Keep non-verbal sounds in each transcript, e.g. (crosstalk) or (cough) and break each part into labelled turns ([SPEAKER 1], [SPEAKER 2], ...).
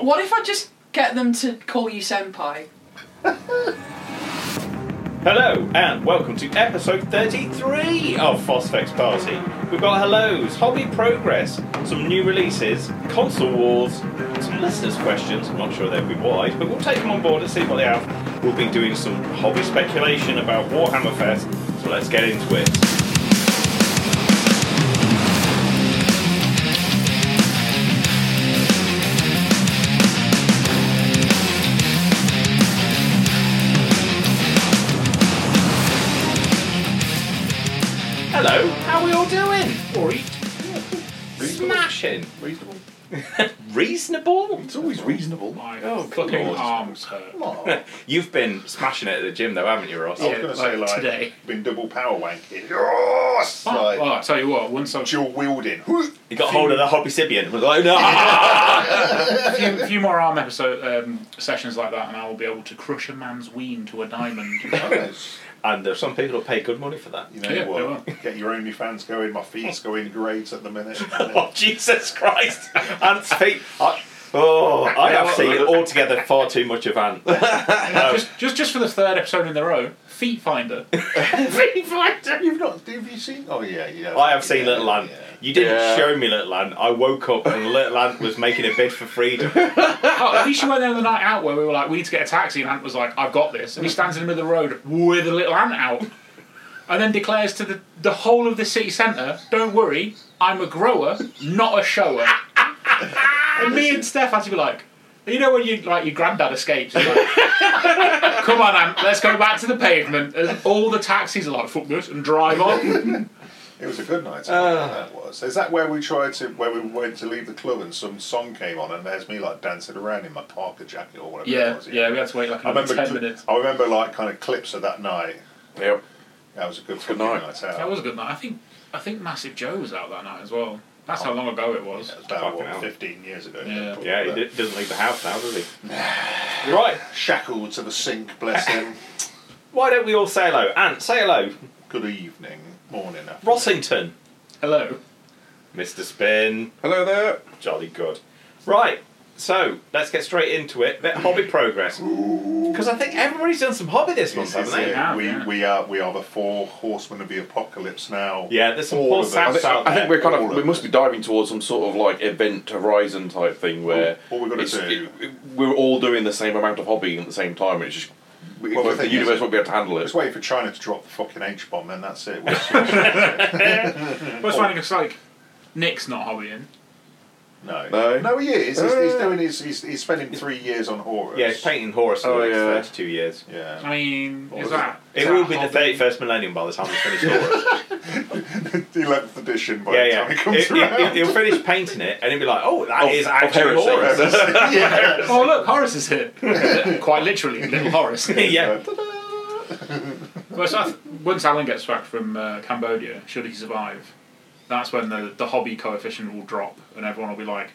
[SPEAKER 1] What if I just get them to call you senpai?
[SPEAKER 2] Hello and welcome to episode 33 of Phosphex Party. We've got hellos, hobby progress, some new releases, console wars, some listeners' questions. I'm not sure they'll be wise, but we'll take them on board and see what they have. We'll be doing some hobby speculation about Warhammer Fest, so let's get into it. Hello, how are we all doing? Alright. Smashing.
[SPEAKER 3] Reasonable.
[SPEAKER 2] (laughs) Reasonable?
[SPEAKER 3] It's always reasonable.
[SPEAKER 4] My
[SPEAKER 2] Oh,
[SPEAKER 4] fucking
[SPEAKER 2] God.
[SPEAKER 4] arms hurt.
[SPEAKER 3] Oh,
[SPEAKER 2] You've been smashing it at the gym though, haven't you, Ross?
[SPEAKER 3] I was going to say,
[SPEAKER 4] like
[SPEAKER 3] like,
[SPEAKER 4] today.
[SPEAKER 3] been double power wanking. Yes!
[SPEAKER 4] Oh,
[SPEAKER 3] Like,
[SPEAKER 4] well, I tell you what, once I've
[SPEAKER 3] dual wielding.
[SPEAKER 2] You got hold of the hobby Sibian. Was like,
[SPEAKER 3] (laughs)
[SPEAKER 2] no.
[SPEAKER 4] a few, few more arm episode um, sessions like that, and I will be able to crush a man's ween to a
[SPEAKER 3] (laughs)
[SPEAKER 4] diamond.
[SPEAKER 3] Nice.
[SPEAKER 2] and there's some people that pay good money for that.
[SPEAKER 3] You know
[SPEAKER 4] Yeah, they
[SPEAKER 3] what? Get your OnlyFans going. My feet's going great at
[SPEAKER 4] (laughs)
[SPEAKER 3] the minute.
[SPEAKER 2] Oh Jesus Christ! Ant's feet. I, oh, I have
[SPEAKER 3] uh,
[SPEAKER 2] seen altogether far too much of Ant.
[SPEAKER 4] just, just, just for the third episode in a row, feet finder.
[SPEAKER 2] feet fighter.
[SPEAKER 3] You've not? Have you seen? Oh yeah, yeah.
[SPEAKER 2] I have seen
[SPEAKER 3] yeah,
[SPEAKER 2] Little Ant.
[SPEAKER 3] yeah.
[SPEAKER 2] You didn't
[SPEAKER 5] Yeah.
[SPEAKER 2] show me Little Ant. I woke up and Little Ant was making a bid for
[SPEAKER 3] (laughs)
[SPEAKER 2] freedom.
[SPEAKER 4] Oh, at least you went there the night out where we were like, we need to get a taxi, and Ant was like, I've got this, and he stands in the middle of the road with a little ant out, and then declares to the the whole of the city centre, "Don't worry, I'm a grower, not a shower." and me and Steph had to be like. You know when you like your granddad escapes? you're like, (laughs) Come on, Ant, let's go back to the pavement. And all the taxis are like, fuck this, and drive on.
[SPEAKER 3] It was a good night. out,
[SPEAKER 2] Uh.
[SPEAKER 3] that was. Is that where we tried to where we went to leave the club and some song came on and there's me like dancing around in my Parker jacket or whatever. it
[SPEAKER 4] Yeah,
[SPEAKER 3] was,
[SPEAKER 4] yeah, we had to wait like
[SPEAKER 3] I
[SPEAKER 4] another
[SPEAKER 3] remember.
[SPEAKER 4] 10
[SPEAKER 3] cl-
[SPEAKER 4] minutes.
[SPEAKER 3] I remember like kind of clips of that night.
[SPEAKER 5] Yep.
[SPEAKER 3] That was a good, fucking
[SPEAKER 5] night.
[SPEAKER 3] night
[SPEAKER 4] That
[SPEAKER 3] out.
[SPEAKER 4] was a good night. I think I think Massive Joe was out that night as well. That's how long ago it was.
[SPEAKER 3] That was about
[SPEAKER 2] Fucking
[SPEAKER 3] what,
[SPEAKER 2] hell.
[SPEAKER 3] 15 years ago.
[SPEAKER 4] Yeah.
[SPEAKER 2] yeah, he d- doesn't leave the house now, does he? (sighs) right.
[SPEAKER 3] Shackled to the sink, bless him.
[SPEAKER 2] Why don't we all say hello? Ant, say hello.
[SPEAKER 3] Good evening, morning. afternoon.
[SPEAKER 2] Rossington.
[SPEAKER 4] Hello.
[SPEAKER 2] Mr. Spin.
[SPEAKER 5] Hello there.
[SPEAKER 2] Jolly good. Right, so let's get straight into it. Bit of hobby progress. Because I think everybody's done some hobby this month,
[SPEAKER 3] This is
[SPEAKER 2] haven't they?
[SPEAKER 3] it.
[SPEAKER 4] have,
[SPEAKER 3] we,
[SPEAKER 4] yeah.
[SPEAKER 3] we are we are the four horsemen of the apocalypse now.
[SPEAKER 2] Yeah, there's some
[SPEAKER 3] All
[SPEAKER 2] poor
[SPEAKER 3] of them.
[SPEAKER 2] saps
[SPEAKER 5] I think,
[SPEAKER 2] out
[SPEAKER 5] I
[SPEAKER 2] there.
[SPEAKER 5] think we're kind
[SPEAKER 3] Oh, all
[SPEAKER 5] of
[SPEAKER 3] of
[SPEAKER 5] we
[SPEAKER 3] them.
[SPEAKER 5] must be diving towards some sort of like event horizon type thing where
[SPEAKER 3] All- all we've gotta
[SPEAKER 5] it's-
[SPEAKER 3] do-
[SPEAKER 5] it- it- we're all doing the same amount of hobbying at the same time. It's just we-
[SPEAKER 3] Well, the
[SPEAKER 5] the
[SPEAKER 3] thing
[SPEAKER 5] universe
[SPEAKER 3] is-
[SPEAKER 5] won't be able to handle it.
[SPEAKER 3] Just waiting for China to drop the fucking H bomb, and
[SPEAKER 2] (laughs)
[SPEAKER 3] that's it. We'll
[SPEAKER 4] What's funny is like Nick's not hobbying.
[SPEAKER 3] no,
[SPEAKER 5] No.
[SPEAKER 3] no, he is. He's, he's
[SPEAKER 5] Uh.
[SPEAKER 3] doing. His, he's, he's spending three years on Horus.
[SPEAKER 2] Yeah, it's painting Horus for
[SPEAKER 5] Oh,
[SPEAKER 2] the next
[SPEAKER 5] yeah.
[SPEAKER 2] 32 years.
[SPEAKER 3] Yeah. (laughs)
[SPEAKER 4] I mean, is
[SPEAKER 3] was
[SPEAKER 4] that?
[SPEAKER 2] It
[SPEAKER 4] is
[SPEAKER 2] will
[SPEAKER 4] that
[SPEAKER 2] be
[SPEAKER 4] hobby?
[SPEAKER 2] the 31st millennium by the time we finish Horus.
[SPEAKER 3] Eleventh edition by
[SPEAKER 2] yeah,
[SPEAKER 3] the
[SPEAKER 2] yeah.
[SPEAKER 3] time it comes
[SPEAKER 2] He- he-
[SPEAKER 3] around.
[SPEAKER 2] he'll finish painting it and he'll be like, oh, that
[SPEAKER 5] Of-
[SPEAKER 2] is
[SPEAKER 5] of
[SPEAKER 2] actually
[SPEAKER 5] heresy.
[SPEAKER 2] Horus.
[SPEAKER 3] yeah.
[SPEAKER 4] Oh look, Horace is (laughs) here. Quite literally, little Horace.
[SPEAKER 2] (laughs) yeah.
[SPEAKER 4] (laughs) Well, so I th- once Alan gets back from uh, Cambodia, should he survive, that's when the the hobby coefficient will drop, and everyone will be like,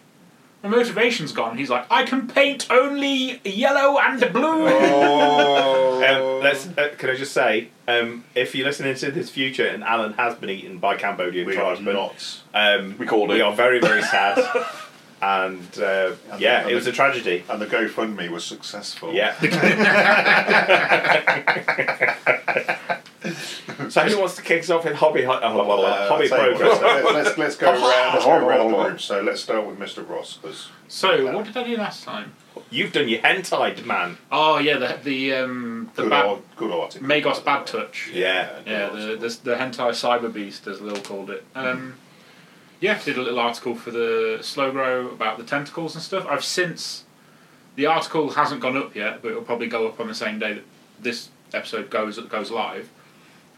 [SPEAKER 4] "My motivation's gone." He's like, "I can paint only yellow and blue."
[SPEAKER 2] Oh. Um, let's, uh, can I just say, um, if you're listening to this future and Alan has been eaten by Cambodian
[SPEAKER 3] (laughs) We are
[SPEAKER 2] tribesmen,
[SPEAKER 3] not.
[SPEAKER 2] Um,
[SPEAKER 5] We called it.
[SPEAKER 2] We are very, very sad. and uh,
[SPEAKER 3] And
[SPEAKER 2] yeah,
[SPEAKER 3] the-
[SPEAKER 2] it was a tragedy.
[SPEAKER 3] And the GoFundMe was successful. Uh, (laughs)
[SPEAKER 2] Yeah. so who wants to kick us off with hobby ho- oh,
[SPEAKER 3] Well, uh,
[SPEAKER 2] hobby
[SPEAKER 3] I'll tell you what, let's-
[SPEAKER 2] progress?
[SPEAKER 3] Let's, let's,
[SPEAKER 4] (laughs)
[SPEAKER 3] let's go around, let's go around the room. So let's start with Mr. Ross because
[SPEAKER 4] So what did I do last time?
[SPEAKER 2] (laughs) You've done your hentai, man.
[SPEAKER 4] Oh yeah, the the um, the
[SPEAKER 3] good,
[SPEAKER 4] bad,
[SPEAKER 3] art, good article.
[SPEAKER 4] Magos bad touch.
[SPEAKER 2] Yeah.
[SPEAKER 3] good
[SPEAKER 4] Yeah, the,
[SPEAKER 3] article.
[SPEAKER 4] the, the hentai cyber beast, as Lil called it.
[SPEAKER 3] Hmm.
[SPEAKER 4] Um, yeah, did a little article for the slow grow about the tentacles and stuff. I've since the article hasn't gone up yet, but it'll probably go up on the same day that this episode goes goes live.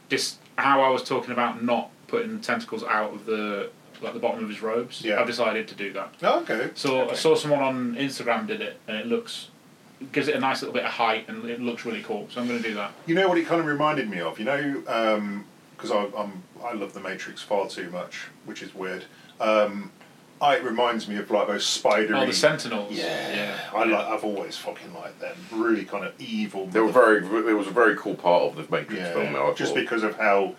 [SPEAKER 4] Just how I was talking about not putting the tentacles out of the like the bottom of his robes.
[SPEAKER 3] Yeah.
[SPEAKER 4] I've decided to do that.
[SPEAKER 3] Oh, okay.
[SPEAKER 4] So I saw someone on Instagram did it, and it looks it gives it a nice little bit of height, and it looks really cool. So I'm going to do that.
[SPEAKER 3] You know what it kind of reminded me of? You know, because I I'm, I love The Matrix far too much, which is weird. Um, I, it reminds me of like those spidery.
[SPEAKER 4] Oh, the Sentinels.
[SPEAKER 3] yeah.
[SPEAKER 4] yeah.
[SPEAKER 3] I like, I've always fucking liked them. Really kind of evil.
[SPEAKER 5] They were very. It was a very cool part of the Matrix
[SPEAKER 3] Yeah,
[SPEAKER 5] film. Though, I
[SPEAKER 3] just
[SPEAKER 5] thought.
[SPEAKER 3] because of how,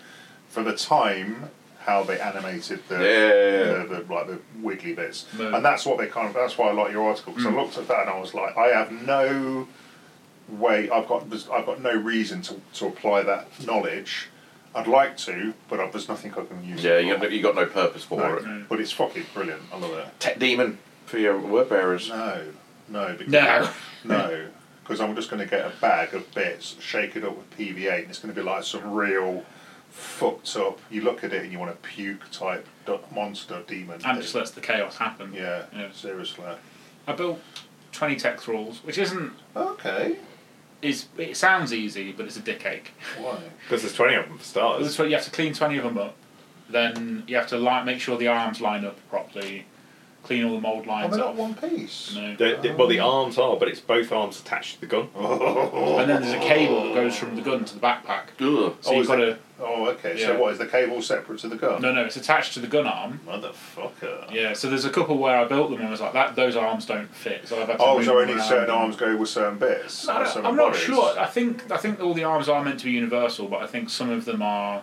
[SPEAKER 3] for the time, how they animated the,
[SPEAKER 5] Yeah.
[SPEAKER 3] the, the like the wiggly bits,
[SPEAKER 4] No.
[SPEAKER 3] and that's what they kind of. That's why I like your article
[SPEAKER 5] Mm.
[SPEAKER 3] because I looked at that and I was like, I have no way. I've got there's- I've got no reason to, to apply that knowledge. I'd like to, but I, there's nothing I can use.
[SPEAKER 5] Yeah,
[SPEAKER 3] it
[SPEAKER 5] you got,
[SPEAKER 3] for.
[SPEAKER 5] no, you got no purpose for
[SPEAKER 3] No,
[SPEAKER 5] it.
[SPEAKER 3] But it's fucking brilliant. I love it.
[SPEAKER 5] Tech demon for your word bearers.
[SPEAKER 3] No, no, because
[SPEAKER 4] No.
[SPEAKER 3] (laughs) no, because I'm just going to get a bag of bits, shake it up with PVA, and it's going to be like some real fucked up. You look at it and you want a puke type du- monster demon.
[SPEAKER 4] and
[SPEAKER 3] thing.
[SPEAKER 4] just lets the chaos happen.
[SPEAKER 3] yeah,
[SPEAKER 4] Yeah.
[SPEAKER 3] seriously.
[SPEAKER 4] I built twenty tech thralls, which isn't
[SPEAKER 3] Okay,
[SPEAKER 4] is it sounds easy, but it's a dick ache.
[SPEAKER 3] why?
[SPEAKER 2] Because there's 20 of them for starters.
[SPEAKER 4] That's what you have to clean twenty of them up. Then you have to like make sure the arms line up properly, clean all the mold
[SPEAKER 3] Are
[SPEAKER 4] lines
[SPEAKER 3] they
[SPEAKER 4] up.
[SPEAKER 3] not one piece?
[SPEAKER 4] No.
[SPEAKER 2] The, the- well, the arms are, but it's both arms attached to the gun.
[SPEAKER 3] Oh,
[SPEAKER 4] And then there's a cable that goes from the gun to the backpack.
[SPEAKER 5] Ugh.
[SPEAKER 4] So
[SPEAKER 3] Oh,
[SPEAKER 4] you've
[SPEAKER 3] is
[SPEAKER 4] got to
[SPEAKER 3] it- okay. So
[SPEAKER 4] Yeah.
[SPEAKER 3] what is the cable separate to the gun?
[SPEAKER 4] no no, it's attached to the gun arm.
[SPEAKER 3] Motherfucker.
[SPEAKER 4] Yeah, so there's a couple where I built them and I was like that those arms don't fit. So I've had to
[SPEAKER 3] Oh,
[SPEAKER 4] move
[SPEAKER 3] so
[SPEAKER 4] them
[SPEAKER 3] only
[SPEAKER 4] around.
[SPEAKER 3] certain arms go with certain bits.
[SPEAKER 4] I
[SPEAKER 3] or
[SPEAKER 4] don't-
[SPEAKER 3] certain
[SPEAKER 4] Um, I'm not
[SPEAKER 3] bodies?
[SPEAKER 4] sure. I think I think all the arms are meant to be universal, but I think some of them are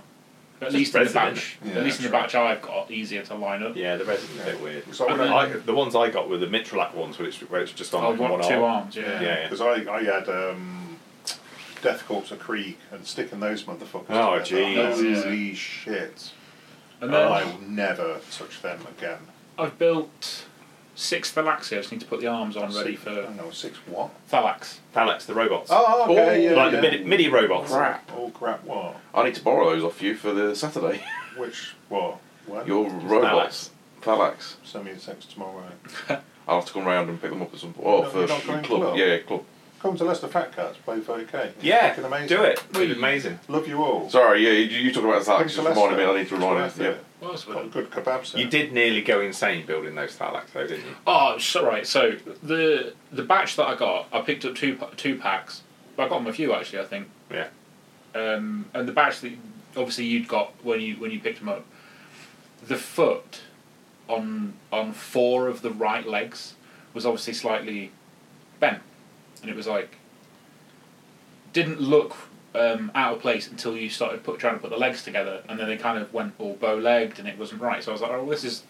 [SPEAKER 4] at least in the
[SPEAKER 2] resident.
[SPEAKER 4] batch.
[SPEAKER 3] Yeah,
[SPEAKER 4] at least in the
[SPEAKER 3] that's
[SPEAKER 4] batch I've got, easier to line up.
[SPEAKER 2] Yeah, the rest is a bit weird.
[SPEAKER 3] So
[SPEAKER 4] And
[SPEAKER 3] when
[SPEAKER 4] then-
[SPEAKER 3] I,
[SPEAKER 2] I, the ones I got were the Mitralak ones, which, where it's just on
[SPEAKER 4] Oh,
[SPEAKER 2] one,
[SPEAKER 4] one, two
[SPEAKER 2] arm.
[SPEAKER 4] arms. Yeah.
[SPEAKER 2] Yeah.
[SPEAKER 3] Because I, I had um, Death Corps to Creek and sticking those motherfuckers.
[SPEAKER 2] Oh,
[SPEAKER 3] together.
[SPEAKER 4] jeez.
[SPEAKER 3] Holy shit!
[SPEAKER 4] And then
[SPEAKER 3] I will never touch them again.
[SPEAKER 4] I've built six phylaxia. I just need to put the arms on ready
[SPEAKER 3] Six-
[SPEAKER 4] for
[SPEAKER 3] I know six what?
[SPEAKER 4] phalanx.
[SPEAKER 2] Phalanx, the robots.
[SPEAKER 3] Oh, okay, yeah,
[SPEAKER 2] like
[SPEAKER 3] yeah.
[SPEAKER 2] the midi, MIDI robots.
[SPEAKER 3] Oh crap! What?
[SPEAKER 5] I need to borrow those off you for the Saturday. (laughs)
[SPEAKER 3] Which what? When?
[SPEAKER 5] Your robots. Phalanx.
[SPEAKER 3] Send me a text tomorrow.
[SPEAKER 5] I'll have to come round and pick them up at some point. Oh,
[SPEAKER 3] You're not-
[SPEAKER 5] for
[SPEAKER 3] you're not going
[SPEAKER 5] club.
[SPEAKER 3] club?
[SPEAKER 5] Yeah, club.
[SPEAKER 3] Come to Leicester Fat Cats. Play 30k. It's
[SPEAKER 2] Yeah,
[SPEAKER 3] fucking amazing.
[SPEAKER 2] do it. It'd be amazing.
[SPEAKER 3] Love you all.
[SPEAKER 5] Sorry, yeah, you, you talk about
[SPEAKER 3] Come
[SPEAKER 5] Salax.
[SPEAKER 3] to
[SPEAKER 5] Just reminded
[SPEAKER 3] Leicester.
[SPEAKER 5] me. I need to
[SPEAKER 3] It's
[SPEAKER 5] remind
[SPEAKER 3] worth
[SPEAKER 5] you. Yeah.
[SPEAKER 3] it.
[SPEAKER 4] What else have I
[SPEAKER 3] Got a
[SPEAKER 4] done?
[SPEAKER 3] good kebab set.
[SPEAKER 2] You did nearly go insane building those Phalanx, though, didn't you?
[SPEAKER 4] Oh, so, right. So the the batch that I got, I picked up two pa- two packs. I got them a few actually. I think.
[SPEAKER 2] Yeah.
[SPEAKER 4] Um, and the batch that obviously you'd got when you when you picked them up, the foot on on four of the right legs was obviously slightly bent, and it was like didn't look um, out of place until you started put, trying to put the legs together, and then they kind of went all bow legged, and it wasn't right. So I was like, oh, this is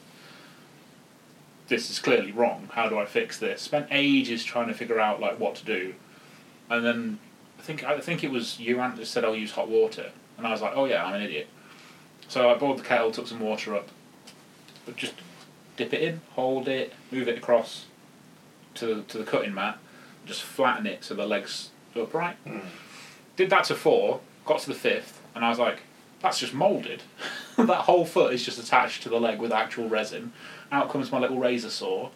[SPEAKER 4] this is clearly wrong. How do I fix this? Spent ages trying to figure out like what to do, and then I think I think it was you Ant that said I'll use hot water, and I was like, oh yeah, I'm an idiot. So I boiled the kettle, took some water up, but just dip it in, hold it, move it across to the, to the cutting mat, just flatten it so the legs are upright. Did that to four, got to the fifth, and I was like, that's just moulded. (laughs) that whole foot is just attached to the leg with actual resin. Out comes my little razor saw.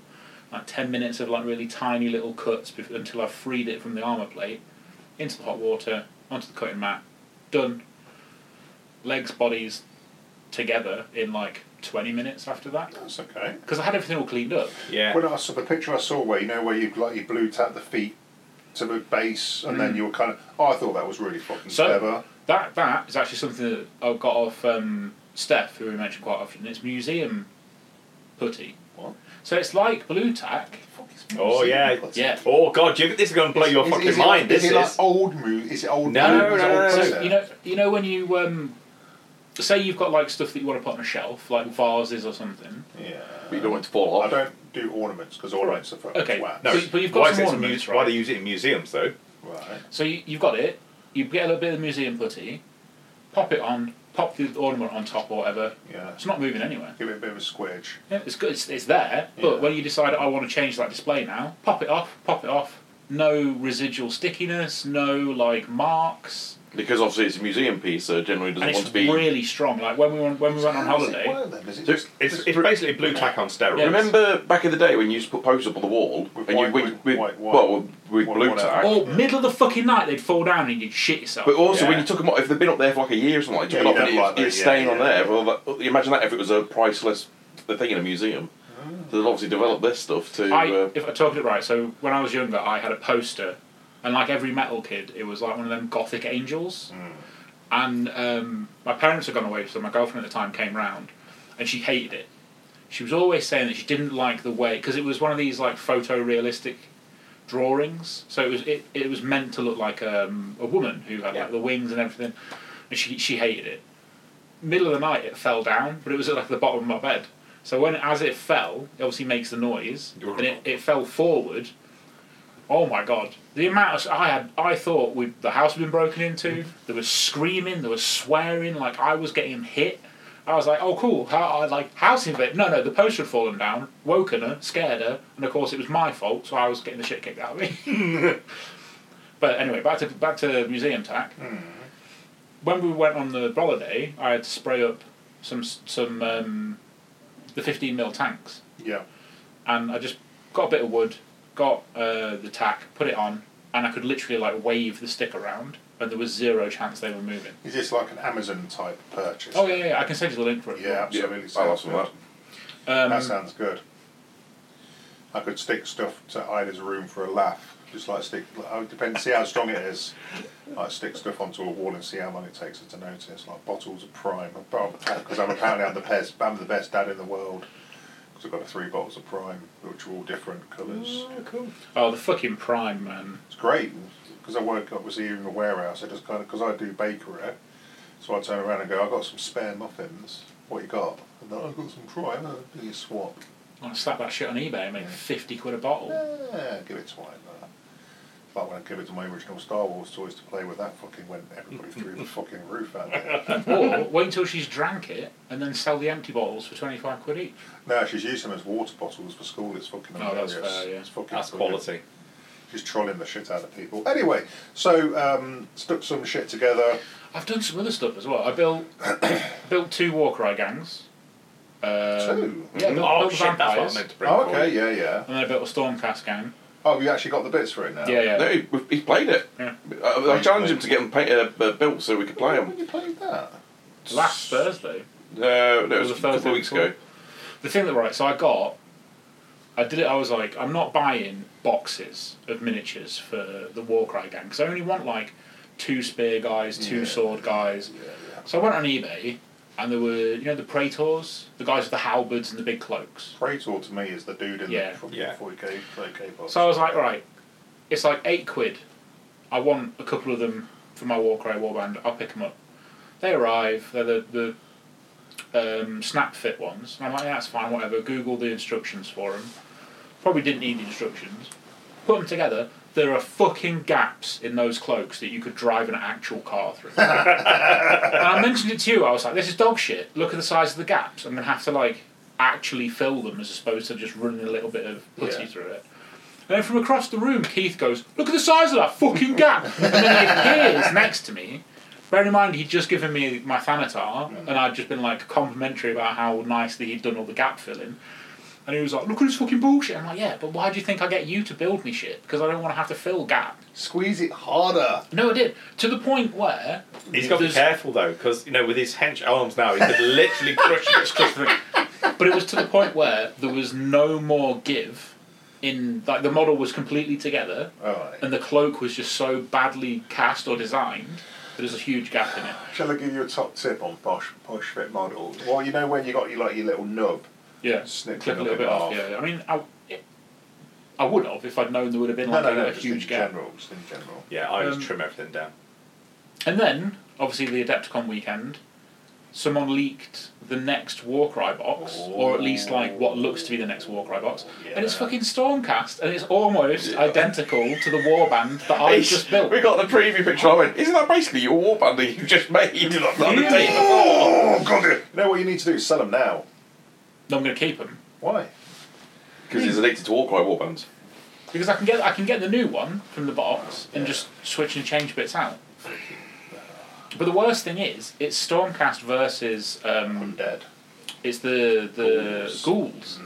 [SPEAKER 4] Like ten minutes of like really tiny little cuts bef- until I've freed it from the armor plate, into the hot water, onto the cutting mat, done. Legs, bodies, together in like twenty minutes after that
[SPEAKER 3] That's okay.
[SPEAKER 4] because I had everything all cleaned up.
[SPEAKER 2] Yeah.
[SPEAKER 3] When I saw the picture I saw where you know where you like you blue tap the feet to the base and
[SPEAKER 2] Mm.
[SPEAKER 3] then you were kind of oh I thought that was really fucking
[SPEAKER 4] So-
[SPEAKER 3] clever.
[SPEAKER 4] That that is actually something that I got off um, Steph, who we mentioned quite often. It's museum putty.
[SPEAKER 3] What?
[SPEAKER 4] So it's like blue tack.
[SPEAKER 2] Oh, yeah.
[SPEAKER 4] Yeah.
[SPEAKER 2] Oh, God, you, this is going to blow your
[SPEAKER 3] Is- is
[SPEAKER 2] fucking
[SPEAKER 3] it like-
[SPEAKER 2] mind,
[SPEAKER 3] is
[SPEAKER 2] this
[SPEAKER 3] it like
[SPEAKER 2] is.
[SPEAKER 3] old move? Is it old?
[SPEAKER 2] No, no,
[SPEAKER 3] move? Is it
[SPEAKER 2] no,
[SPEAKER 3] old
[SPEAKER 2] no, no.
[SPEAKER 4] So
[SPEAKER 3] process?
[SPEAKER 4] you know you know when you um, say you've got like stuff that you want to put on a shelf, like vases or something.
[SPEAKER 5] But you
[SPEAKER 3] Yeah.
[SPEAKER 5] don't want it to fall
[SPEAKER 3] I
[SPEAKER 5] off.
[SPEAKER 3] don't do ornaments because ornaments are fucking
[SPEAKER 4] Okay.
[SPEAKER 3] wax.
[SPEAKER 2] No,
[SPEAKER 4] But- but you've got
[SPEAKER 2] why,
[SPEAKER 4] some
[SPEAKER 2] is it in
[SPEAKER 4] ornaments,
[SPEAKER 2] mu- why
[SPEAKER 4] right?
[SPEAKER 2] do you use it in museums, though?
[SPEAKER 3] Right.
[SPEAKER 4] So you, you've got it. You get a little bit of museum putty, pop it on, pop the ornament on top or whatever.
[SPEAKER 3] Yeah.
[SPEAKER 4] It's not moving anywhere.
[SPEAKER 3] Give it a bit of a squidge.
[SPEAKER 4] Yeah, it's good. It's, it's there, but
[SPEAKER 3] Yeah.
[SPEAKER 4] when you decide I want to change that display now, pop it off, pop it off. No residual stickiness, no like marks,
[SPEAKER 5] Because obviously it's a museum piece, so it generally doesn't
[SPEAKER 4] and
[SPEAKER 5] want to
[SPEAKER 4] it's
[SPEAKER 5] be.
[SPEAKER 4] really strong. Like when we went, when we went on
[SPEAKER 3] How does it
[SPEAKER 4] holiday,
[SPEAKER 3] work then? Does it
[SPEAKER 5] So
[SPEAKER 3] just-
[SPEAKER 2] It's,
[SPEAKER 3] just
[SPEAKER 2] it's basically blue tack on steroids.
[SPEAKER 4] Yeah.
[SPEAKER 5] Remember back in the day when you used to put posts up on the wall
[SPEAKER 3] With
[SPEAKER 5] and
[SPEAKER 3] white-
[SPEAKER 5] you with,
[SPEAKER 3] with
[SPEAKER 5] with-
[SPEAKER 3] white- white-
[SPEAKER 5] well with
[SPEAKER 3] white-
[SPEAKER 5] blue
[SPEAKER 3] white-
[SPEAKER 5] tack.
[SPEAKER 4] or middle of the fucking night, they'd fall down and you'd shit yourself.
[SPEAKER 5] But also when
[SPEAKER 2] Yeah.
[SPEAKER 5] you took them off, if they've been up there for like a year or something, like, you took
[SPEAKER 3] Yeah,
[SPEAKER 5] it
[SPEAKER 3] you
[SPEAKER 5] off
[SPEAKER 3] don't
[SPEAKER 5] and it,
[SPEAKER 3] like
[SPEAKER 5] it's
[SPEAKER 3] those,
[SPEAKER 5] staying
[SPEAKER 3] yeah,
[SPEAKER 5] on
[SPEAKER 3] yeah.
[SPEAKER 5] there. Well, that, imagine that if it was a priceless thing in a museum.
[SPEAKER 3] Mm.
[SPEAKER 5] So they've obviously developed this stuff to.
[SPEAKER 4] I,
[SPEAKER 5] uh,
[SPEAKER 4] if I told it right, so when I was younger, I had a poster, and like every metal kid, it was like one of them gothic angels.
[SPEAKER 5] Hmm.
[SPEAKER 4] And um, my parents had gone away, so my girlfriend at the time came round, and she hated it. She was always saying that she didn't like the way because it was one of these like photorealistic drawings, so it was it, it was meant to look like um, a woman who had
[SPEAKER 5] Yeah.
[SPEAKER 4] like the wings and everything, and she she hated it. middle of the night it fell down, but it was at like the bottom of my bed. So when as it fell, it obviously makes the noise, and it, it fell forward. Oh my god! The amount of, s- I had, I thought we the house had been broken into. There was screaming, there was swearing. Like I was getting hit. I was like, oh cool, how, I like house invasion. No, no, the post had fallen down, woken her, scared her, and of course it was my fault, so I was getting the shit kicked out of me. (laughs) but anyway, back to back to museum tack when we went on the holiday, I had to spray up some some um, the fifteen mil tanks,
[SPEAKER 3] Yeah.
[SPEAKER 4] and I just got a bit of wood, got uh, the tack, put it on, and I could literally like wave the stick around, and there was zero chance they were moving.
[SPEAKER 3] Is this like an Amazon type purchase?
[SPEAKER 4] Oh yeah, yeah, yeah, I can send you the link for it.
[SPEAKER 3] Yeah,
[SPEAKER 5] Yeah,
[SPEAKER 3] absolutely.
[SPEAKER 5] I'll have
[SPEAKER 3] sounds
[SPEAKER 5] some
[SPEAKER 3] good.
[SPEAKER 5] of that.
[SPEAKER 4] Um,
[SPEAKER 3] That sounds good. I could stick stuff to Ida's room for a laugh. Just like stick, like, oh, it depends, see how strong it is. Like stick stuff onto a wall and see how long it takes her to notice. Like bottles of Prime, because I'm apparently I'm the best, I'm the best dad in the world. Because I've got three bottles of Prime, which are all different colours.
[SPEAKER 2] cool.
[SPEAKER 4] Oh, the fucking prime man.
[SPEAKER 3] It's great because I work obviously in the warehouse. I just kind of because I do bakery, so I turn around and go, I've got some spare muffins. What you got? And they're, I've got some Prime. I'll do you swap?
[SPEAKER 4] I want to slap that shit on eBay and make fifty quid a
[SPEAKER 3] (laughs)
[SPEAKER 4] bottle.
[SPEAKER 3] Yeah, give it to one. Like when I gave it to my original Star Wars toys to play with, that fucking went
[SPEAKER 4] (laughs)
[SPEAKER 3] everybody through the fucking roof out there.
[SPEAKER 4] or wait until she's drank it and then sell the empty bottles for twenty five quid each.
[SPEAKER 3] No, she's used them as water bottles for school. It's fucking
[SPEAKER 4] Oh, that's
[SPEAKER 3] hilarious.
[SPEAKER 4] fair, yeah.
[SPEAKER 3] It's fucking
[SPEAKER 2] That's
[SPEAKER 3] brilliant.
[SPEAKER 2] quality.
[SPEAKER 3] She's trolling the shit out of people. Anyway, so um, stuck some shit together.
[SPEAKER 4] I've done some other stuff as well. I built (coughs) built two Warcry gangs. Uh,
[SPEAKER 3] Two?
[SPEAKER 4] Yeah, built,
[SPEAKER 2] oh
[SPEAKER 4] built the
[SPEAKER 2] shit, that's what I
[SPEAKER 4] vampires,
[SPEAKER 2] meant to bring.
[SPEAKER 3] Oh,
[SPEAKER 2] forward.
[SPEAKER 3] okay, yeah, yeah.
[SPEAKER 4] And then I built a Stormcast gang.
[SPEAKER 3] Oh, you actually got the bits for it now.
[SPEAKER 4] Yeah, yeah.
[SPEAKER 5] No, he, we've- he's played it.
[SPEAKER 4] Yeah.
[SPEAKER 5] I, I challenged him to get them paint, uh, uh, built so we could play
[SPEAKER 3] When
[SPEAKER 5] them.
[SPEAKER 3] you played that?
[SPEAKER 4] Last Thursday.
[SPEAKER 5] No, no, it
[SPEAKER 4] Was
[SPEAKER 5] was
[SPEAKER 4] it
[SPEAKER 5] a couple
[SPEAKER 4] Thursday
[SPEAKER 5] of weeks
[SPEAKER 4] before?
[SPEAKER 5] ago.
[SPEAKER 4] The thing that, right, so I got, I did it, I was like, I'm not buying boxes of miniatures for the Warcry gang because I only want like two spear guys, two
[SPEAKER 3] Yeah.
[SPEAKER 4] sword guys.
[SPEAKER 3] Yeah, yeah.
[SPEAKER 4] So I went on eBay and there were, you know, the Praetors, the guys with the halberds and the big cloaks.
[SPEAKER 3] Praetor to me is the dude in
[SPEAKER 4] Yeah.
[SPEAKER 3] the fucking
[SPEAKER 2] Yeah.
[SPEAKER 3] 40k, 30k box.
[SPEAKER 4] So I was like, right, it's like eight quid. I want a couple of them for my Warcry warband. I'll pick them up. They arrive. They're the the um, snap fit ones. And I'm like, yeah, that's fine, whatever. Google the instructions for them. Probably didn't need the instructions. Put them together. There are fucking gaps in those cloaks that you could drive an actual car through. and I mentioned it to you. I was like, this is dog shit. Look at the size of the gaps. I'm gonna have to like actually fill them as opposed to just running a little bit of putty
[SPEAKER 3] Yeah.
[SPEAKER 4] through it. And then from across the room, Keith goes, Look at the size of that fucking gap! And then he appears next to me. Bear in mind, he'd just given me my Thanatar, and I'd just been like complimentary about how nicely he'd done all the gap filling. And he was like, Look at this fucking bullshit. I'm like, Yeah, but why do you think I get you to build me shit? Because I don't want to have to fill gap.
[SPEAKER 3] Squeeze it harder.
[SPEAKER 4] No, I did. To the point where.
[SPEAKER 2] He's got to be
[SPEAKER 4] there's-
[SPEAKER 2] careful though, because you know, with his hench arms now, he could literally crush it.
[SPEAKER 4] (laughs) But it was to the point where there was no more give in. Like, the model was completely together.
[SPEAKER 3] Alright.
[SPEAKER 4] and the cloak was just so badly cast or designed that there's a huge gap in it.
[SPEAKER 3] Shall I give you a top tip on posh posh fit models? Well, you know when you got your like your little nub.
[SPEAKER 4] Yeah,
[SPEAKER 3] Snip
[SPEAKER 4] clip
[SPEAKER 3] it
[SPEAKER 4] a little
[SPEAKER 3] off.
[SPEAKER 4] bit off. Yeah, I mean, I, it, I would have if I'd known there would have been
[SPEAKER 3] No,
[SPEAKER 4] like
[SPEAKER 3] no,
[SPEAKER 4] a,
[SPEAKER 3] no,
[SPEAKER 4] a
[SPEAKER 3] just
[SPEAKER 4] huge
[SPEAKER 3] in
[SPEAKER 4] gap.
[SPEAKER 3] general, just in general.
[SPEAKER 2] Yeah, I just
[SPEAKER 4] Um,
[SPEAKER 2] trim everything down.
[SPEAKER 4] And then, obviously, the Adepticon weekend, someone leaked the next Warcry box, or at least like what looks to be the next Warcry box, and it's
[SPEAKER 3] Yeah.
[SPEAKER 4] fucking Stormcast, and it's almost identical to the warband that I
[SPEAKER 5] He's-
[SPEAKER 4] just built.
[SPEAKER 5] We got the preview picture. I went, isn't that basically your warband that you just made on the day before?
[SPEAKER 3] Oh god! You know what you need to do? is Sell them now.
[SPEAKER 4] No, I'm going to keep them
[SPEAKER 3] Why?
[SPEAKER 5] Because he's addicted to Warcry warbands.
[SPEAKER 4] because I can get I can get the new one from the box and just switch and change bits out. But the worst thing is, it's Stormcast versus um,
[SPEAKER 3] I'm dead.
[SPEAKER 4] it's the the ghouls,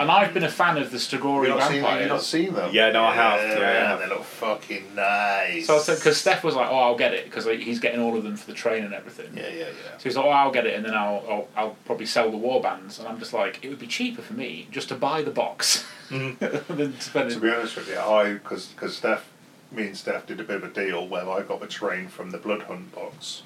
[SPEAKER 4] and I've been a fan of the
[SPEAKER 3] Have
[SPEAKER 4] Strigori
[SPEAKER 3] you not seen? Have you not
[SPEAKER 4] vampires.
[SPEAKER 3] seen them?
[SPEAKER 2] Yeah, no, I have. Yeah, I have.
[SPEAKER 3] they look fucking nice.
[SPEAKER 4] So I said because Steph was like, "Oh, I'll get it," because he's getting all of them for the train and everything.
[SPEAKER 3] Yeah, yeah, yeah.
[SPEAKER 4] So he's like, "Oh, I'll get it," and then I'll, I'll I'll probably sell the warbands, and I'm just like, it would be cheaper for me just to buy the box (laughs) than
[SPEAKER 3] To
[SPEAKER 4] spending.
[SPEAKER 3] be honest with you, I because because Steph, me and Steph did a bit of a deal where I got the terrain from the Blood Hunt box,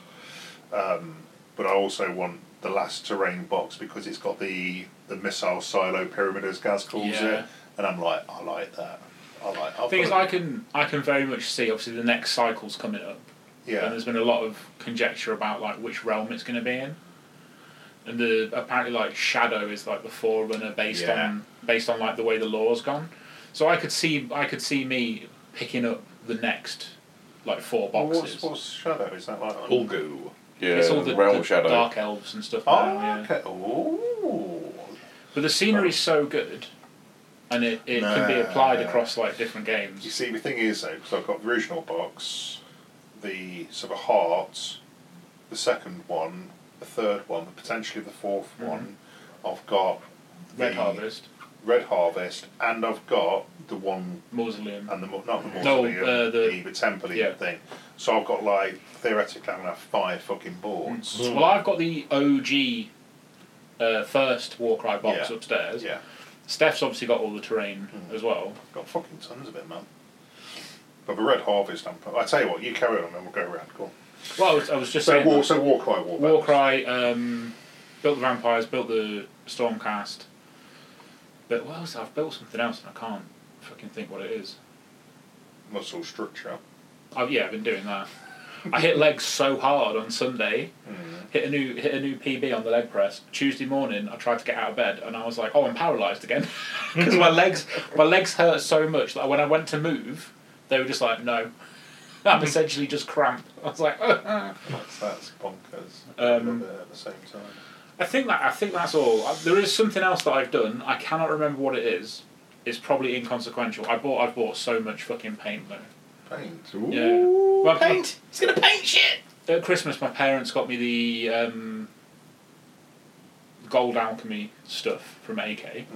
[SPEAKER 3] um, but I also want the last terrain box because it's got the the missile silo pyramid as Gaz calls it,
[SPEAKER 4] Yeah.
[SPEAKER 3] and I'm like, I like that. I like. I've
[SPEAKER 4] The thing is,
[SPEAKER 3] got-
[SPEAKER 4] I can I can very much see obviously the next cycle's coming up,
[SPEAKER 3] Yeah.
[SPEAKER 4] And there's been a lot of conjecture about like which realm it's going to be in. And the apparently like Shadow is like the forerunner based
[SPEAKER 2] Yeah.
[SPEAKER 4] on based on like the way the law's gone. So I could see I could see me picking up the next like four
[SPEAKER 3] Well,
[SPEAKER 4] boxes.
[SPEAKER 3] what's, what's Shadow? Is that like.
[SPEAKER 2] Ulgu.
[SPEAKER 5] Yeah,
[SPEAKER 4] it's all the,
[SPEAKER 5] Realm
[SPEAKER 4] the
[SPEAKER 5] Shadow.
[SPEAKER 4] dark elves and stuff.
[SPEAKER 3] Oh,
[SPEAKER 4] now, yeah.
[SPEAKER 3] okay. Ooh.
[SPEAKER 4] But the scenery is so good, and it, it can be
[SPEAKER 3] Nah.
[SPEAKER 4] applied across like different
[SPEAKER 3] You
[SPEAKER 4] games.
[SPEAKER 3] see, the thing is, though, because I've got the original box, the sort of heart, the second one, the third one, potentially the 4th one. I've got
[SPEAKER 4] Mm-hmm. Red
[SPEAKER 3] the
[SPEAKER 4] Harvest,
[SPEAKER 3] Red Harvest, and I've got the one
[SPEAKER 4] Mausoleum.
[SPEAKER 3] and the mo- not the
[SPEAKER 4] No,
[SPEAKER 3] mausoleum,
[SPEAKER 4] uh, the-
[SPEAKER 3] the, temple
[SPEAKER 4] yeah.
[SPEAKER 3] thing. So I've got like theoretically, I'm gonna have five fucking boards.
[SPEAKER 4] Well, I've got the OG uh, first Warcry box
[SPEAKER 3] Yeah.
[SPEAKER 4] upstairs.
[SPEAKER 3] Yeah,
[SPEAKER 4] Steph's obviously got all the terrain
[SPEAKER 3] Hmm.
[SPEAKER 4] as well.
[SPEAKER 3] I've got fucking tons of it, man. But the Red Harvest, I'm. I tell you what, you carry on, and we'll go around. Cool.
[SPEAKER 4] Well, I was, I was just
[SPEAKER 3] So
[SPEAKER 4] saying.
[SPEAKER 3] war, uh,
[SPEAKER 4] that
[SPEAKER 3] so Warcry, War.
[SPEAKER 4] Warcry um, built the vampires, built the Stormcast. But what else? I've built something else and I can't fucking think what it is.
[SPEAKER 3] muscle structure.
[SPEAKER 4] I've, yeah, I've been doing that. I
[SPEAKER 3] (laughs)
[SPEAKER 4] hit legs so hard on Sunday.
[SPEAKER 3] Hmm.
[SPEAKER 4] Hit a new hit a new PB on the leg press. Tuesday morning, I tried to get out of bed and I was like, "Oh, I'm paralysed again," (laughs) because my legs my legs hurt so much that when I went to move, they were just like, "No, (laughs)
[SPEAKER 3] Hmm.
[SPEAKER 4] I'm essentially just cramp." I was like, (laughs) oh.
[SPEAKER 3] That's, that's bonkers.
[SPEAKER 4] Um,
[SPEAKER 3] But, uh, at the same time,
[SPEAKER 4] "I think that I think that's all." Uh, There is something else that I've done. I cannot remember what it is. It's probably inconsequential. I bought I've bought so much fucking paint though.
[SPEAKER 3] paint.
[SPEAKER 4] Yeah. Well,
[SPEAKER 1] Paint. He's gonna paint shit.
[SPEAKER 4] At Christmas, my parents got me the um, gold alchemy stuff from AK.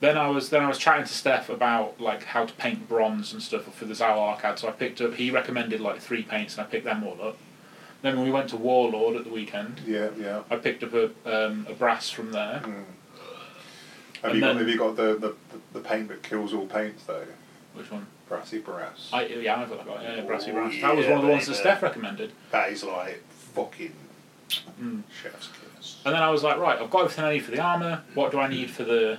[SPEAKER 4] Then I was then I was chatting to Steph about like how to paint bronze and stuff for the Zao Arcade. So I picked up. He recommended like three paints, and I picked them all up. Then when we went to Warlord at the weekend,
[SPEAKER 3] Yeah, yeah.
[SPEAKER 4] I picked up a um, a brass from there.
[SPEAKER 3] Have
[SPEAKER 4] And
[SPEAKER 3] you, got,
[SPEAKER 4] then-
[SPEAKER 3] have you got the, the, the paint that kills all paints though?
[SPEAKER 4] Which one?
[SPEAKER 3] Brassy brass.
[SPEAKER 4] I yeah, I've got that. Yeah, brassy
[SPEAKER 3] Oh,
[SPEAKER 4] brass. that was
[SPEAKER 3] yeah,
[SPEAKER 4] one of the ones that
[SPEAKER 3] baby.
[SPEAKER 4] Steph recommended.
[SPEAKER 3] That is like fucking
[SPEAKER 4] Hmm.
[SPEAKER 3] chef's kiss.
[SPEAKER 4] And then I was like, right, I've got everything I need for the armor. What do I need for the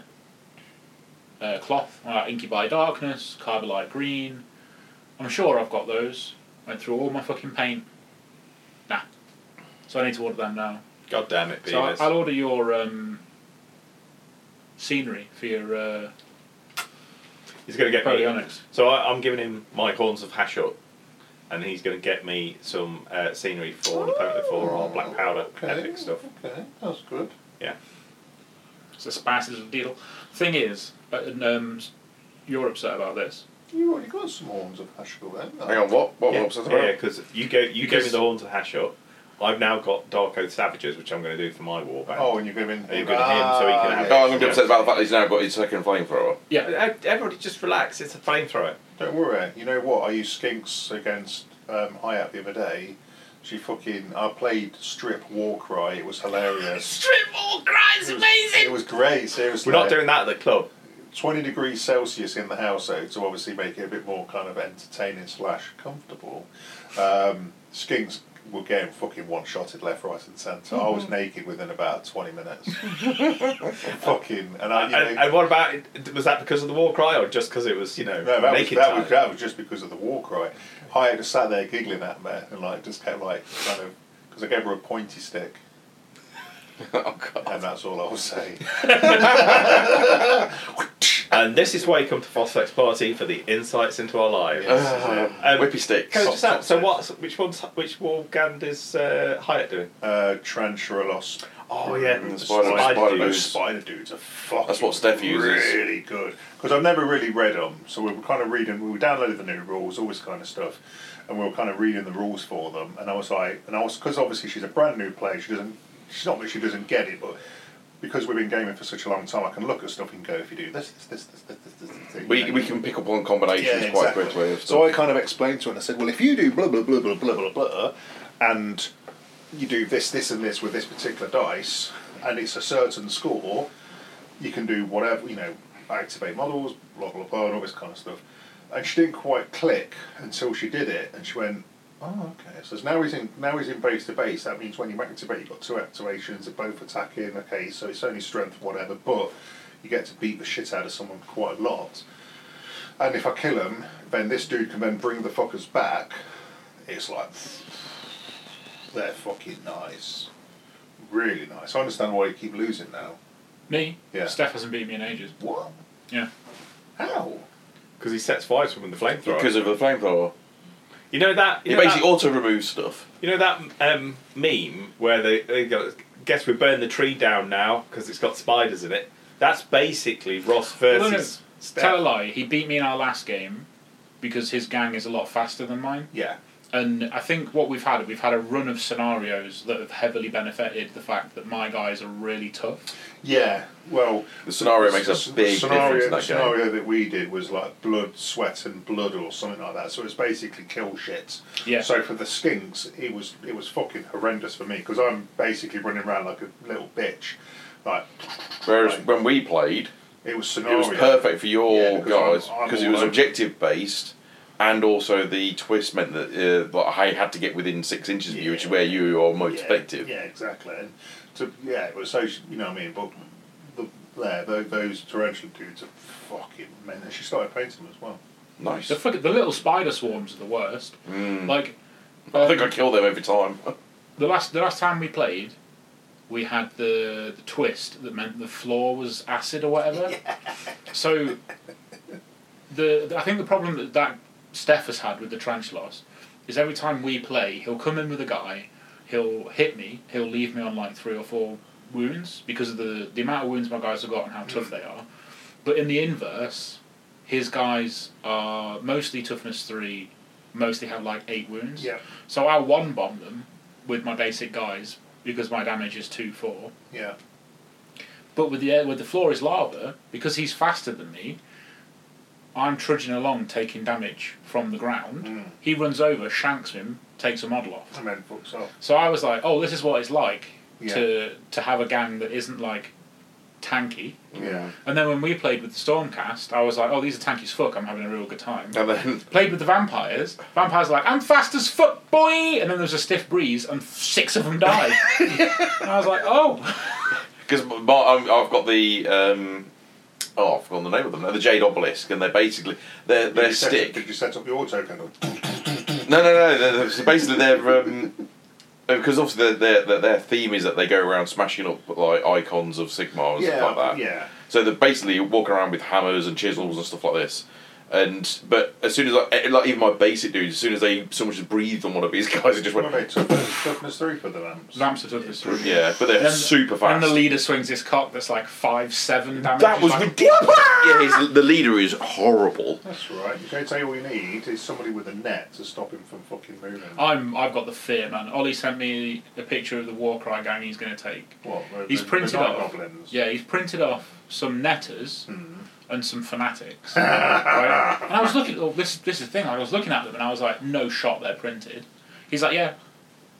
[SPEAKER 4] uh, cloth? Uh, Incubi Darkness, Carbolite Green. I'm sure I've got those. Went through all my fucking paint. Nah. So I need to order them now.
[SPEAKER 2] God damn it,
[SPEAKER 4] So I,
[SPEAKER 2] Beavis.
[SPEAKER 4] I'll order your um, scenery for your uh,
[SPEAKER 2] he's going to get me.
[SPEAKER 4] Proteonics.
[SPEAKER 2] So I, I'm giving him my horns of Hashut, and he's going to get me some uh, scenery for Napoleon for our black powder epic stuff.
[SPEAKER 3] Okay, that's good.
[SPEAKER 4] It's a spicy little deal. Thing is, uh, and, um, you're upset about this.
[SPEAKER 3] You already got some horns of Asheville then.
[SPEAKER 5] Hang on, what? What?
[SPEAKER 2] yeah,
[SPEAKER 5] What was that about?
[SPEAKER 2] because you gave you gave me
[SPEAKER 4] Because-
[SPEAKER 2] the horns of Hashut. I've now got Dark Oath Savages, which I'm going to do for my warband.
[SPEAKER 3] Oh, and you're giving him.
[SPEAKER 2] And you're giving him so he
[SPEAKER 3] Ah,
[SPEAKER 2] can have-
[SPEAKER 5] Oh, I'm going
[SPEAKER 2] Yeah.
[SPEAKER 5] to be upset about the fact that he's now got his second flamethrower.
[SPEAKER 4] Yeah.
[SPEAKER 2] Uh, Everybody, just relax. It's a flamethrower.
[SPEAKER 3] Don't worry. You know what? I used skinks against um, Hayat the other day. She fucking. I played strip Warcry. It was
[SPEAKER 1] (laughs)
[SPEAKER 3] hilarious.
[SPEAKER 1] Strip all grinds
[SPEAKER 3] It was-
[SPEAKER 1] amazing.
[SPEAKER 3] It was great. Seriously.
[SPEAKER 2] We're not doing that at the club.
[SPEAKER 3] 20 degrees Celsius in the house, though, to obviously make it a bit more kind of entertaining slash comfortable. Um, skinks were getting fucking one shotted left, right, and center I
[SPEAKER 1] Mm-hmm.
[SPEAKER 3] was naked within about
[SPEAKER 1] (laughs)
[SPEAKER 3] 20 minutes. fucking. And I, you know,
[SPEAKER 2] And, and what about it? Was that because of the war cry, or just because it was you know
[SPEAKER 3] No, that, was,
[SPEAKER 2] naked
[SPEAKER 3] that, was,
[SPEAKER 2] time?
[SPEAKER 3] that was just because of the war cry. Hayek just sat there giggling at me and like just kept like kind of because I gave her a pointy stick
[SPEAKER 5] (laughs) oh God.
[SPEAKER 3] and that's all I was saying.
[SPEAKER 2] And this is why you come to Phosphex Party for the insights into our lives.
[SPEAKER 5] (laughs) Ah,
[SPEAKER 2] Um,
[SPEAKER 5] whippy sticks.
[SPEAKER 2] Can I just
[SPEAKER 3] Soft,
[SPEAKER 2] ask, so
[SPEAKER 3] soft
[SPEAKER 2] what's which one's which Wargand is uh, Hyatt doing?
[SPEAKER 3] Uh, Tranchuralos.
[SPEAKER 2] Oh, yeah,
[SPEAKER 3] Mm,
[SPEAKER 2] the
[SPEAKER 5] spider- spider
[SPEAKER 3] dudes.
[SPEAKER 5] dudes.
[SPEAKER 3] Spider dudes are fucking.
[SPEAKER 5] That's what Steph uses.
[SPEAKER 3] Really good because I've never really read them, so we were kind of reading. We downloaded the new rules, all this kind of stuff, and we were kind of reading the rules for them. And I was like, and I was because obviously she's a brand new player. She doesn't. She's not that she doesn't get it, but. Because we've been gaming for such a long time, I can look at stuff and go, if you do this, this, this, this, this, this, this, this, this you
[SPEAKER 5] We,
[SPEAKER 3] know.
[SPEAKER 5] we can pick up on combinations
[SPEAKER 3] Yeah,
[SPEAKER 5] quite
[SPEAKER 3] exactly.
[SPEAKER 5] quickly. and
[SPEAKER 3] So
[SPEAKER 5] stuff.
[SPEAKER 3] I kind of explained to her and I said, well, if you do blah, blah, blah, blah, blah, blah, blah, and you do this, this, and this with this particular dice, and it's a certain score, you can do whatever, you know, activate models, blah, blah, blah, and all this kind of stuff. And she didn't quite click until she did it, and she went, Oh, okay. So now he's in now he's in base to base. That means when you activate, you've got two activations. They're both attacking. Okay, so it's only strength, whatever. But you get to beat the shit out of someone quite a lot. And if I kill him, then this dude can then bring the fuckers back it's like they're fucking nice, really nice. I understand why you keep losing now.
[SPEAKER 4] Me?
[SPEAKER 3] Yeah.
[SPEAKER 4] Steph hasn't beat me in ages.
[SPEAKER 3] What?
[SPEAKER 4] Yeah.
[SPEAKER 3] How?
[SPEAKER 2] Because he sets fire to them with the flamethrower.
[SPEAKER 5] because of the flamethrower.
[SPEAKER 2] you know that. You
[SPEAKER 5] It
[SPEAKER 2] know
[SPEAKER 5] basically
[SPEAKER 2] that,
[SPEAKER 5] auto removes stuff.
[SPEAKER 2] you know that um, meme where they, they go, "Guess we burn the tree down now because it's got spiders in it." That's basically Ross
[SPEAKER 4] no, no.
[SPEAKER 2] versus Steph.
[SPEAKER 4] Tell a lie. He beat me in our last game because his gang is a lot faster than mine.
[SPEAKER 3] Yeah.
[SPEAKER 4] And I think what we've had, we've had a run of scenarios that have heavily benefited the fact that my guys are really tough.
[SPEAKER 3] Yeah. Well,
[SPEAKER 5] The scenario makes
[SPEAKER 3] s-
[SPEAKER 5] a big
[SPEAKER 3] scenario,
[SPEAKER 5] difference in that game.
[SPEAKER 3] scenario that we did was like blood, sweat, and blood, or something like that. So it's basically kill shit.
[SPEAKER 4] Yeah.
[SPEAKER 3] So for the skinks, it was it was fucking horrendous for me because I'm basically running around like a little bitch. Like
[SPEAKER 5] Whereas
[SPEAKER 3] Right.
[SPEAKER 5] when we played,
[SPEAKER 3] it was
[SPEAKER 5] it
[SPEAKER 3] scenario.
[SPEAKER 5] was perfect for your
[SPEAKER 3] Oh, Yeah, because
[SPEAKER 5] guys
[SPEAKER 3] I'm- I'm
[SPEAKER 5] because it
[SPEAKER 3] all
[SPEAKER 5] was
[SPEAKER 3] over.
[SPEAKER 5] objective based, and also the twist meant that uh, that I had to get within six inches of you, which is where you are most
[SPEAKER 3] yeah,
[SPEAKER 5] effective.
[SPEAKER 3] Yeah, exactly. And to yeah, it was so you know what I mean. But the, there, tho- those tarantula dudes are fucking men. And she started painting them as well.
[SPEAKER 5] Nice.
[SPEAKER 4] The, fuck- the little spider swarms are the worst. Like,
[SPEAKER 5] Mm. I think
[SPEAKER 4] um,
[SPEAKER 5] I kill them every time. (laughs)
[SPEAKER 4] the last the last time we played, we had the the twist that meant the floor was acid or whatever. So, the, the- I think the problem that that Steph has had with the tarantulas is every time we play, he'll come in with a guy, he'll hit me, he'll leave me on like three or four wounds because of the the amount of wounds my guys have got and how tough they are. But in the inverse, his guys are mostly toughness three, mostly have like eight wounds.
[SPEAKER 3] Yeah.
[SPEAKER 4] So I one bomb them with my basic guys because my damage is two four.
[SPEAKER 3] Yeah.
[SPEAKER 4] But with the with the floor is lava because he's faster than me. I'm trudging along, taking damage from the ground. He runs over, shanks him, takes a model off.
[SPEAKER 3] And then books off.
[SPEAKER 4] So I was like, "Oh, this is what it's like
[SPEAKER 3] Yeah.
[SPEAKER 4] to to have a gang that isn't like tanky."
[SPEAKER 3] Yeah.
[SPEAKER 4] And then when we played with the Stormcast, I was like, "Oh, these are tanky as fuck. I'm having a real good time."
[SPEAKER 5] And then
[SPEAKER 4] Played with the vampires. Vampires are like, I'm fast as fuck, boy! And then there was a stiff breeze, and six of them died. and I was like, oh,
[SPEAKER 5] Because I've got the um, oh, I've forgotten the name of them. now, The Jade Obelisk, and they're basically they're
[SPEAKER 3] Did
[SPEAKER 5] they're
[SPEAKER 3] you set-
[SPEAKER 5] stick.
[SPEAKER 3] Did you set up your auto candle?
[SPEAKER 5] No, no, no. They're, they're- so basically, they're um, (laughs) because obviously their- their their their theme is that they go around smashing up like icons of Sigma and stuff like that.
[SPEAKER 3] Yeah.
[SPEAKER 5] So they're basically walking around with hammers and chisels and stuff like this. And but as soon as I, like even my basic dudes, as soon as they so much as breathed on one of these (laughs) guys, it just
[SPEAKER 3] What
[SPEAKER 5] went.
[SPEAKER 3] about toughness, toughness three for the lamps?
[SPEAKER 4] Lamps are tough this through.
[SPEAKER 5] Yeah, but they're
[SPEAKER 4] Then-
[SPEAKER 5] super fast.
[SPEAKER 4] And the leader swings his cock that's like five, seven damage.
[SPEAKER 5] that
[SPEAKER 4] He's
[SPEAKER 5] was
[SPEAKER 4] like,
[SPEAKER 5] ridiculous. yeah, he's, the leader is horrible.
[SPEAKER 3] That's all right. You can tell you all you need is somebody with a net to stop him from fucking moving.
[SPEAKER 4] I'm, I've got the fear, man. Ollie sent me a picture of the Warcry gang he's going to take.
[SPEAKER 3] what? The,
[SPEAKER 4] He's
[SPEAKER 3] the,
[SPEAKER 4] printed
[SPEAKER 3] the
[SPEAKER 4] off.
[SPEAKER 3] goblins.
[SPEAKER 4] Yeah, he's printed off some netters
[SPEAKER 3] Mm-hmm.
[SPEAKER 4] and some fanatics. right? And I was looking. Oh, this this is the thing. I was looking at them and I was like, no shot, they're printed. He's like, yeah.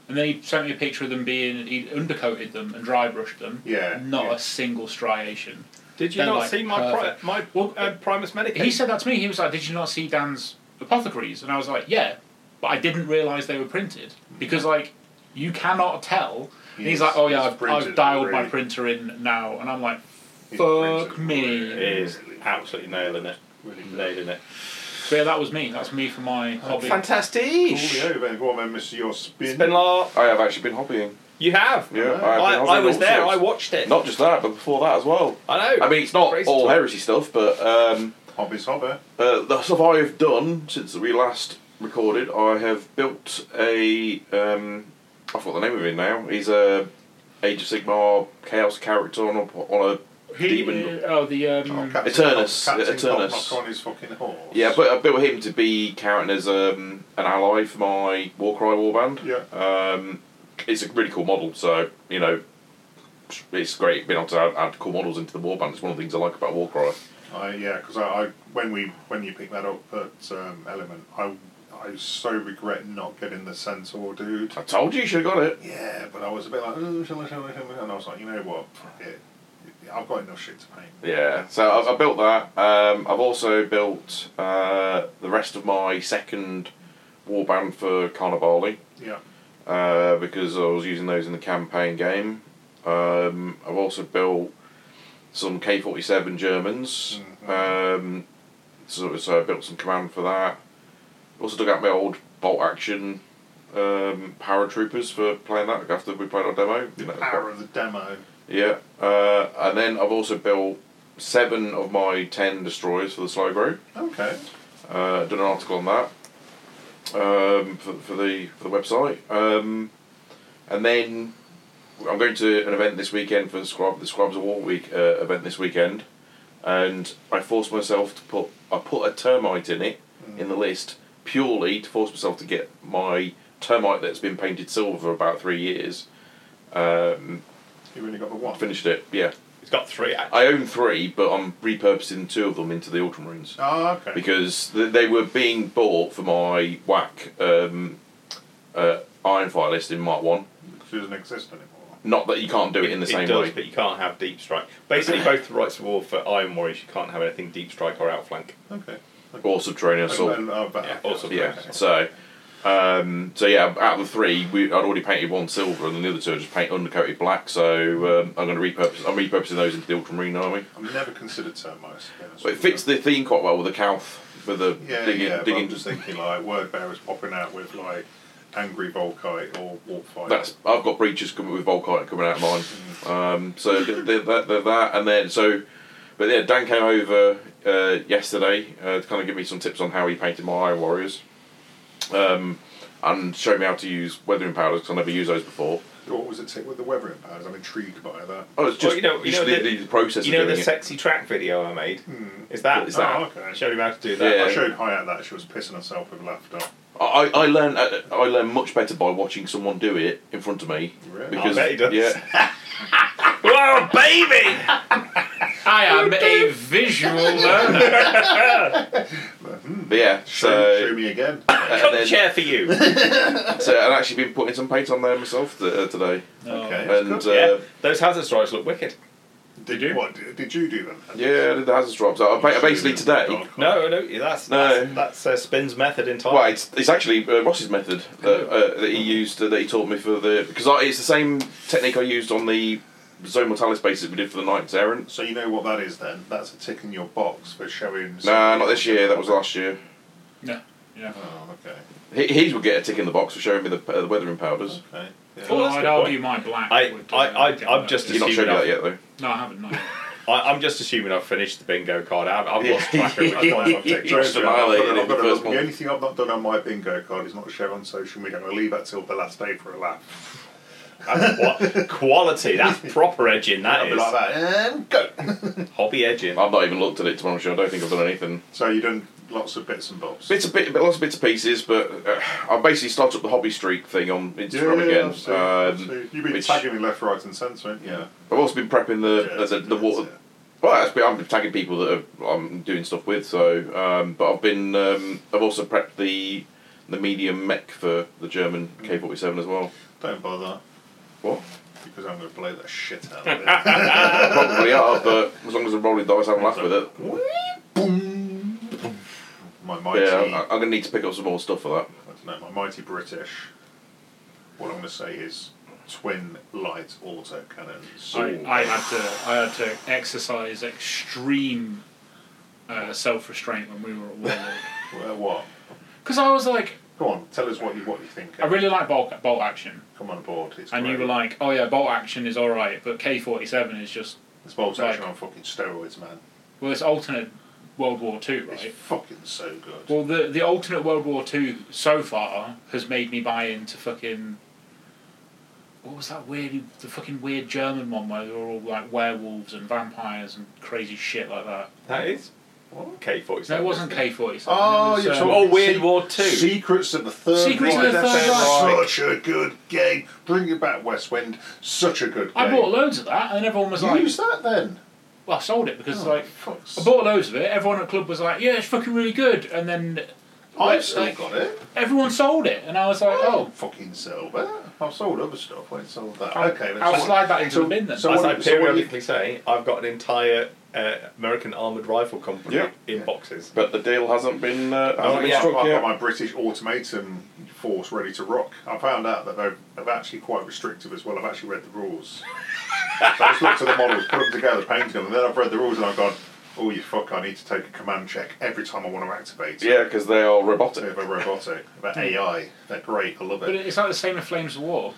[SPEAKER 4] And then he sent me a picture of them being he undercoated them and dry brushed them.
[SPEAKER 3] Yeah,
[SPEAKER 4] Not
[SPEAKER 3] yeah.
[SPEAKER 4] a single striation.
[SPEAKER 2] Did you
[SPEAKER 4] They're,
[SPEAKER 2] not
[SPEAKER 4] like,
[SPEAKER 2] see my pri-
[SPEAKER 4] perfect.
[SPEAKER 2] my
[SPEAKER 4] Well,
[SPEAKER 2] uh, Primus Medicaid?
[SPEAKER 4] He said that to me. He was like, did you not see Dan's apothecaries? And I was like, yeah, but I didn't realise they were printed because like you cannot tell. And he's
[SPEAKER 3] Yes,
[SPEAKER 4] like, oh
[SPEAKER 3] it's
[SPEAKER 4] yeah, I've,
[SPEAKER 3] printed
[SPEAKER 4] I've dialed my
[SPEAKER 3] already.
[SPEAKER 4] printer in now, and I'm like,
[SPEAKER 3] He's
[SPEAKER 4] fuck
[SPEAKER 3] printed
[SPEAKER 4] me.
[SPEAKER 3] already.
[SPEAKER 2] He is absolutely nailing it.
[SPEAKER 3] Really good.
[SPEAKER 2] Nailing it.
[SPEAKER 4] So yeah, that was me. That's me for my hobby.
[SPEAKER 2] Fantastic.
[SPEAKER 3] Coolio, then go on then, Mister. Your spin.
[SPEAKER 2] Spin law.
[SPEAKER 5] I have actually been hobbying.
[SPEAKER 2] You have.
[SPEAKER 5] Yeah,
[SPEAKER 3] I-
[SPEAKER 5] I've
[SPEAKER 2] I,
[SPEAKER 5] been
[SPEAKER 2] I
[SPEAKER 5] hobbying
[SPEAKER 2] was
[SPEAKER 5] all
[SPEAKER 2] there.
[SPEAKER 5] sorts.
[SPEAKER 2] I watched it.
[SPEAKER 5] Not just that, but before that as well.
[SPEAKER 2] I know.
[SPEAKER 5] I mean, it's not
[SPEAKER 2] Crazy
[SPEAKER 5] all
[SPEAKER 2] talk.
[SPEAKER 5] heresy stuff, but um,
[SPEAKER 3] Hobby's hobby.
[SPEAKER 5] uh, the stuff I've done since we last recorded, I have built a. Um, I forgot the name of him now. He's a Age of Sigmar Chaos character on a, on a demon.
[SPEAKER 4] uh, oh, the um,
[SPEAKER 3] Oh, Captain
[SPEAKER 5] Eternus,
[SPEAKER 3] Cock- Captain Cock
[SPEAKER 5] Eternus.
[SPEAKER 3] knocked on his fucking horse.
[SPEAKER 5] Yeah, but I built him to be counting as um, an ally for my Warcry warband.
[SPEAKER 3] Yeah.
[SPEAKER 5] Um, it's a really cool model, so you know, it's great being able to add, add cool models into the warband. It's one of the things I like about Warcry.
[SPEAKER 3] I, yeah, because I, I when we when you picked that up at um, Element, I I so regret not getting the Centaur dude.
[SPEAKER 5] I told you you should have got it.
[SPEAKER 3] Yeah, but I was a bit like, "Ooh, shall I, shall I, shall I?" and I was like, you know what, fuck it. I've got enough shit to paint.
[SPEAKER 5] Yeah, so I've, I built that. Um, I've also built uh, the rest of my second warband for Carnivali
[SPEAKER 3] Yeah,
[SPEAKER 5] uh, because I was using those in the campaign game. Um, I've also built some K forty seven Germans. Um, so, so I built some command for that. Also dug out my old bolt action um, paratroopers for playing that after we played our demo. You know,
[SPEAKER 3] Hour of the demo.
[SPEAKER 5] Yeah, uh, and then I've also built seven of my ten destroyers for the slow brew.
[SPEAKER 3] Okay.
[SPEAKER 5] Uh, done an article on that um, for, for the for the website, um, and then I'm going to an event this weekend for the Scribe the Scribes of War week uh, event this weekend, and I forced myself to put I put a termite in it in the list purely to force myself to get my termite that's been painted silver for about three years. Um,
[SPEAKER 3] You only got the one.
[SPEAKER 5] finished it, yeah.
[SPEAKER 2] It's got three. Actually.
[SPEAKER 5] I own three, but I'm repurposing two of them into the Ultramarines
[SPEAKER 3] Oh, okay.
[SPEAKER 5] because th- they were being bought for my whack um, uh, Iron Fire list in Mark One.
[SPEAKER 3] She doesn't exist anymore.
[SPEAKER 5] Not that you can't do it, in the same
[SPEAKER 2] does,
[SPEAKER 5] way.
[SPEAKER 2] but you can't have deep strike.
[SPEAKER 5] (laughs)
[SPEAKER 2] Basically, both the rights of war for Iron Warriors, you can't have anything deep strike or outflank.
[SPEAKER 3] Okay.
[SPEAKER 5] Or subterranean assault.
[SPEAKER 3] And, uh, but-
[SPEAKER 2] Yeah, also-
[SPEAKER 5] yeah.
[SPEAKER 2] okay.
[SPEAKER 5] So, um, so yeah, out of the three, we, I'd already painted one silver, and the other two are just paint undercoated black. So um, I'm going to repurpose. I'm repurposing those into the Ultramarine Army.
[SPEAKER 3] I've never considered termites. to be honest
[SPEAKER 5] But it
[SPEAKER 3] with
[SPEAKER 5] fits
[SPEAKER 3] you.
[SPEAKER 5] the theme quite well with the Calf, with the
[SPEAKER 3] Yeah,
[SPEAKER 5] digging,
[SPEAKER 3] yeah. But
[SPEAKER 5] digging
[SPEAKER 3] I'm just thinking like word bearers popping out with like angry volkite or warp fire.
[SPEAKER 5] That's I've got breaches coming with Volkite coming out of mine. Um, so th- th- that, th- that, and then so, but yeah, Dan came over uh, yesterday uh, to kind of give me some tips on how he painted my Iron Warriors, um, and showed me how to use weathering powders because I never used those before.
[SPEAKER 3] What was it? With the weathering powers, I'm intrigued by that.
[SPEAKER 5] Oh, it's
[SPEAKER 2] Well,
[SPEAKER 5] just
[SPEAKER 2] you know- you
[SPEAKER 5] just
[SPEAKER 2] know
[SPEAKER 5] the,
[SPEAKER 2] the-
[SPEAKER 5] the, process
[SPEAKER 2] you know
[SPEAKER 5] of
[SPEAKER 2] the
[SPEAKER 5] doing it.
[SPEAKER 2] sexy track video I made? Is that?
[SPEAKER 5] Is
[SPEAKER 3] that-
[SPEAKER 2] I Hmm. Oh, showed him how to do that.
[SPEAKER 5] Yeah.
[SPEAKER 3] I showed Hayat that she was pissing herself with laughter.
[SPEAKER 5] I I- I learn uh, I learn much better by watching someone do it in front of me
[SPEAKER 3] Really?
[SPEAKER 5] because
[SPEAKER 2] I bet he does. (laughs)
[SPEAKER 5] yeah
[SPEAKER 2] Whoa,
[SPEAKER 5] (laughs)
[SPEAKER 2] baby!
[SPEAKER 4] I am a visual learner. (laughs)
[SPEAKER 5] but yeah
[SPEAKER 3] Show, show
[SPEAKER 5] so
[SPEAKER 3] me again.
[SPEAKER 5] and
[SPEAKER 2] Cup
[SPEAKER 5] then-
[SPEAKER 2] chair for you.
[SPEAKER 5] (laughs) so I've actually been putting some paint on there myself th- uh, today
[SPEAKER 3] Okay. that's
[SPEAKER 5] and.
[SPEAKER 3] good.
[SPEAKER 5] Uh,
[SPEAKER 2] yeah, those hazard strikes look wicked.
[SPEAKER 3] did
[SPEAKER 4] you?
[SPEAKER 3] What did did you do them?
[SPEAKER 5] Yeah, I did the hazard drops. I, Uh, ba- basically today.
[SPEAKER 2] No, no, that's
[SPEAKER 5] No.
[SPEAKER 2] that's, that's uh, Spin's method in time.
[SPEAKER 5] Well, it's, it's actually uh, Ross's method that, uh, that he used uh, that he taught me for the because I, it's the same technique I used on the Zone Mortalis basis we did for the Knights Errant.
[SPEAKER 3] So you know what that is then? That's a tick in your box for showing.
[SPEAKER 5] Nah, not this year. That was last year.
[SPEAKER 4] no. Yeah.
[SPEAKER 3] Oh, okay.
[SPEAKER 5] He, he would get a tick in the box for showing me the, uh, the weathering powders.
[SPEAKER 3] Okay. Yeah.
[SPEAKER 2] Well,
[SPEAKER 4] Well,
[SPEAKER 2] that's a
[SPEAKER 4] I'd
[SPEAKER 2] good
[SPEAKER 4] argue my black.
[SPEAKER 2] I-
[SPEAKER 4] would,
[SPEAKER 2] I- I-
[SPEAKER 4] get
[SPEAKER 2] I'm
[SPEAKER 4] that.
[SPEAKER 2] just-
[SPEAKER 5] You've not showed me that yet, though.
[SPEAKER 4] No, I
[SPEAKER 2] (laughs)
[SPEAKER 4] haven't. No.
[SPEAKER 2] I, I'm just assuming I've finished the bingo card. I've, I've
[SPEAKER 5] (laughs)
[SPEAKER 2] lost track of
[SPEAKER 3] I can't have
[SPEAKER 2] it.
[SPEAKER 3] tick jokes,
[SPEAKER 5] Just
[SPEAKER 3] yeah. I've
[SPEAKER 5] annihilated
[SPEAKER 3] got-
[SPEAKER 5] it
[SPEAKER 3] I've got
[SPEAKER 5] the
[SPEAKER 3] a-
[SPEAKER 5] first one.
[SPEAKER 3] The only thing I've not done on my bingo card is not share on social media. I'll leave that till the last day for a laugh.
[SPEAKER 2] That's what, quality. That's proper edging. That
[SPEAKER 3] I'll be
[SPEAKER 2] is
[SPEAKER 3] like that and go.
[SPEAKER 2] hobby edging.
[SPEAKER 5] I've not even looked at it to be honest. with you. I don't think I've done anything.
[SPEAKER 3] So you've done lots of bits and bobs.
[SPEAKER 5] Bits of bit, lots of bits of pieces, but uh, I basically started up the hobby streak thing on Instagram again.
[SPEAKER 3] I've seen, I've
[SPEAKER 5] Um,
[SPEAKER 3] seen. You've been
[SPEAKER 5] which-
[SPEAKER 3] tagging me left, right, and centre, ain't you? Yeah.
[SPEAKER 5] I've also been prepping the
[SPEAKER 3] Yeah,
[SPEAKER 5] uh, the, the
[SPEAKER 3] yeah,
[SPEAKER 5] water.
[SPEAKER 3] yeah.
[SPEAKER 5] Well, that's been, I'm tagging people that are, I'm doing stuff with. So, um, but I've been um, I've also prepped the the medium mech for the German K forty seven as well.
[SPEAKER 3] Don't bother
[SPEAKER 5] What?
[SPEAKER 3] because I'm going to blow the shit out of it.
[SPEAKER 5] Probably are, but as long as I'm rolling dice, I'm (laughs) laugh with it.
[SPEAKER 3] my
[SPEAKER 5] But
[SPEAKER 3] mighty,
[SPEAKER 5] yeah, uh, I, I'm gonna need to pick up some more stuff for that.
[SPEAKER 3] I don't know, my mighty British. What I'm going to say is twin light auto cannons.
[SPEAKER 4] I, I had to. I had to exercise extreme uh, self-restraint when we were at
[SPEAKER 2] (laughs)
[SPEAKER 4] Warlord.
[SPEAKER 3] Well, what?
[SPEAKER 4] Because I was like,
[SPEAKER 3] Go on, tell us what you what you think.
[SPEAKER 4] I really like bolt, bolt action,
[SPEAKER 3] Come on board. It's
[SPEAKER 4] and
[SPEAKER 3] great.
[SPEAKER 4] you were like, oh yeah, bolt action is all right, but K forty seven is just
[SPEAKER 3] This bolt action
[SPEAKER 4] like-
[SPEAKER 3] on fucking steroids, man.
[SPEAKER 4] well, it's alternate World War Two, right?
[SPEAKER 3] It's fucking so good.
[SPEAKER 4] Well, the the alternate World War Two so far has made me buy into fucking. What was that weird? The fucking weird German one where they were all like werewolves and vampires and crazy shit like that.
[SPEAKER 2] That is K forty
[SPEAKER 4] No,
[SPEAKER 2] seven.
[SPEAKER 4] it wasn't K forty seven.
[SPEAKER 3] Oh,
[SPEAKER 4] it
[SPEAKER 3] you're
[SPEAKER 4] was, um,
[SPEAKER 2] Oh,
[SPEAKER 3] talking-
[SPEAKER 2] Weird
[SPEAKER 3] Se-
[SPEAKER 2] War Two.
[SPEAKER 3] Secrets of the Third
[SPEAKER 4] Secrets of
[SPEAKER 3] Reich.
[SPEAKER 4] the Third Reich.
[SPEAKER 3] Such a good game. Bring it back, West Wind. Such a good game.
[SPEAKER 4] oh, I bought loads of that, and everyone was like,
[SPEAKER 3] Use that then. Oh,
[SPEAKER 4] "Well, I sold it because like."
[SPEAKER 3] Fuck's-
[SPEAKER 4] I bought loads of it. Everyone at club was like, "Yeah, it's fucking really good," and then
[SPEAKER 3] I've still
[SPEAKER 4] like,
[SPEAKER 3] got it.
[SPEAKER 4] Everyone sold it, and I was like,
[SPEAKER 3] I
[SPEAKER 4] "Oh,
[SPEAKER 3] don't fucking sell that. I've sold other stuff. I ain't sold that.
[SPEAKER 4] I'll-
[SPEAKER 3] okay, then
[SPEAKER 4] I'll
[SPEAKER 3] so-
[SPEAKER 4] slide that into
[SPEAKER 3] so-
[SPEAKER 4] the bin then.
[SPEAKER 3] So
[SPEAKER 2] As
[SPEAKER 3] what,
[SPEAKER 2] I
[SPEAKER 3] so what do you-
[SPEAKER 2] periodically say, I've got an entire uh, American armored rifle company
[SPEAKER 5] Yeah.
[SPEAKER 2] in
[SPEAKER 3] Yeah.
[SPEAKER 2] boxes.
[SPEAKER 5] But the deal hasn't been uh, hasn't
[SPEAKER 2] Oh,
[SPEAKER 5] been
[SPEAKER 2] yeah,
[SPEAKER 5] struck
[SPEAKER 3] I've got
[SPEAKER 5] yet.
[SPEAKER 3] my British automaton force ready to rock. I found out that they're, they're actually quite restrictive as well. I've (laughs) actually read the rules. so I just looked at the models, put them together, painted them, and then I've read the rules and I've gone, oh, you fuck, I need to take a command check every time I want to activate.
[SPEAKER 5] Yeah, because they are
[SPEAKER 3] So
[SPEAKER 5] robotic.
[SPEAKER 3] they're robotic, they're AI, they're great, I love
[SPEAKER 4] But
[SPEAKER 3] it.
[SPEAKER 4] it's like the same with Flames of War.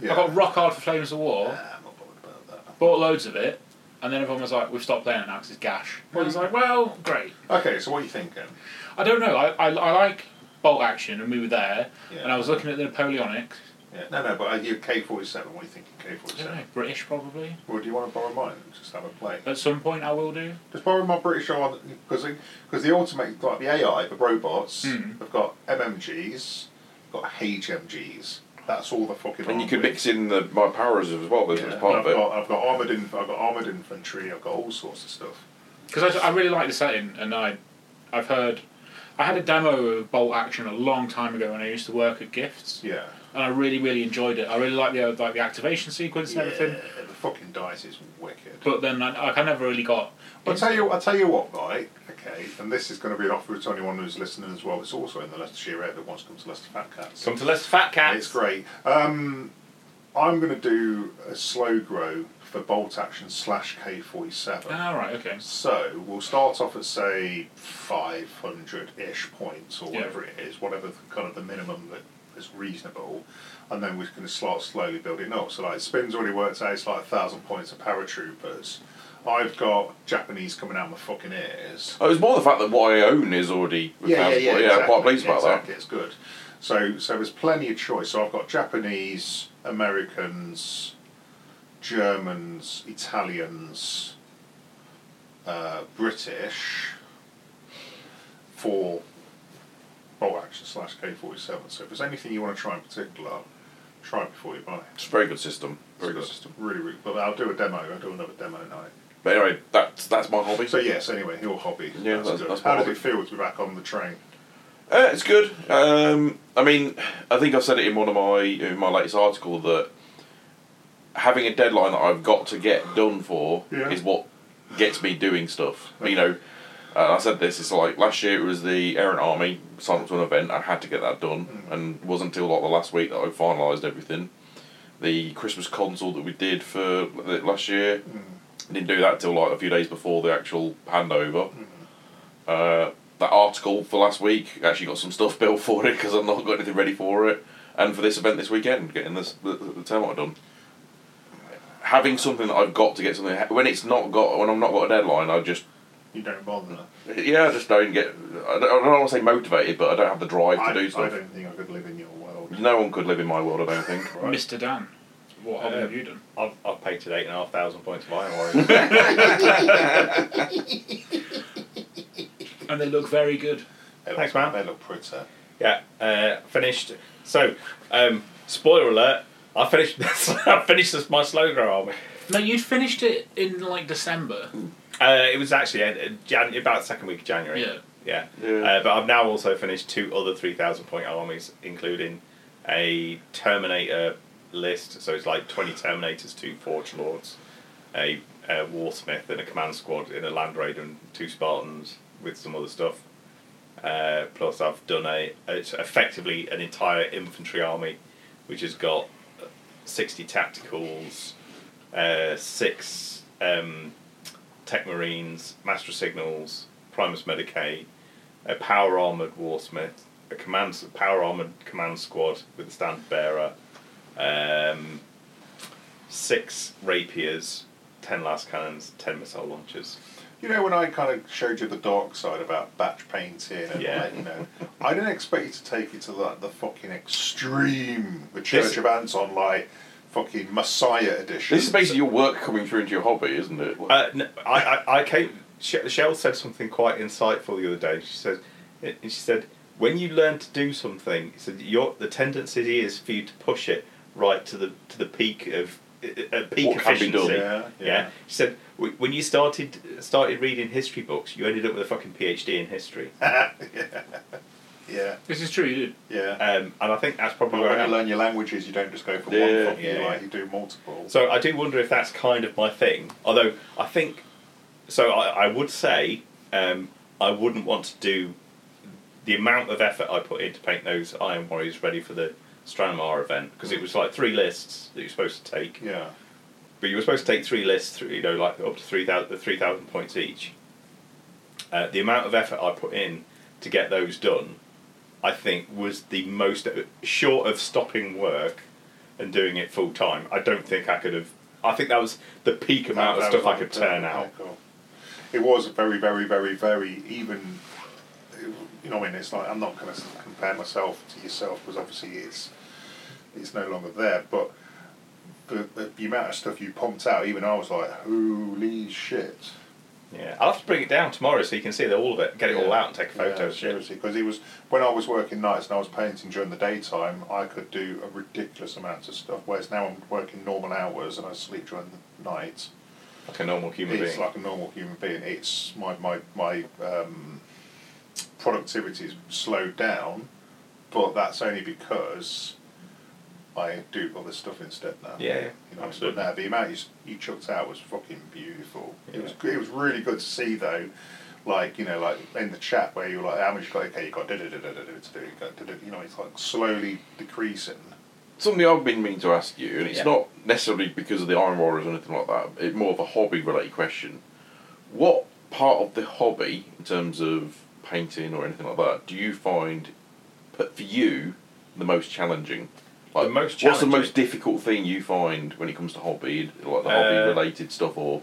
[SPEAKER 3] Yeah.
[SPEAKER 4] I got oh, rock hard for Flames of War,
[SPEAKER 3] Yeah, I'm not bothered about that.
[SPEAKER 4] bought loads of it, and then everyone was like, we've stopped playing it now because it's gash. And I was like, well, great.
[SPEAKER 3] Okay, so what are you thinking?
[SPEAKER 4] I don't know, I, I, I like bolt action, and we were there,
[SPEAKER 3] Yeah.
[SPEAKER 4] and I was looking at the Napoleonic.
[SPEAKER 3] Yeah. No, no, but are you K47? What are you thinking
[SPEAKER 4] I don't know,
[SPEAKER 3] K47?
[SPEAKER 4] British probably.
[SPEAKER 3] Well, do you want to borrow mine? Just have a play.
[SPEAKER 4] At some point, I will do.
[SPEAKER 3] Just borrow my British on because because the automated like the AI, the robots,
[SPEAKER 4] Hmm.
[SPEAKER 3] have got MMGs, got HMGs. That's all the fucking.
[SPEAKER 5] And you
[SPEAKER 3] army.
[SPEAKER 5] could mix in the my powers as well. That's
[SPEAKER 3] Yeah. Oh,
[SPEAKER 5] that's
[SPEAKER 3] I've
[SPEAKER 5] part of it.
[SPEAKER 3] got I've got armored in, I've got armored infantry. I've got all sorts of stuff.
[SPEAKER 4] Because I, I really like the setting, and I, I've heard. I had a demo of bolt action a long time ago when I used to work at Gifts,
[SPEAKER 3] Yeah.
[SPEAKER 4] and I really, really enjoyed it. I really liked the like the activation sequence and everything.
[SPEAKER 3] Yeah, The fucking dice is wicked.
[SPEAKER 4] But then I, like, I never really got.
[SPEAKER 3] I'll tell you, I'll tell you what, right? Okay, and this is going to be an offer to anyone who's listening as well. It's also in the Leicestershire area that wants to come to Leicester Fat Cats.
[SPEAKER 2] Come to Less Fat Cats.
[SPEAKER 3] It's great. Um, I'm going to do a slow grow for bolt action slash K47.
[SPEAKER 4] Ah, right, okay.
[SPEAKER 3] So we'll start off at say 500 ish points or
[SPEAKER 4] Yeah.
[SPEAKER 3] whatever it is, whatever the, kind of the minimum that is reasonable, and then we're going to start slowly building up. So like spins already worked out, it's like a thousand points of paratroopers. I've got Japanese coming out of my fucking ears.
[SPEAKER 5] Oh, it's more the fact that what I own is already.
[SPEAKER 3] Yeah, yeah, yeah.
[SPEAKER 5] yeah I'm quite pleased about
[SPEAKER 3] exactly, It's good. So, so there's plenty of choice. So I've got Japanese, Americans, Germans, Italians, uh, British for bolt action slash K forty seven. So if there's anything you want to try in particular, try it before you buy.
[SPEAKER 5] that. It's a very good system. Very
[SPEAKER 3] It's
[SPEAKER 5] good
[SPEAKER 3] got
[SPEAKER 5] system.
[SPEAKER 3] Really, really. But I'll do a demo. I'll do another demo night.
[SPEAKER 5] But anyway, that's that's my hobby.
[SPEAKER 3] So yes. Anyway, your hobby.
[SPEAKER 5] Yeah, that's-
[SPEAKER 3] good.
[SPEAKER 5] that's my
[SPEAKER 3] How does
[SPEAKER 5] hobby.
[SPEAKER 3] it feel to be back on the train?
[SPEAKER 5] Uh, it's good. Um, I mean, I think I said it in one of my in my latest article that having a deadline that I've got to get done for
[SPEAKER 3] Yeah.
[SPEAKER 5] is what gets me doing stuff. You know, uh, I said this. It's like last year it was the errant army signed up to an event. I had to get that done, and it wasn't until like the last week that I finalised everything. The Christmas console that we did for the- last year didn't do that till like a few days before the actual handover. Uh, that article for last week actually got some stuff built for it because I've not got anything ready for it, and for this event this weekend, getting this the, the termite done. Having something that I've got to get something when it's not got when I'm not got a deadline, I just
[SPEAKER 3] You don't bother.
[SPEAKER 5] yeah, I just don't get. I don't, I don't want to say motivated, but I don't have the drive to
[SPEAKER 3] I,
[SPEAKER 5] do
[SPEAKER 3] I
[SPEAKER 5] stuff.
[SPEAKER 3] don't think I could live in your world.
[SPEAKER 5] No one could live in my world, I don't think.
[SPEAKER 3] Right.
[SPEAKER 4] Mr. Dan, what hobby
[SPEAKER 2] Uh,
[SPEAKER 4] have you done?
[SPEAKER 2] I've, I've painted eight and a half thousand points of Iron Warrior.
[SPEAKER 4] And they look very good.
[SPEAKER 3] They look-
[SPEAKER 2] Thanks, man.
[SPEAKER 3] They look pretty.
[SPEAKER 2] yeah, uh, finished. So, um, spoiler alert. I finished. (laughs) I finished this, my slow grow army.
[SPEAKER 4] No, you'd finished it in like December.
[SPEAKER 2] Uh, it was actually uh, Jan- about the second week of January.
[SPEAKER 4] Yeah.
[SPEAKER 2] Yeah.
[SPEAKER 5] Yeah.
[SPEAKER 2] Uh, but I've now also finished two other 3,000 point armies, including a Terminator list. So it's like 20 Terminators, two Forge Lords, a, a Warsmith, and a Command Squad in a Land Raider, and two Spartans with some other stuff. Uh, plus, I've done a, it's effectively an entire infantry army, which has got 60 tacticals, uh, six um, Tech Marines, Master Signals, Primus Medicaid, a power armored warsmith, a command power armored command squad with a stand bearer, um, six rapiers, ten last cannons, ten missile launchers.
[SPEAKER 3] You know, when I kind of showed you the dark side about batch painting and
[SPEAKER 2] Yeah.
[SPEAKER 3] like, you know, I didn't expect you to take it to like the fucking extreme, the Church
[SPEAKER 2] This-
[SPEAKER 3] of Anton, like fucking Messiah edition.
[SPEAKER 5] This is basically your work coming through into your hobby, isn't it? Like,
[SPEAKER 2] Uh, no, I, I, I came. She- Shell said something quite insightful the other day. She said, eh, and she said, when you learn to do something, she said, your the tendency is for you to push it right to the to the peak of uh, peak
[SPEAKER 5] What can be
[SPEAKER 2] efficiency.
[SPEAKER 5] done.
[SPEAKER 3] Yeah,
[SPEAKER 2] yeah.
[SPEAKER 3] yeah.
[SPEAKER 2] She said, "W- when you started started reading history books, you ended up with a fucking PhD in
[SPEAKER 5] (laughs)
[SPEAKER 2] history.
[SPEAKER 3] yeah,
[SPEAKER 4] This is true, you did.
[SPEAKER 3] yeah.
[SPEAKER 2] Um, and I think that's probably where
[SPEAKER 3] But
[SPEAKER 2] I
[SPEAKER 3] when you
[SPEAKER 2] am.
[SPEAKER 3] learn your languages, you don't just go for
[SPEAKER 5] Yeah,
[SPEAKER 3] one fucking,
[SPEAKER 2] yeah,
[SPEAKER 3] like
[SPEAKER 2] yeah.
[SPEAKER 3] you do multiple.
[SPEAKER 2] So I do wonder if that's kind of my thing. Although I think, so I, I would say um, I wouldn't want to do the amount of effort I put in to paint those Iron Warriors ready for the Stranmar event because it was like three lists that you're supposed to take.
[SPEAKER 3] yeah,
[SPEAKER 2] But you were supposed to take three lists, three, you know, like up to 3,000 the 3,000 points each. uh, the amount of effort I put in to get those done, I think, was the most short of stopping work and doing it full time. I don't think I could have. I think that was the peak amount
[SPEAKER 3] That
[SPEAKER 2] of stuff
[SPEAKER 3] was
[SPEAKER 2] I could
[SPEAKER 3] like-
[SPEAKER 2] turn
[SPEAKER 3] yeah,
[SPEAKER 2] out.
[SPEAKER 3] cool. It was very, very, very, very even. You know, what I mean, it's like I'm not going to compare myself to yourself because obviously it's it's no longer there. But the, the, the amount of stuff you pumped out, even I was like, holy shit!
[SPEAKER 2] Yeah, I'll have to bring it down tomorrow so you can see the, all of it, get it all
[SPEAKER 3] Yeah.
[SPEAKER 2] out, and take a photo. and shit.
[SPEAKER 3] seriously, because it was when I was working nights and I was painting during the daytime, I could do a ridiculous amount of stuff. Whereas now I'm working normal hours and I sleep during the night.
[SPEAKER 2] like a normal human
[SPEAKER 3] it's
[SPEAKER 2] being.
[SPEAKER 3] like a normal human being. It's my my my um, productivity's slowed down, but that's only because I do other stuff instead now.
[SPEAKER 2] Yeah, yeah,
[SPEAKER 3] you know,
[SPEAKER 2] absolutely.
[SPEAKER 3] But now the amount you, s- you chucked out was fucking beautiful.
[SPEAKER 2] Yeah.
[SPEAKER 3] It was g- it was really good to see though. Like you know, like in the chat where you were like, "How much you got? Okay, you got da da da da da da da da da da." You know, it's like slowly decreasing.
[SPEAKER 5] Something I've been meaning to ask you, and it's
[SPEAKER 2] Yeah.
[SPEAKER 5] not necessarily because of the iron rollers or anything like that. It's more of a hobby-related question. What part of the hobby, in terms of painting or anything like that, do you find, but for you, the most challenging? Like,
[SPEAKER 2] The most
[SPEAKER 5] What's the
[SPEAKER 2] challenging?
[SPEAKER 5] most difficult thing you find when it comes to hobby, like the
[SPEAKER 2] Uh,
[SPEAKER 5] hobby-related stuff, or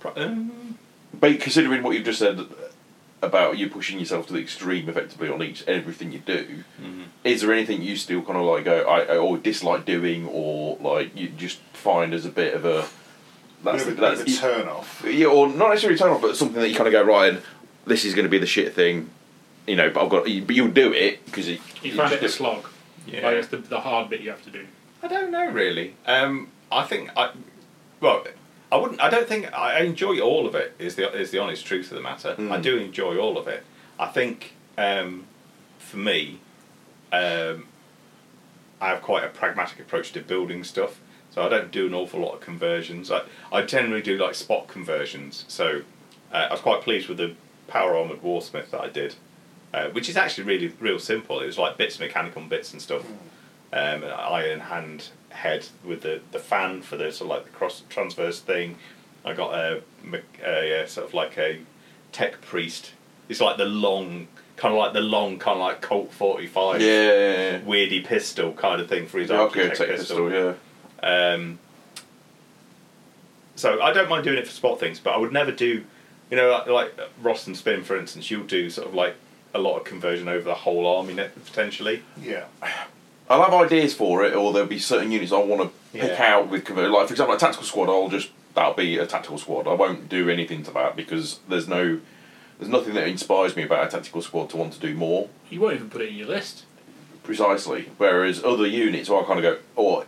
[SPEAKER 2] Pro- um,
[SPEAKER 5] but considering what you've just said about you pushing yourself to the extreme effectively on each everything you do,
[SPEAKER 4] Mm-hmm.
[SPEAKER 5] is there anything you still kind of like go I, I or dislike doing or like you just find as a bit of a that's
[SPEAKER 3] bit of a,
[SPEAKER 5] that's
[SPEAKER 3] bit of a turn off.
[SPEAKER 5] yeah or not necessarily turn off but something that you kind of go right this is going to be the shit thing, you know. But I've got but you'll do it because it,
[SPEAKER 4] You find it a
[SPEAKER 5] just-
[SPEAKER 4] slog.
[SPEAKER 2] yeah.
[SPEAKER 4] Like it's the, the hard bit you have to do.
[SPEAKER 2] I don't know really. Um, I think I, well, I wouldn't. I don't think I enjoy all of it. Is the is the honest truth of the matter.
[SPEAKER 5] Mm.
[SPEAKER 2] I do enjoy all of it. I think um, for me, um, I have quite a pragmatic approach to building stuff. So I don't do an awful lot of conversions. I I generally do like spot conversions. So uh, I was quite pleased with the power armored warsmith that I did, uh, which is actually really real simple. It was like bits, mechanical bits and stuff um, an iron hand head with the, the fan for the sort of like the cross transverse thing. I got a, me- a, uh sort of like a tech priest. It's like the long, kind of like the long, kind of like Colt forty
[SPEAKER 5] yeah,
[SPEAKER 2] five,
[SPEAKER 5] yeah, yeah.
[SPEAKER 2] weirdy pistol kind of thing for his
[SPEAKER 5] The
[SPEAKER 2] architect
[SPEAKER 5] architect pistol, yeah.
[SPEAKER 2] um, so I don't mind doing it for spot things, but I would never do, you know, like, like Ross and Spin, for instance. You'll do sort of like a lot of conversion over the whole army net potentially.
[SPEAKER 3] Yeah,
[SPEAKER 5] I'll have ideas for it, or there'll be certain units I want to pick
[SPEAKER 2] Yeah.
[SPEAKER 5] out with convert. Like for example, a tactical squad. I'll just that'll be a tactical squad. I won't do anything to that because there's no, there's nothing that inspires me about a tactical squad to want to do more
[SPEAKER 4] You won't even put it in your list.
[SPEAKER 5] precisely. Whereas other units, I kind of go, oh,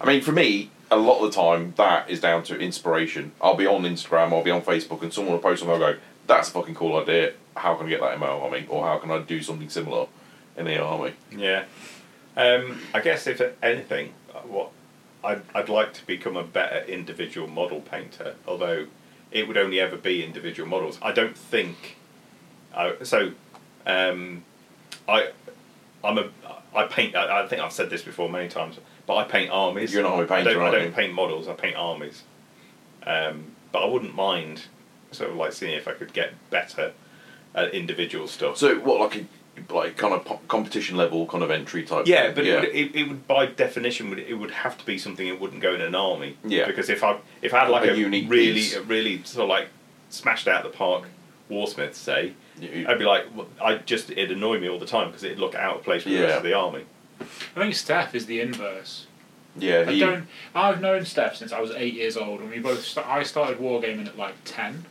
[SPEAKER 5] I mean, for me, a lot of the time that is down to inspiration. I'll be on Instagram, I'll be on Facebook, and someone will post something. I'll go, that's a fucking cool idea. How can I get that in my army, or how can I do something similar in the army?
[SPEAKER 2] Yeah. Um, I guess if anything, what I'd, I'd like to become a better individual model painter, although it would only ever be individual models. I don't think. I, so, um, I, I'm a. I paint. I, I think I've said this before many times, but I paint armies.
[SPEAKER 5] You're an army painter,
[SPEAKER 2] I don't,
[SPEAKER 5] aren't
[SPEAKER 2] I don't
[SPEAKER 5] you?
[SPEAKER 2] paint models. I paint armies. Um, but I wouldn't mind, sort of like seeing if I could get better at individual stuff.
[SPEAKER 5] So what, like a like kind of po- competition level kind of entry type?
[SPEAKER 2] Yeah,
[SPEAKER 5] (laughs) thing?
[SPEAKER 2] but
[SPEAKER 5] yeah,
[SPEAKER 2] It, would, it, it would by definition would it would have to be something that wouldn't go in an army.
[SPEAKER 5] Yeah.
[SPEAKER 2] Because if I if I had like
[SPEAKER 5] A
[SPEAKER 2] a,
[SPEAKER 5] unique
[SPEAKER 2] really
[SPEAKER 5] piece.
[SPEAKER 2] a really sort of like smashed out of the park warsmith say,
[SPEAKER 5] You-
[SPEAKER 2] I'd be like w- I just it'd annoy me all the time because it'd look out of place with the
[SPEAKER 5] Yeah.
[SPEAKER 2] rest of the army.
[SPEAKER 4] I think Steph is the inverse.
[SPEAKER 5] yeah.
[SPEAKER 4] I
[SPEAKER 5] he-
[SPEAKER 4] don't. I've known Steph since I was eight years old, and we both. St- I started wargaming at like ten,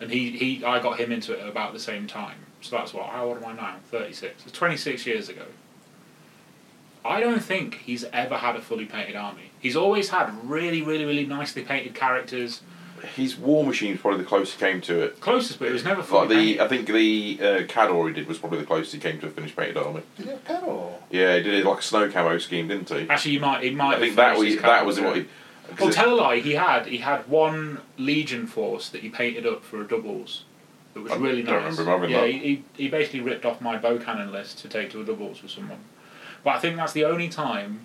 [SPEAKER 4] and he, he I got him into it at about the same time. So that's what. How old am I now? Thirty six. It's twenty six years ago. I don't think he's ever had a fully painted army. He's always had really, really, really nicely painted characters.
[SPEAKER 5] his war machine was probably the closest he came to it.
[SPEAKER 4] Closest, but it was never fully
[SPEAKER 5] Like the,
[SPEAKER 4] painted.
[SPEAKER 5] I think the uh, Cador he did was probably the closest he came to a finished painted army.
[SPEAKER 3] did you have pedal?
[SPEAKER 5] Yeah, he did it like a snow camo scheme, didn't he?
[SPEAKER 4] Actually, you might. It might.
[SPEAKER 5] I
[SPEAKER 4] have
[SPEAKER 5] think that
[SPEAKER 4] finished
[SPEAKER 5] was
[SPEAKER 4] his
[SPEAKER 5] that was
[SPEAKER 4] character.
[SPEAKER 5] what. He, 'cause
[SPEAKER 4] Well,
[SPEAKER 5] it-
[SPEAKER 4] tell a lie. He had he had one legion force that he painted up for a doubles. That was
[SPEAKER 5] I
[SPEAKER 4] really
[SPEAKER 5] don't
[SPEAKER 4] nice.
[SPEAKER 5] remember having
[SPEAKER 4] yeah,
[SPEAKER 5] that.
[SPEAKER 4] He, he he basically ripped off my bow cannon list to take to a doubles with someone. But I think that's the only time,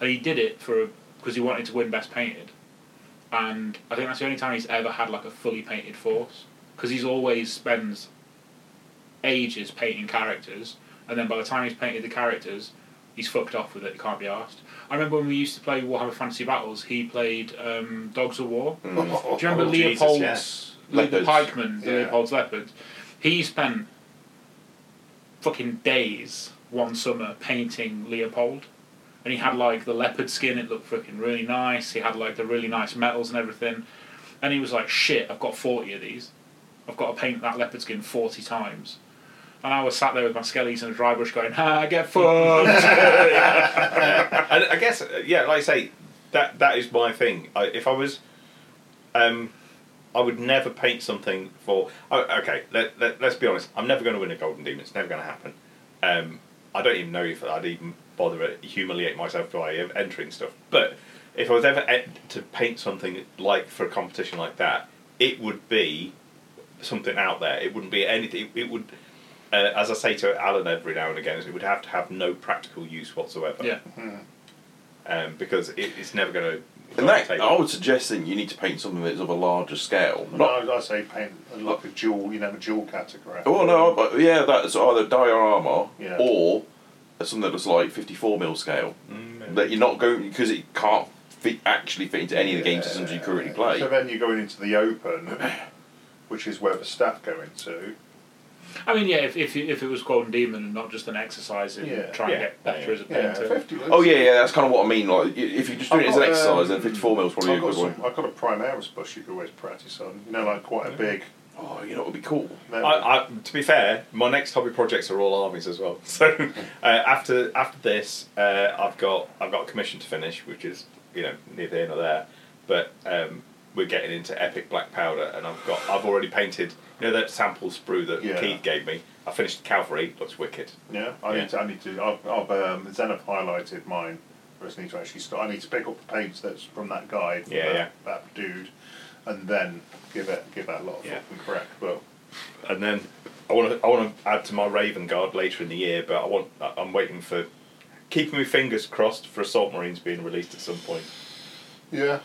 [SPEAKER 4] and he did it for because he wanted to win best painted, and I think that's the only time he's ever had like a fully painted force. because he's always spends ages painting characters, and then by the time he's painted the characters, he's fucked off with it. He can't be asked. I remember when we used to play Warhammer Fantasy Battles. He played um, Dogs of War.
[SPEAKER 3] (laughs)
[SPEAKER 4] Do you remember
[SPEAKER 2] Oh, Jesus,
[SPEAKER 4] Leopold's
[SPEAKER 2] yes.
[SPEAKER 4] Leopold
[SPEAKER 5] Leopards.
[SPEAKER 4] Pikeman, the
[SPEAKER 3] Yeah.
[SPEAKER 4] Leopold's leopard? He spent fucking days one summer painting Leopold. And he had like the leopard skin, it looked fucking really nice. He had like the really nice metals and everything. And he was like, shit, I've got 40 of these. I've got to paint that leopard skin 40 times. And I was sat there with my skellies and a dry brush going, ha, get fucked.
[SPEAKER 3] (laughs)
[SPEAKER 2] and I guess, uh, yeah, like I say, that that is my thing. I, if I was, um, I would never paint something for. Oh, okay, let, let, let's be honest. I'm never going to win a Golden Demon. It's never going to happen. Um, I don't even know if I'd even bother to humiliate myself by entering stuff. But if I was ever en- to paint something like for a competition like that, it would be something out there. It wouldn't be anything. It would, uh, as I say to Alan every now and again, is it would have to have no practical use whatsoever
[SPEAKER 4] yeah.
[SPEAKER 2] um, because it, it's never going to.
[SPEAKER 5] And that, oh. I would suggest then you need to paint something that's of a larger scale.
[SPEAKER 3] No,
[SPEAKER 5] Not,
[SPEAKER 3] I, I say paint like a dual, you know, a dual category.
[SPEAKER 5] oh no, but yeah, that's either diorama
[SPEAKER 3] Yeah.
[SPEAKER 5] or something that's like 54 mil scale. That you're not going because it can't fit, actually fit into any of the game systems you currently play.
[SPEAKER 3] So then you're going into the open, which is where the staff go into.
[SPEAKER 4] I mean, yeah, if, if, if it was Golden Demon and not just an exercise in
[SPEAKER 3] Yeah.
[SPEAKER 4] trying
[SPEAKER 2] Yeah.
[SPEAKER 4] to get better as a
[SPEAKER 3] Yeah,
[SPEAKER 4] painter.
[SPEAKER 3] 50
[SPEAKER 5] oh yeah, yeah, that's kind of what I mean. Like i- if you're just doing it as an
[SPEAKER 3] I've got,
[SPEAKER 5] exercise,
[SPEAKER 3] um,
[SPEAKER 5] then 54 mil is probably a
[SPEAKER 3] I've got,
[SPEAKER 5] good one.
[SPEAKER 3] some, I've got a Primaris bush you could always practice on. You know, like quite a big.
[SPEAKER 5] Oh, you know, it would be cool.
[SPEAKER 2] I, I, to be fair, my next hobby projects are all armies as well. (laughs) So uh, after after this, uh, I've got I've got a commission to finish, which is you know neither here nor there. But um, we're getting into epic black powder, and I've got I've already painted you know that sample sprue that
[SPEAKER 3] Yeah.
[SPEAKER 2] Keith gave me. I finished the cavalry, looks wicked.
[SPEAKER 3] yeah, I
[SPEAKER 2] Yeah.
[SPEAKER 3] need to. I need to. I've, I've um, Zen have highlighted mine. I just need to actually. Start, I need to pick up the paints that's from that guy. from
[SPEAKER 2] Yeah,
[SPEAKER 3] that,
[SPEAKER 2] yeah.
[SPEAKER 3] that dude, and then give it give that a lot of
[SPEAKER 2] Yeah.
[SPEAKER 3] fucking crack. But
[SPEAKER 2] and then I want to I want to add to my Raven Guard later in the year, but I want I- I'm waiting for keeping my fingers crossed for Assault Marines being released at some point.
[SPEAKER 3] yeah,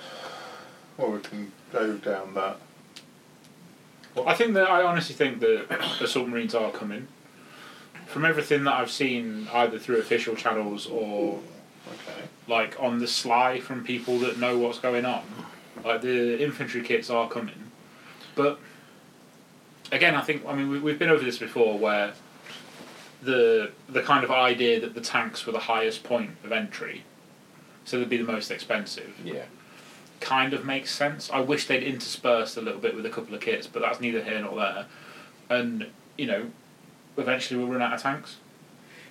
[SPEAKER 3] well, we can go down that.
[SPEAKER 4] I think that I honestly think that (coughs) the submarines are coming. From everything that I've seen, either through official channels or
[SPEAKER 3] Okay.
[SPEAKER 4] like on the sly from people that know what's going on, like the infantry kits are coming. But again, I think I mean we, we've been over this before, where the the kind of idea that the tanks were the highest point of entry, so they'd be the most expensive.
[SPEAKER 2] Yeah.
[SPEAKER 4] kind of makes sense. I wish they'd interspersed a little bit with a couple of kits, but that's neither here nor there. And you know, eventually we'll run out of tanks.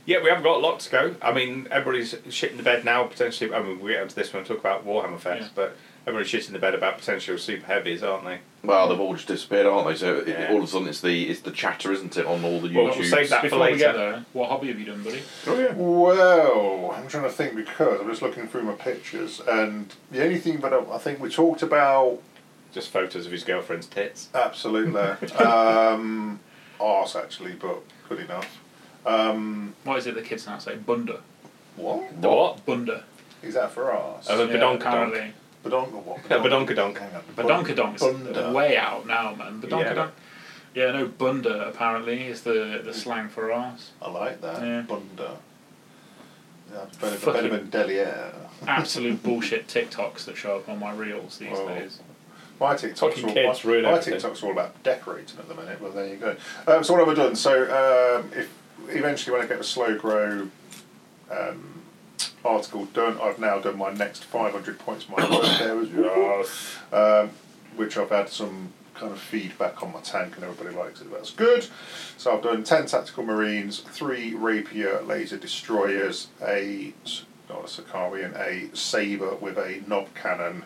[SPEAKER 2] Yeah, we haven't got a lot to go. I mean, everybody's shitting the bed now, potentially. I mean, we'll get onto this when we talk about Warhammer Fest,
[SPEAKER 4] Yeah.
[SPEAKER 2] but everybody's shitting the bed about potential super heavies, aren't they?
[SPEAKER 5] Well, they've all just disappeared, aren't they? So it,
[SPEAKER 2] Yeah.
[SPEAKER 5] all of a sudden, it's the it's the chatter, isn't it, on all the
[SPEAKER 2] Well,
[SPEAKER 5] YouTube?
[SPEAKER 2] we'll save that for
[SPEAKER 4] Before
[SPEAKER 2] later.
[SPEAKER 4] we get there, what hobby have you done, buddy?
[SPEAKER 2] Oh, yeah.
[SPEAKER 3] Well, I'm trying to think because I'm just looking through my pictures, and the only thing that I, I think we talked about
[SPEAKER 2] Just photos of his girlfriend's tits.
[SPEAKER 3] absolutely um, arse actually, but good enough. Um,
[SPEAKER 4] What is it the kids now say? Bunda.
[SPEAKER 3] what
[SPEAKER 2] What?
[SPEAKER 4] Bunda.
[SPEAKER 3] is that for arse?
[SPEAKER 2] Uh,
[SPEAKER 4] Yeah,
[SPEAKER 2] badonkadonk.
[SPEAKER 4] apparently.
[SPEAKER 3] Badonka
[SPEAKER 4] (laughs)
[SPEAKER 3] what?
[SPEAKER 2] Yeah, badonkadonk.
[SPEAKER 3] Hang on.
[SPEAKER 4] Badonkadonk
[SPEAKER 3] Bunda.
[SPEAKER 4] is way out now, man.
[SPEAKER 2] Yeah,
[SPEAKER 4] Badonkadonk.
[SPEAKER 2] but-
[SPEAKER 4] Yeah, no, bunda apparently is the, the slang for arse.
[SPEAKER 3] I like that.
[SPEAKER 4] Yeah.
[SPEAKER 3] Bunda. Yeah, it's better,
[SPEAKER 4] Fucking-
[SPEAKER 3] better than Delier.
[SPEAKER 4] (laughs) Absolute bullshit TikToks that show up on my reels these
[SPEAKER 3] Well,
[SPEAKER 4] days.
[SPEAKER 3] My TikToks
[SPEAKER 2] Fucking
[SPEAKER 3] are all,
[SPEAKER 2] kids
[SPEAKER 3] my,
[SPEAKER 2] ruin
[SPEAKER 3] my
[SPEAKER 2] everything.
[SPEAKER 3] TikToks are all about decorating at the minute. Well, there you go. Um, so what have I done? So um, if eventually when I get a slow grow um, article done, I've now done my next 500 points.
[SPEAKER 2] (coughs)
[SPEAKER 3] My work there was um, which I've had some kind of feedback on my tank and everybody likes it. That's good. So I've done 10 tactical marines, 3 rapier laser destroyers, a, s- not a Sicarian, a saber with a knob cannon.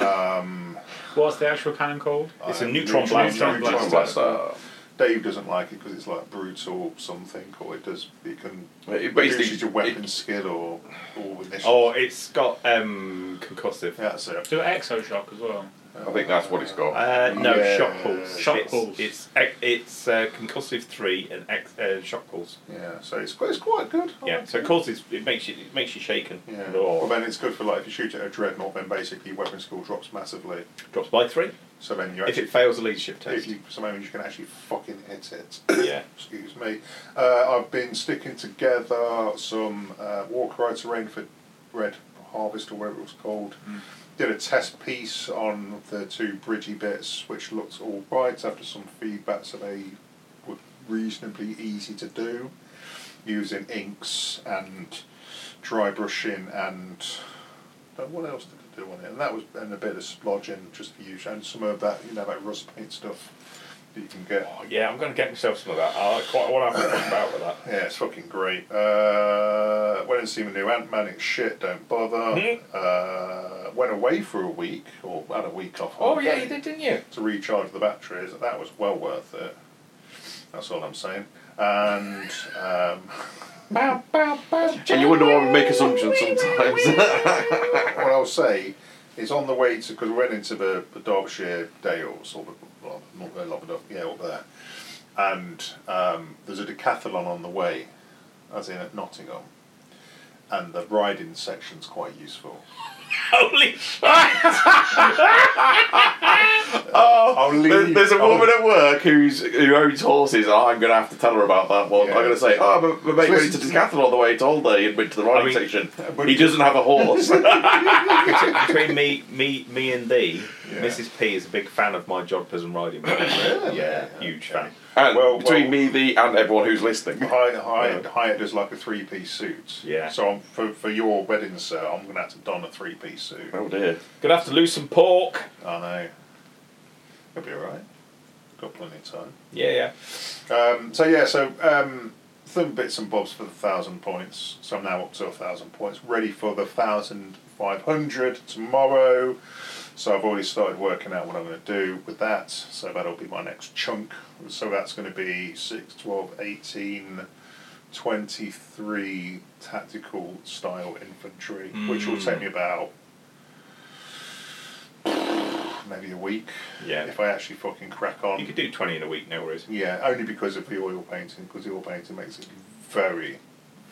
[SPEAKER 3] Um,
[SPEAKER 4] What's the actual cannon called?
[SPEAKER 2] It's
[SPEAKER 3] I-
[SPEAKER 2] a neutron blaster.
[SPEAKER 3] neutron
[SPEAKER 5] Time
[SPEAKER 4] Neutron
[SPEAKER 5] blaster.
[SPEAKER 3] Dave doesn't like it because it's like brutal something, or it does, it can
[SPEAKER 5] It
[SPEAKER 3] reduces your
[SPEAKER 5] basically
[SPEAKER 3] weapon
[SPEAKER 5] it,
[SPEAKER 3] skill or, or initiative.
[SPEAKER 2] Oh, it's got um, concussive.
[SPEAKER 3] Yeah, that's it.
[SPEAKER 4] Do an exo shock as well.
[SPEAKER 5] I think that's what it's got.
[SPEAKER 2] Uh, no,
[SPEAKER 3] Yeah.
[SPEAKER 2] shock pulls.
[SPEAKER 4] Shock
[SPEAKER 2] it's,
[SPEAKER 4] pulls.
[SPEAKER 2] It's ex- it's uh, concussive three and ex- uh, shock pulls.
[SPEAKER 3] Yeah, so it's, quite- it's quite good. I
[SPEAKER 2] Yeah,
[SPEAKER 3] like
[SPEAKER 2] so
[SPEAKER 3] it.
[SPEAKER 2] it causes it makes you it makes you shaken.
[SPEAKER 3] Oh, Yeah. Well,
[SPEAKER 2] Or
[SPEAKER 3] then it's good for like if you shoot at a dreadnought, then basically your weapon skill drops massively.
[SPEAKER 2] drops by three.
[SPEAKER 3] So then you
[SPEAKER 2] If
[SPEAKER 3] actually,
[SPEAKER 2] it fails a leadership
[SPEAKER 3] if
[SPEAKER 2] test.
[SPEAKER 3] you, so then you can actually fucking hit it.
[SPEAKER 2] Yeah.
[SPEAKER 3] Excuse me. Uh, I've been sticking together some uh, Walk Right Terrain for Red Harvest or whatever it was called. Did a test piece on the two bridgy bits, which looked all right after some feedback, so they were reasonably easy to do using inks and dry brushing and but what else did it do on it? And that was and a bit of splodging, just for use, and some of that you know that rust paint stuff that you can get.
[SPEAKER 2] Oh, yeah, I'm going to get myself some of that. I like quite what I'm talking about with that.
[SPEAKER 3] Yeah, it's fucking great. Uh, went and seen the new Ant Man. It's shit. Don't bother.
[SPEAKER 2] Mhm.
[SPEAKER 3] Uh, went away for a week or had a week off.
[SPEAKER 2] Oh, yeah,
[SPEAKER 3] holiday
[SPEAKER 2] you did, didn't you?
[SPEAKER 3] To recharge the batteries. That was well worth it. That's all I'm saying. And um,
[SPEAKER 2] Bow, bow, bow.
[SPEAKER 5] And you wonder why we make assumptions sometimes.
[SPEAKER 3] what I'll say is on the way to because we went into the, the Derbyshire Dales or the well, not the Lobadop, yeah, up there, and um, there's a decathlon on the way, as in at Nottingham, and the riding section's quite useful.
[SPEAKER 2] Holy shit!
[SPEAKER 3] I'll
[SPEAKER 5] Oh, There-
[SPEAKER 3] leave.
[SPEAKER 5] There's a
[SPEAKER 3] I'll-
[SPEAKER 5] woman at work who's who owns horses, and I'm going to have to tell her about that one.
[SPEAKER 3] Yeah.
[SPEAKER 5] I'm going to say, "Oh, but, but mate went to
[SPEAKER 3] Listen-
[SPEAKER 5] decathlon on the way to Holiday and went to the riding
[SPEAKER 2] mean-
[SPEAKER 5] section.
[SPEAKER 3] but-
[SPEAKER 5] he doesn't have
[SPEAKER 3] (laughs)
[SPEAKER 5] a horse."
[SPEAKER 2] (laughs) Between me, me, me, and thee,
[SPEAKER 3] Yeah.
[SPEAKER 2] Mrs. P is a big fan of my jodhpurs and riding.
[SPEAKER 3] Really?
[SPEAKER 2] Yeah, huge fan.
[SPEAKER 5] and
[SPEAKER 3] Well,
[SPEAKER 5] between
[SPEAKER 3] well- Oh,
[SPEAKER 5] me, the and everyone
[SPEAKER 3] (laughs)
[SPEAKER 5] who's listening,
[SPEAKER 3] Hyatt, Hyatt, Hyatt does like a three-piece suit.
[SPEAKER 2] Yeah.
[SPEAKER 3] So I'm, for for your wedding, sir, I'm gonna have to don a three-piece suit.
[SPEAKER 5] oh dear,
[SPEAKER 2] Gonna have to lose some pork.
[SPEAKER 3] I know. It'll be alright. Got plenty of time.
[SPEAKER 2] Yeah, yeah.
[SPEAKER 3] Um, so yeah, so um, some bits and bobs for the thousand points. So I'm now up to a thousand points, ready for the thousand five hundred tomorrow. So I've already started working out what I'm going to do with that. So that'll be my next chunk. So that's going to be 6, 12, 18, 23 tactical style infantry, which will take me about (sighs) maybe a week.
[SPEAKER 2] Yeah.
[SPEAKER 3] If I actually fucking crack on.
[SPEAKER 2] You could do 20 in a week, no worries.
[SPEAKER 3] Yeah, only because of the oil painting, because the oil painting makes it very,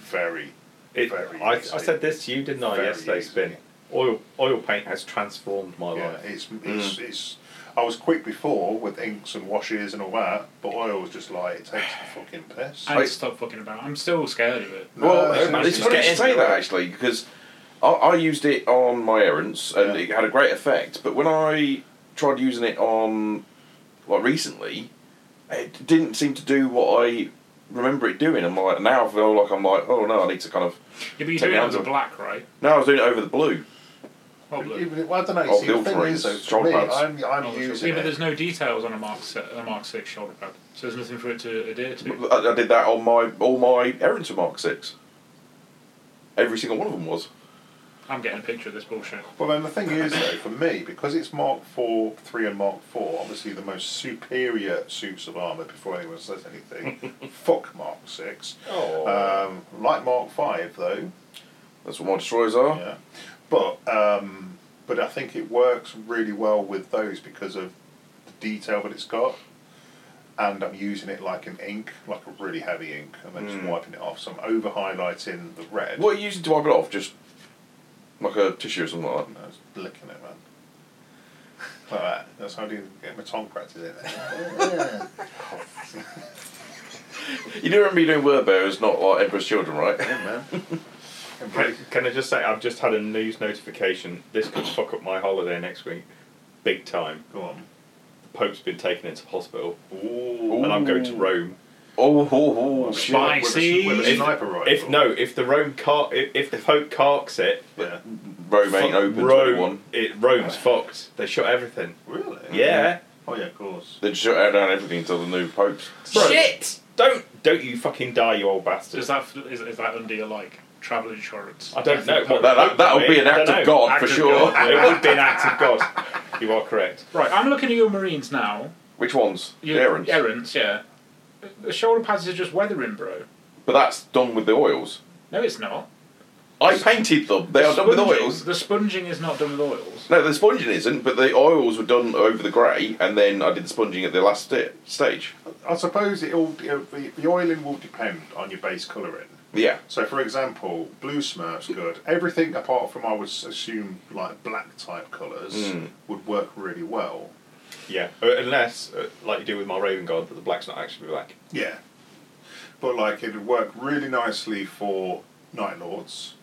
[SPEAKER 3] very.
[SPEAKER 2] It,
[SPEAKER 3] Very
[SPEAKER 2] I, I
[SPEAKER 3] easily.
[SPEAKER 2] said this to you, didn't I,
[SPEAKER 3] Very
[SPEAKER 2] yesterday,
[SPEAKER 3] easily.
[SPEAKER 2] Spin? Oil, oil paint has transformed my
[SPEAKER 3] Yeah,
[SPEAKER 2] life.
[SPEAKER 3] it's it's, it's. I was quick before with inks and washes and all that, but oil was just like it takes the fucking piss.
[SPEAKER 4] I need to stop fucking about. I'm still scared of it.
[SPEAKER 5] Well,
[SPEAKER 3] No,
[SPEAKER 2] it's
[SPEAKER 5] it's, it's funny
[SPEAKER 2] just
[SPEAKER 5] to
[SPEAKER 2] get
[SPEAKER 5] say
[SPEAKER 2] into
[SPEAKER 5] that
[SPEAKER 2] it.
[SPEAKER 5] actually because I, I used it on my errands and
[SPEAKER 3] Yeah.
[SPEAKER 5] it had a great effect. But when I tried using it on, like recently, it didn't seem to do what I remember it doing. I'm like now I feel like I'm like oh no, I need to kind of.
[SPEAKER 4] Yeah, but you
[SPEAKER 5] Take
[SPEAKER 4] do it
[SPEAKER 5] it
[SPEAKER 4] as a
[SPEAKER 5] out.
[SPEAKER 4] black, right?
[SPEAKER 5] No, I was doing it over the blue.
[SPEAKER 4] Probably.
[SPEAKER 3] Even if- well, I don't know.
[SPEAKER 5] Oh,
[SPEAKER 3] see, the
[SPEAKER 5] the
[SPEAKER 3] thing
[SPEAKER 5] ultra
[SPEAKER 3] is, though,
[SPEAKER 5] is
[SPEAKER 3] for me,
[SPEAKER 5] shoulder pads.
[SPEAKER 3] I'm, I'm
[SPEAKER 4] Oh,
[SPEAKER 3] using
[SPEAKER 4] yeah, but
[SPEAKER 3] it.
[SPEAKER 4] there's no details on a Mark se- on a Mark Six shoulder pad, so there's nothing for it to adhere to.
[SPEAKER 5] I, I did that on my all my errands for Mark Six. Every single one of them was.
[SPEAKER 4] I'm getting a picture of this bullshit.
[SPEAKER 3] Well, then the thing is, though, for me, because it's Mark Four, Three, and Mark Four, obviously the most superior suits of armor. Before anyone says anything, fuck Mark Six.
[SPEAKER 2] Oh.
[SPEAKER 3] Um, like Mark Five, though,
[SPEAKER 5] That's what my destroyers are.
[SPEAKER 3] Yeah, but um, but I think it works really well with those because of the detail that it's got, and I'm using it like an ink, like a really heavy ink, and then
[SPEAKER 2] Mm.
[SPEAKER 3] just wiping it off. So I'm over highlighting the red.
[SPEAKER 5] What are you using to wipe it off? Just like a tissue or something like
[SPEAKER 3] And I was licking it, man. Like that. That's how I do get my tongue practice
[SPEAKER 2] (laughs)
[SPEAKER 3] in there.
[SPEAKER 5] that. You do remember me doing word bearers, not like Emperor's Children, right?
[SPEAKER 3] yeah, man.
[SPEAKER 2] Can, can I just say, I've just had a news notification. This could fuck up my holiday next week. Big time.
[SPEAKER 3] Go on.
[SPEAKER 2] The Pope's been taken into hospital,
[SPEAKER 3] Ooh.
[SPEAKER 2] and I'm
[SPEAKER 3] Mm.
[SPEAKER 2] going to Rome.
[SPEAKER 5] Oh, oh, oh shit.
[SPEAKER 4] Bye.
[SPEAKER 3] With
[SPEAKER 4] see.
[SPEAKER 3] a, with a
[SPEAKER 2] If-
[SPEAKER 3] sniper rifle.
[SPEAKER 2] If no, if the Rome car, if, if the Pope carks it,
[SPEAKER 3] Yeah.
[SPEAKER 5] Rome ain't
[SPEAKER 2] fuck
[SPEAKER 5] open to
[SPEAKER 2] Rome,
[SPEAKER 5] anyone.
[SPEAKER 2] it, Rome's fucked. They shut everything.
[SPEAKER 3] Really?
[SPEAKER 5] Mm.
[SPEAKER 2] Yeah.
[SPEAKER 3] Oh, yeah, of course.
[SPEAKER 5] They shut down everything until the new popes.
[SPEAKER 2] Bro, Shit! Don't don't you fucking die, you old bastard.
[SPEAKER 4] Is that is, is that under your like travel insurance?
[SPEAKER 2] I don't know. What
[SPEAKER 5] That,
[SPEAKER 2] the
[SPEAKER 5] that,
[SPEAKER 2] Pope
[SPEAKER 5] that'll be an
[SPEAKER 2] I don't
[SPEAKER 5] act of
[SPEAKER 2] know.
[SPEAKER 5] God
[SPEAKER 4] Act
[SPEAKER 5] for
[SPEAKER 4] of
[SPEAKER 5] sure.
[SPEAKER 4] God.
[SPEAKER 2] (laughs) It would be an act of God. You are correct.
[SPEAKER 4] Right, I'm looking at your Marines now.
[SPEAKER 5] Which ones?
[SPEAKER 4] Your
[SPEAKER 5] Errands.
[SPEAKER 4] Errands, yeah. The shoulder pads are just weathering, bro.
[SPEAKER 5] But that's done with the oils.
[SPEAKER 4] No, it's not.
[SPEAKER 5] I painted them. They are done with
[SPEAKER 4] Sponging-
[SPEAKER 5] oils.
[SPEAKER 4] The sponging is not done with oils.
[SPEAKER 5] No, the sponging isn't, but the oils were done over the grey, and then I did the sponging at the last sti stage.
[SPEAKER 3] I suppose it all the, the oiling will depend on your base colouring.
[SPEAKER 5] Yeah.
[SPEAKER 3] So, for example, blue smurf's good. Everything
[SPEAKER 2] Hmm.
[SPEAKER 3] apart from I would assume like black type colours would work really well.
[SPEAKER 2] Yeah, uh, unless, uh, like you do with my Raven Guard, that the black's not actually black.
[SPEAKER 3] Yeah. But like it'd work really nicely for Night Lords.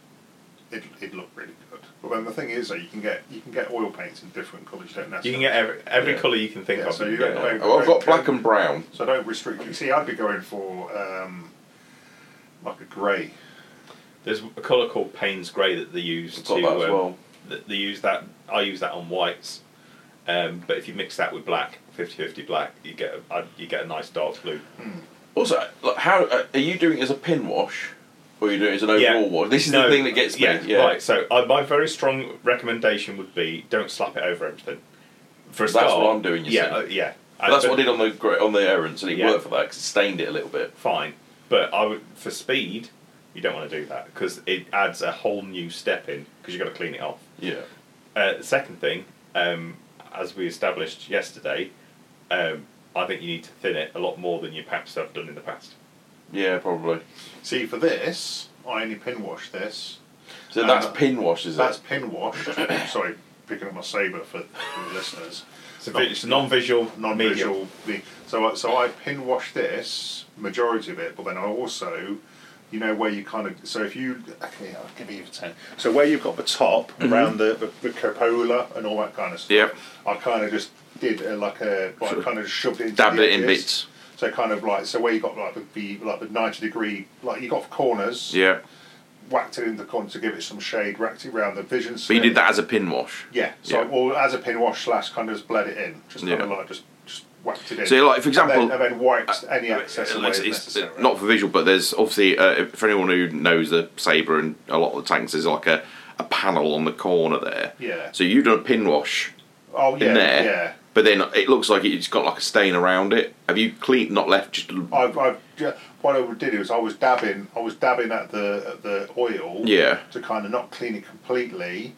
[SPEAKER 3] It it'd look really good. But then the thing is that you can get you can get oil paints in different colours. You don't
[SPEAKER 2] You
[SPEAKER 3] necessarily
[SPEAKER 2] can get every, every
[SPEAKER 5] Yeah.
[SPEAKER 2] colour you can think
[SPEAKER 3] Yeah,
[SPEAKER 2] of.
[SPEAKER 3] so you-
[SPEAKER 5] Yeah.
[SPEAKER 3] Yeah.
[SPEAKER 5] Oh, I've got black and brown.
[SPEAKER 3] so don't restrict you. See I'd be going for um, like a grey.
[SPEAKER 2] There's a colour called Payne's Grey that they use
[SPEAKER 5] I've
[SPEAKER 2] to.
[SPEAKER 5] got that as
[SPEAKER 2] um,
[SPEAKER 5] well.
[SPEAKER 2] th- they use that. I use that on whites, um, but if you mix that with black, 50-50 black, you get a, uh, you get a nice dark blue.
[SPEAKER 5] Also, like, how uh, are you doing it as a pin wash, or are you doing it as an overall
[SPEAKER 2] Yeah.
[SPEAKER 5] wash? This is
[SPEAKER 2] No,
[SPEAKER 5] the thing that gets me.
[SPEAKER 2] yeah,
[SPEAKER 5] Yeah,
[SPEAKER 2] Right. So I, my very strong recommendation would be don't slap it over everything. For a
[SPEAKER 5] That's what
[SPEAKER 2] start,
[SPEAKER 5] I'm doing, you
[SPEAKER 2] yeah,
[SPEAKER 5] see.
[SPEAKER 2] uh, yeah.
[SPEAKER 5] But that's
[SPEAKER 2] Uh,
[SPEAKER 5] what
[SPEAKER 2] but-
[SPEAKER 5] I did on the gra- on the errands, and it
[SPEAKER 2] Yeah.
[SPEAKER 5] worked for that because it stained it a little bit.
[SPEAKER 2] Fine, but I would for speed. You don't want to do that because it adds a whole new step in because you've got to clean it off.
[SPEAKER 5] Yeah,
[SPEAKER 2] Uh, the second thing, um, as we established yesterday, um, I think you need to thin it a lot more than you perhaps have done in the past.
[SPEAKER 5] yeah, probably.
[SPEAKER 3] See for this, I only pin wash this.
[SPEAKER 5] So
[SPEAKER 3] Uh,
[SPEAKER 5] that's
[SPEAKER 2] Um,
[SPEAKER 5] pin wash, is
[SPEAKER 3] That's
[SPEAKER 5] it?
[SPEAKER 3] pin washed. (coughs) Sorry, picking up my saber for, for the listeners.
[SPEAKER 2] It's, a vi- it's a non-visual,
[SPEAKER 3] non-visual. the- So I- so I pin wash this majority of it, but then I also, you know, where you kind of so if you okay, I'll give you a ten. So where you've got the top around the, the the cupola and all that kind of stuff.
[SPEAKER 5] Mm-hmm. Yep.
[SPEAKER 3] I kind of just did a, like a like
[SPEAKER 5] Sort of
[SPEAKER 3] kind of shoved it into
[SPEAKER 5] Dabbed
[SPEAKER 3] the
[SPEAKER 5] it in
[SPEAKER 3] edges.
[SPEAKER 5] bits.
[SPEAKER 3] So kind of like so where you got like the, the like the ninety degree like you got corners.
[SPEAKER 5] Yeah,
[SPEAKER 3] Whacked it in the corner to give it some shade. Whacked it around the vision.
[SPEAKER 5] but you did that as a pin wash.
[SPEAKER 3] Yeah. So
[SPEAKER 5] Yeah.
[SPEAKER 3] well, as a pin wash slash, kind of just bled it in, just kind of
[SPEAKER 5] Yeah.
[SPEAKER 3] like just just whacked it in.
[SPEAKER 5] So, like, for example- uh,
[SPEAKER 3] and then, and then wiped any excess
[SPEAKER 5] It's-
[SPEAKER 3] away.
[SPEAKER 5] it's-
[SPEAKER 3] if
[SPEAKER 5] it's
[SPEAKER 3] necessary.
[SPEAKER 5] not for visual, but there's obviously uh, if- for anyone who knows the saber and a lot of the tanks, there's like a, a panel on the corner there.
[SPEAKER 3] Yeah.
[SPEAKER 5] So you've done a pin wash,
[SPEAKER 3] oh yeah,
[SPEAKER 5] in there.
[SPEAKER 3] yeah.
[SPEAKER 5] but then it looks like it's got like a stain around it. Have you cleaned, not left, just
[SPEAKER 3] I've, I've ju- what I did was I was dabbing, I was dabbing at the at the oil.
[SPEAKER 5] Yeah.
[SPEAKER 3] To kind of not clean it completely,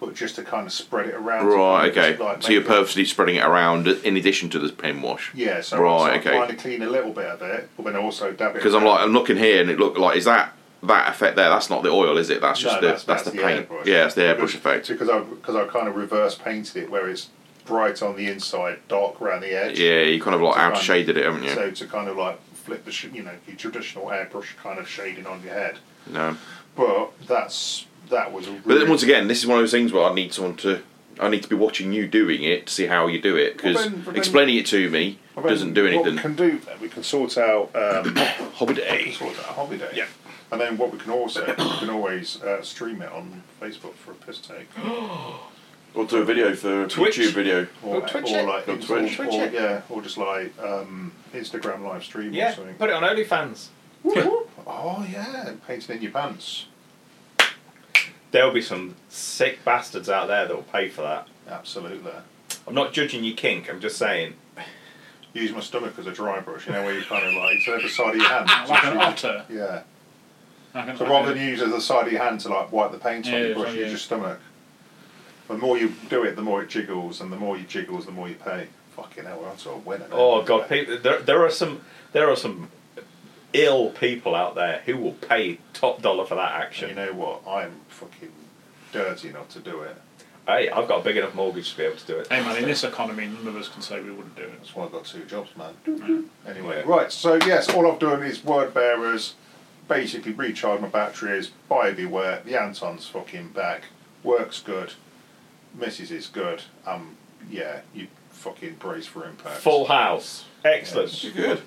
[SPEAKER 3] but just to kind of spread it around. to
[SPEAKER 5] Right,
[SPEAKER 3] kind of
[SPEAKER 5] okay.
[SPEAKER 3] just, like,
[SPEAKER 5] so
[SPEAKER 3] make
[SPEAKER 5] you're
[SPEAKER 3] it-
[SPEAKER 5] purposely spreading it around in addition to the pin wash.
[SPEAKER 3] Yeah. So
[SPEAKER 5] Right,
[SPEAKER 3] so
[SPEAKER 5] okay.
[SPEAKER 3] I'm trying to clean a little bit of it, but then also dabbing.
[SPEAKER 5] Because I'm like, I'm looking here and it looked like, is that that effect there? That's not the oil, is it? That's just the, that's, the, paint.
[SPEAKER 3] airbrush.
[SPEAKER 5] Yeah, it's the airbrush
[SPEAKER 3] Because-
[SPEAKER 5] effect.
[SPEAKER 3] Because I because I kind of reverse painted it where it's bright on the inside, dark around the edge.
[SPEAKER 5] Yeah, you kind of like
[SPEAKER 3] So
[SPEAKER 5] outer
[SPEAKER 3] I'm-
[SPEAKER 5] shaded it, haven't you?
[SPEAKER 3] So to kind of like flip the sh- you know your traditional airbrush kind of shading on your head,
[SPEAKER 5] no.
[SPEAKER 3] but that's that was. A really,
[SPEAKER 5] But then once again, this is one of those things where I need someone to. I need to be watching you doing it to see how you do it because
[SPEAKER 3] Well, then- well, then-
[SPEAKER 5] explaining it to me
[SPEAKER 3] Well, then
[SPEAKER 5] doesn't do
[SPEAKER 3] What we
[SPEAKER 5] anything.
[SPEAKER 3] can do then we can sort out
[SPEAKER 5] (coughs)
[SPEAKER 3] um, (coughs)
[SPEAKER 5] Hobby day.
[SPEAKER 3] sort out a holiday.
[SPEAKER 2] Yeah.
[SPEAKER 3] And then what we can also (coughs) we can always uh, stream it on Facebook for a
[SPEAKER 2] (gasps)
[SPEAKER 3] piss take.
[SPEAKER 5] Or do a video for
[SPEAKER 2] Twitch. YouTube
[SPEAKER 5] video.
[SPEAKER 3] Or,
[SPEAKER 2] Or Twitch
[SPEAKER 3] or
[SPEAKER 2] it.
[SPEAKER 3] like
[SPEAKER 5] Or
[SPEAKER 3] ins- or,
[SPEAKER 5] Twitch.
[SPEAKER 3] or- yeah, or just like um, Instagram live stream or
[SPEAKER 2] Yeah,
[SPEAKER 3] something.
[SPEAKER 2] put it on OnlyFans.
[SPEAKER 3] Oh yeah, painting in your pants.
[SPEAKER 2] There'll be some sick bastards out there that will pay for that.
[SPEAKER 3] Absolutely.
[SPEAKER 2] I'm not judging your kink. I'm just saying.
[SPEAKER 3] Use my stomach as a dry brush, you know, where you kind of like, so the side of your hand.
[SPEAKER 2] (laughs)
[SPEAKER 4] Like an otter.
[SPEAKER 3] Yeah.
[SPEAKER 4] Like an
[SPEAKER 3] So
[SPEAKER 4] otter.
[SPEAKER 3] rather than use the side of your hand to like wipe the paint
[SPEAKER 4] Yeah,
[SPEAKER 3] on your
[SPEAKER 4] yeah,
[SPEAKER 3] brush,
[SPEAKER 4] yeah.
[SPEAKER 3] use your stomach. The more you do it, the more it jiggles, and the more you jiggles, the more you pay. Fucking hell, we're onto a winner. now.
[SPEAKER 2] Oh God, people, there, there are some there are some ill people out there who will pay top dollar for that
[SPEAKER 3] And you
[SPEAKER 2] action.
[SPEAKER 3] know what? I'm fucking dirty enough to do it.
[SPEAKER 2] Hey, I've got a big enough mortgage to be able to do it.
[SPEAKER 4] Hey man, in this economy, none of us can say we wouldn't do it.
[SPEAKER 3] That's why I've got two jobs, man. Anyway, right, so yes, all I've done is word bearers, basically recharge my batteries, buyer beware, the Anton's fucking back, works good, Mrs. is good, um, yeah, you fucking brace for impact.
[SPEAKER 2] Full house, excellent.
[SPEAKER 5] Good.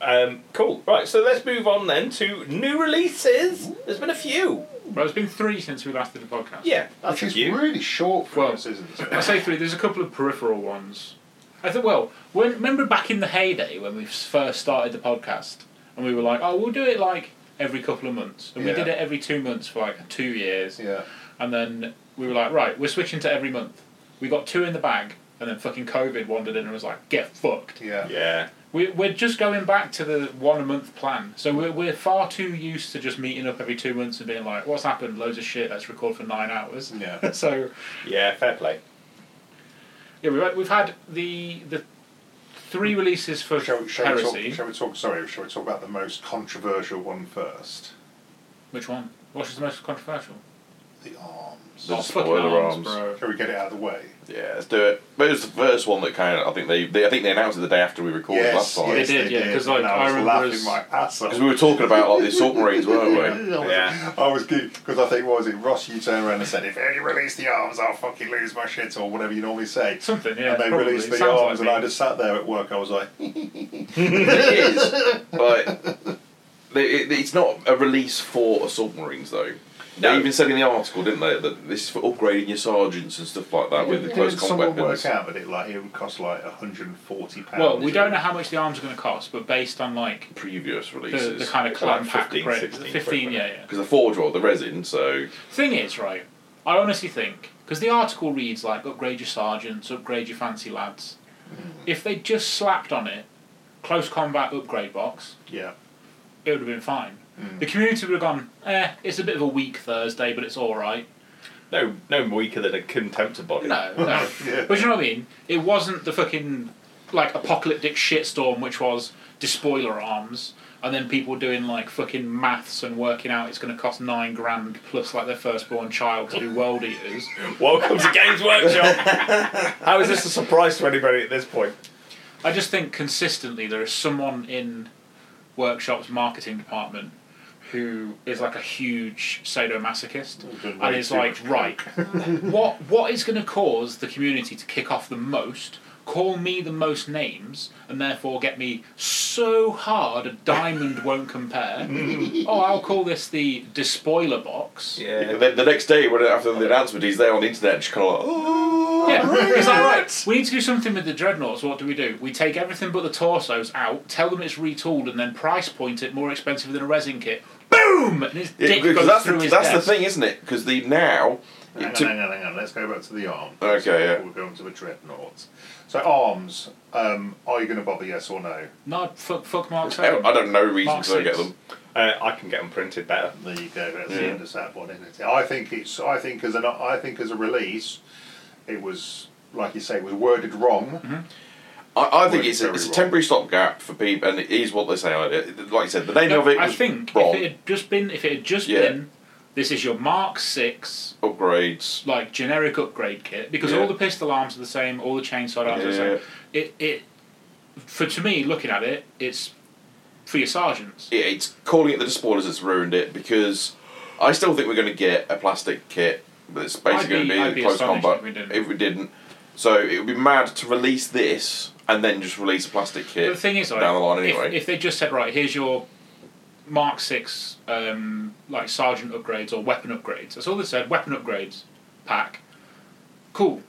[SPEAKER 2] Um, cool. Right, so let's move on then to new releases. There's been a few.
[SPEAKER 4] Well, it's been three since we last did a podcast.
[SPEAKER 2] Yeah, that's
[SPEAKER 3] Which
[SPEAKER 2] a
[SPEAKER 3] is
[SPEAKER 2] few.
[SPEAKER 3] really short for
[SPEAKER 4] Well,
[SPEAKER 3] us, isn't
[SPEAKER 4] I (laughs)
[SPEAKER 3] it?
[SPEAKER 4] say three. There's a couple of peripheral ones. I think. Well, when remember back in the heyday when we first started the podcast, and we were like, "Oh, we'll do it like every couple of months," and we
[SPEAKER 3] Yeah.
[SPEAKER 4] did it every two months for like two years,
[SPEAKER 3] Yeah.
[SPEAKER 4] and then we were like, "Right, we're switching to every month." We got two in the bag, and then fucking COVID wandered in and was like, "Get fucked."
[SPEAKER 3] Yeah.
[SPEAKER 2] Yeah.
[SPEAKER 4] We, we're just going back to the one a month plan. So we're, we're far too used to just meeting up every two months and being like, what's happened? Loads of shit. Let's record for nine hours. (laughs)
[SPEAKER 3] Yeah.
[SPEAKER 4] so
[SPEAKER 2] Yeah, fair play.
[SPEAKER 4] yeah, we've had, we've had the the three releases for
[SPEAKER 3] Shall, we- shall, we
[SPEAKER 4] Heresy.
[SPEAKER 3] talk, shall we talk? Sorry, shall we talk about the most controversial one first?
[SPEAKER 4] Which one? Which is the most controversial?
[SPEAKER 3] the arms.
[SPEAKER 5] The
[SPEAKER 4] Oh,
[SPEAKER 5] spoiler
[SPEAKER 4] fucking arms,
[SPEAKER 5] arms.
[SPEAKER 4] bro.
[SPEAKER 3] Can we get it out of the way?
[SPEAKER 5] Yeah, let's do it. But it was the first one that kind of I think they, they I think they announced it the day after we recorded last time
[SPEAKER 4] yes. They did, yeah, 'cause, like,
[SPEAKER 3] and I
[SPEAKER 4] I
[SPEAKER 3] was
[SPEAKER 4] remember
[SPEAKER 3] laughing
[SPEAKER 4] us-
[SPEAKER 3] my ass off.
[SPEAKER 5] because we were talking about like the assault marines,
[SPEAKER 4] (laughs)
[SPEAKER 5] weren't we?
[SPEAKER 2] Yeah.
[SPEAKER 3] I was good because I think what was it Ross? You turned around and said, "If you release the arms, I'll fucking lose my shit," or whatever you normally say.
[SPEAKER 4] Something, yeah.
[SPEAKER 3] and they
[SPEAKER 4] probably.
[SPEAKER 3] released
[SPEAKER 4] Sounds
[SPEAKER 3] the
[SPEAKER 4] like
[SPEAKER 3] arms, and
[SPEAKER 4] me.
[SPEAKER 3] I just sat there at work. I was like,
[SPEAKER 5] it is, but they, it, it's not a release for assault marines though.
[SPEAKER 2] No.
[SPEAKER 5] They even said in the article, didn't they, that this is for upgrading your sergeants and stuff like that with the
[SPEAKER 3] Did
[SPEAKER 5] close combat
[SPEAKER 3] someone
[SPEAKER 5] weapons.
[SPEAKER 3] work out that it like it would cost like 140 pounds?
[SPEAKER 4] Well, we don't know how much the arms are going to cost, but based on like
[SPEAKER 5] Previous
[SPEAKER 4] the,
[SPEAKER 5] releases,
[SPEAKER 4] the kind of clan pack
[SPEAKER 2] 15,
[SPEAKER 4] print,
[SPEAKER 2] 16,
[SPEAKER 4] 15 yeah, yeah.
[SPEAKER 5] because the forge roll, the resin, so
[SPEAKER 4] Thing is, right? I honestly think because the article reads like upgrade your sergeants, upgrade your fancy lads. If they just slapped on it, close combat upgrade box,
[SPEAKER 3] Yeah,
[SPEAKER 4] it would have been fine. The community would have gone, eh, it's a bit of a weak Thursday, but it's all right.
[SPEAKER 2] No, no weaker than a contemptor body.
[SPEAKER 4] No, no.
[SPEAKER 3] Yeah.
[SPEAKER 4] But you know what I mean? It wasn't the fucking like apocalyptic shitstorm, which was despoiler arms, and then people doing like fucking maths and working out it's going to cost nine grand plus like their firstborn child to do world eaters.
[SPEAKER 2] (laughs) Welcome to Games
[SPEAKER 3] (laughs)
[SPEAKER 2] Workshop. How is this a surprise to anybody at this point?
[SPEAKER 4] I just think consistently there is someone in workshops marketing department who is like a huge sadomasochist
[SPEAKER 3] Doing way
[SPEAKER 4] and is
[SPEAKER 3] too
[SPEAKER 4] like
[SPEAKER 3] much
[SPEAKER 4] right what what is going to cause the community to kick off the most call me the most names and therefore get me so hard a diamond won't
[SPEAKER 3] (laughs)
[SPEAKER 4] compare oh i'll call this the despoiler box
[SPEAKER 5] And then the next day, when after the announcement, he's there on the internet, just kind of like, oh,
[SPEAKER 4] Yeah, it's like,
[SPEAKER 5] right.
[SPEAKER 4] right, we need to do something with the dreadnoughts. What do we do? We take everything but the torsos out, tell them it's retooled, and then price point it more expensive than a resin kit. Boom! And his
[SPEAKER 5] Yeah,
[SPEAKER 4] dick
[SPEAKER 5] because
[SPEAKER 4] goes
[SPEAKER 5] that's,
[SPEAKER 4] through
[SPEAKER 5] the,
[SPEAKER 4] his
[SPEAKER 5] that's the
[SPEAKER 4] desk.
[SPEAKER 5] thing, isn't it? Because the now,
[SPEAKER 3] Hang
[SPEAKER 5] it
[SPEAKER 3] on,
[SPEAKER 5] took,
[SPEAKER 3] hang on, hang on. Let's go back to the arms.
[SPEAKER 5] Okay, yeah.
[SPEAKER 3] We're going to the dreadnoughts. So arms. Um, are you going to bother? Yes or no?
[SPEAKER 4] No, fuck, fuck Mark
[SPEAKER 5] I
[SPEAKER 4] Seven.
[SPEAKER 5] don't- I don't know reason
[SPEAKER 4] Mark
[SPEAKER 5] to get
[SPEAKER 4] six.
[SPEAKER 5] them.
[SPEAKER 2] Uh, I can get them printed
[SPEAKER 3] (laughs)
[SPEAKER 2] better.
[SPEAKER 3] There you go. That's the
[SPEAKER 5] Yeah.
[SPEAKER 3] end of that one, isn't it? I think it's. I think as an. I think as a release, it was like you say, it was worded wrong.
[SPEAKER 5] Mm-hmm. I, I think
[SPEAKER 3] Worded
[SPEAKER 5] it's a,
[SPEAKER 3] very
[SPEAKER 5] it's a
[SPEAKER 3] wrong.
[SPEAKER 5] temporary stopgap for people, and it is what they say. on it. Like you said, the name
[SPEAKER 4] No,
[SPEAKER 5] of it
[SPEAKER 4] I
[SPEAKER 5] was
[SPEAKER 4] think
[SPEAKER 5] wrong.
[SPEAKER 4] if it had just been, if it had just
[SPEAKER 5] Yeah.
[SPEAKER 4] been, this is your Mark Six,
[SPEAKER 5] Upgrades.
[SPEAKER 4] like generic upgrade kit, because
[SPEAKER 5] Yeah.
[SPEAKER 4] all the pistol arms are the same, all the chainsaw arms are the
[SPEAKER 5] Yeah.
[SPEAKER 4] same. It, it, for to me, looking at it, it's for your sergeants.
[SPEAKER 5] Yeah, it's calling it the despoilers that's ruined it because I still think we're going to get a plastic kit that's basically
[SPEAKER 4] I'd be-
[SPEAKER 5] going
[SPEAKER 4] I'd be
[SPEAKER 5] to be in close
[SPEAKER 4] astonished
[SPEAKER 5] combat
[SPEAKER 4] if we didn't.
[SPEAKER 5] if we didn't. So it would be mad to release this and then just release a plastic kit
[SPEAKER 4] the thing is, like,
[SPEAKER 5] down the line
[SPEAKER 4] if-
[SPEAKER 5] anyway.
[SPEAKER 4] If, they just said, right, here's your Mark Six, um, like sergeant upgrades or weapon upgrades. That's all they said. Weapon upgrades pack. Cool.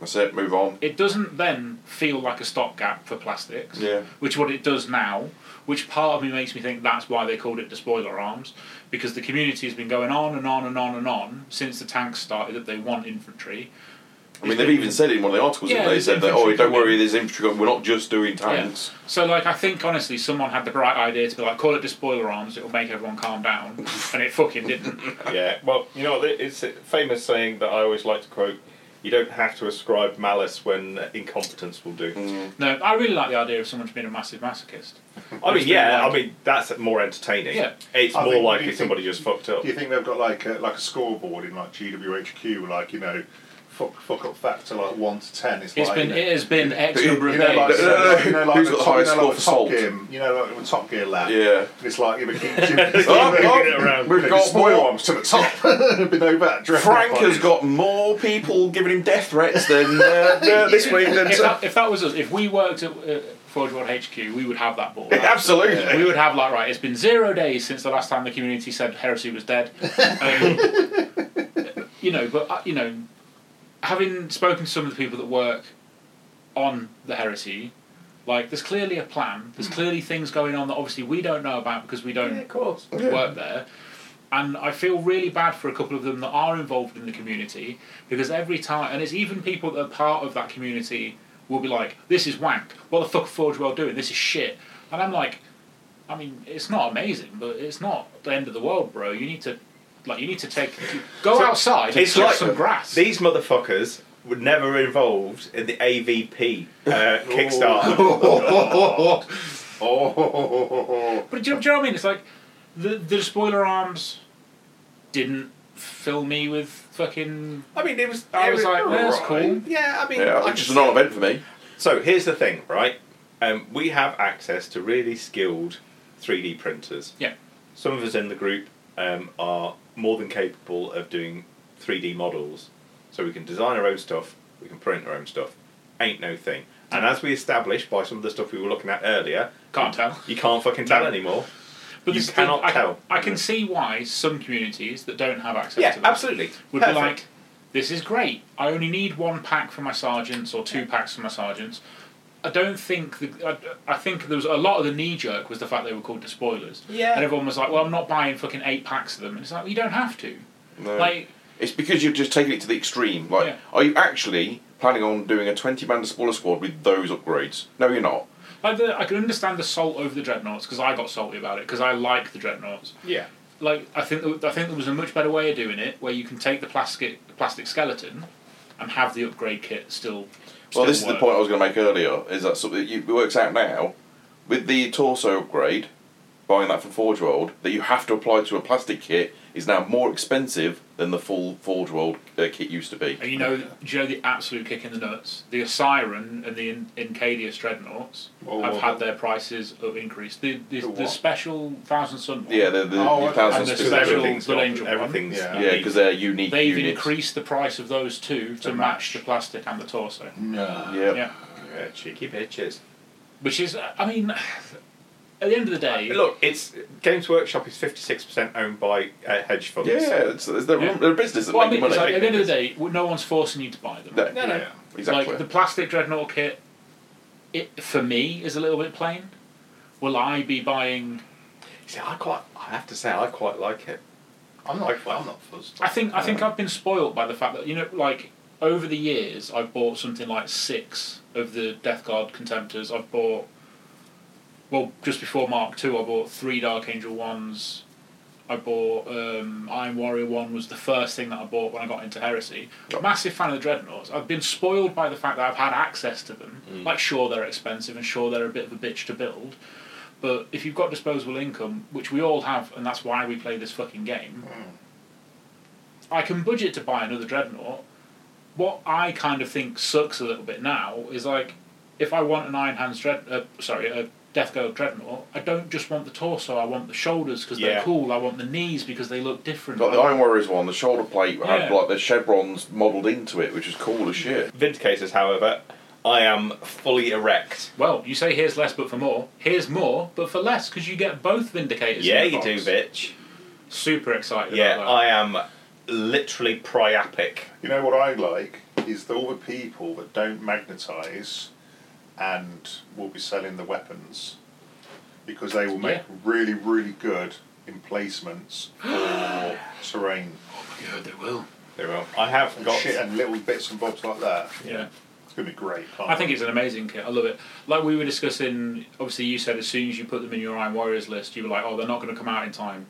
[SPEAKER 5] That's it. Move on.
[SPEAKER 4] It doesn't then feel like a stopgap for plastics.
[SPEAKER 5] Yeah.
[SPEAKER 4] Which is what it does now. Which part of me makes me think that's why they called it despoiler arms, because the community has been going on and on and on and on since the tanks started that they want infantry.
[SPEAKER 5] I mean, they've even said in one of the articles
[SPEAKER 4] Yeah,
[SPEAKER 5] that they
[SPEAKER 4] there's
[SPEAKER 5] said that,
[SPEAKER 4] infantry
[SPEAKER 5] oh, don't
[SPEAKER 4] coming.
[SPEAKER 5] worry, there's infantry going. We're not just doing tanks.
[SPEAKER 4] So, like, I think honestly, someone had the bright idea to be like, call it despoiler arms, it'll make everyone calm
[SPEAKER 5] (laughs)
[SPEAKER 4] down, and it fucking didn't.
[SPEAKER 2] Yeah. Well, you know, what, it's a famous saying that I always like to quote. You don't have to ascribe malice when incompetence will do.
[SPEAKER 3] Mm.
[SPEAKER 4] No, I really like the idea of someone's being a massive masochist.
[SPEAKER 2] I mean,
[SPEAKER 4] Which they
[SPEAKER 2] yeah.
[SPEAKER 4] like.
[SPEAKER 2] I mean, that's more entertaining.
[SPEAKER 4] Yeah.
[SPEAKER 2] It's
[SPEAKER 3] I
[SPEAKER 2] more
[SPEAKER 3] think- what do
[SPEAKER 2] likely
[SPEAKER 3] you think-
[SPEAKER 2] somebody just fucked up.
[SPEAKER 3] Do you think they've got like a, like a scoreboard in like GWHQ, like you know, fuck fuck up factor like one to ten? It's,
[SPEAKER 4] It's
[SPEAKER 3] like
[SPEAKER 4] been
[SPEAKER 3] you know,
[SPEAKER 4] it has been X
[SPEAKER 5] You
[SPEAKER 4] number of
[SPEAKER 3] You know, like, uh,
[SPEAKER 4] days.
[SPEAKER 5] No, no, no.
[SPEAKER 3] you know, like
[SPEAKER 5] (laughs) Who's
[SPEAKER 3] the
[SPEAKER 5] got the
[SPEAKER 3] top, you
[SPEAKER 5] highest
[SPEAKER 3] know,
[SPEAKER 5] score
[SPEAKER 3] like
[SPEAKER 5] for
[SPEAKER 3] the top
[SPEAKER 5] salt?
[SPEAKER 3] gear, you know, like the top gear
[SPEAKER 4] Uh,
[SPEAKER 3] lab.
[SPEAKER 5] Yeah.
[SPEAKER 3] It's like you know, keep, keep,
[SPEAKER 5] Oh,
[SPEAKER 3] it
[SPEAKER 5] oh,
[SPEAKER 3] around.
[SPEAKER 5] we've
[SPEAKER 3] Take
[SPEAKER 5] got
[SPEAKER 3] the spoiler
[SPEAKER 5] more.
[SPEAKER 3] arms to the (laughs) top. Been over that. dreadnought
[SPEAKER 5] Frank
[SPEAKER 3] bodies.
[SPEAKER 5] has got more people giving him death threats than
[SPEAKER 4] (laughs)
[SPEAKER 5] uh, uh, this week. Than
[SPEAKER 4] if, that, if that was us, if we worked at uh, Forge World HQ, we would have that board.
[SPEAKER 5] Absolutely.
[SPEAKER 4] We would have like right. It's been zero days since the last time the community said heresy was dead. Um, (laughs) you know, but uh, you know, having spoken to some of the people that work on the heresy, like there's clearly a plan. There's clearly things going on that obviously we don't know about because we don't
[SPEAKER 2] course.
[SPEAKER 4] work there. And I feel really bad for a couple of them that are involved in the community because every time, and it's even people that are part of that community will be like, "This is wank. What the fuck, are Forge World doing? This is shit." And I'm like, I mean, it's not amazing, but it's not the end of the world, bro. You need to, like, you need to take go
[SPEAKER 2] So,
[SPEAKER 4] outside and
[SPEAKER 2] It's
[SPEAKER 4] cut
[SPEAKER 2] like
[SPEAKER 4] some grass.
[SPEAKER 2] These motherfuckers were never involved in the AVP
[SPEAKER 5] (laughs)
[SPEAKER 2] uh, Kickstarter.
[SPEAKER 3] Oh, ho, ho, ho, ho, ho.
[SPEAKER 4] But do you, do you know what I mean? It's like the the spoiler arms didn't fill me with fucking.
[SPEAKER 2] I mean, it was.
[SPEAKER 4] I
[SPEAKER 2] it
[SPEAKER 4] was like, well, that's cool.
[SPEAKER 2] Yeah, I mean,
[SPEAKER 5] Yeah,
[SPEAKER 2] I
[SPEAKER 5] which is
[SPEAKER 2] could
[SPEAKER 5] a non-event for me.
[SPEAKER 2] So here's the thing, right? Um, we have access to really skilled 3D printers.
[SPEAKER 4] Yeah.
[SPEAKER 2] Some of us in the group um, are more than capable of doing 3D models. So we can design our own stuff, we can print our own stuff. Ain't no thing. And as we established by some of the stuff we were looking at earlier,
[SPEAKER 4] Can't tell.
[SPEAKER 2] you can't fucking tell anymore.
[SPEAKER 4] But
[SPEAKER 2] You
[SPEAKER 4] this is the-
[SPEAKER 2] cannot
[SPEAKER 4] I,
[SPEAKER 2] tell.
[SPEAKER 4] I can see why some communities that don't have access
[SPEAKER 2] Yeah,
[SPEAKER 4] to that
[SPEAKER 2] absolutely.
[SPEAKER 4] would
[SPEAKER 2] Perfect.
[SPEAKER 4] be like, this is great. I only need one pack for my sergeants or two packs for my sergeants. I don't think the, I, I think there was a lot of the knee jerk was the fact they were called despoilers.
[SPEAKER 2] Yeah.
[SPEAKER 4] And everyone was like, well, I'm not buying fucking eight packs of them. And it's like, well, you don't have to.
[SPEAKER 5] No.
[SPEAKER 4] Like,
[SPEAKER 5] It's because you've just taken it to the extreme. Like,
[SPEAKER 4] Yeah.
[SPEAKER 5] are you actually planning on doing a 20 man spoiler squad with those upgrades? No, you're not.
[SPEAKER 4] like the, I can understand the salt over the dreadnoughts because I got salty about it because I like the dreadnoughts.
[SPEAKER 2] Yeah.
[SPEAKER 4] like I think there- I think there was a much better way of doing it where you can take the plastic the plastic skeleton and have the upgrade kit still. still
[SPEAKER 5] Well, this is the
[SPEAKER 4] work.
[SPEAKER 5] point I was going to make earlier is that something you, it works out now with the torso upgrade, buying that for Forge World, that you have to apply to a plastic kit is now more expensive than the full Forge World uh, kit used to be.
[SPEAKER 4] And you know, do you know the absolute kick in the nuts? The Siren and the In- Incadius Dreadnoughts
[SPEAKER 3] Oh,
[SPEAKER 4] have
[SPEAKER 3] well.
[SPEAKER 4] had their prices up increased. The the, the,
[SPEAKER 3] The what?
[SPEAKER 4] special Thousand Sun. one,
[SPEAKER 5] Oh, Yeah, the, the,
[SPEAKER 3] Oh,
[SPEAKER 5] the
[SPEAKER 3] okay.
[SPEAKER 5] thousand
[SPEAKER 4] And the
[SPEAKER 5] specific-
[SPEAKER 4] special
[SPEAKER 2] everything's
[SPEAKER 4] Blood
[SPEAKER 2] got-
[SPEAKER 4] Angel one.
[SPEAKER 2] everything's
[SPEAKER 3] Yeah.
[SPEAKER 5] Yeah, because they're unique
[SPEAKER 4] They've
[SPEAKER 5] units.
[SPEAKER 4] increased the price of those two to
[SPEAKER 2] To
[SPEAKER 4] match
[SPEAKER 2] match.
[SPEAKER 4] the plastic and the torso.
[SPEAKER 3] No.
[SPEAKER 5] Yep.
[SPEAKER 4] Yeah,
[SPEAKER 2] Yeah, uh, cheeky bitches.
[SPEAKER 4] which is, I mean, at the end of the day,
[SPEAKER 2] Look, it's Games Workshop is fifty six percent owned by uh, hedge funds.
[SPEAKER 5] Yeah, it's, it's their,
[SPEAKER 4] Yeah.
[SPEAKER 5] their business that
[SPEAKER 4] well, I
[SPEAKER 5] makes
[SPEAKER 4] mean, it's
[SPEAKER 5] money.
[SPEAKER 4] like, at the end of the day, no one's forcing you to buy them.
[SPEAKER 5] No,
[SPEAKER 2] No, no.
[SPEAKER 3] Yeah.
[SPEAKER 5] exactly.
[SPEAKER 4] Like the plastic dreadnought kit, it for me is a little bit plain. Will I be buying?
[SPEAKER 2] See, I quite. I have to say, I quite like it.
[SPEAKER 3] I'm not. I'm not fussed.
[SPEAKER 4] I think I think I've been spoilt by the fact that you know, like over the years, I've bought something like six of the Death Guard Contemptors. I've bought, well, just before Mark Two, I bought three Dark Angel ones. I bought um, Iron Warrior one was the first thing that I bought when I got into Heresy.
[SPEAKER 5] Yep.
[SPEAKER 4] Massive fan of the Dreadnoughts. I've been spoiled by the fact that I've had access to them. Like, sure they're expensive and sure they're a bit of a bitch to build, but if you've got disposable income, which we all have, and that's why we play this fucking game, I can budget to buy another Dreadnought. What I kind of think sucks a little bit now is like, if I want an Iron Hands Dread, uh, sorry, a Death Girl Dreadnought, I don't just want the torso. I want the shoulders because they're
[SPEAKER 2] Yeah.
[SPEAKER 4] cool. I want the knees because they look different.
[SPEAKER 5] Like the Iron Warriors one, the shoulder plate had
[SPEAKER 4] Yeah.
[SPEAKER 5] like the chevrons modelled into it, which is cool as shit.
[SPEAKER 2] Vindicators, however, I am fully erect.
[SPEAKER 4] Well, you say here's less but for more. Here's more but for less because you get both Vindicators.
[SPEAKER 2] yeah,
[SPEAKER 4] in the
[SPEAKER 2] you do,
[SPEAKER 4] box.
[SPEAKER 2] bitch.
[SPEAKER 4] Super excited
[SPEAKER 2] Yeah,
[SPEAKER 4] about
[SPEAKER 2] I am literally priapic.
[SPEAKER 3] You know what I like is that all the people that don't magnetise and will be selling the weapons because they will make really, really good emplacements (gasps) for terrain
[SPEAKER 4] that. God, they will.
[SPEAKER 2] They will. I have
[SPEAKER 3] and
[SPEAKER 2] got.
[SPEAKER 3] shit and little bits and bobs like that.
[SPEAKER 4] yeah.
[SPEAKER 3] It's gonna be great. can't
[SPEAKER 4] I think it's an amazing kit. I love it. Like we were discussing, obviously you said as soon as you put them in your Iron Warriors list, you were like, oh, they're not going to come out in time.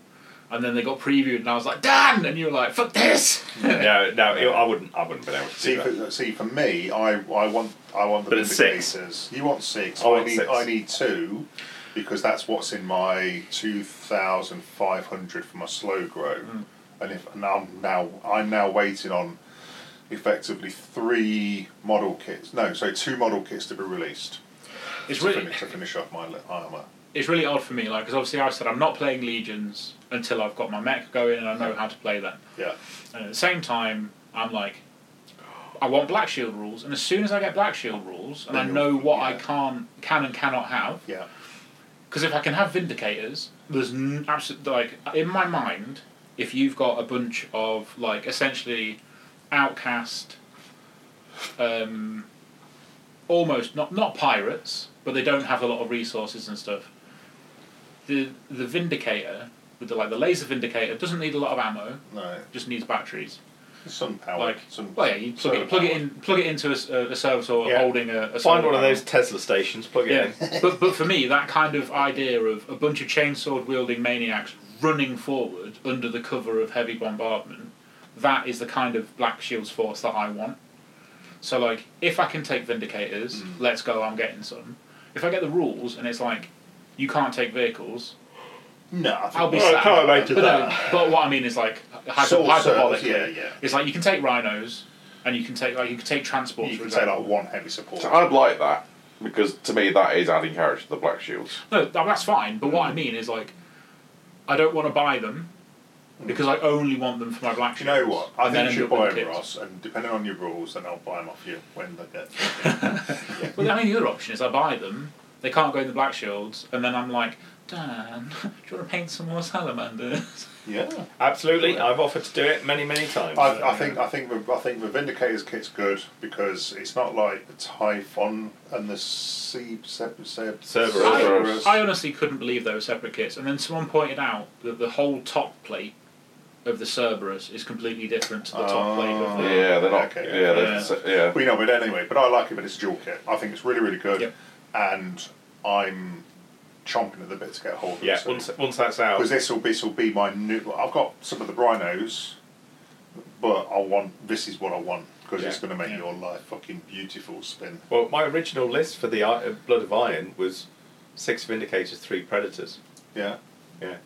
[SPEAKER 4] And then they got previewed, and I was like, Dan! And you were like, fuck this!
[SPEAKER 2] (laughs) No, no, it- I wouldn't. I wouldn't been able to
[SPEAKER 3] See
[SPEAKER 2] do that.
[SPEAKER 3] for, see for me, I, I want I want the
[SPEAKER 2] But it's six.
[SPEAKER 3] Vindicators. You want six.
[SPEAKER 2] I
[SPEAKER 3] I,
[SPEAKER 2] want
[SPEAKER 3] need
[SPEAKER 2] six.
[SPEAKER 3] I need two, because that's what's in my two thousand five hundred for my slow grow,
[SPEAKER 4] Hmm.
[SPEAKER 3] and if and I'm now I'm now waiting on effectively three model kits. No, so two model kits to be released
[SPEAKER 4] It's
[SPEAKER 3] to,
[SPEAKER 4] really,
[SPEAKER 3] finish, to finish off my li- armor.
[SPEAKER 4] it's really odd for me, like, because obviously I said I'm not playing Legions until I've got my mech going and I know how to play them.
[SPEAKER 3] Yeah,
[SPEAKER 4] And at the same time, I'm like, I want Black Shield rules, and as soon as I get Black Shield rules, and I
[SPEAKER 3] Then
[SPEAKER 4] know
[SPEAKER 3] you'll-
[SPEAKER 4] what I
[SPEAKER 3] yeah.
[SPEAKER 4] can can and cannot have,
[SPEAKER 3] yeah.
[SPEAKER 4] Because if I can have vindicators, there's n- absolute like in my mind, if you've got a bunch of like essentially outcast, um, almost not not pirates, but they don't have a lot of resources and stuff. The the vindicator with the like the laser vindicator doesn't need a lot of ammo,
[SPEAKER 3] No,
[SPEAKER 4] just needs batteries.
[SPEAKER 3] sun power.
[SPEAKER 4] Like,
[SPEAKER 3] sun,
[SPEAKER 4] well, yeah, you plug
[SPEAKER 3] solar
[SPEAKER 4] it, plug it
[SPEAKER 3] power.
[SPEAKER 4] in, plug it into a, s- uh, a- a servitor
[SPEAKER 2] Yeah.
[SPEAKER 4] holding a, a
[SPEAKER 2] Find
[SPEAKER 4] solar
[SPEAKER 2] one of
[SPEAKER 4] panel.
[SPEAKER 2] those Tesla stations. Plug it
[SPEAKER 4] Yeah,
[SPEAKER 2] in.
[SPEAKER 4] (laughs) but but for me, that kind of idea of a bunch of chainsword wielding maniacs running forward under the cover of heavy bombardment, that is the kind of Black Shields force that I want. So like, if I can take Vindicators,
[SPEAKER 2] Mm.
[SPEAKER 4] let's go. I'm getting some. If I get the rules and it's like, you can't take vehicles,
[SPEAKER 3] No, I think
[SPEAKER 4] I'll be
[SPEAKER 3] well,
[SPEAKER 4] sad.
[SPEAKER 3] (laughs) I can't relate to
[SPEAKER 4] But, no, (laughs)
[SPEAKER 3] that.
[SPEAKER 4] but what I mean is like hyper-
[SPEAKER 3] Sort of,
[SPEAKER 4] hyperbolically.
[SPEAKER 3] yeah, yeah.
[SPEAKER 4] It's like you can take rhinos, and you can take like you can take transport.
[SPEAKER 3] You
[SPEAKER 4] for
[SPEAKER 3] can say
[SPEAKER 4] example.
[SPEAKER 3] like one heavy support.
[SPEAKER 5] So I'd like that because to me that is adding character to the Black Shields.
[SPEAKER 4] No, th- that's fine. But
[SPEAKER 3] Mm.
[SPEAKER 4] what I mean is like, I don't want to buy them because I only want them for my black.
[SPEAKER 3] Do you know
[SPEAKER 4] shields,
[SPEAKER 3] what? I
[SPEAKER 4] and
[SPEAKER 3] think
[SPEAKER 4] then
[SPEAKER 3] you
[SPEAKER 4] end
[SPEAKER 3] should
[SPEAKER 4] up
[SPEAKER 3] buy
[SPEAKER 4] with
[SPEAKER 3] them,
[SPEAKER 4] kids.
[SPEAKER 3] Ross, and depending on your rules, then I'll buy them off you when they get.
[SPEAKER 4] Well, I mean, the other option is I buy them. They can't go in the black shields, and then I'm like, Dan, (laughs) do you want to paint some more
[SPEAKER 3] (laughs)
[SPEAKER 4] salamanders?
[SPEAKER 3] yeah.
[SPEAKER 2] (laughs) Absolutely, I've offered to do it many, many times.
[SPEAKER 3] I, I think I think the, I think the Vindicators kit's good because it's not like the Typhon and the Sea Seb, Seb,
[SPEAKER 2] Cerberus.
[SPEAKER 4] I,
[SPEAKER 5] Cerberus.
[SPEAKER 4] I honestly couldn't believe they were separate kits. And then someone pointed out that the whole top plate of the Cerberus is completely different to the top plate of
[SPEAKER 3] Ah,
[SPEAKER 4] the.
[SPEAKER 5] yeah, they're not.
[SPEAKER 3] Oh, okay.
[SPEAKER 5] yeah,
[SPEAKER 4] Yeah.
[SPEAKER 5] they're, so- yeah.
[SPEAKER 3] We know, but anyway, but I like it. But it's a dual kit. I think it's really really good,
[SPEAKER 4] Yep.
[SPEAKER 3] and I'm chomping at the bit to get hold of
[SPEAKER 2] Yeah,
[SPEAKER 3] it.
[SPEAKER 2] once, once that's out.
[SPEAKER 3] because this will be this will be my new. I've got some of the rhinos, but I want this is what I want because it's
[SPEAKER 2] Yeah.
[SPEAKER 3] going to make
[SPEAKER 4] Yeah.
[SPEAKER 3] your life fucking beautiful spin.
[SPEAKER 2] Well, my original list for the I- uh, Blood of Iron was six Vindicators, three Predators.
[SPEAKER 3] Yeah,
[SPEAKER 2] Yeah.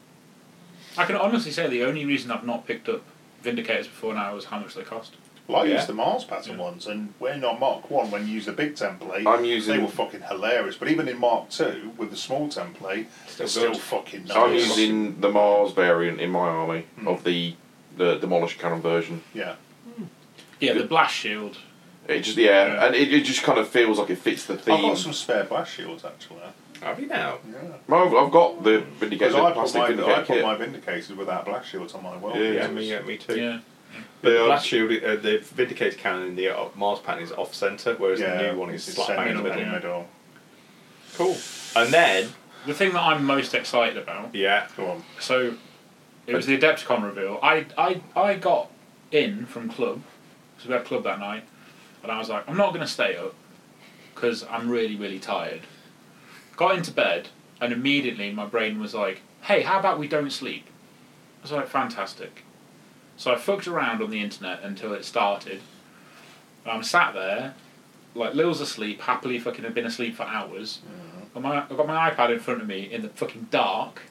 [SPEAKER 4] I can honestly say the only reason I've not picked up Vindicators before now is how much they cost.
[SPEAKER 3] well, I
[SPEAKER 2] Yeah.
[SPEAKER 3] used the Mars pattern ones, and when on Mark One, when you use the big template,
[SPEAKER 5] I'm using-
[SPEAKER 3] they were fucking hilarious. But even in Mark Two with the small template,
[SPEAKER 2] Still
[SPEAKER 3] it's still
[SPEAKER 2] good.
[SPEAKER 3] fucking. Nice.
[SPEAKER 5] So I'm using the Mars variant in my army
[SPEAKER 4] Hmm.
[SPEAKER 5] of the the demolished cannon version.
[SPEAKER 3] Yeah,
[SPEAKER 4] Yeah, the blast shield.
[SPEAKER 5] It just yeah, and it, it just kind of feels like it fits the
[SPEAKER 3] I've
[SPEAKER 5] theme.
[SPEAKER 3] got some spare blast shields actually.
[SPEAKER 2] Have you now?
[SPEAKER 3] Yeah.
[SPEAKER 5] Well, I've got the
[SPEAKER 3] Because
[SPEAKER 5] vindicator
[SPEAKER 3] I put,
[SPEAKER 5] plastic
[SPEAKER 3] my, I
[SPEAKER 5] vindicator
[SPEAKER 3] put
[SPEAKER 5] kit.
[SPEAKER 3] my Vindicators without blast shields on my well.
[SPEAKER 5] Yeah,
[SPEAKER 2] Yeah,
[SPEAKER 5] yeah.
[SPEAKER 2] me, yeah, me too.
[SPEAKER 4] Yeah.
[SPEAKER 2] But
[SPEAKER 5] They
[SPEAKER 2] the
[SPEAKER 5] are-
[SPEAKER 2] Blast Shield, uh, the Vindicator cannon in the uh, Mars pattern is off centre, whereas the new one is
[SPEAKER 3] it's
[SPEAKER 2] slap bang in the
[SPEAKER 3] centre
[SPEAKER 2] middle.
[SPEAKER 3] and middle.
[SPEAKER 2] Cool. And then,
[SPEAKER 4] The thing that I'm most excited about,
[SPEAKER 2] yeah,
[SPEAKER 3] Go on.
[SPEAKER 4] so it was the Adepticon reveal. I, I, I got in from club, because we had club that night, and I was like, I'm not going to stay up, because I'm really, really tired. Got into bed, and immediately my brain was like, hey, how about we don't sleep? I was like, fantastic. So I fucked around on the internet until it started. And I'm sat there, like Lil's asleep, happily fucking had been asleep for hours.
[SPEAKER 3] Mm-hmm.
[SPEAKER 4] And my, I've got my iPad in front of me in the fucking dark,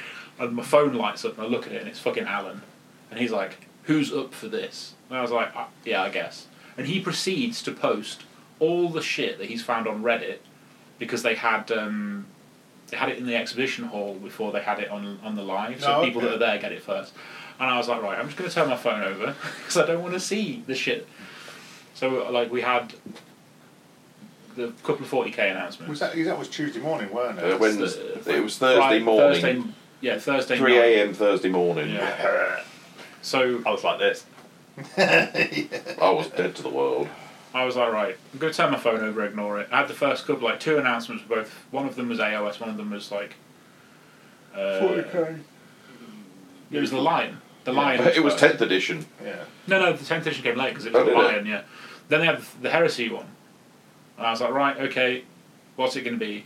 [SPEAKER 4] (laughs) and my phone lights up, and I look at it, and it's fucking Alan. And he's like, Who's up for this? And I was like, "Ah, Yeah, I guess. And he proceeds to post all the shit that he's found on Reddit because they had. Um, they had it in the exhibition hall before they had it on on the live, so
[SPEAKER 3] Oh,
[SPEAKER 4] people
[SPEAKER 3] okay.
[SPEAKER 4] that are there get it first. And I was like, right, I'm just going to turn my phone over (laughs) because I don't want to see the shit. So like we had the couple of forty k announcements.
[SPEAKER 3] Was that that was Tuesday morning, weren't it? (laughs)
[SPEAKER 5] Uh, when
[SPEAKER 4] That's
[SPEAKER 5] it was
[SPEAKER 4] Fri-
[SPEAKER 5] Thursday morning,
[SPEAKER 4] Thursday, yeah, Thursday.
[SPEAKER 5] three
[SPEAKER 4] night.
[SPEAKER 5] a.m. Thursday morning.
[SPEAKER 4] Yeah. So
[SPEAKER 2] Uh, I was like this.
[SPEAKER 5] I was dead to the world.
[SPEAKER 4] I was like, right, I'm going to turn my phone over, ignore it. I had the first couple, like two announcements. Were both one of them was AOS, one of them was like. Uh, it was the lion. The lion.
[SPEAKER 5] It was
[SPEAKER 4] first.
[SPEAKER 5] tenth edition.
[SPEAKER 3] Yeah.
[SPEAKER 4] No, no, the 10th edition came late because it was
[SPEAKER 5] Oh,
[SPEAKER 4] the
[SPEAKER 5] did it?
[SPEAKER 4] Lion, yeah. Then they had the Heresy one. And I was like, right, okay, what's it going to be?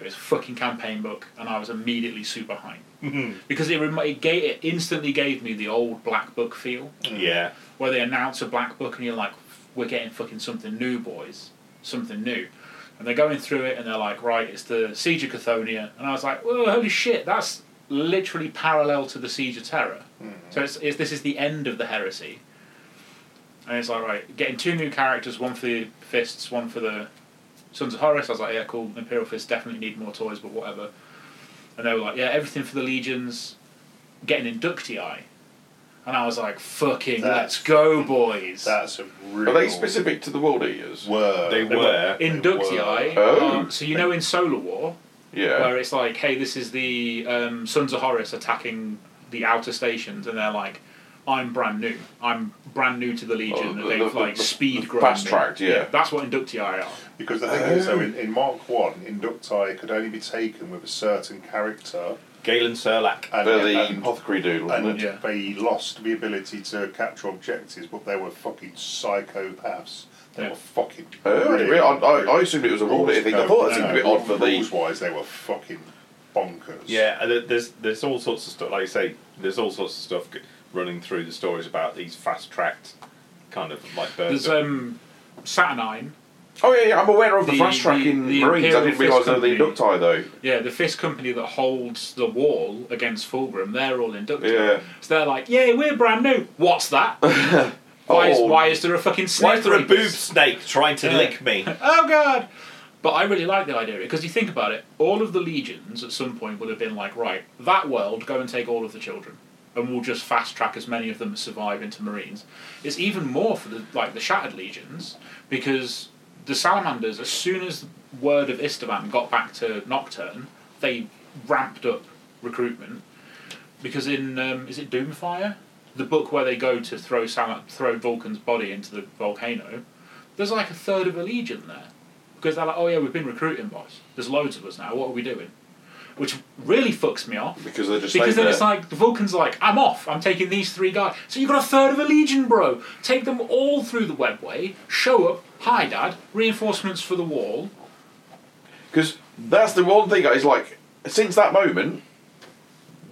[SPEAKER 4] It was a fucking campaign book, and I was immediately super hyped. Because it, remi- it, gave, it instantly gave me the old Black Book feel,
[SPEAKER 2] Yeah.
[SPEAKER 4] where they announce a Black Book and you're like, we're getting fucking something new, boys. Something new. And they're going through it and they're like, right, it's the Siege of Cthonia. And I was like, whoa, holy shit, that's literally parallel to the Siege of Terror. So it's, it's, this is the end of the Heresy. And it's like, right, getting two new characters, one for the Fists, one for the Sons of Horus. I was like, yeah, cool, Imperial Fists definitely need more toys, but whatever. And they were like, yeah, everything for the Legions, getting inductii. And I was like, fucking,
[SPEAKER 3] That's-
[SPEAKER 4] let's go, boys.
[SPEAKER 3] That's a real.
[SPEAKER 5] Are they specific to the World Eaters?
[SPEAKER 3] Word.
[SPEAKER 2] They were.
[SPEAKER 4] inductii.
[SPEAKER 5] were- Oh.
[SPEAKER 4] are- Um, so you know in Solar War,
[SPEAKER 5] Yeah.
[SPEAKER 4] where it's like, hey, this is the um, Sons of Horus attacking the outer stations, and they're like, I'm brand new. I'm brand new to the Legion.
[SPEAKER 5] Oh,
[SPEAKER 4] and
[SPEAKER 5] the-
[SPEAKER 4] they've
[SPEAKER 5] the-
[SPEAKER 4] like
[SPEAKER 5] the-
[SPEAKER 4] speed
[SPEAKER 5] the
[SPEAKER 4] grown.
[SPEAKER 5] fast-tracked,
[SPEAKER 4] me.
[SPEAKER 5] yeah.
[SPEAKER 4] That's what inductee are.
[SPEAKER 3] Because the thing is, though, in, in Mark One, inducti could only be taken with a certain character,
[SPEAKER 2] Galen Serlak.
[SPEAKER 3] and,
[SPEAKER 5] They're the
[SPEAKER 3] and,
[SPEAKER 5] apothecary dude, wasn't
[SPEAKER 3] and
[SPEAKER 5] it?
[SPEAKER 4] Yeah.
[SPEAKER 3] they lost the ability to capture objectives, but they were fucking psychopaths. They
[SPEAKER 4] Yeah.
[SPEAKER 3] were fucking.
[SPEAKER 5] Oh,
[SPEAKER 3] really,
[SPEAKER 5] really? I, I, I assumed it was a World Eater thing. I thought it seemed
[SPEAKER 3] no,
[SPEAKER 5] a bit odd for the.
[SPEAKER 3] Rules-wise, they were fucking bonkers.
[SPEAKER 2] Yeah, and there- there's there's all sorts of stuff. Like you say, there's all sorts of stuff g- running through the stories about these fast tracked kind of like birds.
[SPEAKER 4] There's um, Saturnine
[SPEAKER 5] Oh yeah, yeah, I'm aware of the,
[SPEAKER 4] The-
[SPEAKER 5] fast tracking
[SPEAKER 4] the- the
[SPEAKER 5] Marines. I
[SPEAKER 4] Imperial
[SPEAKER 5] didn't realise
[SPEAKER 4] Fist
[SPEAKER 5] they were the
[SPEAKER 4] Company.
[SPEAKER 5] inducti though.
[SPEAKER 4] Yeah, the fist company that holds the wall against Fulgrim, they're all inducted.
[SPEAKER 5] Yeah.
[SPEAKER 4] So they're like, yeah, we're brand new. What's
[SPEAKER 5] (laughs)
[SPEAKER 4] that? why, is,
[SPEAKER 5] Oh.
[SPEAKER 4] why is there a fucking snake?
[SPEAKER 2] Why is there a
[SPEAKER 4] rapist?
[SPEAKER 2] boob snake trying to
[SPEAKER 4] Yeah.
[SPEAKER 2] lick me?
[SPEAKER 4] Oh god! But I really like the idea because you think about it, all of the legions at some point would have been like, right, that world, go and take all of the children, and we'll just fast track as many of them as survive into marines. It's even more for the like the shattered legions because the salamanders, as soon as word of Istvan got back to Nocturne, they ramped up recruitment because in um, is it Doomfire, the book where they go to throw Sal- throw Vulcan's body into the volcano, there's like a third of a legion there because they're like, oh yeah, we've been recruiting, boss. There's loads of us now. What are we doing? Which really fucks me off
[SPEAKER 5] Because they're just
[SPEAKER 4] because
[SPEAKER 5] staying
[SPEAKER 4] then
[SPEAKER 5] there.
[SPEAKER 4] it's like the Vulcan's like, I'm off. I'm taking these three guys. So you got a third of a legion, bro. Take them all through the webway. Show up. Hi, Dad. Reinforcements for the wall.
[SPEAKER 5] Because that's the one thing. Is like since that moment,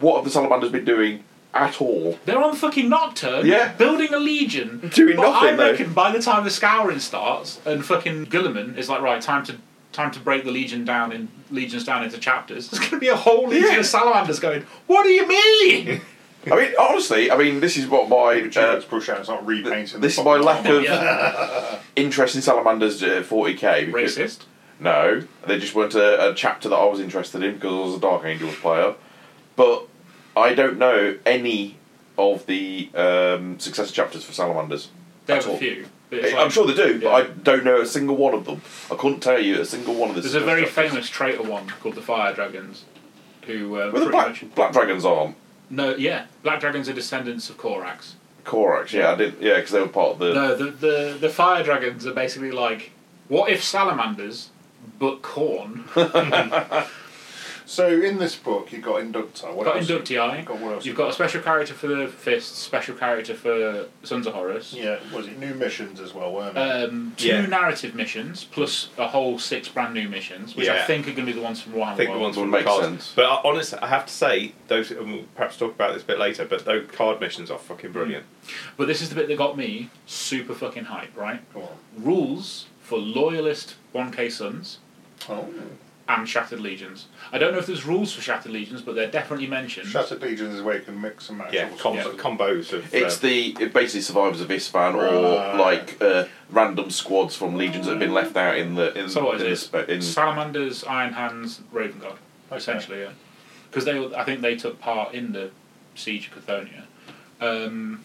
[SPEAKER 5] what have the salamanders been doing at all?
[SPEAKER 4] They're on fucking Nocturne,
[SPEAKER 5] Yeah.
[SPEAKER 4] building a legion.
[SPEAKER 5] (laughs) Doing
[SPEAKER 4] but
[SPEAKER 5] nothing,
[SPEAKER 4] I
[SPEAKER 5] though.
[SPEAKER 4] reckon by the time the scouring starts and fucking Gilliman is like, right, time to time to break the legion down in legions down into chapters. There's gonna be a whole legion
[SPEAKER 5] Yeah.
[SPEAKER 4] of salamanders going. What do you
[SPEAKER 5] (laughs)
[SPEAKER 4] mean?
[SPEAKER 5] I mean, honestly, I mean, this is what my uh,
[SPEAKER 3] it's push out. It's not repainting.
[SPEAKER 5] this
[SPEAKER 3] the
[SPEAKER 5] is my
[SPEAKER 3] fucking
[SPEAKER 5] lack
[SPEAKER 3] armour.
[SPEAKER 5] of interest in salamanders at 40k. because-
[SPEAKER 4] Racist.
[SPEAKER 5] No, they just weren't a, a chapter that I was interested in because I was a Dark Angels player. But I don't know any of the um, success chapters for salamanders.
[SPEAKER 4] There
[SPEAKER 5] at
[SPEAKER 4] were
[SPEAKER 5] all.
[SPEAKER 4] a few. but it's
[SPEAKER 5] I'm
[SPEAKER 4] like-
[SPEAKER 5] sure they do, but
[SPEAKER 4] yeah.
[SPEAKER 5] I don't know a single one of them. I couldn't tell you a single one of the.
[SPEAKER 4] There's a
[SPEAKER 5] (laughs) success
[SPEAKER 4] very
[SPEAKER 5] chapters.
[SPEAKER 4] famous traitor one called the Fire Dragons, who uh,
[SPEAKER 5] Well,
[SPEAKER 4] pretty
[SPEAKER 5] the black,
[SPEAKER 4] much
[SPEAKER 5] black dragons are
[SPEAKER 4] no, yeah, Black Dragons are descendants of Korax.
[SPEAKER 5] Korax. Yeah, I did. Yeah, because they were part of the.
[SPEAKER 4] No, the, the the Fire Dragons are basically like, what if salamanders, but corn
[SPEAKER 3] So in this book, you got Inductor. What
[SPEAKER 4] got
[SPEAKER 3] else?
[SPEAKER 4] inductii.
[SPEAKER 3] Got what else?
[SPEAKER 4] You've got a special character for the fists, special character for Sons of Horus.
[SPEAKER 3] Yeah, was it new missions as well, weren't
[SPEAKER 5] Uh,
[SPEAKER 3] it?
[SPEAKER 4] Um, two
[SPEAKER 2] Yeah.
[SPEAKER 4] narrative missions plus a whole six brand new missions, which I
[SPEAKER 2] Yeah.
[SPEAKER 4] think are going to be the ones from Warhammer.
[SPEAKER 2] I think the
[SPEAKER 4] World.
[SPEAKER 2] ones
[SPEAKER 5] Would
[SPEAKER 2] from
[SPEAKER 5] make
[SPEAKER 2] cards.
[SPEAKER 5] sense.
[SPEAKER 2] But I, honestly, I have to say those. And we'll perhaps talk about this a bit later. But those card missions are fucking brilliant.
[SPEAKER 4] But this is the bit that got me super fucking hype, right?
[SPEAKER 3] Go on.
[SPEAKER 4] Rules for loyalist 1K sons
[SPEAKER 3] Oh,
[SPEAKER 4] and Shattered Legions. I don't know if there's rules for Shattered Legions, but they're definitely mentioned.
[SPEAKER 3] Shattered Legions is where you can mix and match.
[SPEAKER 2] Yeah,
[SPEAKER 3] all
[SPEAKER 2] com-
[SPEAKER 3] sorts of-
[SPEAKER 2] combos of.
[SPEAKER 5] It's
[SPEAKER 2] uh,
[SPEAKER 5] the it basically survivors of Isfan or
[SPEAKER 3] Right.
[SPEAKER 5] like uh, random squads from legions that have been left out in the in,
[SPEAKER 4] So what is
[SPEAKER 5] in
[SPEAKER 4] it?
[SPEAKER 5] the spe- in
[SPEAKER 4] Salamanders, Iron Hands, Raven God,
[SPEAKER 3] Okay.
[SPEAKER 4] essentially, yeah. Because they, all- I think they took part in the siege of Cthonia. Um,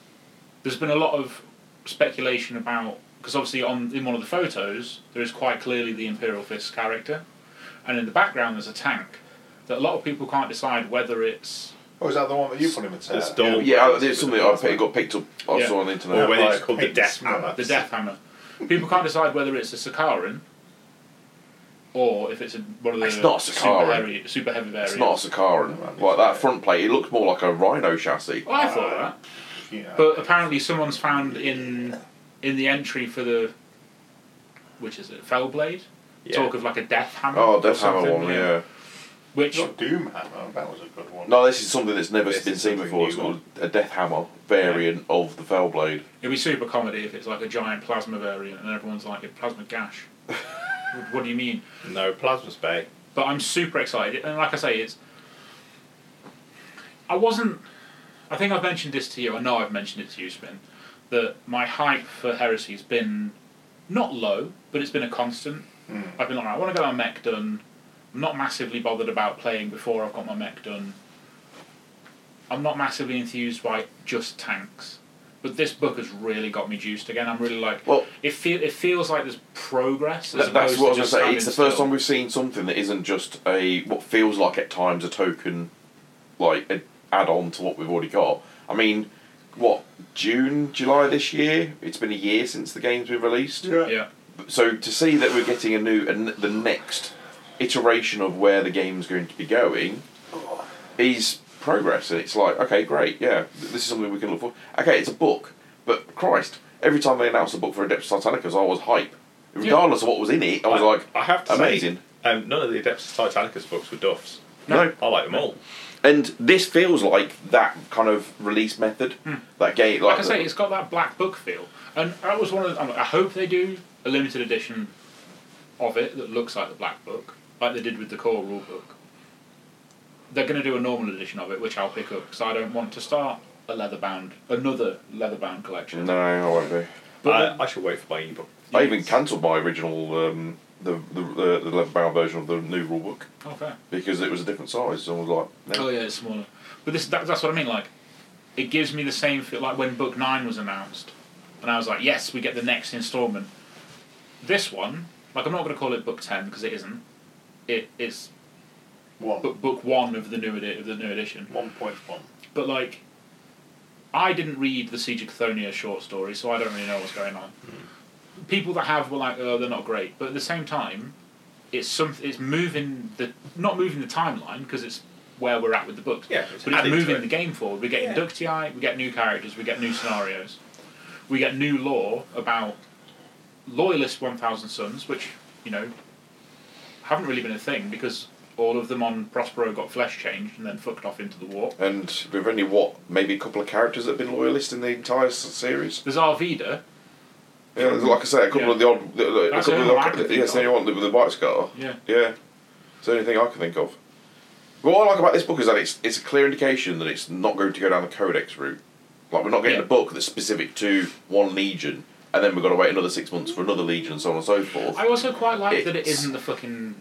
[SPEAKER 4] there's been a lot of speculation about because obviously on in one of the photos there is quite clearly the Imperial Fist character, and in the background there's a tank that a lot of people can't decide whether it's
[SPEAKER 3] Oh, is that the one that you put him in?
[SPEAKER 2] The storm.
[SPEAKER 5] Yeah, I- there's something I picked,
[SPEAKER 2] or
[SPEAKER 5] got picked up. I
[SPEAKER 4] Yeah.
[SPEAKER 5] saw on the internet.
[SPEAKER 3] Or
[SPEAKER 2] whether it's
[SPEAKER 3] Like
[SPEAKER 2] called the
[SPEAKER 3] Hate
[SPEAKER 2] Death
[SPEAKER 3] Smaller.
[SPEAKER 2] Hammer.
[SPEAKER 4] the Death Hammer. People can't decide whether it's a Sakaran or if it's a, one of the
[SPEAKER 5] It's not a
[SPEAKER 4] super
[SPEAKER 5] Sakaran.
[SPEAKER 4] heavy, super heavy variants.
[SPEAKER 5] It's not a Sakaran. Like that front plate, it looks more like a rhino chassis.
[SPEAKER 4] Well, I thought that.
[SPEAKER 3] Yeah.
[SPEAKER 4] But uh, apparently, someone's found in in the entry for the which is it, Fellblade.
[SPEAKER 2] Yeah.
[SPEAKER 4] Talk of like a death hammer.
[SPEAKER 5] Oh,
[SPEAKER 4] or
[SPEAKER 5] Death Hammer
[SPEAKER 4] something,
[SPEAKER 5] one, yeah.
[SPEAKER 4] Which
[SPEAKER 3] Not Doomhammer. That was a good one.
[SPEAKER 5] No, this is something that's never
[SPEAKER 2] This
[SPEAKER 5] been
[SPEAKER 2] is
[SPEAKER 5] seen
[SPEAKER 2] something
[SPEAKER 5] before. It's
[SPEAKER 2] new
[SPEAKER 5] called a Death Hammer variant of the Fellblade.
[SPEAKER 4] it'd be super comedy if it's like a giant plasma variant and everyone's like a plasma
[SPEAKER 5] (laughs)
[SPEAKER 4] gash. What- what do you mean?
[SPEAKER 2] No, Plasma Bay.
[SPEAKER 4] But I'm super excited, and like I say, it's. I wasn't. I think I've mentioned this to you. I know I've mentioned it to you, Spin. That my hype for Heresy has been not low, but it's been a constant.
[SPEAKER 5] Mm.
[SPEAKER 4] I've been like, I want to get my mech done. I'm not massively bothered about playing before I've got my mech done. I'm not massively enthused by just tanks, but this book has really got me juiced again. I'm really like,
[SPEAKER 5] Well-
[SPEAKER 4] it feel it feels like there's progress. as
[SPEAKER 5] That- that's
[SPEAKER 4] opposed
[SPEAKER 5] what I
[SPEAKER 4] to
[SPEAKER 5] was going to
[SPEAKER 4] just
[SPEAKER 5] say.
[SPEAKER 4] standing
[SPEAKER 5] It's the first
[SPEAKER 4] still.
[SPEAKER 5] time we've seen something that isn't just a what feels like at times a token, like an add-on to what we've already got. I mean, what June, July this year? It's been a year since the game's been released.
[SPEAKER 4] Yeah.
[SPEAKER 5] So to see that we're getting a new and the next iteration of where the game's going to be going is progress, and it's like okay, great, yeah, th- this is something we can look for. Okay, it's a book, but Christ, every time they announced a book for Adeptus Titanicus, I was hype. Regardless of what was in it, I was like,
[SPEAKER 2] I have to
[SPEAKER 5] amazing.
[SPEAKER 2] say, um, none of the Adeptus Titanicus books were duffs.
[SPEAKER 5] No.
[SPEAKER 2] I like them all.
[SPEAKER 5] And this feels like that kind of release method, that game. Hmm. Like,
[SPEAKER 4] like I say, it's got that black book feel, and that was one of. The, I'm like, I hope they do a limited edition of it that looks like the Black Book, like they did with the core rule book, they're going to do a normal edition of it, which I'll pick up because I don't want to start a leather bound, another leather bound collection.
[SPEAKER 5] No, I won't be.
[SPEAKER 2] Uh, I, I should wait for my ebook.
[SPEAKER 5] I even cancelled my original um, the the the, the leather bound version of the new rule book
[SPEAKER 4] Oh, fair.
[SPEAKER 5] because it was a different size. So I was like, no.
[SPEAKER 4] Oh yeah, it's smaller. But this that, that's what I mean. Like, it gives me the same feel like when Book Nine was announced, and I was like, yes, we get the next instalment. This one, like, I'm not going to call it Book Ten because it isn't. It it's
[SPEAKER 3] One.
[SPEAKER 4] book, book One of the new edi- of the new edition.
[SPEAKER 3] One point one.
[SPEAKER 4] But like, I didn't read the Siege of Cthonia short story, so I don't really know what's going on.
[SPEAKER 2] Hmm.
[SPEAKER 4] People that have were like, oh, they're not great. But at the same time, it's some, it's moving the not moving the timeline because it's where we're at with the books.
[SPEAKER 2] Yeah, it's
[SPEAKER 4] but it's
[SPEAKER 2] adding to
[SPEAKER 4] moving
[SPEAKER 2] it.
[SPEAKER 4] the game forward. We're getting
[SPEAKER 2] Yeah.
[SPEAKER 4] Ductii, we get new characters, we get new scenarios, we get new lore about Loyalist One Thousand Sons, which you know haven't really been a thing because all of them on Prospero got flesh changed and then fucked off into the war.
[SPEAKER 5] And we've only what maybe a couple of characters that have been loyalist in the entire s- series.
[SPEAKER 4] There's Arvida.
[SPEAKER 5] Yeah, there's, like I say, a couple
[SPEAKER 4] Yeah.
[SPEAKER 5] of the odd. The, the, a
[SPEAKER 4] That's
[SPEAKER 5] couple
[SPEAKER 4] the
[SPEAKER 5] of
[SPEAKER 4] only one I can
[SPEAKER 5] the,
[SPEAKER 4] think
[SPEAKER 5] yes, the
[SPEAKER 4] of.
[SPEAKER 5] only one with the white scar.
[SPEAKER 4] Yeah.
[SPEAKER 5] Yeah, it's the only thing I can think of. But what I like about this book is that it's it's a clear indication that it's not going to go down the codex route. Like we're not getting
[SPEAKER 4] Yeah.
[SPEAKER 5] a book that's specific to one legion, and then we've got to wait another six months for another legion, and so on and so forth.
[SPEAKER 4] I also quite like that it
[SPEAKER 5] It's-
[SPEAKER 4] isn't the fucking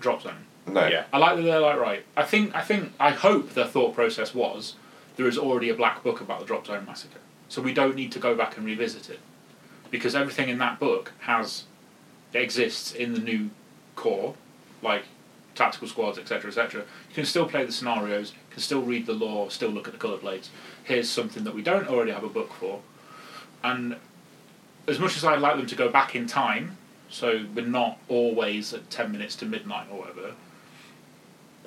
[SPEAKER 4] drop zone.
[SPEAKER 5] no,
[SPEAKER 2] Yeah.
[SPEAKER 4] I like that they're like right. I think I think I hope their thought process was there is already a black book about the drop zone massacre, so we don't need to go back and revisit it because everything in that book has exists in the new core, like tactical squads, etc., etc. You can still play the scenarios, you can still read the lore, still look at the color blades. Here's something that we don't already have a book for, and as much as I'd like them to go back in time, so we're not always at ten minutes to midnight or whatever.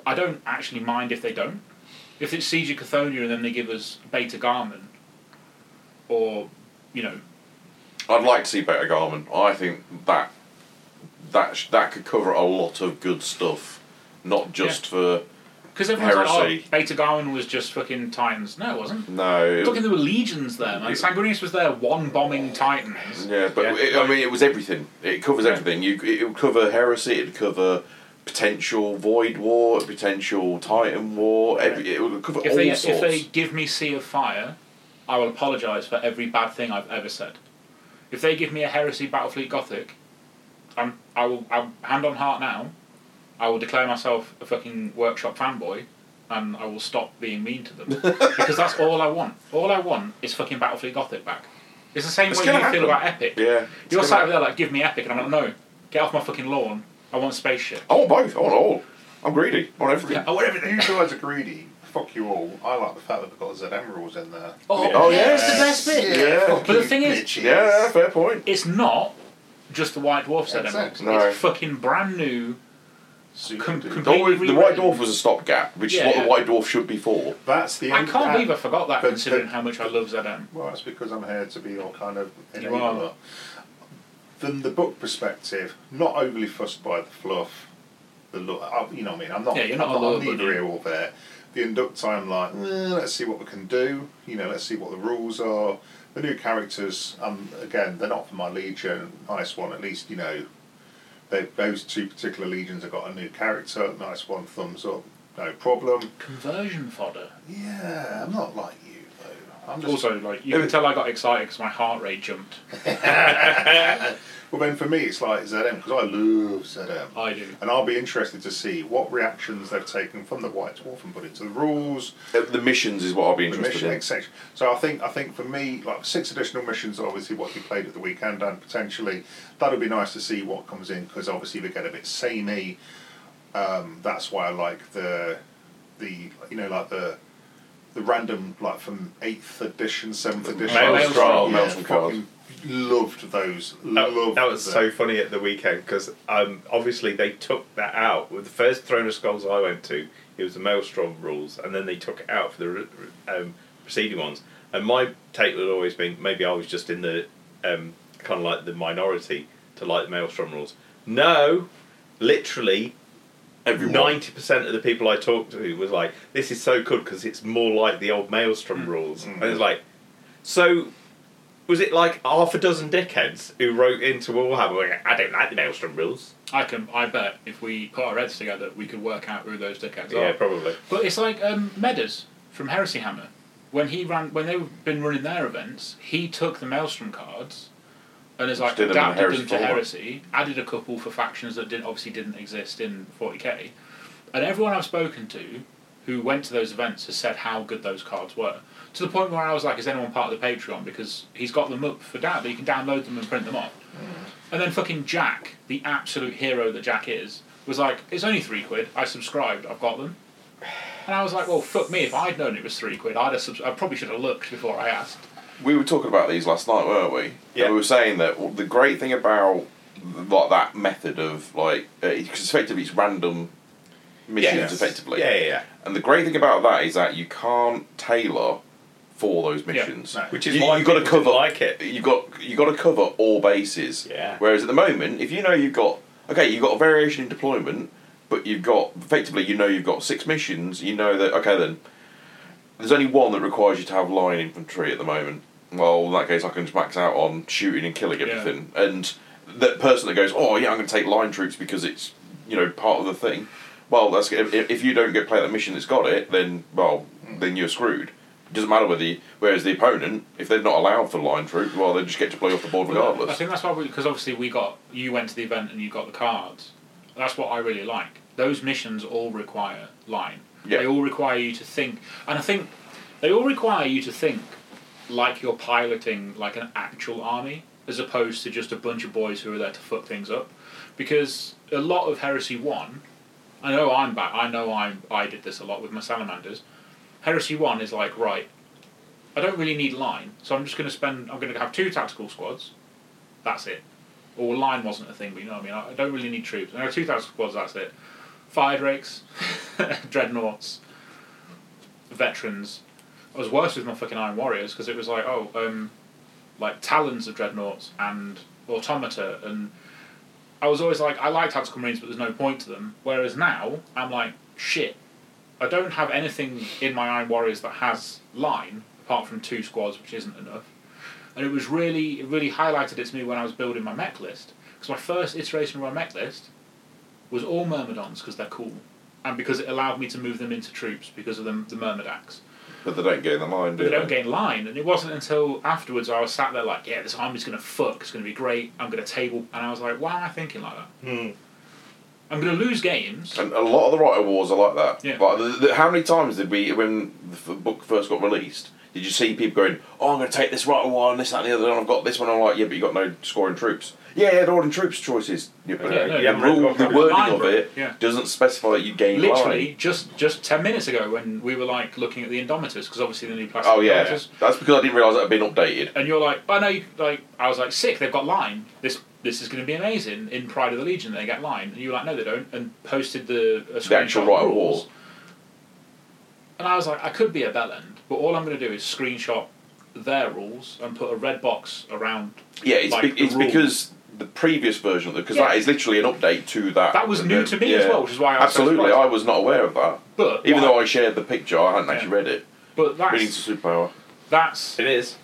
[SPEAKER 4] I don't actually mind if they don't. If it's Siege of Cthonia and then they give us Beta Garmin, or you know,
[SPEAKER 5] I'd like to see better Garmin. I think that that sh- that could cover a lot of good stuff, not just for
[SPEAKER 4] because everyone's like,
[SPEAKER 5] Heresy.
[SPEAKER 4] oh, Beta Garmin was just fucking Titans. No, it wasn't.
[SPEAKER 5] no. it-
[SPEAKER 4] Fucking there were legions there, man.
[SPEAKER 5] It-
[SPEAKER 4] Sanguinius was there, one bombing Titans.
[SPEAKER 5] Yeah, but
[SPEAKER 2] Yeah.
[SPEAKER 5] It, I mean, it was everything. It covers
[SPEAKER 4] Yeah.
[SPEAKER 5] everything. You, it would cover heresy. It'd cover potential void war, potential Titan war. Every, it would cover
[SPEAKER 4] If
[SPEAKER 5] all
[SPEAKER 4] they if
[SPEAKER 5] sorts.
[SPEAKER 4] they give me Sea of Fire, I will apologise for every bad thing I've ever said. If they give me a Heresy Battlefleet Gothic, I'm I will I'm hand on heart now. I will declare myself a fucking workshop fanboy, and I will stop being mean
[SPEAKER 5] (laughs)
[SPEAKER 4] to them because that's all I want. All I want is fucking Battlefleet Gothic back. It's the same
[SPEAKER 5] It's
[SPEAKER 4] way you
[SPEAKER 5] gonna
[SPEAKER 4] feel
[SPEAKER 5] happen.
[SPEAKER 4] about Epic.
[SPEAKER 5] yeah, it's
[SPEAKER 4] You're
[SPEAKER 5] gonna-
[SPEAKER 4] sat over there like, give me Epic, and I'm like, no, get off my fucking lawn. I want spaceship.
[SPEAKER 5] I want both. I want all. I'm greedy. I want everything.
[SPEAKER 4] I want everything.
[SPEAKER 3] You guys are greedy. Fuck you all. I like the fact that we've got Z Emeralds in there.
[SPEAKER 4] Oh,
[SPEAKER 5] Oh,
[SPEAKER 4] yeah,
[SPEAKER 5] yes.
[SPEAKER 4] it's the best bit.
[SPEAKER 5] Yeah.
[SPEAKER 3] fuck
[SPEAKER 4] But the
[SPEAKER 3] you
[SPEAKER 4] thing is-
[SPEAKER 3] bitches.
[SPEAKER 5] Yeah, fair point.
[SPEAKER 4] it's not just the White Dwarf set
[SPEAKER 3] That's
[SPEAKER 4] emeralds.
[SPEAKER 3] it.
[SPEAKER 5] No.
[SPEAKER 4] It's fucking brand new.
[SPEAKER 3] So you
[SPEAKER 4] Com-
[SPEAKER 3] can do
[SPEAKER 4] com-
[SPEAKER 5] The White- the White
[SPEAKER 4] rewritten.
[SPEAKER 5] Dwarf was a stopgap, which
[SPEAKER 4] Yeah,
[SPEAKER 5] is what
[SPEAKER 4] yeah.
[SPEAKER 5] the White Dwarf should be for.
[SPEAKER 3] That's the.
[SPEAKER 4] I
[SPEAKER 3] end-
[SPEAKER 4] can't
[SPEAKER 3] that-
[SPEAKER 4] believe I forgot that
[SPEAKER 3] but-
[SPEAKER 4] considering
[SPEAKER 3] but-
[SPEAKER 4] how much I love Zedam.
[SPEAKER 3] Well, that's because I'm here to be your kind of
[SPEAKER 4] You
[SPEAKER 3] enabler.
[SPEAKER 4] are.
[SPEAKER 3] From the book perspective, not overly fussed by the fluff. The look, I, you know what I mean. I'm not.
[SPEAKER 4] Yeah, you're not
[SPEAKER 3] I'm
[SPEAKER 4] a
[SPEAKER 3] not
[SPEAKER 4] lawyer,
[SPEAKER 3] neither
[SPEAKER 4] but you-
[SPEAKER 3] here or there. The induct, I'm like, eh, let's see what we can do. You know, let's see what the rules are. The new characters, um, again, they're not for my legion. Nice one, at least you know. They, those two particular legions have got a new character. Nice one, thumbs up, no problem.
[SPEAKER 4] Conversion fodder.
[SPEAKER 3] Yeah, I'm not like you though. I'm just
[SPEAKER 4] Also, like you can tell, I got excited because my heart rate jumped.
[SPEAKER 3] (laughs) Well, then for me, it's like ZM because I love ZM,
[SPEAKER 4] I do.
[SPEAKER 3] and I'll be interested to see what reactions they've taken from the White Dwarf and put into the rules,
[SPEAKER 5] Uh, The missions is what I'll be
[SPEAKER 3] the
[SPEAKER 5] interested
[SPEAKER 3] mission,
[SPEAKER 5] in.
[SPEAKER 3] etc. So I think I think for me, like six additional missions, are obviously what you played at the weekend, and potentially that'll be nice to see what comes in because obviously they get a bit samey. Um, that's why I like the the you know like the. The random, like from eighth edition, seventh edition,
[SPEAKER 2] Maelstrom.
[SPEAKER 5] Maelstrom cards.
[SPEAKER 3] fucking loved those.
[SPEAKER 2] That,
[SPEAKER 3] loved
[SPEAKER 2] that was
[SPEAKER 3] them.
[SPEAKER 2] so funny at the weekend because um, obviously they took that out with the first Throne of Skulls I went to. It was the Maelstrom rules, and then they took it out for the re- re- um, preceding ones. And my take would always been maybe I was just in the um, kind of like the minority to like the Maelstrom rules. No, literally
[SPEAKER 5] Everyone.
[SPEAKER 2] ninety percent of the people I talked to was like, "This is so good because it's more like the old Maelstrom rules." And it's like, so was it like half a dozen dickheads who wrote into Warhammer? Going, I don't like the Maelstrom rules.
[SPEAKER 4] I can. I bet if we put our heads together, we could work out who those dickheads are.
[SPEAKER 2] probably.
[SPEAKER 4] But it's like um, Meadows from Heresy Hammer. When he ran, when they've been running their events, he took the Maelstrom cards and has like
[SPEAKER 5] Just did them in
[SPEAKER 4] adapted
[SPEAKER 5] Heresy
[SPEAKER 4] them to
[SPEAKER 5] format.
[SPEAKER 4] Heresy, added a couple for factions that did obviously didn't exist in 40k. And everyone I've spoken to who went to those events has said how good those cards were. To the point where I was like, is anyone part of the Patreon? Because he's got them up for down, you can download them and print them off. And then fucking Jack, the absolute hero that Jack is, was like, it's only three quid. I subscribed. I've got them. And I was like, well, fuck me. If I'd known it was three quid, I'd have subs- I probably should have looked before I asked.
[SPEAKER 5] We were talking about these last night, weren't we?
[SPEAKER 2] Yeah.
[SPEAKER 5] And we were saying that w- the great thing about th- like that method of like because effectively it's random missions,
[SPEAKER 2] Yes.
[SPEAKER 5] effectively.
[SPEAKER 2] Yeah, yeah, yeah.
[SPEAKER 5] And the great thing about that is that you can't tailor for those missions.
[SPEAKER 3] no.
[SPEAKER 2] Which is
[SPEAKER 5] you,
[SPEAKER 2] why
[SPEAKER 5] you've got to
[SPEAKER 2] people
[SPEAKER 5] cover
[SPEAKER 2] didn't like it.
[SPEAKER 5] You got you got to cover all bases.
[SPEAKER 2] Yeah.
[SPEAKER 5] Whereas at the moment, if you know you've got okay, you've got a variation in deployment, but you've got effectively you know you've got six missions. You know that okay then. There's only one that requires you to have line infantry at the moment. Well, in that case, I can just max out on shooting and killing
[SPEAKER 4] Yeah.
[SPEAKER 5] everything. And that person that goes, oh yeah, I'm going to take line troops because it's you know part of the thing. Well, that's if, if you don't get play that mission that's got it, then well, then you're screwed. It doesn't matter whether. You, whereas the opponent, if they're not allowed for line troops, well, they just get to play off the board
[SPEAKER 4] I
[SPEAKER 5] regardless.
[SPEAKER 4] think that's why we, because obviously we got, you went to the event and you got the cards. That's what I really like. Those missions all require line.
[SPEAKER 5] Yeah.
[SPEAKER 4] They all require you to think, and I think they all require you to think like you're piloting like an actual army, as opposed to just a bunch of boys who are there to fuck things up. Because a lot of Heresy One, I know I'm back. I know I'm. I did this a lot with my salamanders. Heresy One is like right. I don't really need line, so I'm just going to spend. I'm going to have two tactical squads. That's it. Or line wasn't a thing, but you know what I mean. I, I don't really need troops. I have two tactical squads. That's it. Fire drakes, (laughs) dreadnoughts, veterans. I was worse with my fucking Iron Warriors because it was like oh, um, like talons of dreadnoughts and automata and I was always like, I like tactical marines, but there's no point to them. Whereas now, I'm like, shit, I don't have anything in my Iron Warriors that has line, apart from two squads, which isn't enough. And it was really, it really highlighted it to me when I was building my mech list. Because my first iteration of my mech list was all myrmidons because they're cool. And because it allowed me to move them into troops because of them, the myrmidax.
[SPEAKER 5] But they don't get in the line,
[SPEAKER 4] But
[SPEAKER 5] do
[SPEAKER 4] they
[SPEAKER 5] they?
[SPEAKER 4] don't get in line. And it wasn't until afterwards I was sat there like, yeah, this army's going to fuck. It's going to be great. I'm going to table. And I was like, why am I thinking like that?
[SPEAKER 5] Hmm.
[SPEAKER 4] I'm going to lose games.
[SPEAKER 5] And a lot of the writer wars are like that.
[SPEAKER 4] Yeah.
[SPEAKER 5] Like, the, the, how many times did we, when the f- book first got released, did you see people going, "Oh, I'm going to take this writer war and this, that, and the other, and I've got this one." I'm like, "Yeah, but you got no scoring troops." Yeah, yeah, they're all in troops choices. Yeah, but
[SPEAKER 4] Yeah, no,
[SPEAKER 5] the
[SPEAKER 4] you
[SPEAKER 2] haven't
[SPEAKER 5] rule,
[SPEAKER 2] read
[SPEAKER 5] the
[SPEAKER 2] the
[SPEAKER 5] wording
[SPEAKER 4] line,
[SPEAKER 5] of
[SPEAKER 4] bro.
[SPEAKER 5] it
[SPEAKER 4] Yeah.
[SPEAKER 5] doesn't specify that you gain
[SPEAKER 4] Literally,
[SPEAKER 5] line.
[SPEAKER 4] just just ten minutes ago when we were like looking at the Indomitus because obviously the new plastic
[SPEAKER 5] Oh yeah,
[SPEAKER 4] Indomitus,
[SPEAKER 5] that's because I didn't realise it had been updated.
[SPEAKER 4] and you're like, I know, you, like I was like, sick. They've got line. This this is going to be amazing. In Pride of the Legion, they get line, and you were like, no, they don't, and posted the a
[SPEAKER 5] The actual
[SPEAKER 4] screenshot
[SPEAKER 5] right
[SPEAKER 4] rules.
[SPEAKER 5] wall.
[SPEAKER 4] And I was like, I could be a bellend, but all I'm going to do is screenshot their rules and put a red box around.
[SPEAKER 5] Yeah, it's,
[SPEAKER 4] like,
[SPEAKER 5] be,
[SPEAKER 4] the
[SPEAKER 5] it's
[SPEAKER 4] rule.
[SPEAKER 5] because the previous version of it, because
[SPEAKER 4] Yeah.
[SPEAKER 5] that is literally an update to that.
[SPEAKER 4] That was new to me as
[SPEAKER 5] yeah.
[SPEAKER 4] well, which is why I was so
[SPEAKER 5] absolutely
[SPEAKER 4] surprised.
[SPEAKER 5] I was not aware of that.
[SPEAKER 4] But
[SPEAKER 5] Even
[SPEAKER 4] what
[SPEAKER 5] though I shared the picture, I hadn't
[SPEAKER 4] Yeah.
[SPEAKER 5] actually read it.
[SPEAKER 4] but
[SPEAKER 5] Reading to
[SPEAKER 4] that's
[SPEAKER 5] superpower.
[SPEAKER 4] that's
[SPEAKER 2] It is.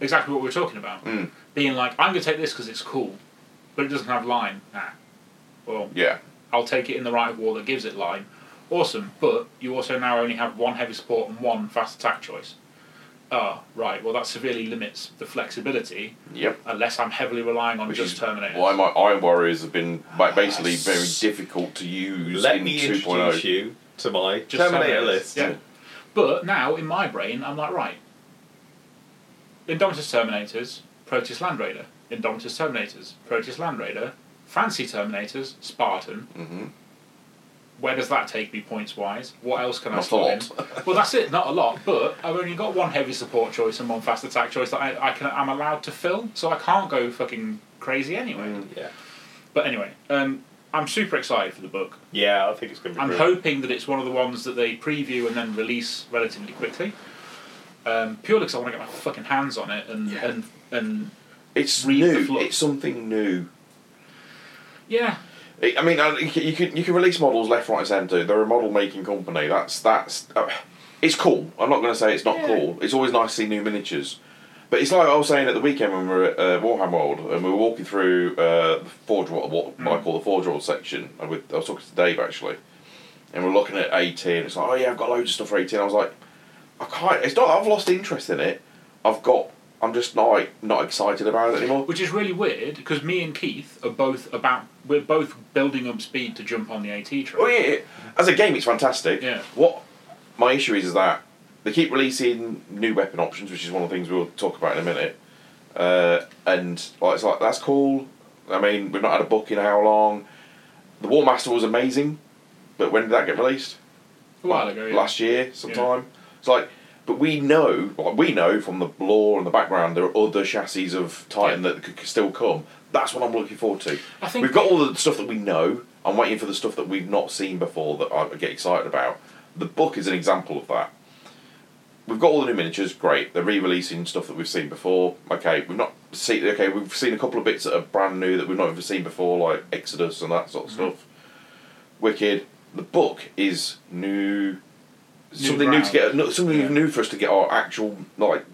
[SPEAKER 4] exactly what we were talking about.
[SPEAKER 5] Mm.
[SPEAKER 4] Being like, I'm going to take this because it's cool, but it doesn't have line. Nah. Well,
[SPEAKER 5] Yeah.
[SPEAKER 4] I'll take it in the right of war that gives it line. Awesome, but you also now only have one heavy support and one fast attack choice. Ah, right. Well, that severely limits the flexibility
[SPEAKER 5] Yep.
[SPEAKER 4] unless I'm heavily relying on
[SPEAKER 5] Which
[SPEAKER 4] just
[SPEAKER 5] is
[SPEAKER 4] Terminators.
[SPEAKER 5] Why my Iron Warriors have been like, basically
[SPEAKER 2] Yes.
[SPEAKER 5] very difficult to use
[SPEAKER 2] Ah, Let
[SPEAKER 5] in oh.
[SPEAKER 2] me
[SPEAKER 5] 2.0.
[SPEAKER 2] introduce you to my
[SPEAKER 4] Just
[SPEAKER 2] oh. Terminator
[SPEAKER 4] Terminators,
[SPEAKER 2] list.
[SPEAKER 4] Yeah. But now in my brain, I'm like, right. Indomitus Terminators, Proteus Land Raider. Indomitus Terminators, Proteus Land Raider. Fancy Terminators, Spartan.
[SPEAKER 5] hmm
[SPEAKER 4] Where does that take me points wise? What else can I
[SPEAKER 5] Not a
[SPEAKER 4] slot in?
[SPEAKER 5] lot. (laughs)
[SPEAKER 4] well, that's it, not a lot. But I've only got one heavy support choice and one fast attack choice that I, I can I'm allowed to fill, so I can't go fucking crazy anyway.
[SPEAKER 5] Mm.
[SPEAKER 2] Yeah.
[SPEAKER 4] But anyway, um, I'm super excited for the book.
[SPEAKER 2] Yeah, I think it's going to be.
[SPEAKER 4] I'm
[SPEAKER 2] brilliant.
[SPEAKER 4] hoping that it's one of the ones that they preview and then release relatively quickly. Um, purely because I want to get my fucking hands on it and
[SPEAKER 5] Yeah.
[SPEAKER 4] and and
[SPEAKER 5] It's
[SPEAKER 4] Read the
[SPEAKER 5] new.
[SPEAKER 4] flux.
[SPEAKER 5] It's something new.
[SPEAKER 4] yeah,
[SPEAKER 5] I I mean, I- you can you can release models left, right, and centre. They're a model making company. That's that's uh, it's cool. I'm not going to say it's not
[SPEAKER 4] Yeah.
[SPEAKER 5] cool. It's always nice to see new miniatures. But it's like I was saying at the weekend when we were at uh, Warhammer World and we were walking through uh, the Forge World, what I call the Forge World section. and with, I was talking to Dave actually, and we are looking at 18. It's like, oh yeah, I've got loads of stuff for 18. I was like, I can't. It's not. that I've lost interest in it. I've got. I'm just not not excited about it anymore.
[SPEAKER 4] Which is really weird because me and Keith are both about we're both building up speed to jump on the AT train.
[SPEAKER 5] Oh yeah, yeah. as a game, it's fantastic.
[SPEAKER 4] Yeah.
[SPEAKER 5] What my issue is is that they keep releasing new weapon options, which is one of the things we'll talk about in a minute. Uh, and like, it's like that's cool. I mean, we've not had a book in how long. The War Master was amazing, but when did that get released?
[SPEAKER 4] A while ago. Yeah.
[SPEAKER 5] Last year, sometime. It's like, but we know, like we know from the lore and the background, there are other chassis of Titan that could could still come. That's what I'm looking forward to.
[SPEAKER 4] I think-
[SPEAKER 5] we've got all the stuff that we know. I'm waiting for the stuff that we've not seen before that I get excited about. The book is an example of that. We've got all the new miniatures, great. They're re-releasing stuff that we've seen before. Okay, we've not seen. Okay, we've seen a couple of bits that are brand new that we've not ever seen before, like Exodus and that sort
[SPEAKER 4] Mm-hmm.
[SPEAKER 5] of stuff. Wicked. The book is new, something new to
[SPEAKER 4] ground.
[SPEAKER 5] get, no- something
[SPEAKER 4] Yeah.
[SPEAKER 5] new for us to get our actual like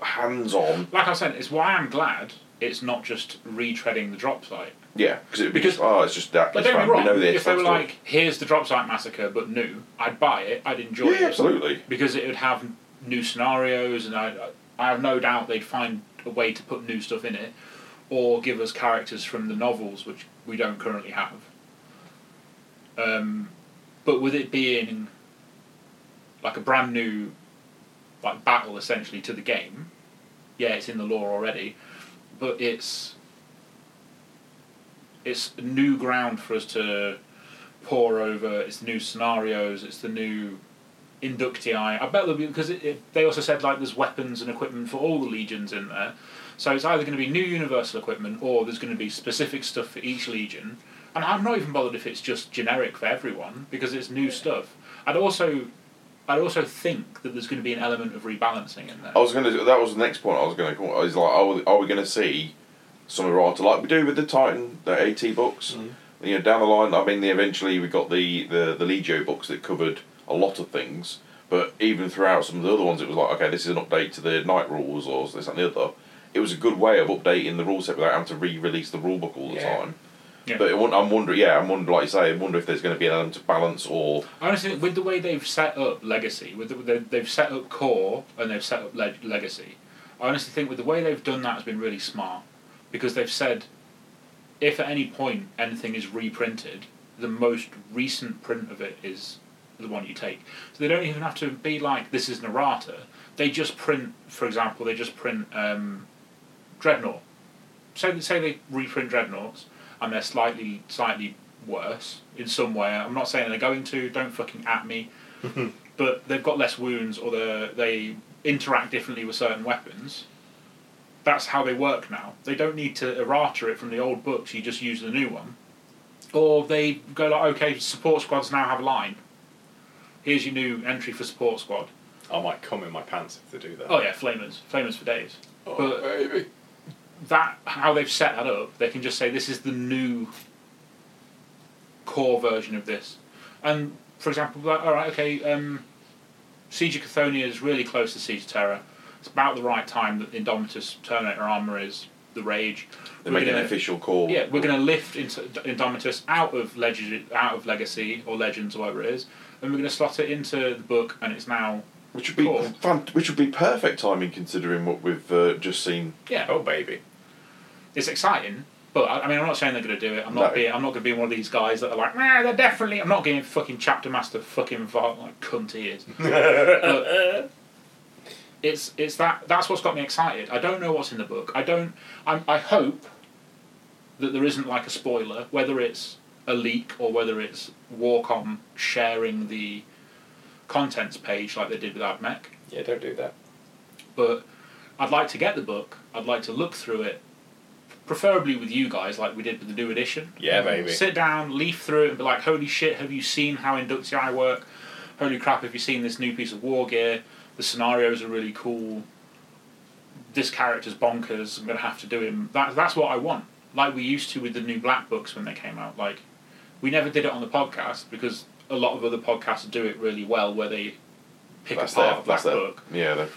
[SPEAKER 5] hands on.
[SPEAKER 4] Like I said, it's why I'm glad it's not just retreading the drop site.
[SPEAKER 5] Yeah, because it would be
[SPEAKER 4] Because-
[SPEAKER 5] just oh, it's just that.
[SPEAKER 4] But
[SPEAKER 5] it's
[SPEAKER 4] don't get me
[SPEAKER 5] fine, we
[SPEAKER 4] wrong,
[SPEAKER 5] know the
[SPEAKER 4] if they
[SPEAKER 5] Xbox
[SPEAKER 4] were
[SPEAKER 5] stuff.
[SPEAKER 4] like, here's the drop site massacre but new, I'd buy it, I'd enjoy
[SPEAKER 5] yeah,
[SPEAKER 4] it.
[SPEAKER 5] absolutely.
[SPEAKER 4] Because it would have new scenarios and I, I have no doubt they'd find a way to put new stuff in it or give us characters from the novels which we don't currently have. Um, but with it being like a brand new like battle essentially to the game, yeah, it's in the lore already, but it's it's new ground for us to pour over. It's new scenarios. It's the new inductee. I bet there'll be because it, it, they also said like there's weapons and equipment for all the legions in there. So it's either going to be new universal equipment or there's going to be specific stuff for each legion. And I'm not even bothered if it's just generic for everyone because it's new stuff. I'd also, I'd also think that there's going to be an element of rebalancing in there.
[SPEAKER 5] I was gonna. That was the next point I was gonna. Call, is like, are we, are we gonna see some errata like we do with the Titan, the AT books?
[SPEAKER 4] Mm.
[SPEAKER 5] You know, down the line. I mean, the, eventually we got the the the Legio books that covered a lot of things. But even throughout some of the other ones, it was like, okay, this is an update to the night rules or this and the other. It was a good way of updating the rule set without having to re-release the rule book all the
[SPEAKER 2] Yeah.
[SPEAKER 5] time.
[SPEAKER 4] Yeah.
[SPEAKER 5] But it, won- I'm wondering, yeah, I'm wondering, like you say, I wonder if there's going to be an element of balance or
[SPEAKER 4] Honestly, with the way they've set up Legacy, with the, they- they've set up Core and they've set up Leg- Legacy, I honestly think with the way they've done that has been really smart because they've said if at any point anything is reprinted, the most recent print of it is the one you take. So they don't even have to be like this is Narata. They just print, for example, they just print um, Dreadnought. Say say they reprint Dreadnoughts and they're slightly slightly worse in some way. I'm not saying they're going to. Don't fucking at me. but they've got less wounds or they they interact differently with certain weapons. That's how they work now. They don't need to errata it from the old books. You just use the new one. Or they go like, okay, support squads now have a line. Here's your new entry for support squad.
[SPEAKER 2] I might come in my pants if they do that.
[SPEAKER 4] Oh yeah, flamers, flamers for days. but
[SPEAKER 2] baby.
[SPEAKER 4] that how they've set that up, they can just say this is the new core version of this. And for example, like all right, okay, um, Siege of Cathonia is really close to Siege of Terror. It's about the right time that Indomitus Terminator armor is the rage.
[SPEAKER 5] they
[SPEAKER 4] We're
[SPEAKER 5] make an
[SPEAKER 4] gonna-
[SPEAKER 5] official call.
[SPEAKER 4] yeah, we're going to lift into Indomitus out of Legend, out of Legacy or Legends or whatever it is, and we're going to slot it into the book, and it's now
[SPEAKER 5] Which would be
[SPEAKER 4] Cool.
[SPEAKER 5] fan- which would be perfect timing considering what we've uh, just seen.
[SPEAKER 4] yeah.
[SPEAKER 2] Oh baby.
[SPEAKER 4] it's exciting. But I I mean, I'm not saying they're going to do it. I'm not
[SPEAKER 5] No.
[SPEAKER 4] being. I'm not going to be one of these guys that are like, nah, they're definitely. I'm not getting fucking chapter master fucking involved like cunt he is. But it's it's that that's what's got me excited. I don't know what's in the book. I don't. I'm, I hope that there isn't like a spoiler, whether it's a leak or whether it's Warcom sharing the contents page like they did with Admech
[SPEAKER 2] Yeah, don't do that.
[SPEAKER 4] but I'd like to get the book. I'd like to look through it, preferably with you guys, like we did with the new edition.
[SPEAKER 2] Yeah, baby.
[SPEAKER 4] Sit down, leaf through it, and be like, "Holy shit! Have you seen how Inductii work? Holy crap! Have you seen this new piece of war gear? The scenarios are really cool. This character's bonkers. I'm gonna have to do him. That, that's what I want. Like we used to with the new Black books when they came out. Like we never did it on the podcast because a lot of other podcasts do it really well, where they pick
[SPEAKER 5] That's
[SPEAKER 4] apart
[SPEAKER 5] their-
[SPEAKER 4] a Black
[SPEAKER 5] that's their-
[SPEAKER 4] book
[SPEAKER 5] Yeah, the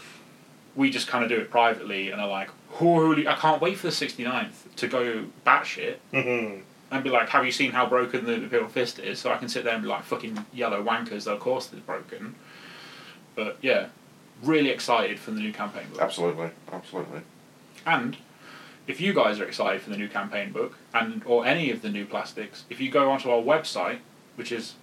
[SPEAKER 4] we just kind of do it privately and are like, holy, I can't wait for the 69th to go batshit and be like, have you seen how broken the Imperial Fist is? So I can sit there and be like, fucking yellow wankers, of course they're broken. But yeah, really excited for the new campaign book.
[SPEAKER 5] Absolutely, absolutely.
[SPEAKER 4] And if you guys are excited for the new campaign book and or any of the new plastics, if you go onto our website, which is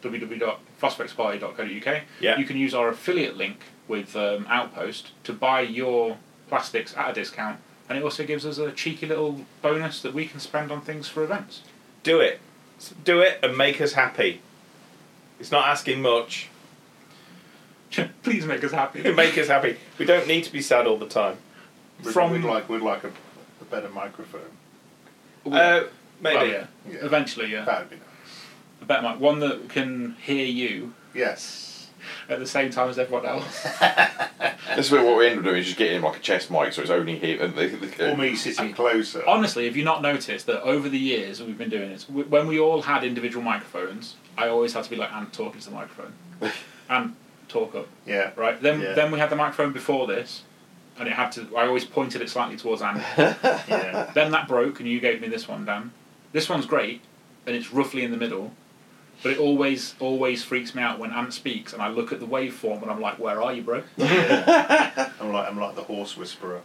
[SPEAKER 4] www.phosphexparty.co.uk,
[SPEAKER 2] Yeah.
[SPEAKER 4] you can use our affiliate link with um, Outpost to buy your plastics at a discount. And it also gives us a cheeky little bonus that we can spend on things for events. (laughs)
[SPEAKER 2] Do it. S- Do it and make us happy. It's not asking much.
[SPEAKER 4] Please make us happy.
[SPEAKER 2] (laughs) Make us happy. We don't need to be sad all the time.
[SPEAKER 3] We'd,
[SPEAKER 4] From-
[SPEAKER 3] we'd like we'd like a, a better microphone.
[SPEAKER 2] Uh, maybe.
[SPEAKER 4] Oh, yeah.
[SPEAKER 3] Yeah.
[SPEAKER 4] Eventually, yeah.
[SPEAKER 3] That'd be nice.
[SPEAKER 4] A better mic. One that can hear you
[SPEAKER 3] Yes.
[SPEAKER 4] at the same time as everyone else.
[SPEAKER 5] This is what we end up doing is just getting him like a chest mic, so it's only him. And they, they,
[SPEAKER 3] Or me sitting closer.
[SPEAKER 4] Honestly, have you not noticed that over the years that we've been doing this, w- when we all had individual microphones, I always had to be like, Ant, talk into the microphone. Ant, talk up.
[SPEAKER 3] Yeah.
[SPEAKER 4] Right? Then
[SPEAKER 3] Yeah.
[SPEAKER 4] then we had the microphone before this, and it had to, I always pointed it slightly towards Ant.
[SPEAKER 3] Yeah.
[SPEAKER 4] then that broke, and you gave me this one, Dan. This one's great, and it's roughly in the middle, but it always, always freaks me out when Ant speaks, and I look at the waveform and I'm like, where are you, bro?
[SPEAKER 3] I'm like I'm like the horse whisperer.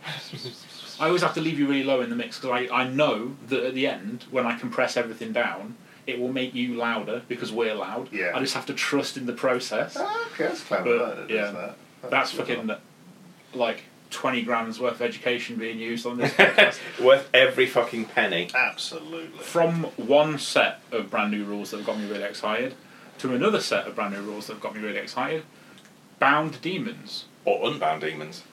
[SPEAKER 4] I always have to leave you really low in the mix because I, I know that at the end, when I compress everything down, it will make you louder because we're loud.
[SPEAKER 3] Yeah.
[SPEAKER 4] I just have to trust in the process.
[SPEAKER 3] Ah, okay, that's clever.
[SPEAKER 4] But,
[SPEAKER 3] that,
[SPEAKER 4] yeah.
[SPEAKER 3] is that.
[SPEAKER 4] That's fucking like 20 grand's worth of education being used on this podcast.
[SPEAKER 2] Worth every fucking penny.
[SPEAKER 3] absolutely.
[SPEAKER 4] From one set of brand new rules that have got me really excited to another set of brand new rules that have got me really excited Bound Demons.
[SPEAKER 2] Or unbound demons.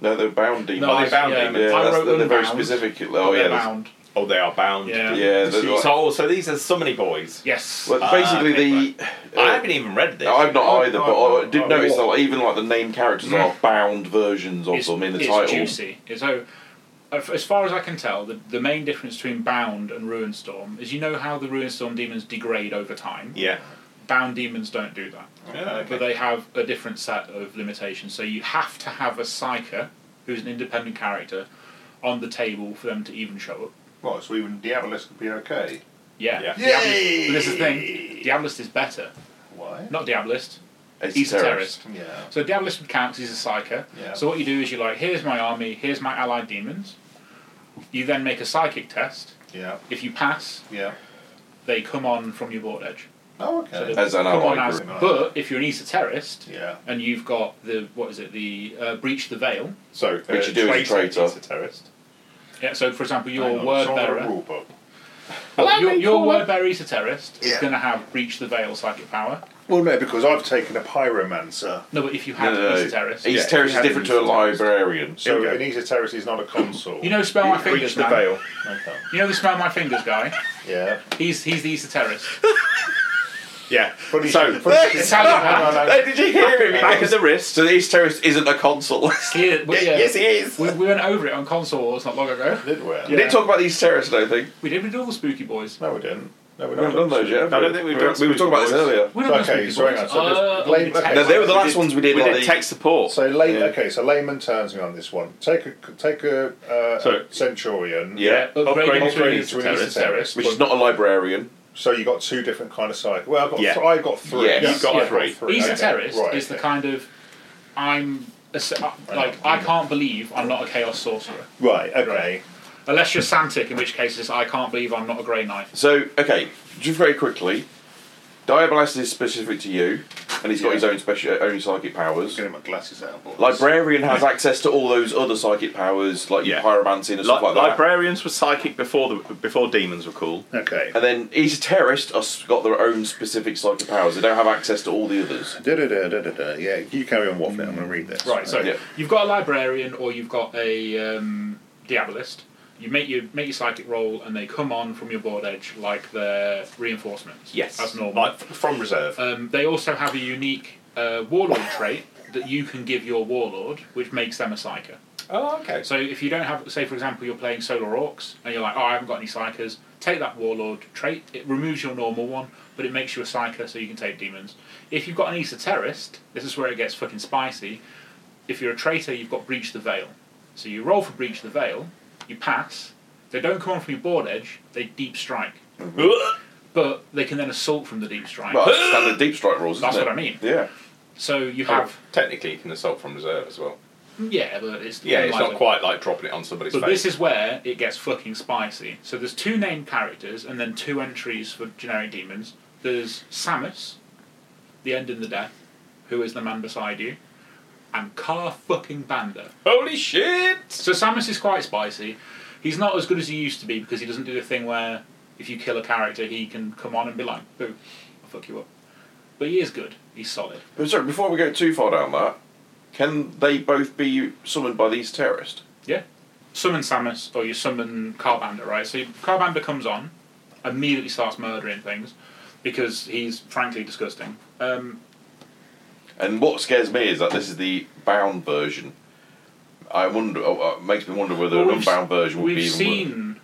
[SPEAKER 5] no, they're bound demons.
[SPEAKER 4] No,
[SPEAKER 2] Are they
[SPEAKER 4] I-
[SPEAKER 2] bound
[SPEAKER 4] yeah,
[SPEAKER 2] demons?
[SPEAKER 5] yeah,
[SPEAKER 4] I
[SPEAKER 5] that's,
[SPEAKER 4] wrote
[SPEAKER 5] they're, they're very
[SPEAKER 4] unbound,
[SPEAKER 5] specific.
[SPEAKER 4] but
[SPEAKER 5] Oh
[SPEAKER 4] they're
[SPEAKER 5] yeah, there's-
[SPEAKER 4] bound.
[SPEAKER 2] Oh, they are bound.
[SPEAKER 4] Yeah.
[SPEAKER 5] yeah. there's
[SPEAKER 2] So,
[SPEAKER 5] like-
[SPEAKER 2] so, so these are so many boys.
[SPEAKER 4] Yes.
[SPEAKER 5] Well,
[SPEAKER 2] Ah,
[SPEAKER 5] basically,
[SPEAKER 2] okay,
[SPEAKER 5] the
[SPEAKER 2] I
[SPEAKER 5] uh,
[SPEAKER 2] haven't even read this.
[SPEAKER 5] No, I've not
[SPEAKER 3] Oh,
[SPEAKER 5] either, but
[SPEAKER 3] oh,
[SPEAKER 5] I did
[SPEAKER 3] oh,
[SPEAKER 5] notice that
[SPEAKER 3] what?
[SPEAKER 5] like, even like the name characters
[SPEAKER 4] Mm.
[SPEAKER 5] are bound versions of them in the
[SPEAKER 4] it's
[SPEAKER 5] title.
[SPEAKER 4] juicy. It's so, as far as I can tell, the, the main difference between Bound and Ruinstorm is you know how the Ruinstorm demons degrade over time.
[SPEAKER 2] yeah.
[SPEAKER 4] Bound demons don't do that,
[SPEAKER 2] Yeah, okay.
[SPEAKER 4] but they have a different set of limitations. So you have to have a Psyker, who's an independent character, on the table for them to even show up.
[SPEAKER 3] What? So even Diabolus could be okay.
[SPEAKER 4] Yeah.
[SPEAKER 2] Yeah.
[SPEAKER 4] Diabolist,
[SPEAKER 3] Yay!
[SPEAKER 4] but this is the thing. Diabolist is better.
[SPEAKER 3] Why?
[SPEAKER 4] Not Diabolist.
[SPEAKER 5] It's
[SPEAKER 4] He's a terrorist.
[SPEAKER 3] Yeah.
[SPEAKER 4] So Diabolist would count 'cause he's a psyker.
[SPEAKER 3] Yeah.
[SPEAKER 4] So what you do is you're like, here's my army, here's my allied demons. You then make a psychic test.
[SPEAKER 3] Yeah.
[SPEAKER 4] If you pass,
[SPEAKER 3] Yeah.
[SPEAKER 4] they come on from your board edge.
[SPEAKER 3] Oh,
[SPEAKER 4] So
[SPEAKER 3] okay.
[SPEAKER 4] they
[SPEAKER 5] As an
[SPEAKER 4] come on
[SPEAKER 5] allied
[SPEAKER 4] as-
[SPEAKER 3] group.
[SPEAKER 4] But if you're an esoterist
[SPEAKER 3] yeah.
[SPEAKER 4] and you've got the what is it, the uh, breach the veil.
[SPEAKER 2] So, uh,
[SPEAKER 5] Which you do as a traitor.
[SPEAKER 2] is a terrorist.
[SPEAKER 4] Yeah. So for example, your
[SPEAKER 3] Hang on,
[SPEAKER 4] word
[SPEAKER 3] it's on the
[SPEAKER 4] bearer,
[SPEAKER 3] rule book.
[SPEAKER 4] well, your, your word bearer esoterist is
[SPEAKER 3] Yeah.
[SPEAKER 4] going to have breach the veil psychic power.
[SPEAKER 3] Well, no, because I've taken a pyromancer.
[SPEAKER 4] No, but if you
[SPEAKER 5] No,
[SPEAKER 4] had
[SPEAKER 5] no, no.
[SPEAKER 4] esoterist,
[SPEAKER 5] He's
[SPEAKER 2] Yeah,
[SPEAKER 5] terrorist
[SPEAKER 2] you
[SPEAKER 5] is
[SPEAKER 2] have
[SPEAKER 5] different
[SPEAKER 2] to
[SPEAKER 5] to a
[SPEAKER 2] use terrorist.
[SPEAKER 5] librarian.
[SPEAKER 3] So
[SPEAKER 2] Here we
[SPEAKER 3] an
[SPEAKER 2] go.
[SPEAKER 3] esoterist is not a consul.
[SPEAKER 4] you know, spell my
[SPEAKER 2] Breach
[SPEAKER 4] fingers,
[SPEAKER 2] the
[SPEAKER 4] man.
[SPEAKER 2] veil.
[SPEAKER 3] Okay.
[SPEAKER 4] You know the smell my fingers guy.
[SPEAKER 3] Yeah.
[SPEAKER 4] He's he's the esoterist.
[SPEAKER 2] Yeah.
[SPEAKER 3] Funny
[SPEAKER 2] so,
[SPEAKER 3] shit, funny shit.
[SPEAKER 4] It's how you have-
[SPEAKER 3] no, no.
[SPEAKER 2] Hey, did you hear him?
[SPEAKER 5] Back at the wrist. So these terrorist isn't a (laughs) consul.
[SPEAKER 4] Yeah, we,
[SPEAKER 2] (laughs)
[SPEAKER 4] yeah,
[SPEAKER 2] Yes, he is.
[SPEAKER 4] we, we went over it on console wars not long ago.
[SPEAKER 3] Did we?
[SPEAKER 5] We didn't talk about these terrorists, I don't think.
[SPEAKER 4] We did. We did all the spooky boys.
[SPEAKER 3] No, we didn't. No, we
[SPEAKER 5] We haven't done those yet. have
[SPEAKER 2] I
[SPEAKER 5] we?
[SPEAKER 2] don't think we've
[SPEAKER 5] We
[SPEAKER 2] done
[SPEAKER 5] were- We were talking about this
[SPEAKER 2] Spooky Boys.
[SPEAKER 5] earlier.
[SPEAKER 4] We didn't do
[SPEAKER 3] Okay,
[SPEAKER 4] spooky
[SPEAKER 3] so hang
[SPEAKER 4] boys.
[SPEAKER 3] on, so just
[SPEAKER 4] Uh,
[SPEAKER 3] blame-
[SPEAKER 4] we did
[SPEAKER 3] okay.
[SPEAKER 5] No, they were the
[SPEAKER 2] We
[SPEAKER 5] last
[SPEAKER 2] did-
[SPEAKER 5] ones we did.
[SPEAKER 2] We
[SPEAKER 5] like,
[SPEAKER 2] did
[SPEAKER 5] the-
[SPEAKER 2] tech support.
[SPEAKER 3] So lay,
[SPEAKER 5] Yeah.
[SPEAKER 3] okay, so layman turns me on this one. Take a take a uh,
[SPEAKER 2] So-
[SPEAKER 3] centurion.
[SPEAKER 5] Yeah.
[SPEAKER 2] Upgrade
[SPEAKER 4] upgrading
[SPEAKER 2] upgrade
[SPEAKER 4] to
[SPEAKER 2] to
[SPEAKER 4] is
[SPEAKER 2] an
[SPEAKER 3] esoterist.
[SPEAKER 2] esoterist.
[SPEAKER 5] Which is not a librarian.
[SPEAKER 3] So you got two different kind of cycles. Well, I've got
[SPEAKER 2] Yeah.
[SPEAKER 3] th- I've got three.
[SPEAKER 5] Yes.
[SPEAKER 2] You've got
[SPEAKER 4] Yeah.
[SPEAKER 2] three.
[SPEAKER 4] He's a
[SPEAKER 3] Okay,
[SPEAKER 4] terrorist.
[SPEAKER 3] right,
[SPEAKER 4] is the
[SPEAKER 3] okay.
[SPEAKER 4] kind of I'm a se- uh, like I can't believe I'm not a chaos sorcerer.
[SPEAKER 3] Right. Okay.
[SPEAKER 4] Unless you're Santic, in which case it's I can't believe I'm not a Grey Knight.
[SPEAKER 5] So, okay, just very quickly. Diabolus is specific to you, and he's got
[SPEAKER 3] Yeah.
[SPEAKER 5] his own special, own psychic powers.
[SPEAKER 3] Getting my glasses out. boys.
[SPEAKER 5] Librarian has access to all those other psychic powers, like
[SPEAKER 2] Yeah.
[SPEAKER 5] pyromancy and
[SPEAKER 2] Li-
[SPEAKER 5] stuff like that.
[SPEAKER 2] librarians were psychic before the before demons were cool.
[SPEAKER 3] Okay.
[SPEAKER 5] and then esoterists have got their own specific psychic powers. They don't have access to all the others.
[SPEAKER 3] Da-da-da-da-da-da. Yeah, you carry on waffling. I'm going to read this.
[SPEAKER 4] Right, so
[SPEAKER 5] Yeah.
[SPEAKER 4] you've got a librarian or you've got a um, diabolist. You make your make your psychic roll, and they come on from your board edge like they're reinforcements.
[SPEAKER 2] Yes,
[SPEAKER 4] as normal.
[SPEAKER 2] Like f- from reserve.
[SPEAKER 4] Um, they also have a unique uh, warlord trait that you can give your warlord, which makes them a psyker.
[SPEAKER 2] oh, okay.
[SPEAKER 4] So if you don't have, say for example, you're playing Solar Orcs and you're like, oh, I haven't got any psychers, take that warlord trait. It removes your normal one, but it makes you a psyker, so you can take demons. If you've got an esoterist, this is where it gets fucking spicy. if you're a traitor, you've got breach the veil. So you roll for breach the veil, you pass. They don't come on from your board edge. They deep strike,
[SPEAKER 2] (laughs)
[SPEAKER 4] but they can then assault from the deep strike. (gasps)
[SPEAKER 5] Well, that's standard deep strike rules, isn't
[SPEAKER 4] That's
[SPEAKER 5] it?
[SPEAKER 4] what I mean.
[SPEAKER 5] Yeah.
[SPEAKER 4] So you have
[SPEAKER 2] Technically, you can assault from reserve as well.
[SPEAKER 4] yeah, but it's
[SPEAKER 2] Yeah, it's not
[SPEAKER 4] unlikely.
[SPEAKER 2] quite like dropping it on somebody's
[SPEAKER 4] But
[SPEAKER 2] face.
[SPEAKER 4] this is where it gets fucking spicy. So there's two named characters and then two entries for generic demons. There's Samus, the end in the death, who is the man beside you, and Car fucking Banda.
[SPEAKER 6] Holy shit!
[SPEAKER 4] So Samus is quite spicy. He's not as good as he used to be because he doesn't do the thing where if you kill a character, he can come on and be like, boo, I'll fuck you up. But he is good. He's solid.
[SPEAKER 5] But sorry, before we go too far down that, can they both be summoned by these terrorists?
[SPEAKER 4] Yeah. Summon Samus, or you summon Carbander, right? So Carbander comes on, immediately starts murdering things because he's frankly disgusting. Um,
[SPEAKER 5] And what scares me is that this is the bound version. I wonder. Oh, uh, makes me wonder whether
[SPEAKER 4] well,
[SPEAKER 5] an
[SPEAKER 4] we've-
[SPEAKER 5] unbound version would
[SPEAKER 4] We've
[SPEAKER 5] be even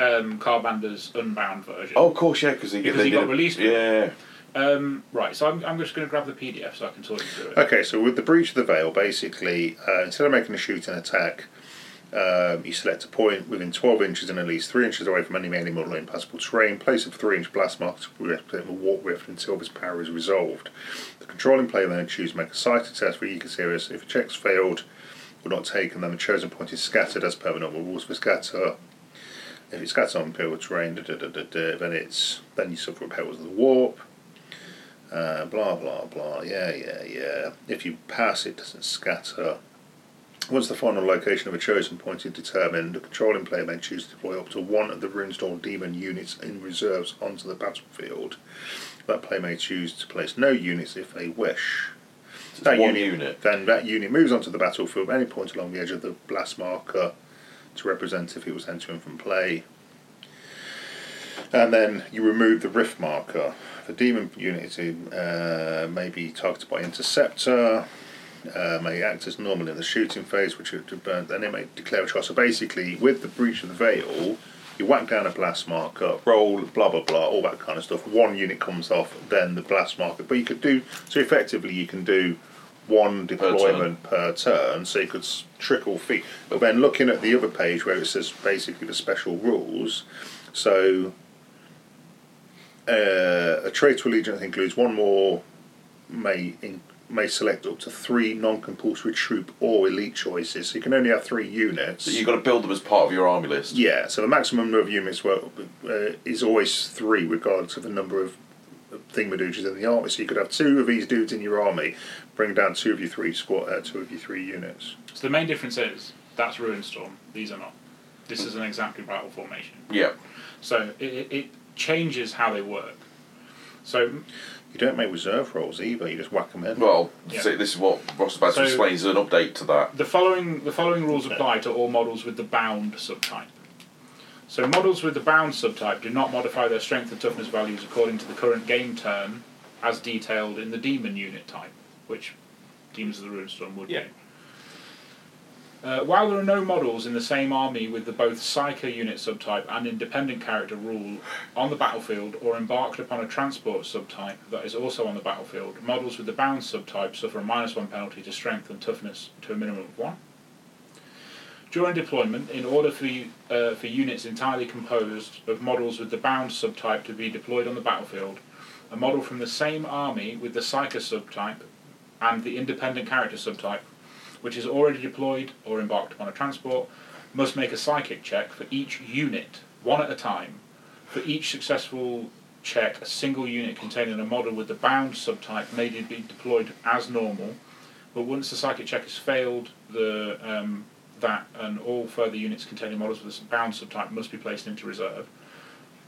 [SPEAKER 5] worse.
[SPEAKER 4] seen um, Carbander's unbound version.
[SPEAKER 5] Oh, of course, yeah, because he,
[SPEAKER 4] Because
[SPEAKER 5] they
[SPEAKER 4] he
[SPEAKER 5] did
[SPEAKER 4] got
[SPEAKER 5] a-
[SPEAKER 4] released.
[SPEAKER 5] Yeah,
[SPEAKER 4] Um, right, so I'm, I'm just going to grab the PDF so I can talk you through it.
[SPEAKER 3] Okay, so with the breach of the veil, basically, uh, instead of making a shoot and attack, um, you select a point within 12 inches and at least 3 inches away from any enemy model in passable terrain, place a 3 inch blast mark to represent the warp rift until this power is resolved. The controlling player will then choose to make a sight success for Eco Serious. If the check's failed or not taken, then the chosen point is scattered as per the normal rules for scatter. If it's scattered on imperial terrain, da, da, da, da, da, then it's then you suffer perils of the warp uh, blah blah blah. Yeah, yeah, yeah. If you pass, it doesn't scatter. Once the final location of a chosen point is determined, the controlling player may choose to deploy up to one of the Runestone Demon units in reserves onto the battlefield. That player may choose to place no units if they wish.
[SPEAKER 5] it's
[SPEAKER 3] That
[SPEAKER 5] one
[SPEAKER 3] unit-
[SPEAKER 5] unit.
[SPEAKER 3] Then that unit moves onto the battlefield at any point along the edge of the blast marker to represent if it was entering from play. And then you remove the rift marker. The demon unit uh, may be targeted by interceptor, uh, may act as normal in the shooting phase, which would burn, then it may declare a trial. So basically, with the breach of the veil, you whack down a blast marker, roll, blah blah blah, all that kind of stuff. One unit comes off, then the blast marker. But you could do so effectively. You can do one deployment per turn, so you could s- trickle feet. But then looking at the other page where it says basically the special rules, so uh, a traitor allegiance includes one more may in, may select up to three non-compulsory troop or elite choices. So you can only have three units.
[SPEAKER 5] So you've got to build them as part of your army list.
[SPEAKER 3] yeah, so the maximum number of units were, uh, is always three, regardless of the number of thingamadooges in the army. So you could have two of these dudes in your army, bring down two of your three squad, uh, two of your three units.
[SPEAKER 4] So the main difference is that's Ruinstorm. These are not. This is an exactly battle formation.
[SPEAKER 5] Yeah.
[SPEAKER 4] So it, it, it changes how they work. So
[SPEAKER 3] You don't make reserve rolls either. You just whack them in.
[SPEAKER 5] Well,
[SPEAKER 4] Yeah.
[SPEAKER 5] see, this is what Ross is about
[SPEAKER 4] So-
[SPEAKER 5] to explain. Is an update to that.
[SPEAKER 4] the following the following rules apply to all models with the bound subtype. So models with the bound subtype do not modify their strength and toughness values according to the current game turn, as detailed in the demon unit type, which demons of the Runestorm would
[SPEAKER 2] Yeah.
[SPEAKER 4] do. Uh, while there are no models in the same army with the both Psyker unit subtype and independent character rule on the battlefield or embarked upon a transport subtype that is also on the battlefield, models with the bound subtype suffer a minus one penalty to strength and toughness to a minimum of one. During deployment, in order for, you- uh, for units entirely composed of models with the bound subtype to be deployed on the battlefield, a model from the same army with the Psyker subtype and the independent character subtype, which is already deployed or embarked upon a transport, must make a psychic check for each unit, one at a time. For each successful check, a single unit containing a model with the bound subtype may be deployed as normal, but once the psychic check is failed, the um, that and all further units containing models with the bound subtype must be placed into reserve.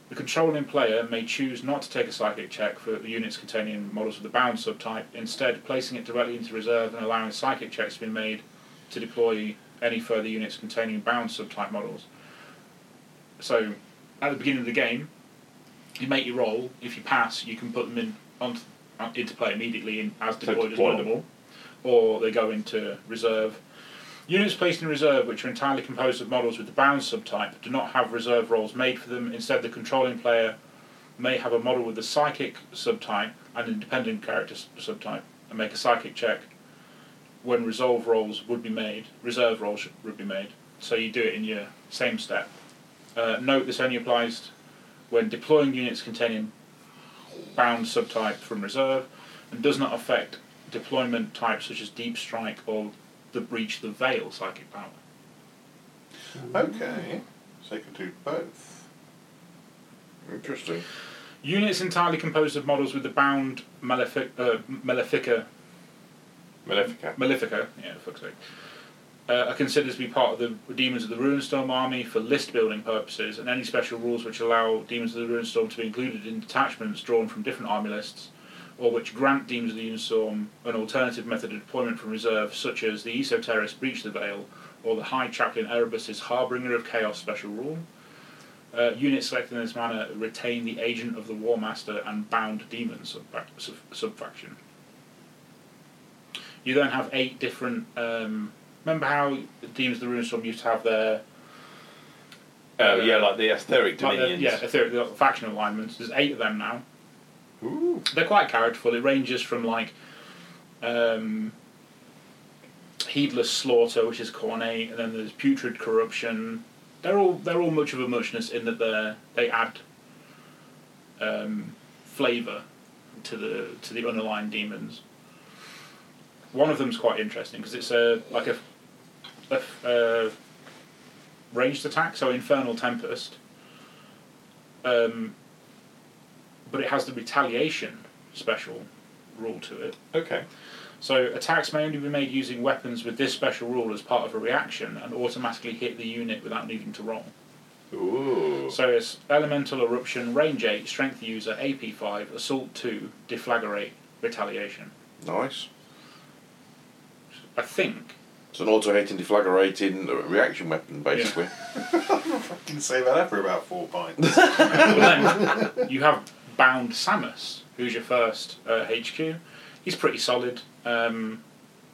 [SPEAKER 4] The controlling player may choose not to take a psychic check for the units containing models with the bound subtype, instead placing it directly into reserve and allowing psychic checks to be made to deploy any further units containing bound subtype models. So, at the beginning of the game, you make your roll. If you pass, you can put them in onto, uh, into play immediately in, as deployed
[SPEAKER 6] deploy
[SPEAKER 4] as
[SPEAKER 6] them.
[SPEAKER 4] normal, or they go into reserve. Units placed in reserve, which are entirely composed of models with the bound subtype, do not have reserve rolls made for them. Instead, the controlling player may have a model with the psychic subtype and independent character s- subtype and make a psychic check when resolve rolls would be made, reserve rolls should- would be made. So you do it in your same step. Uh, note this only applies when deploying units containing bound subtype from reserve and does not affect deployment types such as deep strike or the breach of the veil psychic power.
[SPEAKER 3] Okay, so you can do both.
[SPEAKER 5] Interesting.
[SPEAKER 4] Units entirely composed of models with the bound malefic, uh, malefica
[SPEAKER 7] Malefica.
[SPEAKER 4] Malefico, yeah, for fuck's sake, uh, are considered to be part of the Demons of the Ruinstorm army for list building purposes, and any special rules which allow Demons of the Ruinstorm to be included in detachments drawn from different army lists, or which grant Demons of the Ruinstorm an alternative method of deployment from reserve, such as the Esoterist Breach the Veil, or the High Chaplain Erebus's Harbinger of Chaos special rule. Uh, units selected in this manner retain the Agent of the War Master and Bound Demon subfac- sub- subfaction you then have eight different. Um, remember how the Demons of the Runestorm used to have their
[SPEAKER 2] Oh, yeah, like the aesthetic
[SPEAKER 4] like their-
[SPEAKER 2] dominions.
[SPEAKER 4] yeah etheric the faction alignments. There's eight of them now.
[SPEAKER 2] Ooh.
[SPEAKER 4] They're quite characterful. It ranges from like um, heedless slaughter, which is Cornet, and then there's putrid corruption. They're all they're all much of a muchness in that they they add um, flavour to the to the unaligned demons. One of them's quite interesting because it's a like a, a uh, ranged attack, so infernal tempest. Um, but it has the retaliation special rule to it.
[SPEAKER 2] Okay.
[SPEAKER 4] So attacks may only be made using weapons with this special rule as part of a reaction and automatically hit the unit without needing to roll.
[SPEAKER 7] Ooh.
[SPEAKER 4] So it's Elemental Eruption, Range 8, Strength User, AP 5, Assault 2, Deflagrate, Retaliation.
[SPEAKER 5] Nice.
[SPEAKER 4] I think.
[SPEAKER 5] It's an auto-hating, deflagrating uh, reaction weapon, basically.
[SPEAKER 3] You can save that up for about four pints.
[SPEAKER 4] But then you have Bound Samus, who's your first uh, HQ. He's pretty solid. Um,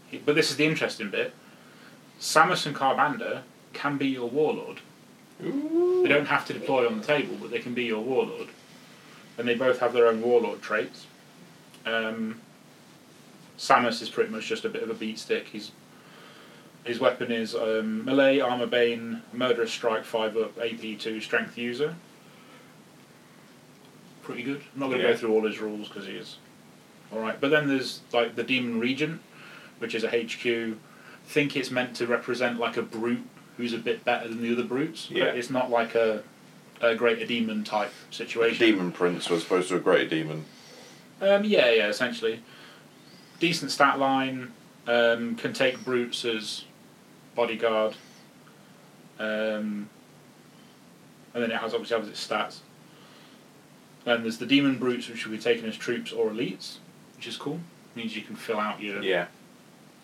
[SPEAKER 4] he- but this is the interesting bit. Samus and Carbanda can be your warlord. They don't have to deploy on the table, but they can be your warlord. And they both have their own warlord traits. Um, Samus is pretty much just a bit of a beat stick. He's his weapon is um, melee, armor bane, murderous strike, five up, AP two, strength user. Pretty good. I'm not going to
[SPEAKER 2] Yeah.
[SPEAKER 4] go through all his rules because he is all right. But then there's like the demon regent, which is a HQ. Think it's meant to represent like a brute who's a bit better than the other brutes.
[SPEAKER 2] Yeah.
[SPEAKER 4] But it's not like a a greater demon type situation.
[SPEAKER 5] Demon Prince was supposed to a great demon.
[SPEAKER 4] Um, yeah, yeah, essentially. Decent stat line. Um, can take brutes as bodyguard. Um, and then it has obviously has its stats. Then there's the demon brutes, which will be taken as troops or elites, which is cool. Means you can fill out your
[SPEAKER 2] (laughs) Yeah.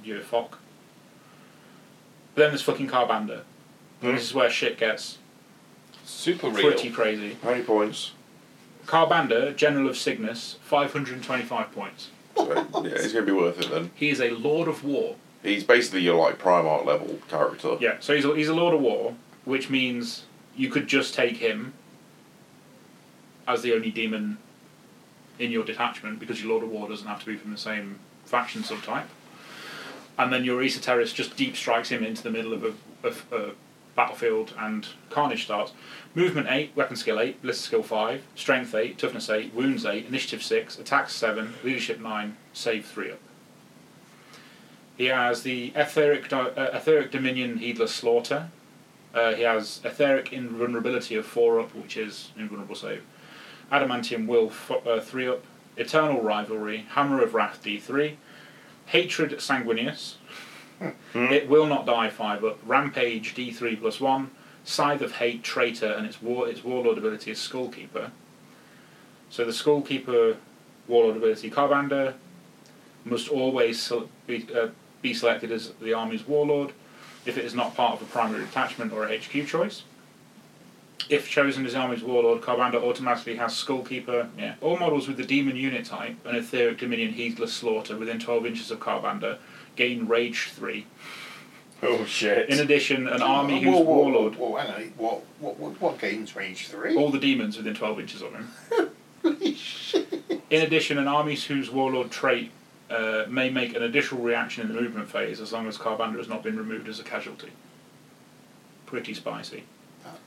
[SPEAKER 4] your foc. But then there's fucking Carbanda. This is where shit gets
[SPEAKER 2] Super real.
[SPEAKER 4] pretty crazy.
[SPEAKER 5] How many points?
[SPEAKER 4] Carbanda, General of Cygnus, 525 points.
[SPEAKER 5] So, yeah, it's going to be worth it then.
[SPEAKER 4] He is a Lord of War.
[SPEAKER 5] He's basically your like Primarch level character.
[SPEAKER 4] Yeah, so he's a, he's a Lord of War, which means you could just take him as the only demon in your detachment because your Lord of War doesn't have to be from the same faction subtype. And then your Esoterist just deep strikes him into the middle of a, of a battlefield and Carnage starts. Movement 8, Weapon Skill 8, Blister Skill 5, Strength 8, Toughness 8, Wounds 8, Initiative 6, Attacks 7, Leadership 9, Save 3 up. He has the etheric, do- uh, etheric dominion, heedless slaughter. Uh, he has etheric invulnerability of four up, which is invulnerable save. Adamantium will f- uh, three up. Eternal rivalry, hammer of wrath D three. Hatred sanguineous. it will not die five up. Rampage D three plus one. Scythe of hate traitor, and its war its warlord ability is skullkeeper. So the skullkeeper warlord ability carbander must always sel- be, uh, be selected as the army's warlord if it is not part of a primary detachment or a HQ choice. If chosen as the army's warlord, Carbanda automatically has Skullkeeper. Yeah. All models with the demon unit type and Etheric Dominion Heedless Slaughter within 12 inches of Carbanda gain Rage 3.
[SPEAKER 2] Oh, shit.
[SPEAKER 4] In addition, an army
[SPEAKER 3] Whoa,
[SPEAKER 4] whose
[SPEAKER 3] whoa,
[SPEAKER 4] warlord,
[SPEAKER 3] Whoa, whoa, hang on. What, what, what, what game's range three?
[SPEAKER 4] all the demons within
[SPEAKER 3] (laughs)
[SPEAKER 4] 12 inches of him. In addition, an army whose warlord trait uh, may make an additional reaction in the movement phase as long as Carbander has not been removed as a casualty. Pretty spicy.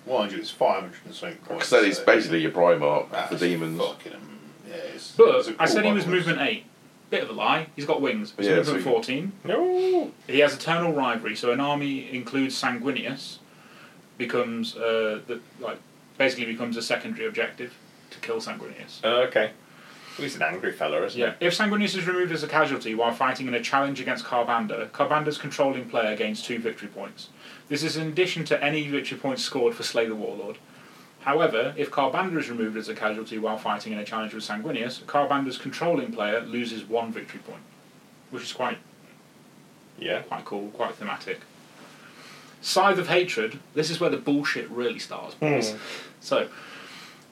[SPEAKER 3] 100 is 500 and something points.
[SPEAKER 5] So it's basically your Primark
[SPEAKER 3] that's
[SPEAKER 5] for demons.
[SPEAKER 3] Fucking, am- yeah, it's,
[SPEAKER 4] But
[SPEAKER 3] it's a
[SPEAKER 4] I
[SPEAKER 3] cool
[SPEAKER 4] said he
[SPEAKER 3] one,
[SPEAKER 4] was
[SPEAKER 3] wasn't
[SPEAKER 4] movement 8. Bit of a lie. He's got wings. He's
[SPEAKER 5] Yeah,
[SPEAKER 4] movement
[SPEAKER 5] so
[SPEAKER 4] 14.
[SPEAKER 5] you-
[SPEAKER 7] No.
[SPEAKER 4] He has eternal rivalry, so an army includes Sanguinius, becomes uh, the, like basically becomes a secondary objective to kill Sanguinius.
[SPEAKER 2] Uh, okay. He's an angry fella, isn't
[SPEAKER 4] Yeah. If Sanguinius is removed as a casualty while fighting in a challenge against Carbander, Carbander's controlling player gains two victory points. This is in addition to any victory points scored for Slay the Warlord. However, if Carbander is removed as a casualty while fighting in a challenge with Sanguinius, Carbander's controlling player loses one victory point, which is quite
[SPEAKER 2] he? Yeah.
[SPEAKER 4] quite cool, quite thematic. Scythe of Hatred. This is where the bullshit really starts, boys. So,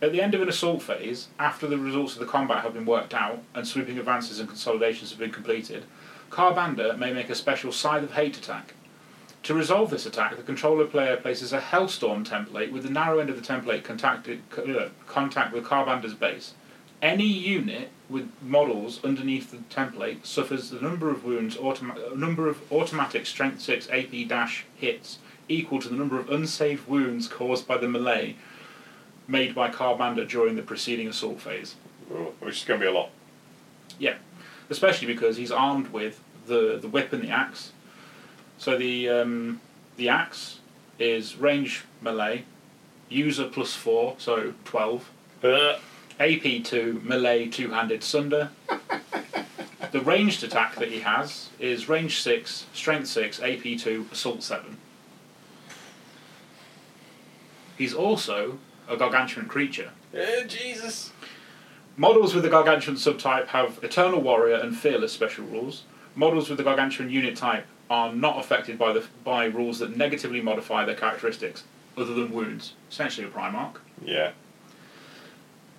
[SPEAKER 4] at the end of an assault phase, after the results of the combat have been worked out and sweeping advances and consolidations have been completed, Carbander may make a special Scythe of Hate attack. To resolve this attack, the controller player places a Hellstorm template with the narrow end of the template contacted, c- uh, contact with Carbander's base. Any unit with models underneath the template suffers the number of wounds, automa- uh, number of automatic strength 6 AP dash hits equal to the number of unsaved wounds caused by the melee made by Carbander during the preceding assault phase.
[SPEAKER 2] Ooh, Which is going to be a lot.
[SPEAKER 4] Yeah, especially because he's armed with the, the whip and the axe. So the um, the axe is range melee, user plus four, so twelve.
[SPEAKER 2] Uh,
[SPEAKER 4] AP two melee two handed sunder. the ranged attack that he has is range six, strength six, AP two, assault seven. He's also a gargantuan creature.
[SPEAKER 2] uh,
[SPEAKER 7] Eh, Jesus.
[SPEAKER 4] Models with the gargantuan subtype have Eternal Warrior and Fearless special rules. Models with the gargantuan unit type are not affected by the by rules that negatively modify their characteristics, other than wounds. Essentially, a Primarch.
[SPEAKER 2] yeah.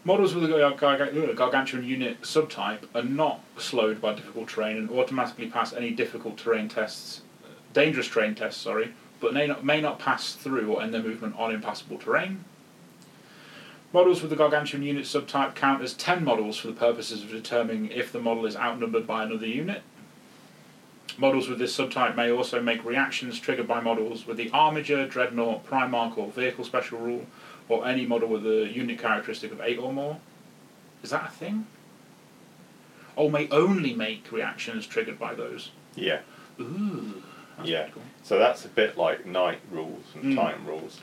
[SPEAKER 4] Models with the gar- gar- gargantuan unit subtype are not slowed by difficult terrain and automatically pass any difficult terrain tests, dangerous terrain tests, sorry, but may not, may not pass through or end their movement on impassable terrain. Models with the gargantuan unit subtype count as 10 models for the purposes of determining if the model is outnumbered by another unit. Models with this subtype may also make reactions triggered by models with the Armiger, Dreadnought, Primarch, or Vehicle Special Rule, or any model with a unit characteristic of 8 or more. Is that a thing? Or may only make reactions triggered by those.
[SPEAKER 2] Yeah.
[SPEAKER 4] Ooh. that's
[SPEAKER 2] Yeah.
[SPEAKER 4] pretty
[SPEAKER 2] So that's a bit like night rules and time rules.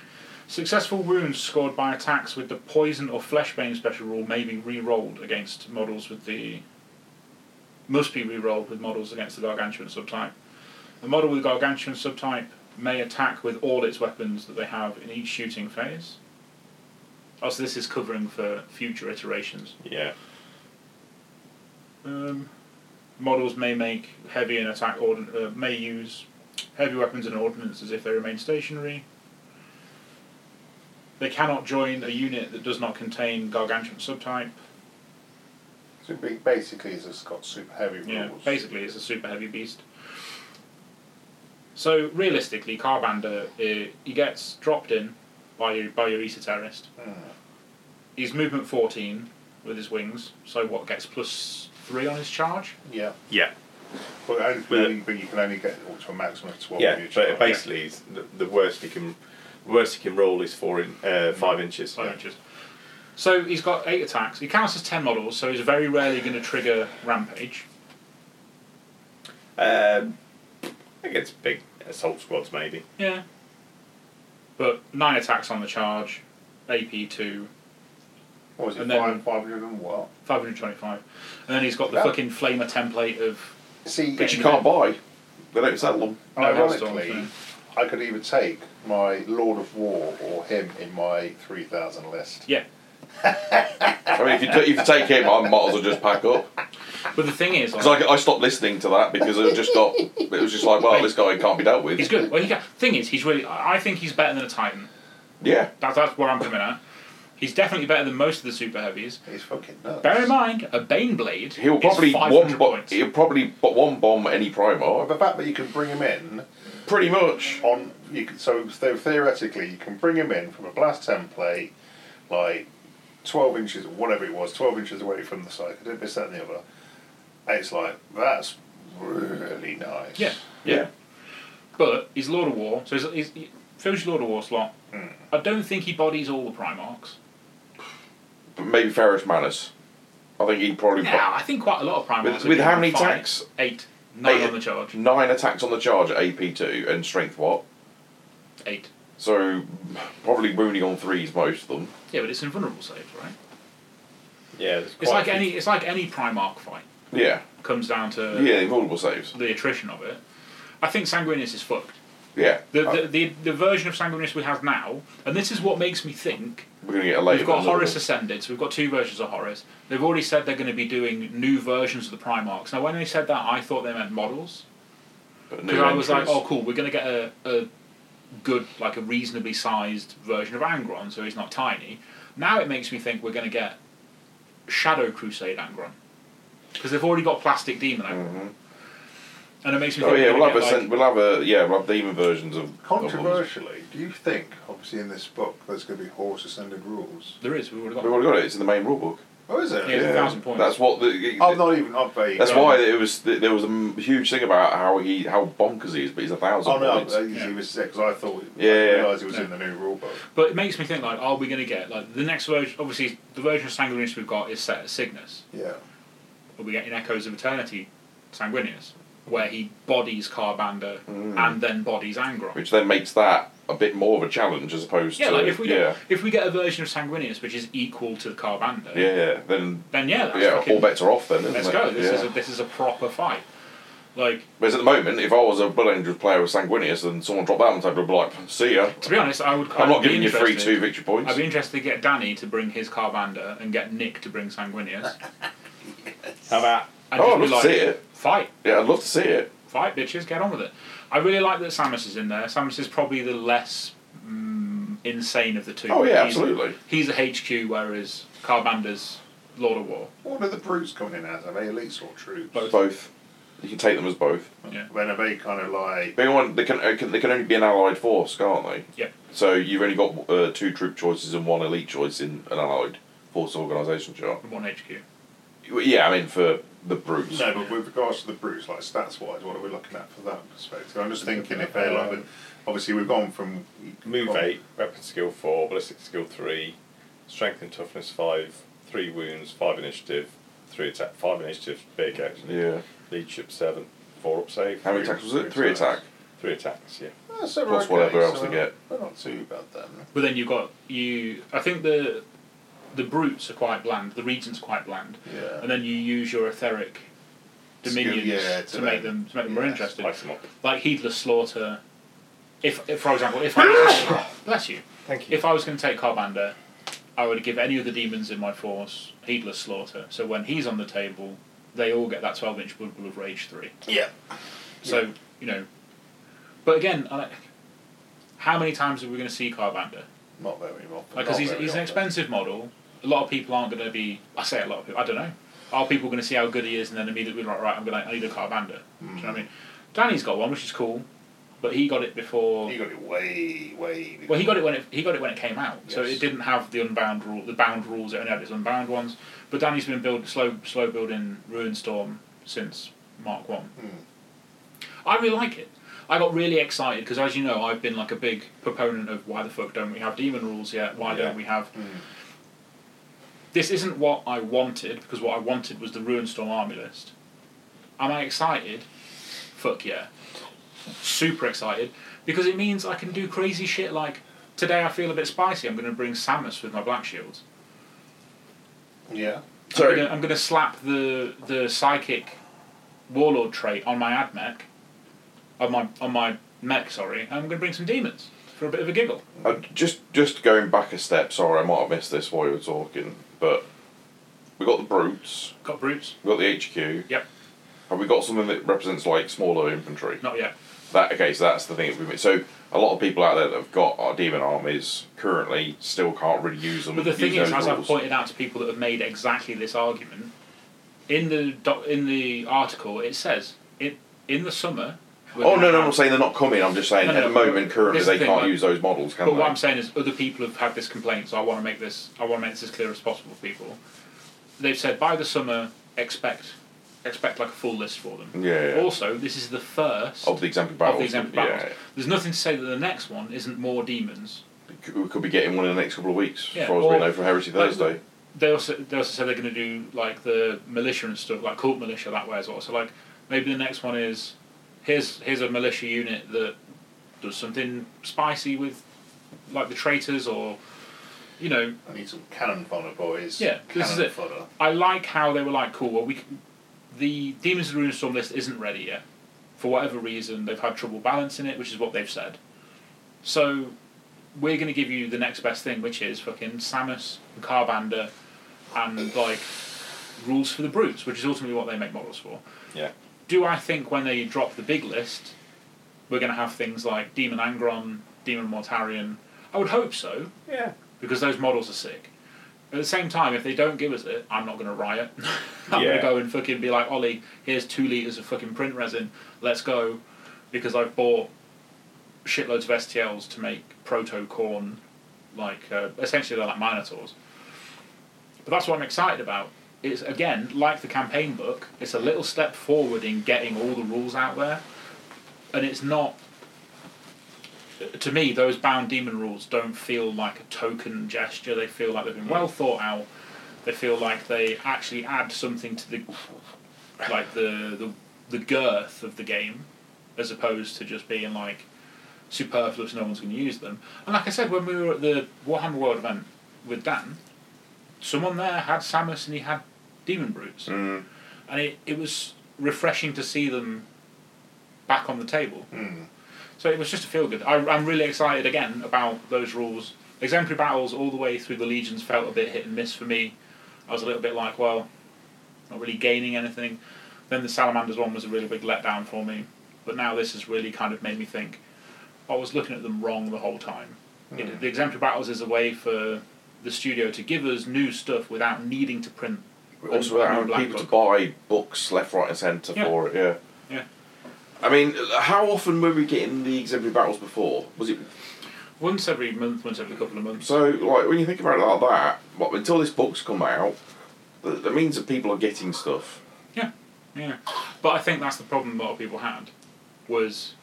[SPEAKER 4] Successful wounds scored by attacks with the poison or fleshbane special rule may be re-rolled against models with the must be re-rolled with models against the gargantuan subtype. A model with gargantuan subtype may attack with all its weapons that they have in each shooting phase. Oh, so this is covering for future iterations.
[SPEAKER 2] Yeah.
[SPEAKER 4] Um, models may make heavy and attack ordin- uh, may use heavy weapons and ordnance as if they remain stationary. They cannot join a unit that does not contain gargantuan subtype.
[SPEAKER 3] it? So ba- basically, it's just got super heavy rules.
[SPEAKER 4] Yeah, basically, it's a super heavy beast. So realistically, Carbander uh, he gets dropped in by your by your Issa terrorist. He's movement fourteen with his wings. So what gets plus three on his charge?
[SPEAKER 3] Yeah.
[SPEAKER 2] Yeah.
[SPEAKER 3] But, only,
[SPEAKER 2] With
[SPEAKER 3] only- but you can only get up to a maximum of 12
[SPEAKER 2] Yeah.
[SPEAKER 3] on your
[SPEAKER 2] But
[SPEAKER 3] chart.
[SPEAKER 2] it basically, is the, the worst he can, the worst he can roll is four in uh, five inches.
[SPEAKER 4] five inches. So he's got eight attacks. He counts as ten models, so he's very rarely going to trigger rampage.
[SPEAKER 2] Um, against big assault squads, maybe.
[SPEAKER 4] Yeah. But nine attacks on the charge, AP two,
[SPEAKER 3] What was it,
[SPEAKER 4] and then-
[SPEAKER 3] five, 500 and what?
[SPEAKER 4] five hundred twenty-five, and then he's got the
[SPEAKER 3] Wow.
[SPEAKER 4] fucking flamer template of
[SPEAKER 3] See,
[SPEAKER 5] Which you can't buy. They don't sell them.
[SPEAKER 4] no
[SPEAKER 3] Ironically,
[SPEAKER 4] Hellstorm,
[SPEAKER 3] I could either take my Lord of War or him in my 3000 list.
[SPEAKER 4] Yeah.
[SPEAKER 5] I mean, if you, t- if you take him, I might as well just pack up.
[SPEAKER 4] But the thing is, like,
[SPEAKER 5] Because I, I stopped listening to that because it just got. It was just like, well, this guy can't be dealt with.
[SPEAKER 4] he's good. Well, he can, thing is, he's really. I I think he's better than a Titan.
[SPEAKER 5] Yeah.
[SPEAKER 4] That's that's where I'm coming at. He's definitely better than most of the super heavies.
[SPEAKER 3] He's fucking nuts.
[SPEAKER 4] Bear in mind, a Bane blade.
[SPEAKER 5] He'll
[SPEAKER 4] is
[SPEAKER 5] probably
[SPEAKER 4] 500
[SPEAKER 5] one. Bo-
[SPEAKER 4] points.
[SPEAKER 5] he'll probably bo- one bomb any
[SPEAKER 3] Well,
[SPEAKER 5] Primark.
[SPEAKER 3] the fact that you can bring him in
[SPEAKER 5] Pretty much.
[SPEAKER 3] on you can, so so theoretically you can bring him in from a blast template like 12 inches whatever it was 12 inches away from the side I did this that and the other It's like that's really nice.
[SPEAKER 4] Yeah.
[SPEAKER 5] Yeah.
[SPEAKER 4] But he's Lord of War, so he's, he's, he fills your Lord of War slot.
[SPEAKER 5] Hmm.
[SPEAKER 4] I don't think he bodies all the Primarchs.
[SPEAKER 5] But maybe Ferris Manus. I think he probably.
[SPEAKER 4] No,
[SPEAKER 5] pro-
[SPEAKER 4] I think quite a lot of Primarchs.
[SPEAKER 5] With-
[SPEAKER 4] are
[SPEAKER 5] with how
[SPEAKER 4] given
[SPEAKER 5] many
[SPEAKER 4] five,
[SPEAKER 5] attacks?
[SPEAKER 4] Eight. Nine
[SPEAKER 5] Eight.
[SPEAKER 4] on the charge.
[SPEAKER 5] Nine attacks on the charge at AP2 and strength what?
[SPEAKER 4] Eight.
[SPEAKER 5] So probably wounding on threes, most of them.
[SPEAKER 4] Yeah, but it's invulnerable saves, right?
[SPEAKER 2] Yeah, there's
[SPEAKER 4] It's
[SPEAKER 2] quite
[SPEAKER 4] like
[SPEAKER 2] a few-
[SPEAKER 4] any it's like any Primarch fight.
[SPEAKER 5] Yeah.
[SPEAKER 4] Comes down to
[SPEAKER 5] Yeah, invulnerable saves.
[SPEAKER 4] the attrition of it. I think Sanguinius is fucked.
[SPEAKER 5] Yeah.
[SPEAKER 4] The,
[SPEAKER 5] Uh,
[SPEAKER 4] the, the, the version of Sanguinius we have now, and this is what makes me think
[SPEAKER 5] we're going to get a later.
[SPEAKER 4] We've got
[SPEAKER 5] another
[SPEAKER 4] Horus
[SPEAKER 5] one.
[SPEAKER 4] Ascended, so we've got two versions of Horus. They've already said they're going to be doing new versions of the Primarchs. Now, when they said that, I thought they meant models.
[SPEAKER 5] But new
[SPEAKER 4] Because I was like,
[SPEAKER 5] entries.
[SPEAKER 4] oh, cool, we're going to get a, a good, like a reasonably sized version of Angron, so he's not tiny. Now it makes me think we're going to get Shadow Crusade Angron. Because they've already got Plastic Demon Angron. And it makes me
[SPEAKER 5] Oh
[SPEAKER 4] think.
[SPEAKER 5] yeah,
[SPEAKER 4] we're
[SPEAKER 5] we'll
[SPEAKER 4] gonna
[SPEAKER 5] have a
[SPEAKER 4] get,
[SPEAKER 5] sen-
[SPEAKER 4] like,
[SPEAKER 5] we'll have a yeah we'll have demon versions of of all these.
[SPEAKER 3] Controversially, do you think, obviously in this book, there's going to be horse ascended rules?
[SPEAKER 4] There is, we've already got
[SPEAKER 5] We've already got it. It's in the main rule book.
[SPEAKER 3] Oh, is it?
[SPEAKER 4] Yeah, it's a thousand points.
[SPEAKER 5] That's what the.
[SPEAKER 3] I'm not even up vague.
[SPEAKER 5] that's why it was. There was a m- huge thing about how he how bonkers he is, but he's a thousand
[SPEAKER 3] Oh no,
[SPEAKER 5] points.
[SPEAKER 3] that usually was sick because I thought I
[SPEAKER 5] Yeah, yeah.
[SPEAKER 3] didn't realise it was in the new rule book.
[SPEAKER 4] But it makes me think like, are we going to get like the next version? Obviously, the version of Sanguinius we've got is set at Cygnus.
[SPEAKER 3] Yeah.
[SPEAKER 4] Are we getting Echoes of Eternity,
[SPEAKER 5] Mm.
[SPEAKER 4] Sanguinius, where he bodies Carbander and then bodies Angron?
[SPEAKER 5] Which then makes that a bit more of a challenge as opposed
[SPEAKER 4] yeah,
[SPEAKER 5] to
[SPEAKER 4] like if we
[SPEAKER 5] yeah
[SPEAKER 4] get if we get a version of Sanguinius which is equal to Carbander,
[SPEAKER 5] yeah yeah then
[SPEAKER 4] then yeah, that's
[SPEAKER 5] yeah
[SPEAKER 4] fucking,
[SPEAKER 5] all bets are off then. Isn't
[SPEAKER 4] let's
[SPEAKER 5] it?
[SPEAKER 4] go. This
[SPEAKER 5] yeah.
[SPEAKER 4] is a, this is a proper fight. Like
[SPEAKER 5] Whereas at the moment, if I was a Blood Angels player with Sanguinius and someone dropped that on the table, I'd be like, see ya.
[SPEAKER 4] to be honest, I would.
[SPEAKER 5] I'm
[SPEAKER 4] I'd
[SPEAKER 5] not
[SPEAKER 4] be
[SPEAKER 5] giving you three
[SPEAKER 4] interested-
[SPEAKER 5] two victory points.
[SPEAKER 4] I'd be interested to get Danny to bring his Carbander and get Nick to bring Sanguinius.
[SPEAKER 2] How about
[SPEAKER 4] And
[SPEAKER 5] oh,
[SPEAKER 4] just be
[SPEAKER 5] I'd love
[SPEAKER 4] like,
[SPEAKER 5] to see it.
[SPEAKER 4] Fight.
[SPEAKER 5] Yeah, I'd love to see it.
[SPEAKER 4] fight bitches get on with it i really like that samus is in there samus is probably the less mm, insane of the two
[SPEAKER 5] Oh yeah,
[SPEAKER 4] he's,
[SPEAKER 5] absolutely.
[SPEAKER 4] he's a hq whereas carbander's lord of war
[SPEAKER 3] What are the brutes coming in as? Are they elites or troops?
[SPEAKER 4] Both.
[SPEAKER 5] Both. You can take them as both.
[SPEAKER 4] yeah
[SPEAKER 3] When are they kind of like?
[SPEAKER 5] They want they can, uh, can they can only be an allied force, can't they?
[SPEAKER 4] Yep.
[SPEAKER 5] So you've only got uh, two troop choices and one elite choice in an allied force organisation chart.
[SPEAKER 4] one hq
[SPEAKER 5] Yeah, I mean for the brutes.
[SPEAKER 3] No, but with regards to the brutes, like stats wise, what are we looking at from that perspective? I'm just thinking if they're like, obviously we've gone from
[SPEAKER 2] Move
[SPEAKER 3] gone-
[SPEAKER 2] eight, weapon skill four, ballistic skill three, strength and toughness five, three wounds, five initiative, three attack, five initiative, big action.
[SPEAKER 5] Yeah.
[SPEAKER 2] Leadership seven, four up save.
[SPEAKER 5] How many
[SPEAKER 2] three-
[SPEAKER 5] attacks was it? Three attack.
[SPEAKER 2] Three attacks, yeah.
[SPEAKER 3] Oh, so we're
[SPEAKER 5] Plus
[SPEAKER 3] okay,
[SPEAKER 5] whatever else
[SPEAKER 3] so
[SPEAKER 5] they get.
[SPEAKER 3] We're not too bad then.
[SPEAKER 4] but then you've got you i think the the brutes are quite bland the regents are quite bland
[SPEAKER 3] Yeah.
[SPEAKER 4] and then you use your etheric
[SPEAKER 3] Skill,
[SPEAKER 4] dominions
[SPEAKER 3] yeah,
[SPEAKER 4] to,
[SPEAKER 3] to
[SPEAKER 4] make
[SPEAKER 3] them.
[SPEAKER 4] them to make them more
[SPEAKER 3] Yeah.
[SPEAKER 4] interesting
[SPEAKER 2] Spice them up.
[SPEAKER 4] like heedless slaughter if, if for example if
[SPEAKER 2] (coughs)
[SPEAKER 4] I bless you
[SPEAKER 2] Thank you.
[SPEAKER 4] If I was going to take Carbander, I would give any of the demons in my force heedless slaughter. So when he's on the table, they all get that twelve inch Blood Bowl of Rage three.
[SPEAKER 3] Yeah.
[SPEAKER 4] So you know, but again, I, how many times are we going to see Carbander?
[SPEAKER 3] Not very often.
[SPEAKER 4] Like, because
[SPEAKER 3] Not
[SPEAKER 4] he's,
[SPEAKER 3] very
[SPEAKER 4] he's an
[SPEAKER 3] often.
[SPEAKER 4] expensive model. A lot of people aren't going to be. I say a lot of people. I don't know. Are people going to see how good he is and then immediately be like, right, I'm going to I need a Carbander. Do you know what I mean? Danny's got one, which is cool, but he got it before.
[SPEAKER 3] He got it way, way.
[SPEAKER 4] Well, he got it when it he got it when it came out, so
[SPEAKER 3] Yes.
[SPEAKER 4] it didn't have the unbound rule, the bound rules. It only had its unbound ones. But Danny's been build slow, slow building Ruin Storm since Mark One. I really like it. I got really excited because, as you know, I've been like a big proponent of why the fuck don't we have demon rules yet? Why
[SPEAKER 2] Yeah.
[SPEAKER 4] don't we have? This isn't what I wanted because what I wanted was the Ruin Storm army list. Am I excited? Fuck yeah! Super excited because it means I can do crazy shit like today. I feel a bit spicy. I'm going to bring Samus with my black shields.
[SPEAKER 3] Yeah.
[SPEAKER 4] I'm gonna, I'm gonna slap the the psychic warlord trait on my ad mech, on my on my mech. Sorry, and I'm gonna bring some demons for a bit of a giggle.
[SPEAKER 5] Uh, just just going back a step. Sorry, I might have missed this while you were talking, but we got the brutes.
[SPEAKER 4] Got brutes?
[SPEAKER 5] We got the HQ.
[SPEAKER 4] Yep.
[SPEAKER 5] Have we got something that represents like smaller infantry?
[SPEAKER 4] Not yet.
[SPEAKER 5] That okay, so that's the thing. that we missed. So a lot of people out there that have got our demon armies currently still can't really use them.
[SPEAKER 4] But the thing
[SPEAKER 5] use
[SPEAKER 4] is,
[SPEAKER 5] those
[SPEAKER 4] as I've
[SPEAKER 5] rules.
[SPEAKER 4] pointed out to people that have made exactly this argument, in the doc, in the article it says it in the summer. we're
[SPEAKER 5] Oh
[SPEAKER 4] gonna
[SPEAKER 5] no, no, I'm
[SPEAKER 4] have-
[SPEAKER 5] not saying they're not coming. I'm just saying
[SPEAKER 4] No,
[SPEAKER 5] at
[SPEAKER 4] no,
[SPEAKER 5] the
[SPEAKER 4] but
[SPEAKER 5] moment currently
[SPEAKER 4] this is the
[SPEAKER 5] they
[SPEAKER 4] thing,
[SPEAKER 5] can't
[SPEAKER 4] like-
[SPEAKER 5] use those models, can
[SPEAKER 4] But
[SPEAKER 5] they?
[SPEAKER 4] what I'm saying is, other people have had this complaint, so I want to make this. I want to make this as clear as possible for people. They've said by the summer, expect expect like a full list for them.
[SPEAKER 5] Yeah, yeah.
[SPEAKER 4] Also, this is the first
[SPEAKER 5] Of the example battles.
[SPEAKER 4] of these empty battles.
[SPEAKER 5] Yeah,
[SPEAKER 4] There's nothing to say that the next one isn't more demons.
[SPEAKER 5] yeah. We could be getting one in the next couple of weeks,
[SPEAKER 4] Yeah,
[SPEAKER 5] as far as
[SPEAKER 4] or-
[SPEAKER 5] we know, from Heresy
[SPEAKER 4] like-
[SPEAKER 5] Thursday.
[SPEAKER 4] They also they also said they're going to do like the militia and stuff, like cult militia that way as well. So like maybe the next one is here's here's a militia unit that does something spicy with like the traitors or you know
[SPEAKER 3] I need some cannon fodder, boys.
[SPEAKER 4] Yeah,
[SPEAKER 3] cannon
[SPEAKER 4] this is it.
[SPEAKER 3] fodder.
[SPEAKER 4] I like how they were like, cool. Well, we c- the Demons of the Runestorm list isn't ready yet. For whatever reason, they've had trouble balancing it, which is what they've said. So we're going to give you the next best thing, which is fucking Samus and Carbander and like rules for the brutes, which is ultimately what they make models for.
[SPEAKER 2] Yeah.
[SPEAKER 4] Do I think when they drop the big list, we're going to have things like Demon Angron, Demon Mortarian? I would hope so
[SPEAKER 2] Yeah.
[SPEAKER 4] because those models are sick. At the same time, if they don't give us it, I'm not going to riot. (laughs) I'm going
[SPEAKER 2] Yeah.
[SPEAKER 4] to go and fucking be like, Ollie, here's two litres of fucking print resin. Let's go. Because I've bought shitloads of STLs to make proto corn, like, uh, essentially they're like Minotaurs. But that's what I'm excited about. It's, again, like the campaign book, it's a little step forward in getting all the rules out there. And it's not to me, those bound demon rules don't feel like a token gesture. They feel like they've been well thought out. They feel like they actually add something to the, like the the, the girth of the game, as opposed to just being like superfluous. No one's going to use them. And like I said, when we were at the Warhammer World event with Dan, someone there had Samus and he had demon brutes, and it, it was refreshing to see them back on the table. So it was just a feel good. I, I'm really excited again about those rules. Exemplary battles all the way through the legions felt a bit hit and miss for me. I was a little bit like, well, not really gaining anything. Then the salamanders one was a really big letdown for me. But now this has really kind of made me think. I was looking at them wrong the whole time. It, the exemplary battles is a way for the studio to give us new stuff without needing to print.
[SPEAKER 5] But
[SPEAKER 4] And-
[SPEAKER 5] also
[SPEAKER 4] and
[SPEAKER 5] allowing
[SPEAKER 4] Black
[SPEAKER 5] people to
[SPEAKER 4] Book.
[SPEAKER 5] buy books left, right, and centre
[SPEAKER 4] Yeah.
[SPEAKER 5] for it. Yeah.
[SPEAKER 4] Yeah.
[SPEAKER 5] I mean, how often were we getting the exemplary battles before? Was it
[SPEAKER 4] Once every month, once every couple of months.
[SPEAKER 5] so? Like when you think about it like that, like, until this book's come out, that, that means that people are getting stuff.
[SPEAKER 4] Yeah, yeah. But I think that's the problem a lot of people had was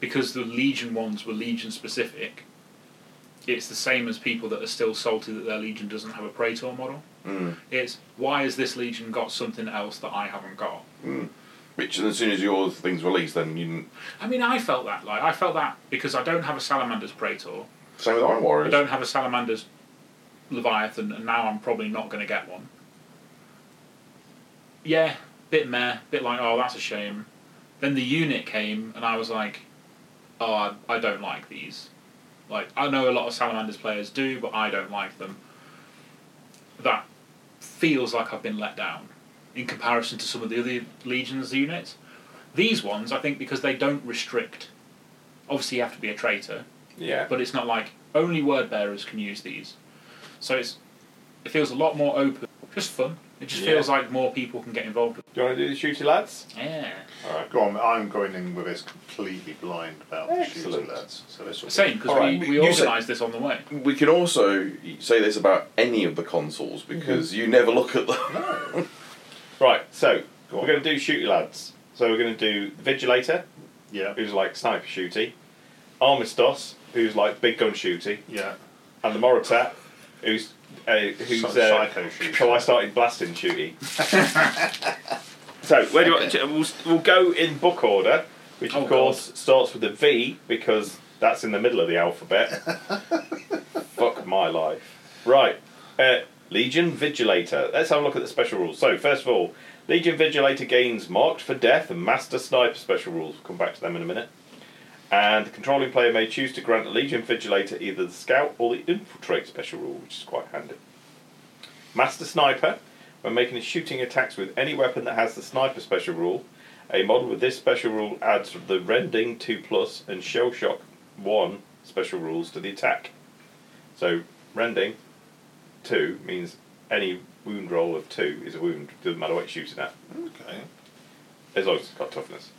[SPEAKER 4] because the Legion ones were Legion specific. It's the same as people that are still salty that their Legion doesn't have a Praetor model.
[SPEAKER 5] Mm.
[SPEAKER 4] It's why has this Legion got something else that I haven't got?
[SPEAKER 5] Which as soon as your thing's released, then you can-
[SPEAKER 4] I mean, I felt that like I felt that because I don't have a Salamander's Praetor,
[SPEAKER 5] same with Iron
[SPEAKER 4] I
[SPEAKER 5] Warriors.
[SPEAKER 4] don't have a Salamander's Leviathan, and now I'm probably not going to get one. Yeah, bit meh, bit like, oh, that's a shame. Then the unit came, and I was like, oh, I, I don't like these. Like, I know a lot of Salamanders players do, but I don't like them. That feels like I've been let down in comparison to some of the other Legions units. These ones, I think, because they don't restrict. Obviously, you have to be a traitor,
[SPEAKER 5] Yeah.
[SPEAKER 4] but it's not like only word bearers can use these. So it's it feels a lot more open, just fun. It just
[SPEAKER 2] Yeah.
[SPEAKER 4] feels like more people can get involved with.
[SPEAKER 2] Do you want to do the shooty lads?
[SPEAKER 4] Yeah.
[SPEAKER 3] Go on, I'm going in with this completely blind about the shooter
[SPEAKER 5] Excellent.
[SPEAKER 3] lads. So this will be-
[SPEAKER 4] Same because
[SPEAKER 5] All right,
[SPEAKER 4] we,
[SPEAKER 5] you
[SPEAKER 4] we
[SPEAKER 5] said-
[SPEAKER 4] organised this on the way.
[SPEAKER 5] We can also say this about any of the consoles because you never look at them.
[SPEAKER 2] Right, so we're going to do shooty lads. So we're going to do Vigilator,
[SPEAKER 3] Yeah,
[SPEAKER 2] who's like sniper shooty, Armistos, who's like big gun shooty,
[SPEAKER 3] yeah.
[SPEAKER 2] and the Morotat, who's uh, who's
[SPEAKER 3] Psy-
[SPEAKER 2] uh,
[SPEAKER 3] psycho shooty.
[SPEAKER 2] So I started blasting shooty. so where do you want, we'll, we'll go in book order, which of
[SPEAKER 4] Oh,
[SPEAKER 2] course starts with a V because that's in the middle of the alphabet. Fuck my life. Right, uh, Legion Vigilator. Let's have a look at the special rules. So first of all, Legion Vigilator gains marked for death and Master Sniper special rules. We'll come back to them in a minute. And the controlling player may choose to grant a Legion Vigilator either the Scout or the Infiltrate special rule, which is quite handy. Master Sniper, when making his shooting attacks with any weapon that has the Sniper special rule, a model with this special rule adds the Rending 2 plus and Shell Shock 1 special rules to the attack. So, Rending 2 means any wound roll of 2 is a wound, doesn't matter what you're shooting at
[SPEAKER 3] Okay.
[SPEAKER 2] as long as it's got toughness.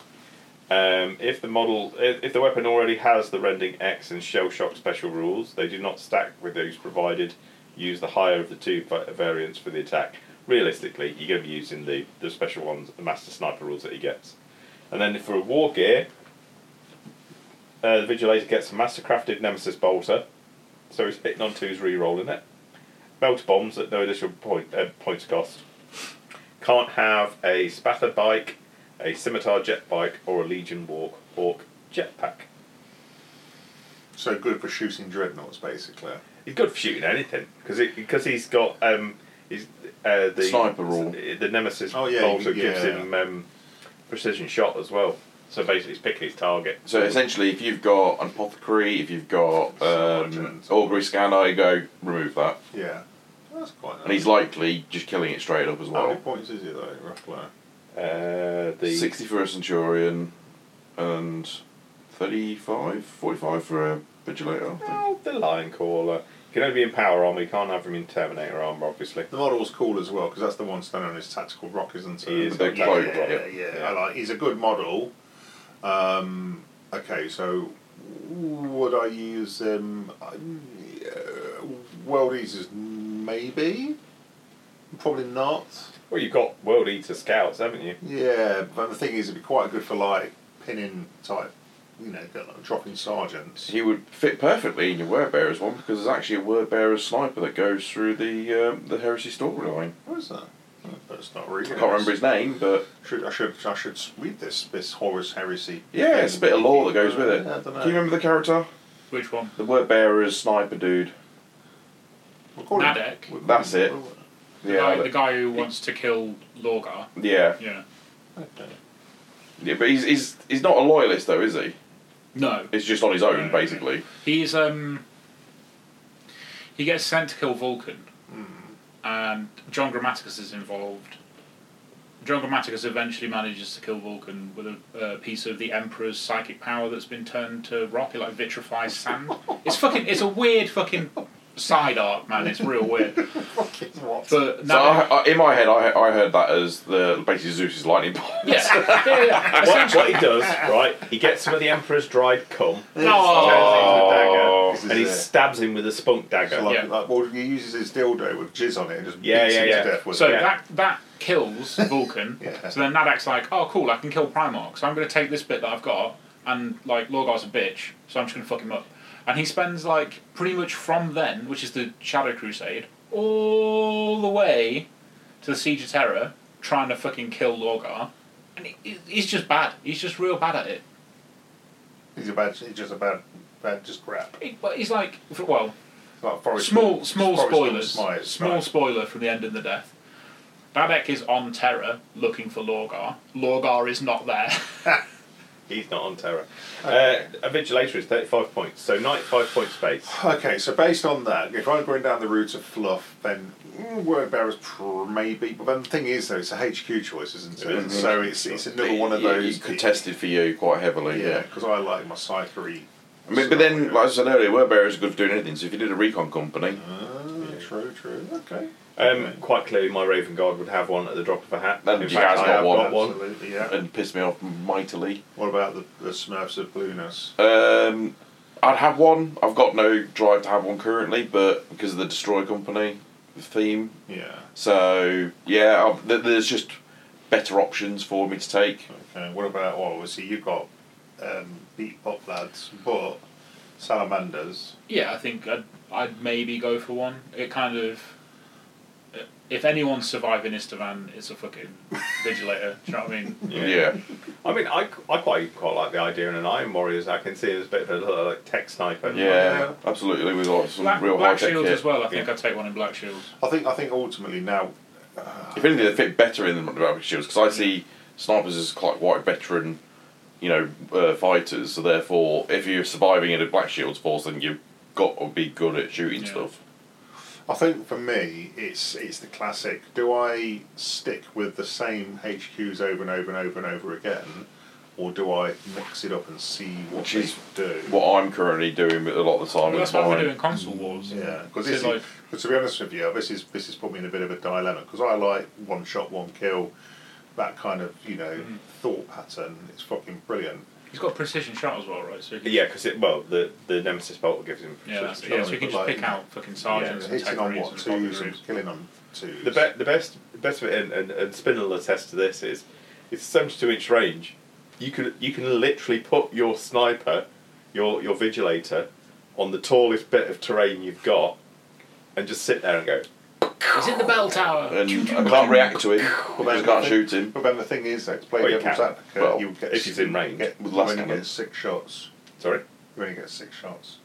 [SPEAKER 2] Um, if the model, if, if the weapon already has the rending X and shell shock special rules, they do not stack with those provided. Use the higher of the two va- variants for the attack. realistically, you're going to be using the, the special ones, the master sniper rules that he gets. And then for a war gear, uh, the Vigilator gets a mastercrafted Nemesis bolter, so he's hitting on twos, re-rolling it. Melt bombs at no additional point uh, points cost. Can't have a Spatha bike, a Scimitar jet bike, or a Legion walk hawk jetpack.
[SPEAKER 3] So good for shooting dreadnoughts, basically.
[SPEAKER 2] He's good for shooting anything because because he's got um he's uh, the
[SPEAKER 5] Sniper rule.
[SPEAKER 2] the nemesis
[SPEAKER 3] Oh, yeah,
[SPEAKER 2] bolter
[SPEAKER 3] yeah.
[SPEAKER 2] gives him um, precision shot as well. So basically, he's picking his target.
[SPEAKER 5] So essentially, if you've got an apothecary, if you've got um,
[SPEAKER 3] Sergeant.
[SPEAKER 5] augury scanner, you go remove that,
[SPEAKER 3] Yeah. That's quite nice.
[SPEAKER 5] and he's likely just killing it straight up as
[SPEAKER 3] How
[SPEAKER 5] well.
[SPEAKER 3] many points is it, though, roughly?
[SPEAKER 2] uh, the
[SPEAKER 5] Sixty for a centurion, and 35, 45 for a vigilator. I think.
[SPEAKER 2] oh, the lion caller he can only be in power armor. You can't have him in Terminator armor, obviously.
[SPEAKER 3] The model's cool as well because that's the one standing on his tactical rock, isn't it?
[SPEAKER 2] He is.
[SPEAKER 5] With their
[SPEAKER 2] Yeah,
[SPEAKER 5] cloak.
[SPEAKER 3] yeah, yeah,
[SPEAKER 5] yeah.
[SPEAKER 3] yeah. I like. He's a good model. Um, okay, so would I use him? Um, uh, world eaters, maybe. Probably not.
[SPEAKER 2] Well, you've got World Eater Scouts, haven't you?
[SPEAKER 3] Yeah, but the thing is, it'd be quite good for like pinning type, you know, got, like, dropping sergeants.
[SPEAKER 5] He would fit perfectly in your word bearers one because there's actually a word bearer sniper that goes through the um, the heresy storyline.
[SPEAKER 3] What is that? Oh, That's not really.
[SPEAKER 5] I can't remember his name, but
[SPEAKER 3] Should, I should I should read this this Horus Heresy.
[SPEAKER 5] yeah, it's a bit of lore that goes with it.
[SPEAKER 3] Yeah, I don't know.
[SPEAKER 5] Can you remember the character?
[SPEAKER 4] Which one?
[SPEAKER 5] The word bearer is sniper dude.
[SPEAKER 3] We'll call him-
[SPEAKER 4] Nadek?
[SPEAKER 3] we'll-
[SPEAKER 5] That's it.
[SPEAKER 3] we'll-
[SPEAKER 4] The,
[SPEAKER 5] Yeah,
[SPEAKER 4] guy,
[SPEAKER 5] that-
[SPEAKER 4] the guy who wants to kill Lorgar.
[SPEAKER 5] yeah,
[SPEAKER 4] Yeah.
[SPEAKER 3] Okay.
[SPEAKER 5] yeah. But he's, he's he's not a loyalist though, is he?
[SPEAKER 4] No,
[SPEAKER 5] It's just on his own
[SPEAKER 4] Mm.
[SPEAKER 5] basically.
[SPEAKER 4] he's um. He gets sent to kill Vulcan, and John Grammaticus is involved. John Grammaticus eventually manages to kill Vulcan with a uh, piece of the Emperor's psychic power that's been turned to rock. It like vitrifies sand. it's fucking. It's a weird fucking side arc, man. It's real weird.
[SPEAKER 3] What?
[SPEAKER 4] But
[SPEAKER 5] So I,
[SPEAKER 4] now,
[SPEAKER 5] I, in my head, I, I heard that as the basically Zeus's lightning (laughs) bolt.
[SPEAKER 4] yeah, yeah, yeah.
[SPEAKER 2] What,
[SPEAKER 4] Essentially,
[SPEAKER 2] what he
[SPEAKER 5] (laughs)
[SPEAKER 2] does, right? He gets some of the Emperor's dried cum,
[SPEAKER 5] Oh.
[SPEAKER 2] and he stabs him with a spunk dagger.
[SPEAKER 3] So like,
[SPEAKER 4] Yeah.
[SPEAKER 3] like, well, he uses his dildo with jizz on it and just
[SPEAKER 2] Yeah,
[SPEAKER 3] beats
[SPEAKER 2] yeah,
[SPEAKER 3] him
[SPEAKER 2] yeah.
[SPEAKER 3] to death with
[SPEAKER 4] So
[SPEAKER 3] it.
[SPEAKER 2] Yeah.
[SPEAKER 4] that that kills Vulcan.
[SPEAKER 3] Yeah.
[SPEAKER 4] So then Nadak's like, oh cool, I can kill Primarch. So I'm going to take this bit that I've got, and like Lorgar's a bitch, so I'm just going to fuck him up. And he spends like pretty much from then, which is the Shadow Crusade, all the way to the Siege of Terror, trying to fucking kill Lorgar. And he- he, he's just bad. He's just real bad at it.
[SPEAKER 3] He's a bad, he's just a bad, bad, just crap.
[SPEAKER 4] He- but he's like, f- well,
[SPEAKER 3] It's Like Forrest
[SPEAKER 4] small
[SPEAKER 3] Gump-
[SPEAKER 4] small
[SPEAKER 3] Forrest Gump
[SPEAKER 4] spoilers.
[SPEAKER 3] Smite,
[SPEAKER 4] small
[SPEAKER 3] right.
[SPEAKER 4] spoiler from the end of the death. Babek is on Terra looking for Lorgar. Lorgar is not there. (laughs)
[SPEAKER 2] He's not on terror. Uh, a vigilator is 35 points, so 95 points base.
[SPEAKER 3] Okay, so based on that, if I'm going down the route of fluff, then mm, word bearers pr- maybe. But then the thing is, though, it's a HQ choice, isn't it?
[SPEAKER 2] It is.
[SPEAKER 3] So it's it's another one of
[SPEAKER 5] Yeah,
[SPEAKER 3] those.
[SPEAKER 5] he contested for you quite heavily.
[SPEAKER 3] Yeah,
[SPEAKER 5] Yeah.
[SPEAKER 3] because I like my psychery.
[SPEAKER 5] I mean, but then, like I said earlier, word bearers are good for doing anything. So if you did a recon company,
[SPEAKER 3] Ah, true, true. Okay.
[SPEAKER 2] Um, quite clearly, my Raven Guard would have one at the drop of a hat.
[SPEAKER 5] Then
[SPEAKER 2] In
[SPEAKER 5] you
[SPEAKER 2] fact,
[SPEAKER 5] guys
[SPEAKER 2] I
[SPEAKER 5] got
[SPEAKER 2] have
[SPEAKER 5] one.
[SPEAKER 2] got one.
[SPEAKER 3] Absolutely, yeah.
[SPEAKER 5] and pissed me off mightily.
[SPEAKER 3] What about the, the Smurfs of Blueness?
[SPEAKER 5] Um, I'd have one. I've got no drive to have one currently, but because of the destroy company theme.
[SPEAKER 3] Yeah.
[SPEAKER 5] So yeah, I've, th- there's just better options for me to take.
[SPEAKER 3] Okay. What about well, obviously you've got um, beat pop lads, but salamanders.
[SPEAKER 4] yeah, I think I'd, I'd maybe go for one. It kind of. If anyone's surviving Istvan, it's a
[SPEAKER 3] (laughs)
[SPEAKER 4] fucking vigilator. do you know what I mean?
[SPEAKER 5] Yeah.
[SPEAKER 2] I mean, I, I quite quite like the idea in an Iron Warriors. I can see it as a bit of a like, tech sniper.
[SPEAKER 5] Yeah, absolutely. We've got some
[SPEAKER 4] Black,
[SPEAKER 5] real high
[SPEAKER 4] Black
[SPEAKER 5] tech
[SPEAKER 4] Shield
[SPEAKER 5] kit.
[SPEAKER 4] as well. I think I'd take one in Black Shield.
[SPEAKER 3] I think I think ultimately now
[SPEAKER 5] If anything, they fit better in than Black Shields because I see snipers as quite white veteran, you know, uh, fighters. So therefore, if you're surviving in a Black Shields force, then you've got to be good at shooting
[SPEAKER 4] Yeah.
[SPEAKER 5] stuff.
[SPEAKER 3] I think for me it's it's the classic. Do I stick with the same HQs over and over and over and over again, or do I mix it up and see what
[SPEAKER 5] Which
[SPEAKER 3] they
[SPEAKER 5] is
[SPEAKER 3] do?
[SPEAKER 5] What I'm currently doing a lot of the time
[SPEAKER 4] Well,
[SPEAKER 5] is
[SPEAKER 4] that's what
[SPEAKER 5] mine.
[SPEAKER 4] we're doing console wars.
[SPEAKER 3] Yeah, because
[SPEAKER 4] So,
[SPEAKER 3] this
[SPEAKER 4] like-
[SPEAKER 3] is, but to be honest with you, this is this has put me in a bit of a dilemma because I like
[SPEAKER 4] Mm-hmm.
[SPEAKER 3] one shot, one kill, that kind of you know thought pattern. It's fucking brilliant.
[SPEAKER 4] He's got a precision shot as well, right? So he can,
[SPEAKER 2] Yeah, because well, the the nemesis bolt gives him.
[SPEAKER 4] yeah, that's it.
[SPEAKER 2] precision
[SPEAKER 4] Yeah,
[SPEAKER 2] shot.
[SPEAKER 4] so he can
[SPEAKER 3] but
[SPEAKER 4] just
[SPEAKER 3] like-
[SPEAKER 4] pick out fucking sergeants and
[SPEAKER 3] hitting on what
[SPEAKER 4] technicians and
[SPEAKER 3] twos and
[SPEAKER 4] bobbies.
[SPEAKER 3] killing on twos.
[SPEAKER 2] The, be- the best the best of it, and, and, and Spinel will attest to this, is it's 72 inch range. You can you can literally put your sniper, your your vigilator, on the tallest bit of terrain you've got, and just sit there and go.
[SPEAKER 4] Is it the bell tower?
[SPEAKER 5] And I can't react
[SPEAKER 3] (laughs)
[SPEAKER 5] to him because I can't shoot him.
[SPEAKER 3] But then the thing is, though, to play
[SPEAKER 2] Well, you
[SPEAKER 3] devil's
[SPEAKER 2] can.
[SPEAKER 3] advocate,
[SPEAKER 5] Well,
[SPEAKER 3] you would get
[SPEAKER 2] if he's in range.
[SPEAKER 3] Get,
[SPEAKER 5] With
[SPEAKER 3] you
[SPEAKER 5] last
[SPEAKER 3] only
[SPEAKER 5] cannon.
[SPEAKER 3] get six shots.
[SPEAKER 2] Sorry.
[SPEAKER 3] You only get six shots.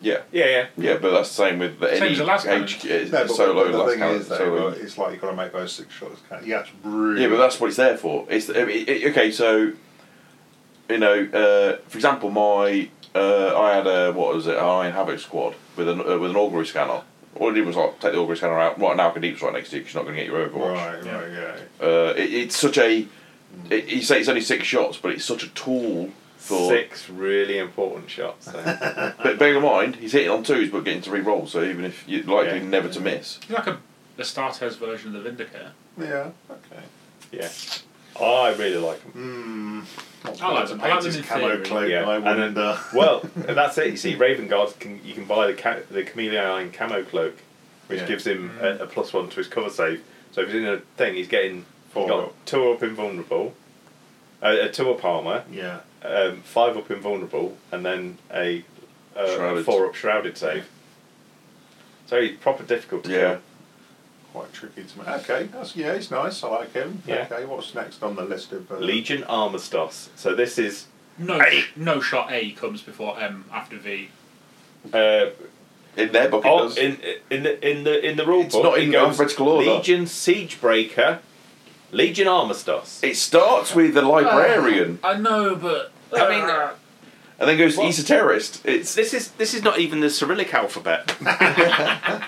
[SPEAKER 5] Yeah,
[SPEAKER 2] Yeah, yeah.
[SPEAKER 5] yeah, but that's the same with the
[SPEAKER 4] Same
[SPEAKER 5] any
[SPEAKER 4] as the last time.
[SPEAKER 5] HQ. It's
[SPEAKER 3] No,
[SPEAKER 5] a
[SPEAKER 3] but
[SPEAKER 5] solo
[SPEAKER 3] the
[SPEAKER 5] last
[SPEAKER 3] thing
[SPEAKER 5] count,
[SPEAKER 3] is, though,
[SPEAKER 5] solo.
[SPEAKER 3] it's like you've got to make those six shots. Count. Yeah, it's really.
[SPEAKER 5] Yeah, but that's what it's there for. It's the, I mean, it- okay. So, you know, uh, for example, my uh, I had a what was it? An Iron Havoc squad with an uh, with an augury scanner. All I did was like take the augury scanner out. Right now, I can deep right next to you. Cause you're not going to get your overwatch.
[SPEAKER 3] Right,
[SPEAKER 4] Yeah.
[SPEAKER 3] right, yeah.
[SPEAKER 5] Uh, it, it's such a. It, you say it's only six shots, but it's such a tool for.
[SPEAKER 2] Six really important shots. eh? (laughs) Then.
[SPEAKER 5] But bear in mind, he's hitting on twos, but getting to re-roll. So even if you're likely
[SPEAKER 2] Yeah.
[SPEAKER 5] never to miss,
[SPEAKER 4] He's like a, the Startes version of the Vindicator.
[SPEAKER 3] Yeah, okay.
[SPEAKER 2] yeah. I really like them.
[SPEAKER 3] Mm, not
[SPEAKER 4] I like them. I like them
[SPEAKER 3] painted
[SPEAKER 4] in
[SPEAKER 3] camo
[SPEAKER 4] theory.
[SPEAKER 3] cloak,
[SPEAKER 2] Yeah,
[SPEAKER 3] no
[SPEAKER 2] and then-
[SPEAKER 3] wonder. (laughs)
[SPEAKER 2] Well, that's it. You see, Raven Guard can you can buy the ca- the chameleon camo cloak, which
[SPEAKER 3] Yeah.
[SPEAKER 2] gives him a, a plus one to his cover save. So if he's in a thing, he's getting he
[SPEAKER 3] Vulnerable.
[SPEAKER 2] got two up invulnerable, a, a two up armor,
[SPEAKER 3] yeah.
[SPEAKER 2] um, five up invulnerable, and then a, uh
[SPEAKER 5] Shrouded.
[SPEAKER 2] four up shrouded save. So he's proper difficult to
[SPEAKER 5] Yeah.
[SPEAKER 3] Quite tricky to make. Okay, that's, yeah, he's nice. I like him.
[SPEAKER 2] Yeah.
[SPEAKER 3] Okay, what's next on the list of. Uh,
[SPEAKER 2] kill. Legion Armistice. So this is
[SPEAKER 4] No, no shot A comes before M after V.
[SPEAKER 2] uh,
[SPEAKER 5] in their book it
[SPEAKER 2] Oh,
[SPEAKER 5] does.
[SPEAKER 2] in in the in the in the rule
[SPEAKER 5] It's
[SPEAKER 2] book,
[SPEAKER 5] not
[SPEAKER 2] it
[SPEAKER 5] in
[SPEAKER 2] goes
[SPEAKER 5] alphabetical order.
[SPEAKER 2] Legion Siegebreaker, Legion Armistice.
[SPEAKER 5] it starts with the librarian
[SPEAKER 4] Uh, I know, but
[SPEAKER 2] I mean,
[SPEAKER 4] Uh.
[SPEAKER 5] and then goes to
[SPEAKER 2] What?
[SPEAKER 5] esoterist. It's
[SPEAKER 2] this is this is not even the Cyrillic
[SPEAKER 3] (laughs)
[SPEAKER 2] alphabet.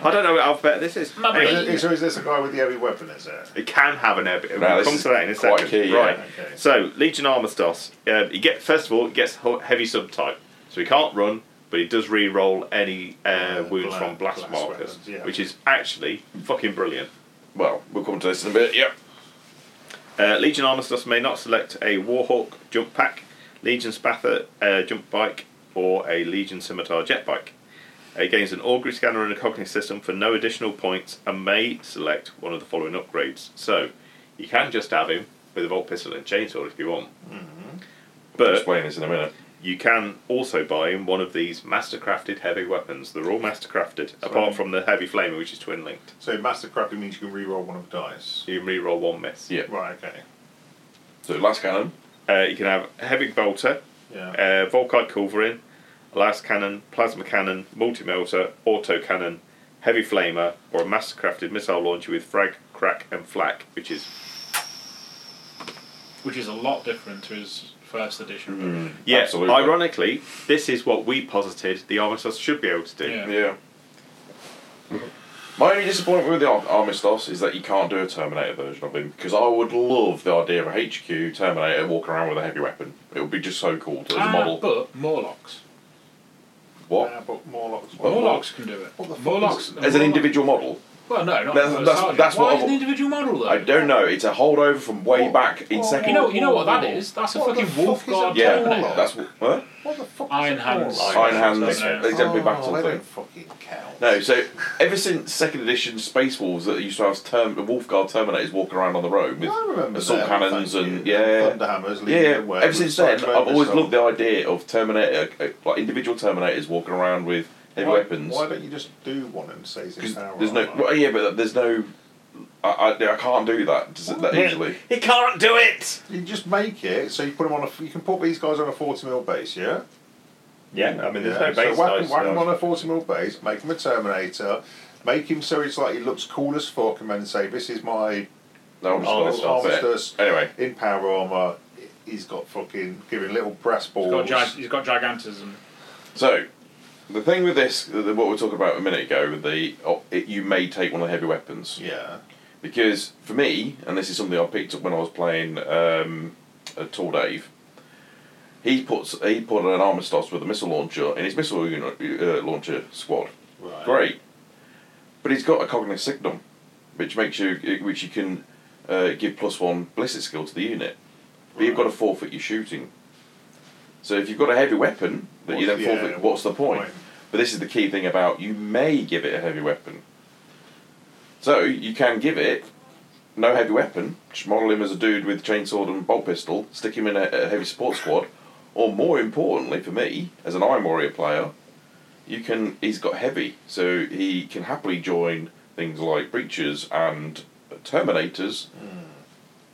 [SPEAKER 2] I don't know what alphabet this is.
[SPEAKER 4] Mummy.
[SPEAKER 2] Anyway,
[SPEAKER 3] Uh, Is, so is this a guy with the heavy weapon, is it?
[SPEAKER 2] it can have an air.
[SPEAKER 5] Right,
[SPEAKER 2] we'll
[SPEAKER 5] this
[SPEAKER 2] come
[SPEAKER 5] is
[SPEAKER 2] to that in a
[SPEAKER 5] quite
[SPEAKER 2] second.
[SPEAKER 5] key, yeah.
[SPEAKER 2] right.
[SPEAKER 3] Okay.
[SPEAKER 2] So Legion Armistice. Um, he get first of all, he gets ho- heavy subtype, so he can't run, but he does re-roll any uh,
[SPEAKER 3] Uh,
[SPEAKER 2] wounds
[SPEAKER 3] bla-
[SPEAKER 2] from blast,
[SPEAKER 3] blast
[SPEAKER 2] markers,
[SPEAKER 3] weapons, yeah.
[SPEAKER 2] which is actually fucking brilliant.
[SPEAKER 5] well, we'll come to this in a bit. Yep.
[SPEAKER 2] Uh, Legion Armistice may not select a Warhawk jump pack, Legion Spatha uh, jump bike, or a Legion Scimitar jet bike. It gains an augury scanner and a cognitive system for no additional points and may select one of the following upgrades. So, you can just have him with a Volt Pistol and Chainsaw if you want.
[SPEAKER 5] I'll
[SPEAKER 2] But
[SPEAKER 5] explain this in a minute.
[SPEAKER 2] you can also buy him one of these Mastercrafted heavy weapons. They're all Mastercrafted, apart from the Heavy Flamer, which is twin linked.
[SPEAKER 3] So, Master Crappy means you can reroll one of the dice.
[SPEAKER 2] You can reroll one miss.
[SPEAKER 5] Yeah.
[SPEAKER 3] Right, okay.
[SPEAKER 5] So last cannon.
[SPEAKER 2] Uh, you can have a Heavy Bolter,
[SPEAKER 3] Yeah.
[SPEAKER 2] uh, Volkite Culverin, Las Cannon, Plasma Cannon, Multimelter, Auto Cannon, Heavy Flamer, or a Mastercrafted Missile Launcher with Frag, Crack, and Flak, which is.
[SPEAKER 4] which is a lot different to his first edition.
[SPEAKER 5] Mm.
[SPEAKER 4] version.
[SPEAKER 2] Yeah,
[SPEAKER 5] Absolutely.
[SPEAKER 2] ironically, this is what we posited the Armistice should be able to do.
[SPEAKER 4] Yeah.
[SPEAKER 5] Yeah. My only disappointment with the Ar- Armistice is that you can't do a Terminator version of him because I would love the idea of a HQ Terminator walking around with a heavy weapon. It would be just so cool to- as a
[SPEAKER 4] Ah,
[SPEAKER 5] model.
[SPEAKER 4] but Morlocks.
[SPEAKER 5] what?
[SPEAKER 3] Uh, but Morlocks.
[SPEAKER 5] Well,
[SPEAKER 4] Morlocks can do it.
[SPEAKER 3] What the fuck
[SPEAKER 4] Morlocks
[SPEAKER 3] is-
[SPEAKER 4] the
[SPEAKER 5] As an
[SPEAKER 4] Morlock-
[SPEAKER 5] individual model,
[SPEAKER 4] Well, no, not
[SPEAKER 5] That's-
[SPEAKER 4] as a
[SPEAKER 5] that's-
[SPEAKER 4] sergeant.
[SPEAKER 5] that's
[SPEAKER 4] Why
[SPEAKER 5] what
[SPEAKER 4] is
[SPEAKER 5] I-
[SPEAKER 4] an individual model though?
[SPEAKER 5] I don't know. It's a holdover from way back in
[SPEAKER 4] You
[SPEAKER 5] second.
[SPEAKER 4] know, you know what that
[SPEAKER 3] What
[SPEAKER 4] is. That's a
[SPEAKER 3] the
[SPEAKER 4] fucking
[SPEAKER 3] fuck
[SPEAKER 4] wolf
[SPEAKER 3] is a
[SPEAKER 4] guard
[SPEAKER 5] yeah,
[SPEAKER 4] Terminator.
[SPEAKER 5] that's what. Huh?
[SPEAKER 3] What the fuck?
[SPEAKER 4] Iron Hands.
[SPEAKER 5] Iron Hands.
[SPEAKER 4] Terminator.
[SPEAKER 5] Exemplary battle
[SPEAKER 3] They
[SPEAKER 5] thing.
[SPEAKER 3] Oh, don't fucking count.
[SPEAKER 5] No, so ever since second edition Space Wolves, that used to have term, Wolf Guard Terminators walking around on the road with
[SPEAKER 3] I remember
[SPEAKER 5] assault
[SPEAKER 3] them,
[SPEAKER 5] cannons
[SPEAKER 3] thank
[SPEAKER 5] and
[SPEAKER 3] you.
[SPEAKER 5] yeah,
[SPEAKER 3] Thunder hammers,
[SPEAKER 5] yeah,
[SPEAKER 3] leading
[SPEAKER 5] yeah.
[SPEAKER 3] the way
[SPEAKER 5] Ever
[SPEAKER 3] with
[SPEAKER 5] since then, I've
[SPEAKER 3] cyclone
[SPEAKER 5] always
[SPEAKER 3] missile.
[SPEAKER 5] loved the idea of Terminator, uh, like individual Terminators walking around with heavy
[SPEAKER 3] why,
[SPEAKER 5] weapons.
[SPEAKER 3] Why don't you just do one and say it's in
[SPEAKER 5] 'Cause
[SPEAKER 3] power?
[SPEAKER 5] there's no,
[SPEAKER 3] armor?
[SPEAKER 5] well, yeah, but there's no. I, I, I can't do that just that easily.
[SPEAKER 2] He can't do it!
[SPEAKER 3] You just make it so you put them on a. You can put these guys on a forty mil base, yeah.
[SPEAKER 2] Yeah, I mean, there's
[SPEAKER 3] yeah.
[SPEAKER 2] no base
[SPEAKER 3] so whack,
[SPEAKER 2] dice,
[SPEAKER 3] whack
[SPEAKER 2] no.
[SPEAKER 3] him on a forty mil base. Make him a Terminator. Make him so it's like he looks cool as fuck, and then say, "This is my
[SPEAKER 5] No, I'm just not- but
[SPEAKER 3] Armistice.
[SPEAKER 5] Anyway,
[SPEAKER 3] in power armor." He's got fucking giving little brass
[SPEAKER 4] He's got,
[SPEAKER 3] balls.
[SPEAKER 4] gig- he's got gigantism.
[SPEAKER 5] so the thing with this, the, the- what we were talking about a minute ago, with the oh, it, you may take one of the heavy weapons.
[SPEAKER 3] Yeah.
[SPEAKER 5] Because for me, and this is something I picked up when I was playing um, uh, Tall Dave, he puts he put an armistice with a missile launcher in his missile unit, uh, launcher squad.
[SPEAKER 3] Right.
[SPEAKER 5] Great, but he's got a cognitive signum, which makes you which you can uh, give plus one ballistic skill to the unit. But you've got to forfeit your shooting. So if you've got a heavy weapon that you then
[SPEAKER 3] What's- yeah,
[SPEAKER 5] forfeit, what's the point?
[SPEAKER 3] point?
[SPEAKER 5] But this is the key thing about you may give it a heavy weapon. So you can give it no heavy weapon, just model him as a dude with chainsaw and bolt pistol, stick him in a, a heavy sports squad, or more importantly for me, as an Iron Warrior player, you can he's got heavy, so he can happily join things like breachers and terminators
[SPEAKER 3] Hmm.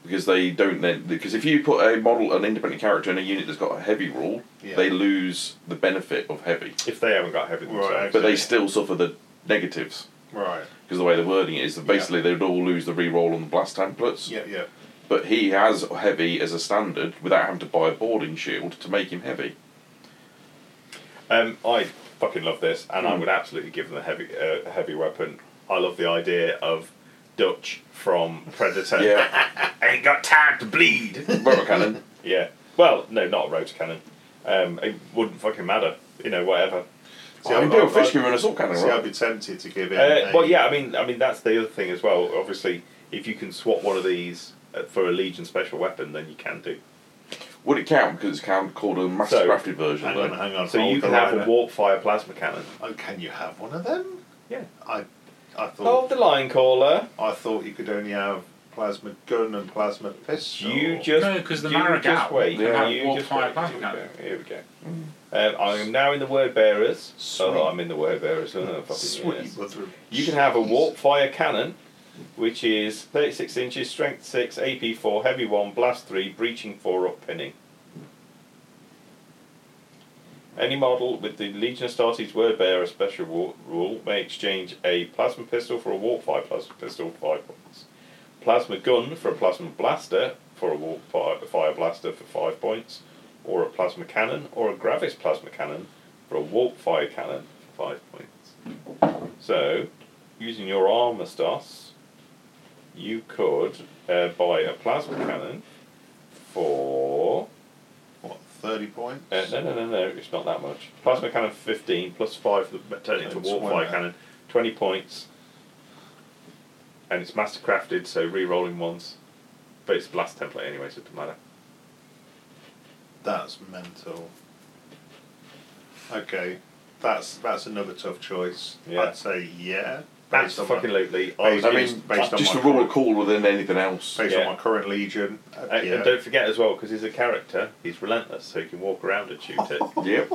[SPEAKER 5] because they don't then because if you put a model an independent character in a unit that's got a heavy rule,
[SPEAKER 3] Yeah.
[SPEAKER 5] they lose the benefit of heavy,
[SPEAKER 2] If they haven't got heavy themselves.
[SPEAKER 3] Right.
[SPEAKER 5] but they still suffer the negatives
[SPEAKER 3] Right.
[SPEAKER 5] because the way they're wording it is that
[SPEAKER 3] Yeah.
[SPEAKER 5] basically they would all lose the re-roll on the blast templates.
[SPEAKER 3] Yeah, yeah.
[SPEAKER 5] But he has heavy as a standard without having to buy a boarding shield to make him heavy.
[SPEAKER 2] Um, I fucking love this, and I would absolutely give them a heavy, uh, heavy weapon. I love the idea of Dutch from Predator.
[SPEAKER 5] Yeah,
[SPEAKER 2] (laughs) Ain't got time to bleed.
[SPEAKER 5] rubber cannon.
[SPEAKER 2] yeah. Well, no, not a rotor cannon. Um, it wouldn't fucking matter. You know, whatever.
[SPEAKER 3] See,
[SPEAKER 5] I
[SPEAKER 3] I'd,
[SPEAKER 5] mean, Bill
[SPEAKER 3] I'd, I'd,
[SPEAKER 5] Fish can run a salt cannon,
[SPEAKER 3] see, I'd
[SPEAKER 5] right?
[SPEAKER 3] be tempted to give him.
[SPEAKER 2] Uh,
[SPEAKER 3] a-
[SPEAKER 2] well, yeah. I mean, I mean that's the other thing as well. Obviously, if you can swap one of these uh, for a Legion special weapon, then you can do.
[SPEAKER 5] Would it count because it's count- called a master
[SPEAKER 2] So-
[SPEAKER 5] crafted version?
[SPEAKER 3] Hang
[SPEAKER 5] though?
[SPEAKER 3] on, hang on.
[SPEAKER 2] So
[SPEAKER 3] hold
[SPEAKER 2] you
[SPEAKER 3] the
[SPEAKER 2] can have
[SPEAKER 3] line
[SPEAKER 2] a
[SPEAKER 3] there.
[SPEAKER 2] warp fire plasma cannon.
[SPEAKER 3] Oh, can you have one of them?
[SPEAKER 2] Yeah. Oh.
[SPEAKER 3] I, I
[SPEAKER 2] Of
[SPEAKER 3] thought
[SPEAKER 2] the line caller.
[SPEAKER 3] I thought you could only have plasma gun and plasma pistol.
[SPEAKER 2] You just
[SPEAKER 4] No, 'cause the
[SPEAKER 2] you
[SPEAKER 4] Maragall
[SPEAKER 2] just wait.
[SPEAKER 5] can have
[SPEAKER 2] You
[SPEAKER 4] warp
[SPEAKER 2] just
[SPEAKER 4] fire
[SPEAKER 2] wait.
[SPEAKER 4] plasma
[SPEAKER 2] Here we go. Here we go. Um, I am now in the word bearers.
[SPEAKER 3] Sweet.
[SPEAKER 2] Oh, I'm in the word bearers. Oh, fucking
[SPEAKER 3] sweet.
[SPEAKER 2] yes.
[SPEAKER 3] brother of
[SPEAKER 2] You can have a
[SPEAKER 3] Jesus.
[SPEAKER 2] warp fire cannon, which is 36 inches, strength 6, AP 4, heavy 1, blast 3, breaching 4, up pinning. Any model with the Legion Astartes word bearer special wa- rule may exchange a plasma pistol for a warp fire plasma pistol, 5 points. Plasma gun for a plasma blaster for a warp fire, fire blaster for 5 points. Or a plasma cannon or a gravis plasma cannon for a warp fire cannon for 5 points. So, using your armor stats, you could uh, buy a plasma cannon for.
[SPEAKER 3] What thirty points?
[SPEAKER 2] Uh, no, no, no, no, it's not that much. Plasma cannon for 15, plus 5 for the, turn it into a
[SPEAKER 3] It's
[SPEAKER 2] warp
[SPEAKER 3] one
[SPEAKER 2] fire
[SPEAKER 3] now.
[SPEAKER 2] cannon, 20 points. And it's mastercrafted, so re rolling ones. But it's blast template anyway, so it doesn't matter.
[SPEAKER 3] That's mental. Okay, that's that's another tough choice.
[SPEAKER 2] Yeah.
[SPEAKER 3] I'd say yeah.
[SPEAKER 2] That's
[SPEAKER 3] Based on my-
[SPEAKER 2] fucking lately.
[SPEAKER 3] based-
[SPEAKER 5] I mean,
[SPEAKER 3] Based on
[SPEAKER 5] just
[SPEAKER 3] my
[SPEAKER 5] a rule
[SPEAKER 3] current-
[SPEAKER 5] of cool within anything else.
[SPEAKER 3] based
[SPEAKER 2] yeah.
[SPEAKER 3] on my current legion. uh,
[SPEAKER 2] And,
[SPEAKER 3] yeah.
[SPEAKER 2] and don't forget as well, because he's a character, he's relentless, so he can walk around and shoot
[SPEAKER 3] (laughs)
[SPEAKER 2] it.
[SPEAKER 5] Yep.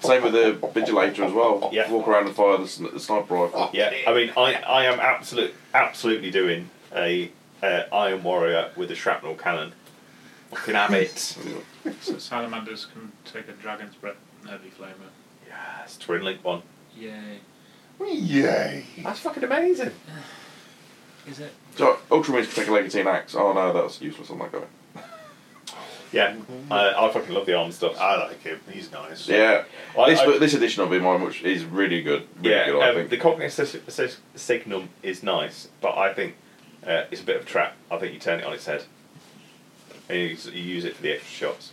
[SPEAKER 5] Same with the vigilator as well.
[SPEAKER 2] Yeah.
[SPEAKER 5] Walk around and fire the, sn- the sniper rifle.
[SPEAKER 2] Yeah, I mean, I, I am absolute, absolutely doing a uh, Iron Warrior with a shrapnel cannon. Fucking have it.
[SPEAKER 4] So salamanders can take a dragon's breath and heavy flamer.
[SPEAKER 2] yes, twin link one.
[SPEAKER 4] Yay.
[SPEAKER 3] Yay!
[SPEAKER 2] That's fucking amazing.
[SPEAKER 4] Is it?
[SPEAKER 5] So Ultramarines can take a legatine axe. Oh no, that's useless on that guy.
[SPEAKER 2] Yeah, I, I fucking love the arm stuff. Uh,
[SPEAKER 3] I like him. He's nice.
[SPEAKER 5] Yeah.
[SPEAKER 2] I-
[SPEAKER 5] this
[SPEAKER 2] I-
[SPEAKER 5] but this edition of him, I'm which is really good. Really
[SPEAKER 2] yeah,
[SPEAKER 5] good, I
[SPEAKER 2] um,
[SPEAKER 5] think.
[SPEAKER 2] the cognate sig- sig- signum is nice, but I think uh, it's a bit of a trap. I think you turn it on its head, and you, s- you use it for the extra shots.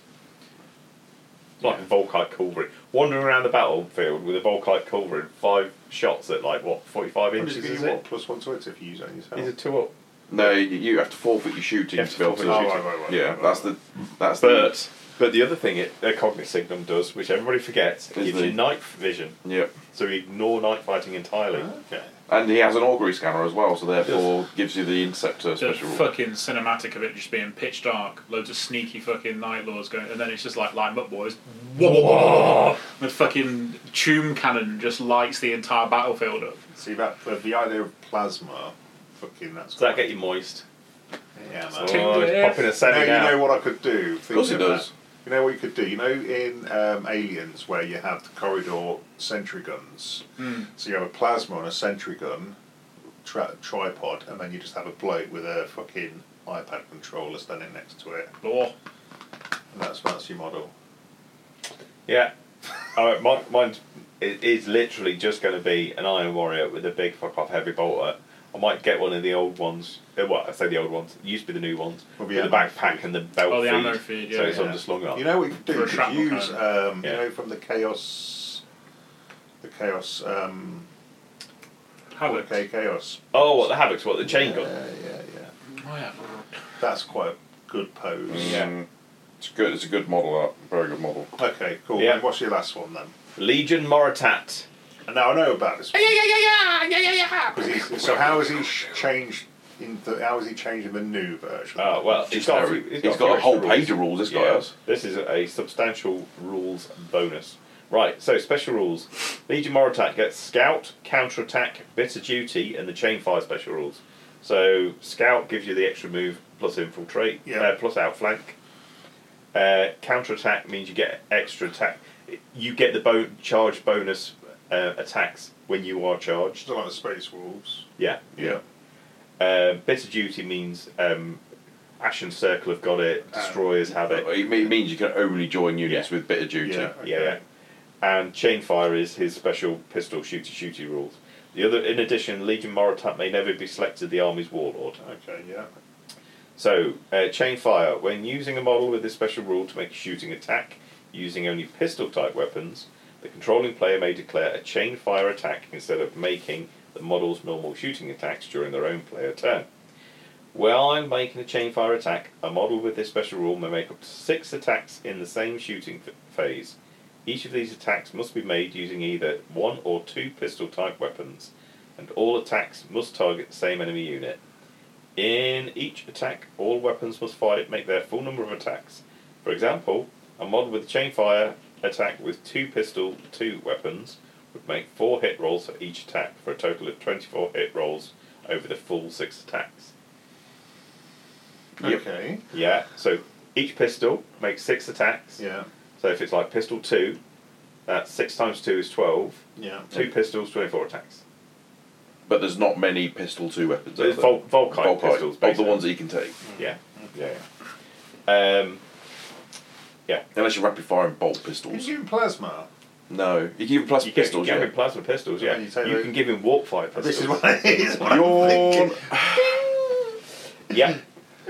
[SPEAKER 2] It's like a Volkite Culverin. Wandering around the battlefield with a Volkite Culverin, five shots at like what forty-five
[SPEAKER 3] What
[SPEAKER 2] inches
[SPEAKER 3] does it give
[SPEAKER 2] is
[SPEAKER 3] you what,
[SPEAKER 2] it?
[SPEAKER 3] plus one to it if you use it on
[SPEAKER 4] Oh.
[SPEAKER 3] yourself?
[SPEAKER 2] Is it two up?
[SPEAKER 5] no, you, you have to forfeit your shooting
[SPEAKER 2] You have
[SPEAKER 5] to
[SPEAKER 2] to
[SPEAKER 5] be able to.
[SPEAKER 2] forfeit your
[SPEAKER 3] Oh, right, right, right,
[SPEAKER 5] yeah,
[SPEAKER 3] right,
[SPEAKER 5] that's
[SPEAKER 3] right.
[SPEAKER 5] the that's
[SPEAKER 2] But but the other thing it a cognate signum does, which everybody forgets, it
[SPEAKER 5] Is
[SPEAKER 2] gives
[SPEAKER 5] the-
[SPEAKER 2] you night vision,
[SPEAKER 5] the yeah.
[SPEAKER 2] so you ignore night fighting entirely.
[SPEAKER 4] Ah.
[SPEAKER 3] Okay.
[SPEAKER 5] And he has an augury scanner as well, so therefore gives you the interceptor
[SPEAKER 4] The
[SPEAKER 5] special.
[SPEAKER 4] fucking cinematic of it just being pitch dark, loads of sneaky fucking night lords going, and then it's just like light 'em up boys. Whoa! The fucking tomb cannon just lights the entire battlefield up.
[SPEAKER 3] See that the, the idea of plasma, fucking that's.
[SPEAKER 2] Does that get you moist?
[SPEAKER 3] Yeah,
[SPEAKER 2] Oh,
[SPEAKER 3] man.
[SPEAKER 2] it's
[SPEAKER 4] Ticklish.
[SPEAKER 2] popping a
[SPEAKER 3] Now
[SPEAKER 2] semi
[SPEAKER 3] you
[SPEAKER 2] now.
[SPEAKER 3] know what I could do.
[SPEAKER 5] Of course it
[SPEAKER 3] thinking of
[SPEAKER 5] does.
[SPEAKER 3] that. You know what you could do. You know in um, Aliens where you have the corridor sentry guns. So you have a plasma and a sentry gun, tra- tripod, and then you just have a bloke with a fucking iPad controller standing next to it.
[SPEAKER 4] Oh,
[SPEAKER 3] And that's that's your model.
[SPEAKER 2] Yeah. All right, mine, mine's it is literally just going to be an Iron Warrior with a big fuck off heavy bolter. I might get one of the old ones. uh, Well, I say the old ones. It used to be the new ones.
[SPEAKER 3] Well,
[SPEAKER 2] with
[SPEAKER 3] the
[SPEAKER 2] the
[SPEAKER 3] ammo
[SPEAKER 2] backpack
[SPEAKER 3] feed.
[SPEAKER 2] and the belt
[SPEAKER 4] Oh, the
[SPEAKER 2] feed.
[SPEAKER 4] ammo feed,
[SPEAKER 2] So
[SPEAKER 4] yeah,
[SPEAKER 2] it's
[SPEAKER 3] yeah.
[SPEAKER 2] on the slung arm.
[SPEAKER 3] You know what you could do?
[SPEAKER 4] For a
[SPEAKER 3] You could
[SPEAKER 4] shrapnel
[SPEAKER 3] use um,
[SPEAKER 2] Yeah.
[SPEAKER 3] you know from the chaos, the chaos, um,
[SPEAKER 4] havoc.
[SPEAKER 3] okay, chaos.
[SPEAKER 2] oh, what the Havoc's, what the chain gun.
[SPEAKER 3] Yeah, yeah, yeah.
[SPEAKER 4] Oh, yeah.
[SPEAKER 3] That's quite a good pose.
[SPEAKER 2] Yeah.
[SPEAKER 5] Mm. It's good. It's a good model art. Very good model.
[SPEAKER 3] Okay, cool.
[SPEAKER 2] Yeah.
[SPEAKER 3] And what's your last one then?
[SPEAKER 2] Legion Moritat.
[SPEAKER 3] And now I know about this.
[SPEAKER 4] Yeah, yeah, yeah, yeah, yeah, yeah, yeah.
[SPEAKER 3] 'cause he's- so how has he sh- changed? In the, how is he changing the new version?
[SPEAKER 2] Oh well, he's
[SPEAKER 5] Just
[SPEAKER 2] got, a
[SPEAKER 5] very-
[SPEAKER 2] few-
[SPEAKER 5] he's got
[SPEAKER 2] few
[SPEAKER 5] a whole
[SPEAKER 2] extra rules.
[SPEAKER 5] page of rules, this guy has.
[SPEAKER 2] This is a substantial rules bonus. Right, so special rules. Legion Moritat gets Scout, Counterattack, Bitter Duty, and the Chain Fire special rules. So Scout gives you the extra move plus Infiltrate,
[SPEAKER 3] Yeah.
[SPEAKER 2] uh, plus Outflank. Uh, counterattack means you get extra attack. You get the bo- charge bonus uh, attacks when you are charged.
[SPEAKER 3] It's like the Space Wolves.
[SPEAKER 2] Yeah.
[SPEAKER 5] Yeah.
[SPEAKER 2] Uh, bitter duty means um, Ashen Circle have got it, Destroyers have it.
[SPEAKER 5] But it me- means you can only join units
[SPEAKER 2] Yeah.
[SPEAKER 5] with bitter duty.
[SPEAKER 3] Yeah.
[SPEAKER 2] Yeah, yeah. And Chainfire is his special pistol shooty shooty rules. The other, in addition, Legion Moritat may never be selected the army's warlord.
[SPEAKER 3] Okay, yeah.
[SPEAKER 2] So, uh, Chainfire, when using a model with this special rule to make a shooting attack using only pistol type weapons, the controlling player may declare a Chainfire attack instead of making the model's normal shooting attacks during their own player turn. While I'm making a Chainfire attack, a model with this special rule may make up to six attacks in the same shooting f- phase. Each of these attacks must be made using either one or two pistol type weapons, and all attacks must target the same enemy unit. In each attack, all weapons must fire, make their full number of attacks. For example, a mod with chain fire attack with two pistol, two weapons would make four hit rolls for each attack for a total of 24 hit rolls over the full six attacks.
[SPEAKER 5] Yep.
[SPEAKER 3] Okay.
[SPEAKER 2] Yeah, so each pistol makes six attacks.
[SPEAKER 3] Yeah.
[SPEAKER 2] So if it's like pistol two, that's six times two is 12.
[SPEAKER 3] Yeah.
[SPEAKER 2] Two pistols, 24 attacks.
[SPEAKER 5] But there's not many pistol two weapons.
[SPEAKER 2] So
[SPEAKER 5] out
[SPEAKER 2] it's
[SPEAKER 5] there.
[SPEAKER 2] Vol- Volkite,
[SPEAKER 5] Volkite,
[SPEAKER 2] pistols,
[SPEAKER 5] of the
[SPEAKER 2] basically.
[SPEAKER 5] ones that you can take,
[SPEAKER 2] Yeah, yeah, yeah. Um,
[SPEAKER 5] unless you're rapid firing bolt
[SPEAKER 3] He's
[SPEAKER 5] pistols.
[SPEAKER 3] using plasma.
[SPEAKER 5] No, you can give plus
[SPEAKER 2] you can-
[SPEAKER 5] pistols.
[SPEAKER 2] you can
[SPEAKER 5] yeah.
[SPEAKER 2] give him plasma pistols, yeah.
[SPEAKER 3] And you
[SPEAKER 2] You
[SPEAKER 3] take the-
[SPEAKER 2] can give him warp fire pistols.
[SPEAKER 3] This is what, (laughs) this is what I'm
[SPEAKER 5] Yawn.
[SPEAKER 3] thinking.
[SPEAKER 2] (laughs) Yeah.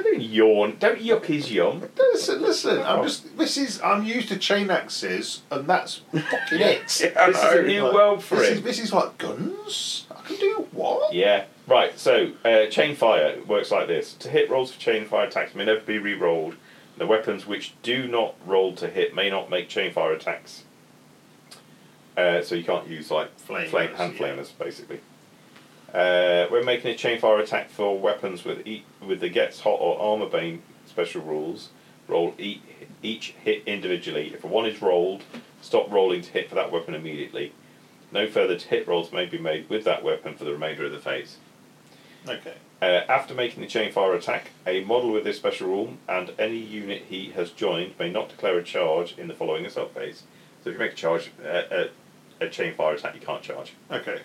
[SPEAKER 2] Don't yawn. Don't yuck his yum.
[SPEAKER 3] Listen, listen. I'm just. This is. I'm used to chain axes, and that's fucking (laughs) it.
[SPEAKER 5] Yeah, I
[SPEAKER 2] This is a
[SPEAKER 5] know.
[SPEAKER 2] new world for
[SPEAKER 3] this
[SPEAKER 2] him.
[SPEAKER 3] is, this is like guns. I can do what?
[SPEAKER 2] Yeah. Right. So uh, chain fire works like this: to hit rolls for chain fire attacks may never be re-rolled. The weapons which do not roll to hit may not make chain fire attacks. Uh, so you can't use like
[SPEAKER 3] Flamers,
[SPEAKER 2] flame hand
[SPEAKER 3] yeah.
[SPEAKER 2] flamers basically. Uh, when making a chain fire attack for weapons with e- with the gets hot or armor bane special rules, roll e- each hit individually. If one is rolled, stop rolling to hit for that weapon immediately. No further hit rolls may be made with that weapon for the remainder of the phase.
[SPEAKER 3] Okay.
[SPEAKER 2] Uh, after making the chain fire attack, a model with this special rule and any unit he has joined may not declare a charge in the following assault phase. So if you make a charge, uh, a, a chain fire attack, you can't charge.
[SPEAKER 3] Okay.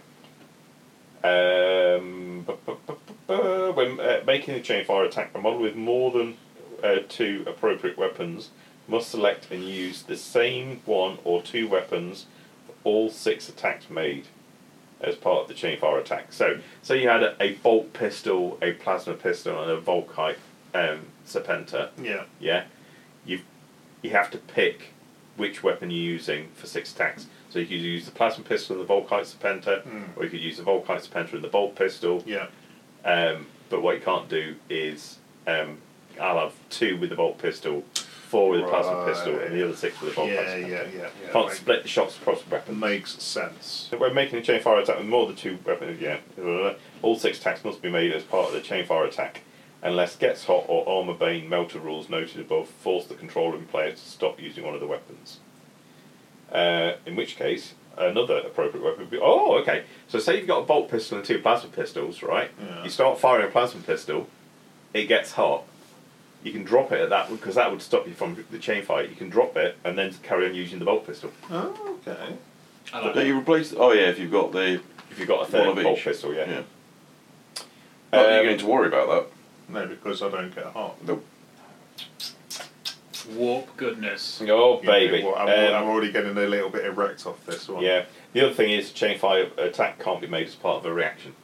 [SPEAKER 2] Um, bu- bu- bu- bu- bu- when uh, making a chain fire attack, a model with more than uh, two appropriate weapons must select and use the same one or two weapons for all six attacks made as part of the chain fire attack. So, so you had a, a bolt pistol, a plasma pistol, and a volkite um, serpenta.
[SPEAKER 3] Yeah.
[SPEAKER 2] Yeah, you you have to pick which weapon you're using for six attacks. So you could use the plasma pistol and the volkite serpenta,
[SPEAKER 3] Mm.
[SPEAKER 2] or you could use the volkite serpenta and the bolt pistol.
[SPEAKER 3] Yeah.
[SPEAKER 2] Um, but what you can't do is um, I'll have two with the bolt pistol, four with the plasma
[SPEAKER 3] Right.
[SPEAKER 2] pistol, and the other six with the
[SPEAKER 3] Yeah.
[SPEAKER 2] volkite
[SPEAKER 3] Yeah.
[SPEAKER 2] serpenta.
[SPEAKER 3] Yeah.
[SPEAKER 2] You
[SPEAKER 3] yeah.
[SPEAKER 2] can't
[SPEAKER 3] Right.
[SPEAKER 2] split the shots across weapons.
[SPEAKER 3] Makes sense.
[SPEAKER 2] So When making a chain fire attack with more than two weapons, yeah, blah, blah, blah. all six attacks must be made as part of the chain fire attack, unless gets hot or armor bane melter rules noted above force the controlling player to stop using one of the weapons. Uh, in which case, another appropriate weapon would be. Oh, okay. So say you've got a bolt pistol and two plasma pistols, right?
[SPEAKER 3] Yeah.
[SPEAKER 2] You start firing a plasma pistol, it gets hot. You can drop it at that because that would stop you from the chain fire. You can drop it and then carry on using the bolt pistol.
[SPEAKER 3] Oh, okay.
[SPEAKER 4] I like
[SPEAKER 5] But
[SPEAKER 4] that.
[SPEAKER 5] you replace. Oh yeah, if you've got the.
[SPEAKER 2] If you've got a
[SPEAKER 5] One
[SPEAKER 2] third
[SPEAKER 5] of
[SPEAKER 2] bolt
[SPEAKER 5] each.
[SPEAKER 2] pistol,
[SPEAKER 5] Yeah.
[SPEAKER 2] Um,
[SPEAKER 5] Not that you're going to worry about
[SPEAKER 3] No, because I don't get hot.
[SPEAKER 5] that. Nope.
[SPEAKER 4] Warp goodness.
[SPEAKER 2] Oh,
[SPEAKER 3] You know,
[SPEAKER 2] baby.
[SPEAKER 3] well, I'm,
[SPEAKER 2] Um,
[SPEAKER 3] I'm already getting a little bit erect off this one.
[SPEAKER 2] yeah. The other thing is, chain fire attack can't be made as part of a reaction.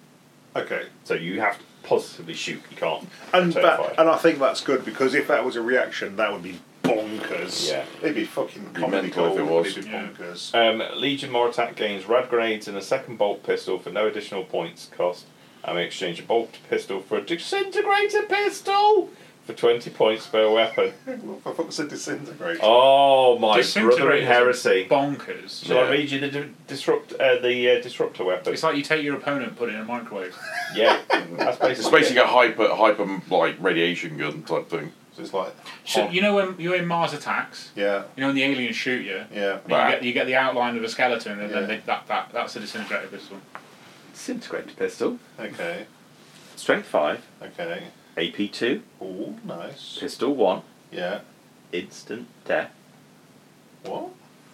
[SPEAKER 3] Okay.
[SPEAKER 2] So you have to positively shoot. You can't.
[SPEAKER 3] And
[SPEAKER 2] turn
[SPEAKER 3] that,
[SPEAKER 2] fire.
[SPEAKER 3] and I think that's good because if that was a reaction, that would be bonkers.
[SPEAKER 2] Yeah.
[SPEAKER 3] It'd be fucking
[SPEAKER 5] Be
[SPEAKER 3] comedy
[SPEAKER 5] mental if
[SPEAKER 3] gold.
[SPEAKER 5] it
[SPEAKER 3] It
[SPEAKER 5] was.
[SPEAKER 3] would be
[SPEAKER 4] Yeah.
[SPEAKER 3] bonkers.
[SPEAKER 2] Um, Legion more attack gains rad grenades and a second bolt pistol for no additional points cost. I may exchange a bolt pistol for a disintegrator pistol. for 20 points per
[SPEAKER 5] (laughs)
[SPEAKER 2] weapon.
[SPEAKER 3] I thought it said disintegrate.
[SPEAKER 2] Oh, my brother
[SPEAKER 4] Disintegrate
[SPEAKER 2] in
[SPEAKER 4] is
[SPEAKER 2] heresy.
[SPEAKER 4] Bonkers.
[SPEAKER 2] Shall I read you the di- disrupt uh, the uh, disruptor weapon?
[SPEAKER 4] It's like you take your opponent, put it in a microwave.
[SPEAKER 2] Yeah, that's
[SPEAKER 5] It's
[SPEAKER 2] basically.
[SPEAKER 5] basically a hyper, hyper like radiation gun type thing.
[SPEAKER 3] So it's like,
[SPEAKER 4] So
[SPEAKER 3] Oh.
[SPEAKER 4] you know when you're in Mars attacks,
[SPEAKER 3] yeah,
[SPEAKER 4] you know when the aliens shoot you,
[SPEAKER 3] yeah.
[SPEAKER 4] and you get you get the outline of a skeleton, and
[SPEAKER 3] Yeah.
[SPEAKER 4] then they, that, that that's a disintegrated pistol.
[SPEAKER 2] disintegrated pistol.
[SPEAKER 3] Okay,
[SPEAKER 2] Strength 5,
[SPEAKER 3] okay.
[SPEAKER 2] AP 2,
[SPEAKER 3] Oh, nice.
[SPEAKER 2] pistol 1,
[SPEAKER 3] Yeah.
[SPEAKER 2] instant death,
[SPEAKER 3] What?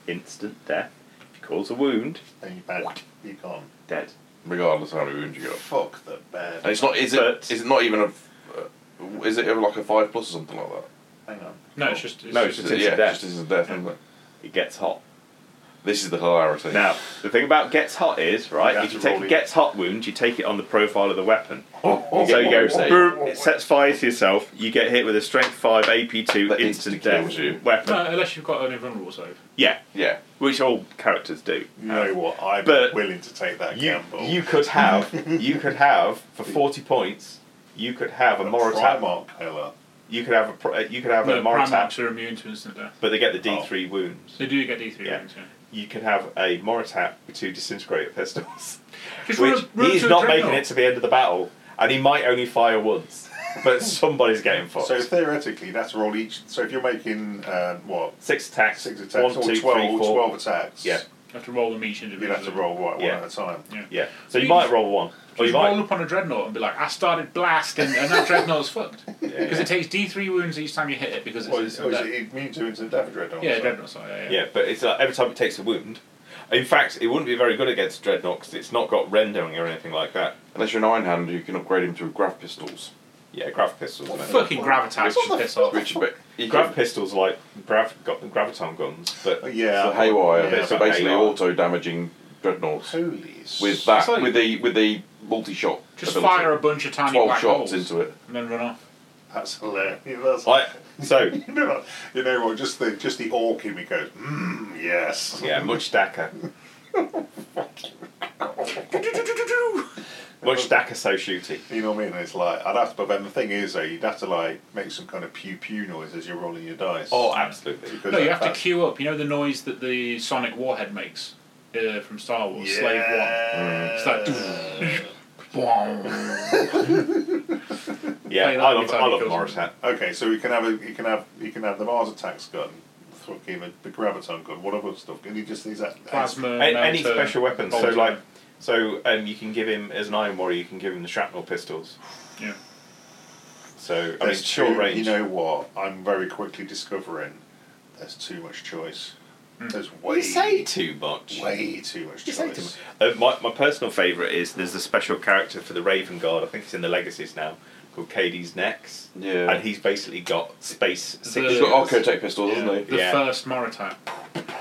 [SPEAKER 2] instant death. If you cause a wound,
[SPEAKER 3] And you bad. You gone.
[SPEAKER 2] dead.
[SPEAKER 5] Regardless of how many wounds you got.
[SPEAKER 3] Fuck the bad.
[SPEAKER 5] And it's not. Is it? Is
[SPEAKER 2] But-
[SPEAKER 5] it not even a? Uh, is it like a five plus or something like that?
[SPEAKER 3] Hang on.
[SPEAKER 4] No, it's just it's
[SPEAKER 2] No,
[SPEAKER 4] just,
[SPEAKER 2] it's instant
[SPEAKER 5] yeah,
[SPEAKER 2] death.
[SPEAKER 5] just instant death. Isn't it?
[SPEAKER 2] It gets hot.
[SPEAKER 5] This is the hilarity.
[SPEAKER 2] Now, the thing about gets hot is, right,
[SPEAKER 3] You
[SPEAKER 2] if
[SPEAKER 3] have
[SPEAKER 2] you
[SPEAKER 3] to
[SPEAKER 2] take
[SPEAKER 3] roll
[SPEAKER 2] a
[SPEAKER 3] it.
[SPEAKER 2] gets hot wound, you take it on the profile of the weapon.
[SPEAKER 3] Oh,
[SPEAKER 2] So you go,
[SPEAKER 5] oh,
[SPEAKER 2] brr, it sets fire to yourself, you get hit with a strength 5 AP2
[SPEAKER 5] That
[SPEAKER 2] instant
[SPEAKER 5] insta-kills you.
[SPEAKER 2] death weapon.
[SPEAKER 4] no, unless you've got an invulnerable save.
[SPEAKER 2] Yeah,
[SPEAKER 5] Yeah.
[SPEAKER 2] which all characters do.
[SPEAKER 3] You know what? I'm
[SPEAKER 2] But
[SPEAKER 3] willing to take that
[SPEAKER 2] You,
[SPEAKER 3] gamble.
[SPEAKER 2] you could have, you could have, (laughs) for 40 points, you could have a Morotat,
[SPEAKER 3] Primark killer.
[SPEAKER 2] you could have a, pro- you could have a
[SPEAKER 4] No,
[SPEAKER 2] Morotat,
[SPEAKER 4] Primarchs are immune to instant death.
[SPEAKER 2] but they get the
[SPEAKER 4] Oh.
[SPEAKER 2] D3 wounds.
[SPEAKER 4] They do get D three
[SPEAKER 2] Yeah.
[SPEAKER 4] wounds. Yeah.
[SPEAKER 2] You could have a Morotat with two disintegrator
[SPEAKER 4] (laughs)
[SPEAKER 2] pistols.
[SPEAKER 4] Just
[SPEAKER 2] Which
[SPEAKER 4] run- run
[SPEAKER 2] he's
[SPEAKER 4] to a
[SPEAKER 2] not
[SPEAKER 4] treadmill.
[SPEAKER 2] making it to the end of the battle, and he might only fire once,
[SPEAKER 4] (laughs)
[SPEAKER 2] but somebody's getting fucked.
[SPEAKER 3] So theoretically, that's roll each. So if you're making uh, what
[SPEAKER 2] six attacks,
[SPEAKER 3] six attacks
[SPEAKER 2] one,
[SPEAKER 3] or
[SPEAKER 2] two, three,
[SPEAKER 3] 12,
[SPEAKER 2] four.
[SPEAKER 3] 12 attacks,
[SPEAKER 2] Yeah.
[SPEAKER 4] You have to roll them each
[SPEAKER 3] you'd
[SPEAKER 4] individually.
[SPEAKER 3] have to roll right
[SPEAKER 2] Yeah.
[SPEAKER 3] one at a time.
[SPEAKER 2] Yeah, so
[SPEAKER 4] You
[SPEAKER 2] you might
[SPEAKER 4] just-
[SPEAKER 2] roll one, or Oh, you
[SPEAKER 4] Just roll
[SPEAKER 2] might.
[SPEAKER 4] up on a dreadnought and be like, I started blasting, and that dreadnought's fucked. Because it takes D3 wounds each time you hit it because it's.
[SPEAKER 3] Or Oh, is, or is
[SPEAKER 4] that-
[SPEAKER 3] it immune to instant damage? Dreadnought?
[SPEAKER 4] yeah,
[SPEAKER 3] So-
[SPEAKER 4] dreadnoughts are, yeah, yeah.
[SPEAKER 2] Yeah, but it's like every time it takes a wound. In fact, it wouldn't be very good against Dreadnought because it's not got rendering or anything like that.
[SPEAKER 5] Unless you're an iron hand, you can upgrade him to grav pistols.
[SPEAKER 2] Yeah, grav pistols. mate.
[SPEAKER 4] Fucking gravitas should piss off.
[SPEAKER 5] Which, but you
[SPEAKER 2] Grav
[SPEAKER 5] can,
[SPEAKER 2] pistols like grav got graviton guns, but
[SPEAKER 3] Oh, yeah.
[SPEAKER 5] so haywire.
[SPEAKER 3] Yeah.
[SPEAKER 5] so basically,
[SPEAKER 2] Haywire.
[SPEAKER 5] auto damaging dreadnoughts
[SPEAKER 3] Holy
[SPEAKER 5] with that,
[SPEAKER 2] like-
[SPEAKER 5] with the with the multi shot.
[SPEAKER 4] Just fire a bunch of tiny
[SPEAKER 5] twelve
[SPEAKER 4] black
[SPEAKER 5] shots
[SPEAKER 4] holes
[SPEAKER 5] into it.
[SPEAKER 4] and then run off.
[SPEAKER 3] That's hilarious. That's
[SPEAKER 2] I so
[SPEAKER 3] (laughs) you know, what- you know what? Just the just the orc in me goes. Mmm. Yes.
[SPEAKER 2] yeah, much dacker, much dacker so shooty.
[SPEAKER 3] You know what I mean? It's like I'd have to, but then the thing is, though, you'd have to like make some kind of pew pew noise as you're rolling your dice.
[SPEAKER 2] Oh, absolutely.
[SPEAKER 3] Because
[SPEAKER 4] no, you
[SPEAKER 3] that-
[SPEAKER 4] have to
[SPEAKER 3] that's-
[SPEAKER 4] queue up. You know the noise that the Sonic Warhead makes uh, from Star Wars,
[SPEAKER 3] Yeah.
[SPEAKER 4] Slave One? It's like. (laughs)
[SPEAKER 2] Yeah, I
[SPEAKER 4] Hey, that'd
[SPEAKER 2] love
[SPEAKER 4] be
[SPEAKER 2] I
[SPEAKER 4] totally
[SPEAKER 2] love
[SPEAKER 4] cool.
[SPEAKER 2] Moritat.
[SPEAKER 3] Okay, so you can have a you can have you can have the Mars attacks gun, fucking the, the graviton gun, whatever stuff. And he just needs that
[SPEAKER 4] Plasma.
[SPEAKER 2] A- any
[SPEAKER 4] melter,
[SPEAKER 2] special weapons. So
[SPEAKER 4] bolter.
[SPEAKER 2] like, so um, you can give him as an Iron Warrior. You can give him the shrapnel pistols.
[SPEAKER 4] Yeah.
[SPEAKER 2] So I mean,
[SPEAKER 3] There's
[SPEAKER 2] short
[SPEAKER 3] too-
[SPEAKER 2] range.
[SPEAKER 3] You know what? I'm very quickly discovering there's too much choice.
[SPEAKER 4] Hmm.
[SPEAKER 3] There's way
[SPEAKER 2] you say too much.
[SPEAKER 3] way too much
[SPEAKER 2] You say too
[SPEAKER 3] choice.
[SPEAKER 2] much. Uh, my, my personal favourite is there's a special character for the Raven Guard. I think it's in the Legacies now called Katie's Nex,
[SPEAKER 5] Yeah.
[SPEAKER 2] and he's basically got space. Six
[SPEAKER 5] He's got arcotech pistols,
[SPEAKER 4] Yeah,
[SPEAKER 5] hasn't
[SPEAKER 4] the
[SPEAKER 2] Yeah.
[SPEAKER 4] first Moritat.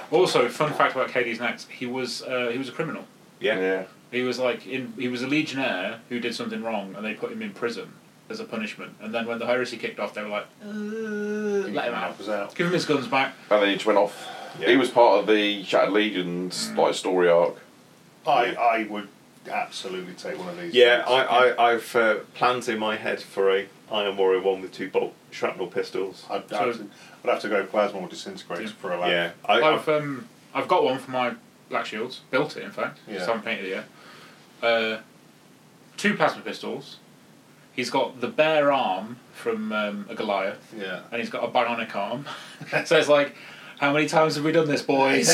[SPEAKER 4] Also, fun fact about Katie's next: he was uh, he was a criminal.
[SPEAKER 5] he?
[SPEAKER 2] yeah.
[SPEAKER 5] Yeah.
[SPEAKER 4] He was like in he was a legionnaire who did something wrong, and they put him in prison as a punishment. And then when the heresy kicked off, they were like, uh, let him out,
[SPEAKER 3] Was out.
[SPEAKER 4] give him his guns back.
[SPEAKER 5] And then he just went off.
[SPEAKER 2] Yeah.
[SPEAKER 5] He was part of the Shattered Legion's like story arc.
[SPEAKER 3] I I would absolutely take one of these.
[SPEAKER 2] Yeah,
[SPEAKER 3] things.
[SPEAKER 2] I, I, I've uh, plans in my head for a Iron Warrior one with two bolt shrapnel pistols.
[SPEAKER 3] I'd,
[SPEAKER 4] So-
[SPEAKER 3] have to, I'd have to go plasma or disintegrate
[SPEAKER 4] Yeah.
[SPEAKER 3] for a lap.
[SPEAKER 2] Yeah, I,
[SPEAKER 4] I've
[SPEAKER 2] I've,
[SPEAKER 4] um I've got one for my black shields, built it in fact.
[SPEAKER 3] Yeah.
[SPEAKER 4] Just haven't painted it yet. Uh, two plasma pistols. He's got the bare arm from um, a Goliath.
[SPEAKER 3] Yeah.
[SPEAKER 4] and he's got a bionic arm. (laughs) so it's like, how many times have we done this, boys?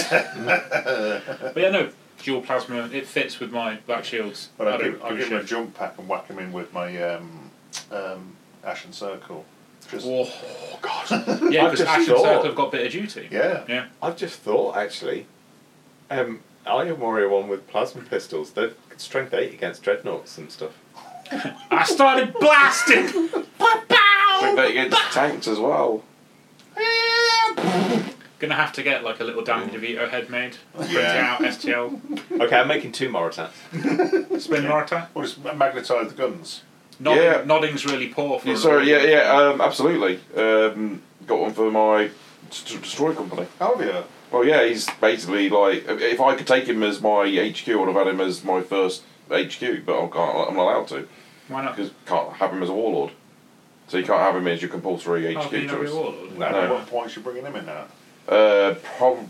[SPEAKER 4] but yeah, no, dual plasma, it fits with my black shields.
[SPEAKER 3] But
[SPEAKER 4] I
[SPEAKER 3] I'll
[SPEAKER 4] don't
[SPEAKER 3] give, I'll
[SPEAKER 4] give a
[SPEAKER 3] give him a
[SPEAKER 4] shit.
[SPEAKER 3] jump pack and whack him in with my um, um, Ashen Circle. Just,
[SPEAKER 4] Whoa.
[SPEAKER 2] oh god,
[SPEAKER 4] Yeah,
[SPEAKER 2] I've
[SPEAKER 4] because
[SPEAKER 2] just
[SPEAKER 4] Ash and
[SPEAKER 2] thought.
[SPEAKER 4] Circle have got bit of duty.
[SPEAKER 3] yeah.
[SPEAKER 4] Yeah.
[SPEAKER 2] (laughs) I've just thought actually, um, Iron Warrior one with plasma pistols. They're strength eight against dreadnoughts and stuff.
[SPEAKER 4] I started blasting!
[SPEAKER 5] But they get tanks as well.
[SPEAKER 4] Gonna have to get like a little Danny DeVito head made. Print
[SPEAKER 3] Yeah.
[SPEAKER 4] it out, STL.
[SPEAKER 2] Okay, I'm making two more attacks.
[SPEAKER 4] Spin Morita.
[SPEAKER 3] Or just magnetise the guns.
[SPEAKER 4] Nodding,
[SPEAKER 5] Yeah.
[SPEAKER 4] Nodding's really poor for
[SPEAKER 5] Yeah,
[SPEAKER 4] a
[SPEAKER 5] sorry, yeah,
[SPEAKER 4] role.
[SPEAKER 5] yeah, um, absolutely. Um, got one for my st- destroy company.
[SPEAKER 3] Oh, yeah.
[SPEAKER 5] Well, yeah, he's basically like if I could take him as my HQ, I would have had him as my first HQ, but I can't. I'm not allowed to
[SPEAKER 4] Why not?
[SPEAKER 5] because can't have him as a warlord. So you can't have him as your compulsory
[SPEAKER 4] Oh,
[SPEAKER 5] HQ
[SPEAKER 4] being a
[SPEAKER 5] choice.
[SPEAKER 4] warlord.
[SPEAKER 2] No.
[SPEAKER 5] No.
[SPEAKER 3] What points you bringing him in at?
[SPEAKER 5] Uh, prob-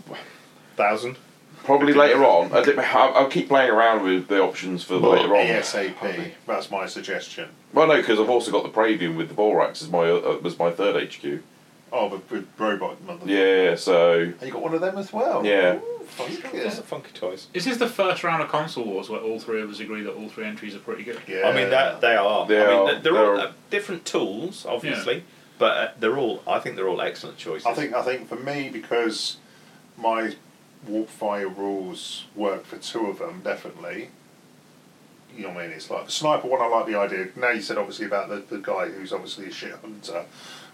[SPEAKER 3] Thousand.
[SPEAKER 5] probably later on. I think- I'll, I'll keep playing around with the options for later on.
[SPEAKER 3] ASAP. That's my suggestion.
[SPEAKER 5] Well, no, because I've also got the Pravian with the Borax as my uh, was my third HQ.
[SPEAKER 3] Oh, but with robot mother.
[SPEAKER 5] Yeah, so
[SPEAKER 3] And you got one of them as well.
[SPEAKER 5] Yeah.
[SPEAKER 3] Ooh, fuck
[SPEAKER 2] It's
[SPEAKER 3] yeah.
[SPEAKER 2] a funky toys.
[SPEAKER 4] Is this the first round of console wars where all three of us agree that all three entries are pretty good?
[SPEAKER 3] Yeah.
[SPEAKER 2] I mean, that they are.
[SPEAKER 5] They
[SPEAKER 2] I mean,
[SPEAKER 5] are-
[SPEAKER 2] they're, they're
[SPEAKER 5] they're
[SPEAKER 2] all
[SPEAKER 5] all-
[SPEAKER 2] uh, different tools, obviously, but uh, they're all. I think they're all excellent choices.
[SPEAKER 3] I think I think for me because my warp fire rules work for two of them definitely. You know what I mean? It's like the sniper one. I like the idea. Now you said obviously about the, the guy who's obviously a shit hunter,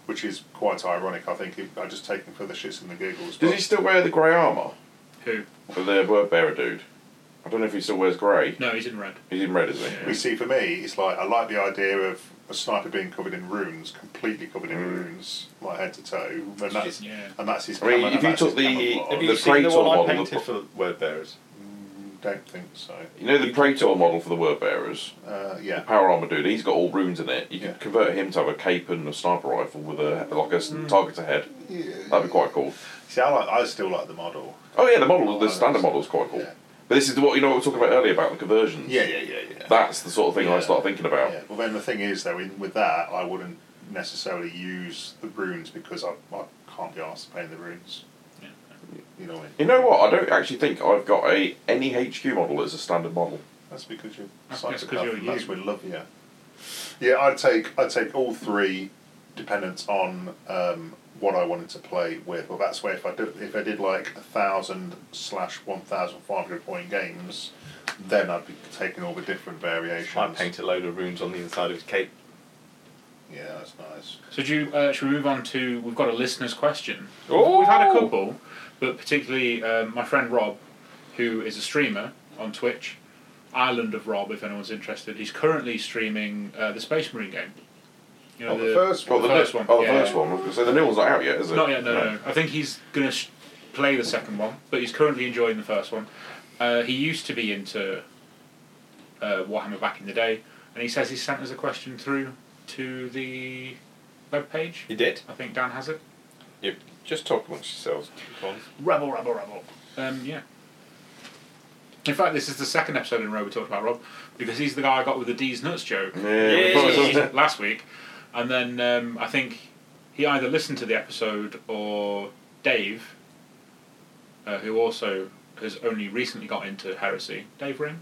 [SPEAKER 3] which is quite ironic. I think I just take him for the shits and the giggles.
[SPEAKER 5] does
[SPEAKER 3] but-
[SPEAKER 5] he still wear the grey armour?
[SPEAKER 4] Who?
[SPEAKER 5] For the word bearer dude. I don't know if he still wears grey.
[SPEAKER 4] No, he's in red.
[SPEAKER 5] He's in red, isn't he?
[SPEAKER 3] You see, for me, it's like I like the idea of a sniper being covered in runes, completely covered in runes, like head to toe, and that's
[SPEAKER 4] Yeah.
[SPEAKER 3] and that's his.
[SPEAKER 5] Mm. I mean,
[SPEAKER 3] camo-
[SPEAKER 5] if
[SPEAKER 3] and
[SPEAKER 5] you
[SPEAKER 3] that's
[SPEAKER 5] took
[SPEAKER 3] his
[SPEAKER 5] the-
[SPEAKER 3] camouflage.
[SPEAKER 2] Have
[SPEAKER 5] the
[SPEAKER 2] you seen the
[SPEAKER 5] Praetor
[SPEAKER 2] one I
[SPEAKER 5] model, the
[SPEAKER 2] painted for word bearers?
[SPEAKER 3] Don't think so.
[SPEAKER 5] You know the Praetor model for the word bearers?
[SPEAKER 3] Uh, yeah,
[SPEAKER 5] Power armor dude, he's got all runes in it. You could
[SPEAKER 3] Yeah.
[SPEAKER 5] convert him to have a cape and a sniper rifle with a like a s- targeter head. That'd be quite cool.
[SPEAKER 3] See, I like. I still like the model.
[SPEAKER 5] Oh yeah, the model,
[SPEAKER 3] Oh,
[SPEAKER 5] the standard
[SPEAKER 3] nice.
[SPEAKER 5] model's quite cool.
[SPEAKER 3] Yeah.
[SPEAKER 5] But this is the what you know what we were talking about earlier about the conversions.
[SPEAKER 3] Yeah, yeah, yeah, yeah.
[SPEAKER 5] That's the sort of thing I
[SPEAKER 3] Yeah.
[SPEAKER 5] start thinking about.
[SPEAKER 3] Yeah. Well, then the thing is, though, in, with that, I wouldn't necessarily use the runes because I, I can't be asked to paint the runes.
[SPEAKER 4] Yeah.
[SPEAKER 3] You know what I mean?
[SPEAKER 5] You know what? I don't actually think I've got a any HQ model that's a standard model.
[SPEAKER 3] That's because you're a
[SPEAKER 4] That's because
[SPEAKER 3] psychopath.
[SPEAKER 4] you're
[SPEAKER 3] and That's
[SPEAKER 4] you.
[SPEAKER 3] we love you. Yeah, I'd take I'd take all three, dependent on um, what I wanted to play with. Well, that's where if I did if I did like a thousand slash one thousand five hundred point games, then I'd be taking all the different variations.
[SPEAKER 2] I painted a load of runes on the inside of his cape.
[SPEAKER 3] Yeah, that's nice.
[SPEAKER 4] So do you, uh, should we move on to? We've got a listener's question.
[SPEAKER 2] Ooh.
[SPEAKER 4] We've had a couple, but particularly um, my friend Rob, who is a streamer on Twitch, Island of Rob. If anyone's interested, he's currently streaming uh, the Space Marine game. You know,
[SPEAKER 3] Oh, the first
[SPEAKER 5] Well,
[SPEAKER 3] one.
[SPEAKER 5] the
[SPEAKER 4] first
[SPEAKER 5] new-
[SPEAKER 4] one,
[SPEAKER 5] Oh, the
[SPEAKER 4] yeah.
[SPEAKER 5] first one. So the new one's not out yet, is it?
[SPEAKER 4] Not yet, no, no. I think he's going to sh- play the second one, but he's currently enjoying the first one. Uh, he used to be into uh, Warhammer back in the day, and he says he sent us a question through to the webpage.
[SPEAKER 2] He did.
[SPEAKER 4] I think Dan has it.
[SPEAKER 2] You just talk amongst yourselves. Go on.
[SPEAKER 4] Rebel, rebel, rebel. Um, yeah. In fact, this is the second episode in a row we talked about Rob because he's the guy I got with the D's nuts joke
[SPEAKER 5] Yeah.
[SPEAKER 2] Yeah.
[SPEAKER 5] we promised, wasn't
[SPEAKER 4] (laughs)
[SPEAKER 5] it?
[SPEAKER 4] last week, and then um, I think he either listened to the episode or Dave, uh, who also has only recently got into heresy. Dave Ring,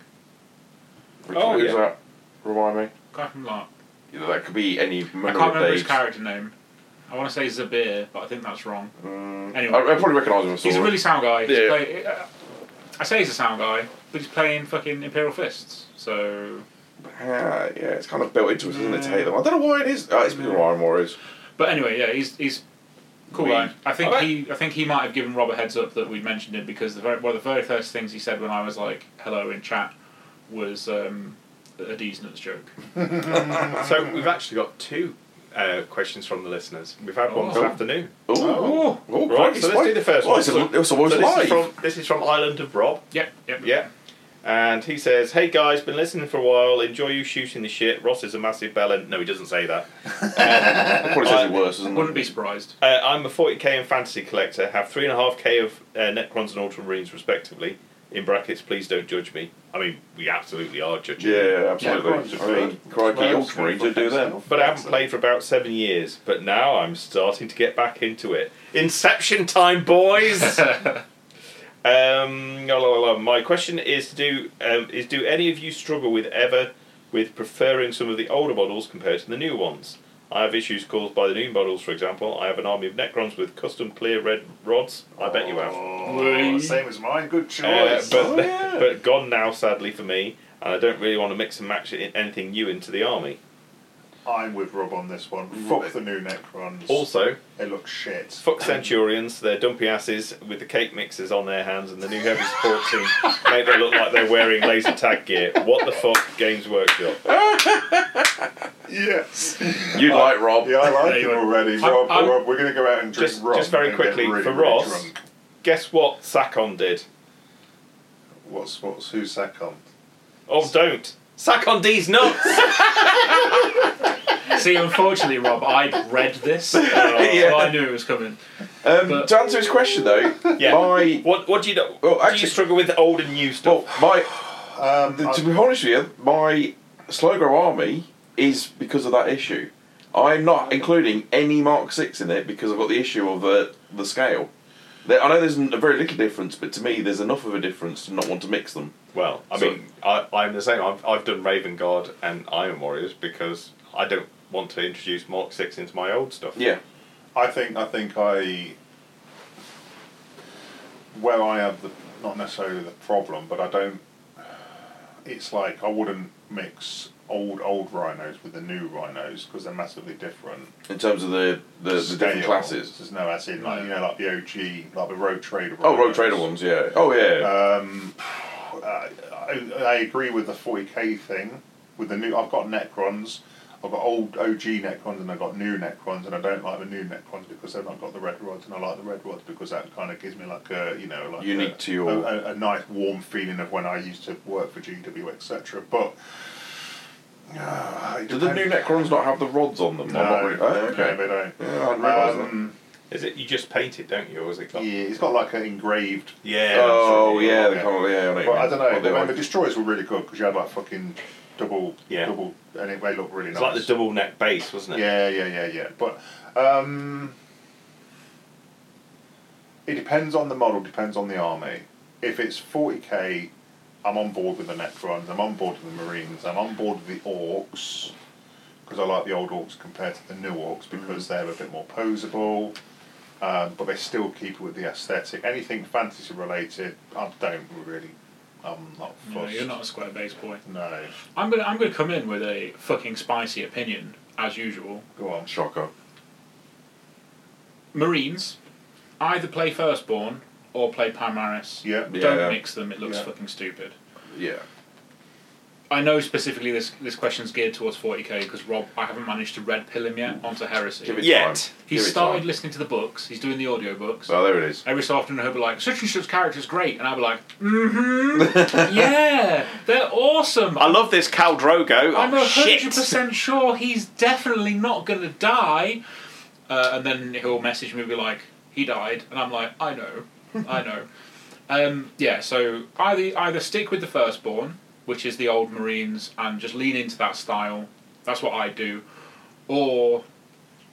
[SPEAKER 5] Which
[SPEAKER 2] Oh,
[SPEAKER 5] one
[SPEAKER 2] yeah.
[SPEAKER 5] is that? Remind me.
[SPEAKER 4] guy from Lark.
[SPEAKER 5] You know, that could be any
[SPEAKER 4] I
[SPEAKER 5] number
[SPEAKER 4] can't
[SPEAKER 5] of
[SPEAKER 4] remember his
[SPEAKER 5] days.
[SPEAKER 4] character name. I want to say Zabir, but I think that's wrong.
[SPEAKER 5] Mm,
[SPEAKER 4] Anyway.
[SPEAKER 5] I, I probably recognise him. if I saw
[SPEAKER 4] He's a
[SPEAKER 5] him.
[SPEAKER 4] really sound guy. He's
[SPEAKER 5] Yeah.
[SPEAKER 4] play- uh, I say he's a sound guy, but he's playing fucking Imperial Fists. So,
[SPEAKER 5] Ah, yeah, it's kind of built into us, isn't it? To hate them. I don't know why it is. Oh, it's because of Iron Warriors.
[SPEAKER 4] but anyway, yeah, he's he's cool
[SPEAKER 5] We-
[SPEAKER 4] guy. I think
[SPEAKER 2] Alright.
[SPEAKER 4] he I think he might have given Rob a heads up that we'd mentioned him because the very, one of the very first things he said when I was like hello in chat was um, a D's nuts joke.
[SPEAKER 2] So we've actually got two uh, questions from the listeners. We've had one this
[SPEAKER 4] Oh.
[SPEAKER 2] afternoon.
[SPEAKER 5] Ooh.
[SPEAKER 3] Oh.
[SPEAKER 5] Ooh,
[SPEAKER 2] Right,
[SPEAKER 5] crikey,
[SPEAKER 2] so let's do the first
[SPEAKER 5] oh,
[SPEAKER 2] one.
[SPEAKER 5] It's, a, it's almost
[SPEAKER 2] so this
[SPEAKER 5] live.
[SPEAKER 2] is from this is from Island of Rob.
[SPEAKER 4] Yep, yep.
[SPEAKER 2] Yeah. And he says, "Hey guys, been listening for a while. Enjoy you shooting the shit. Ross is a massive bellend. No, he doesn't say that.
[SPEAKER 5] It probably says it worse,
[SPEAKER 4] I
[SPEAKER 5] isn't
[SPEAKER 4] wouldn't
[SPEAKER 5] it?
[SPEAKER 4] be surprised.
[SPEAKER 2] Uh, I'm a 40k and fantasy collector. Have three and a half k of uh, Necrons and Ultramarines respectively. In brackets, please don't judge me. I mean, we absolutely are judging.
[SPEAKER 5] Yeah,
[SPEAKER 3] Yeah, crimes
[SPEAKER 5] absolutely.
[SPEAKER 3] are
[SPEAKER 5] I mean,
[SPEAKER 3] good.
[SPEAKER 5] crikey,
[SPEAKER 3] Well,
[SPEAKER 5] Ultramarines would do that.
[SPEAKER 2] But I haven't played for about seven years. But now I'm starting to get back into it. Inception time, (laughs)
[SPEAKER 5] (laughs)
[SPEAKER 2] boys. Um, la, la, la, la. my question is: Do um, is do any of you struggle with ever with preferring some of the older models compared to the new ones? I have issues caused by the new models. For example, I have an army of Necrons with custom clear red rods. I bet you have,
[SPEAKER 3] Oh, same as mine. Good choice.
[SPEAKER 2] uh, but
[SPEAKER 5] Oh, yeah.
[SPEAKER 2] (laughs) but gone now, sadly for me. And I don't really want to mix and match it, anything new into the army.
[SPEAKER 3] I'm with Rob on this one. Fuck the new Necrons.
[SPEAKER 2] Also,
[SPEAKER 3] They look shit.
[SPEAKER 2] Fuck Centurions, they're dumpy asses with the cake mixers on their hands, and the new heavy support team make them look like they're wearing laser tag gear. What the fuck, Games Workshop?
[SPEAKER 3] Yes.
[SPEAKER 5] You'd like Rob.
[SPEAKER 3] Yeah, I like
[SPEAKER 4] There you
[SPEAKER 3] him
[SPEAKER 4] are.
[SPEAKER 3] already.
[SPEAKER 4] I'm-
[SPEAKER 3] Rob,
[SPEAKER 4] I'm-
[SPEAKER 3] Rob, we're going to go out and drink
[SPEAKER 2] Just-
[SPEAKER 3] rum.
[SPEAKER 2] just very
[SPEAKER 3] and get
[SPEAKER 2] quickly,
[SPEAKER 3] really,
[SPEAKER 2] for
[SPEAKER 3] really
[SPEAKER 2] Ross-
[SPEAKER 3] drunk.
[SPEAKER 2] Guess what Sakon did?
[SPEAKER 3] What's, what's, who's that on?
[SPEAKER 2] Oh, don't. Sakon D's nuts!
[SPEAKER 4] See, unfortunately, Rob, I'd read this, so I knew it was coming.
[SPEAKER 5] Um,
[SPEAKER 4] But-
[SPEAKER 5] to answer his question though,
[SPEAKER 2] Yeah.
[SPEAKER 5] my
[SPEAKER 2] What What do you do?
[SPEAKER 5] Well,
[SPEAKER 2] do you
[SPEAKER 5] actually-
[SPEAKER 2] struggle with old and new stuff?
[SPEAKER 5] well, my
[SPEAKER 3] Um,
[SPEAKER 5] the-
[SPEAKER 3] I-
[SPEAKER 5] to be honest with you, my slow grow army is because of that issue. I'm not including any Mark Six in it because I've got the issue of the the scale. There, I know there's n- a very little difference, but to me, there's enough of a difference to not want to mix them.
[SPEAKER 2] Well, I
[SPEAKER 5] So-
[SPEAKER 2] mean, I, I'm the same. I've, I've done Raven Guard and Iron Warriors because I don't want to introduce Mark Six into my old stuff.
[SPEAKER 5] Yeah,
[SPEAKER 3] I think I think I where I have the not necessarily the problem, but I don't. It's like I wouldn't mix old old rhinos with the new rhinos because they're massively different.
[SPEAKER 5] in terms of the the, the different
[SPEAKER 3] Scale.
[SPEAKER 5] classes.
[SPEAKER 3] There's no as in like you know like the OG like the road trader.
[SPEAKER 5] Oh, road
[SPEAKER 3] rhinos.
[SPEAKER 5] trader ones, yeah. Oh yeah.
[SPEAKER 3] Um, I, I- I agree with the 40k thing. With the new, I've got Necrons. I've got old OG Necrons and I've got new Necrons, and I don't like the new Necrons because they've not got the red rods, and I like the red rods because that kind of gives me like a you know like
[SPEAKER 5] Unique
[SPEAKER 3] a,
[SPEAKER 5] to your-
[SPEAKER 3] a, a, a nice warm feeling of when I used to work for GW etc. But uh, it
[SPEAKER 5] Do the new
[SPEAKER 3] depends-
[SPEAKER 5] Necrons not have the rods on them? I'm
[SPEAKER 3] No,
[SPEAKER 5] not really- oh,
[SPEAKER 3] no,
[SPEAKER 5] okay.
[SPEAKER 3] they don't.
[SPEAKER 5] Yeah, I hadn't realised that.
[SPEAKER 3] Um,
[SPEAKER 2] Is it you just paint it, don't you, or is it?
[SPEAKER 3] yeah,
[SPEAKER 2] Got,
[SPEAKER 3] it's got like an engraved
[SPEAKER 2] Yeah.
[SPEAKER 5] Oh
[SPEAKER 3] absolutely,
[SPEAKER 5] yeah,
[SPEAKER 3] yeah.
[SPEAKER 5] they kind of yeah. I know what you
[SPEAKER 3] But I
[SPEAKER 5] mean.
[SPEAKER 3] don't
[SPEAKER 5] Well,
[SPEAKER 3] know.
[SPEAKER 5] they're
[SPEAKER 3] I mean, the
[SPEAKER 5] like-
[SPEAKER 3] destroyers were really good because you had like fucking double,
[SPEAKER 2] Yeah.
[SPEAKER 3] double, and it, they looked really
[SPEAKER 2] It's
[SPEAKER 3] nice.
[SPEAKER 2] like the double neck base, wasn't it?
[SPEAKER 3] Yeah, yeah, yeah, yeah. But um, it depends on the model. Depends on the army. If it's forty k, I'm on board with the Necrons. I'm on board with the Marines. I'm on board with the Orcs because I like the old Orcs compared to the new Orcs
[SPEAKER 4] Mm-hmm.
[SPEAKER 3] because they're a bit more posable. Um, but they still keep it with the aesthetic. Anything fantasy related, I don't really. I'm not fussed.
[SPEAKER 4] No, you're not a square base boy.
[SPEAKER 3] No,
[SPEAKER 4] I'm gonna, I'm gonna come in with a fucking spicy opinion, as usual.
[SPEAKER 3] go on.
[SPEAKER 5] Shocker.
[SPEAKER 4] Marines, either play Firstborn or play Primaris.
[SPEAKER 3] Yeah.
[SPEAKER 5] Yeah.
[SPEAKER 4] Don't mix them. It looks
[SPEAKER 3] Yeah.
[SPEAKER 4] fucking stupid.
[SPEAKER 5] Yeah.
[SPEAKER 4] I know specifically this this question's geared towards 40k because Rob, I haven't managed to red pill him
[SPEAKER 3] Mm.
[SPEAKER 4] yet onto heresy.
[SPEAKER 5] Give it
[SPEAKER 2] Yet.
[SPEAKER 5] time.
[SPEAKER 4] He
[SPEAKER 5] Give it
[SPEAKER 4] started
[SPEAKER 5] time.
[SPEAKER 4] listening to the books. He's doing the audio books.
[SPEAKER 5] Oh, there it is.
[SPEAKER 4] Every so often, he'll be like, "Such and such character's great," and I'll be like,
[SPEAKER 5] (laughs)
[SPEAKER 4] "Mm-hmm, yeah, they're awesome."
[SPEAKER 2] I love this Cal Drogo.
[SPEAKER 4] I'm
[SPEAKER 2] oh,
[SPEAKER 4] hundred
[SPEAKER 2] shit.
[SPEAKER 4] percent sure he's definitely not gonna die. Uh, and then he'll message me and be like, "He died," and I'm like, "I know, I
[SPEAKER 2] (laughs)
[SPEAKER 4] know." Um, yeah, so either either stick with the firstborn, which is the old Marines, and just lean into that style. That's what I do, or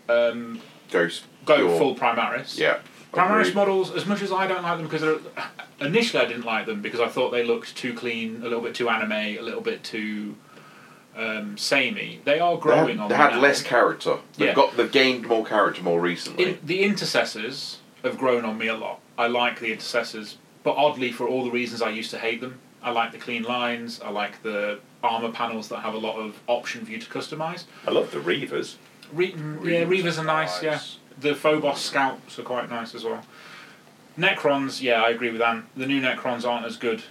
[SPEAKER 4] um,
[SPEAKER 5] Ghost.
[SPEAKER 4] go
[SPEAKER 5] Your-
[SPEAKER 4] full Primaris.
[SPEAKER 5] Yeah.
[SPEAKER 4] Primaris
[SPEAKER 5] Agreed.
[SPEAKER 4] models, as much as I don't like them, because they're- initially I didn't like them because I thought they looked too clean, a little bit too anime, a little bit too um, samey. They are
[SPEAKER 5] They
[SPEAKER 4] growing
[SPEAKER 5] had,
[SPEAKER 4] on
[SPEAKER 5] they
[SPEAKER 4] me
[SPEAKER 5] had
[SPEAKER 4] now.
[SPEAKER 5] less character. They've
[SPEAKER 4] Yeah.
[SPEAKER 5] got they've gained more character more recently.
[SPEAKER 4] In, the intercessors have grown on me a lot. I like the intercessors, but oddly, for all the reasons I used to hate them, I like the clean lines. I like the armor panels that have a lot of option for you to customize.
[SPEAKER 2] I love the Reavers.
[SPEAKER 4] Re- yeah, Mm, Reavers are nice, yeah. The Phobos Scouts are quite nice as well. Necrons, yeah, I agree with Ant. The new Necrons aren't as good.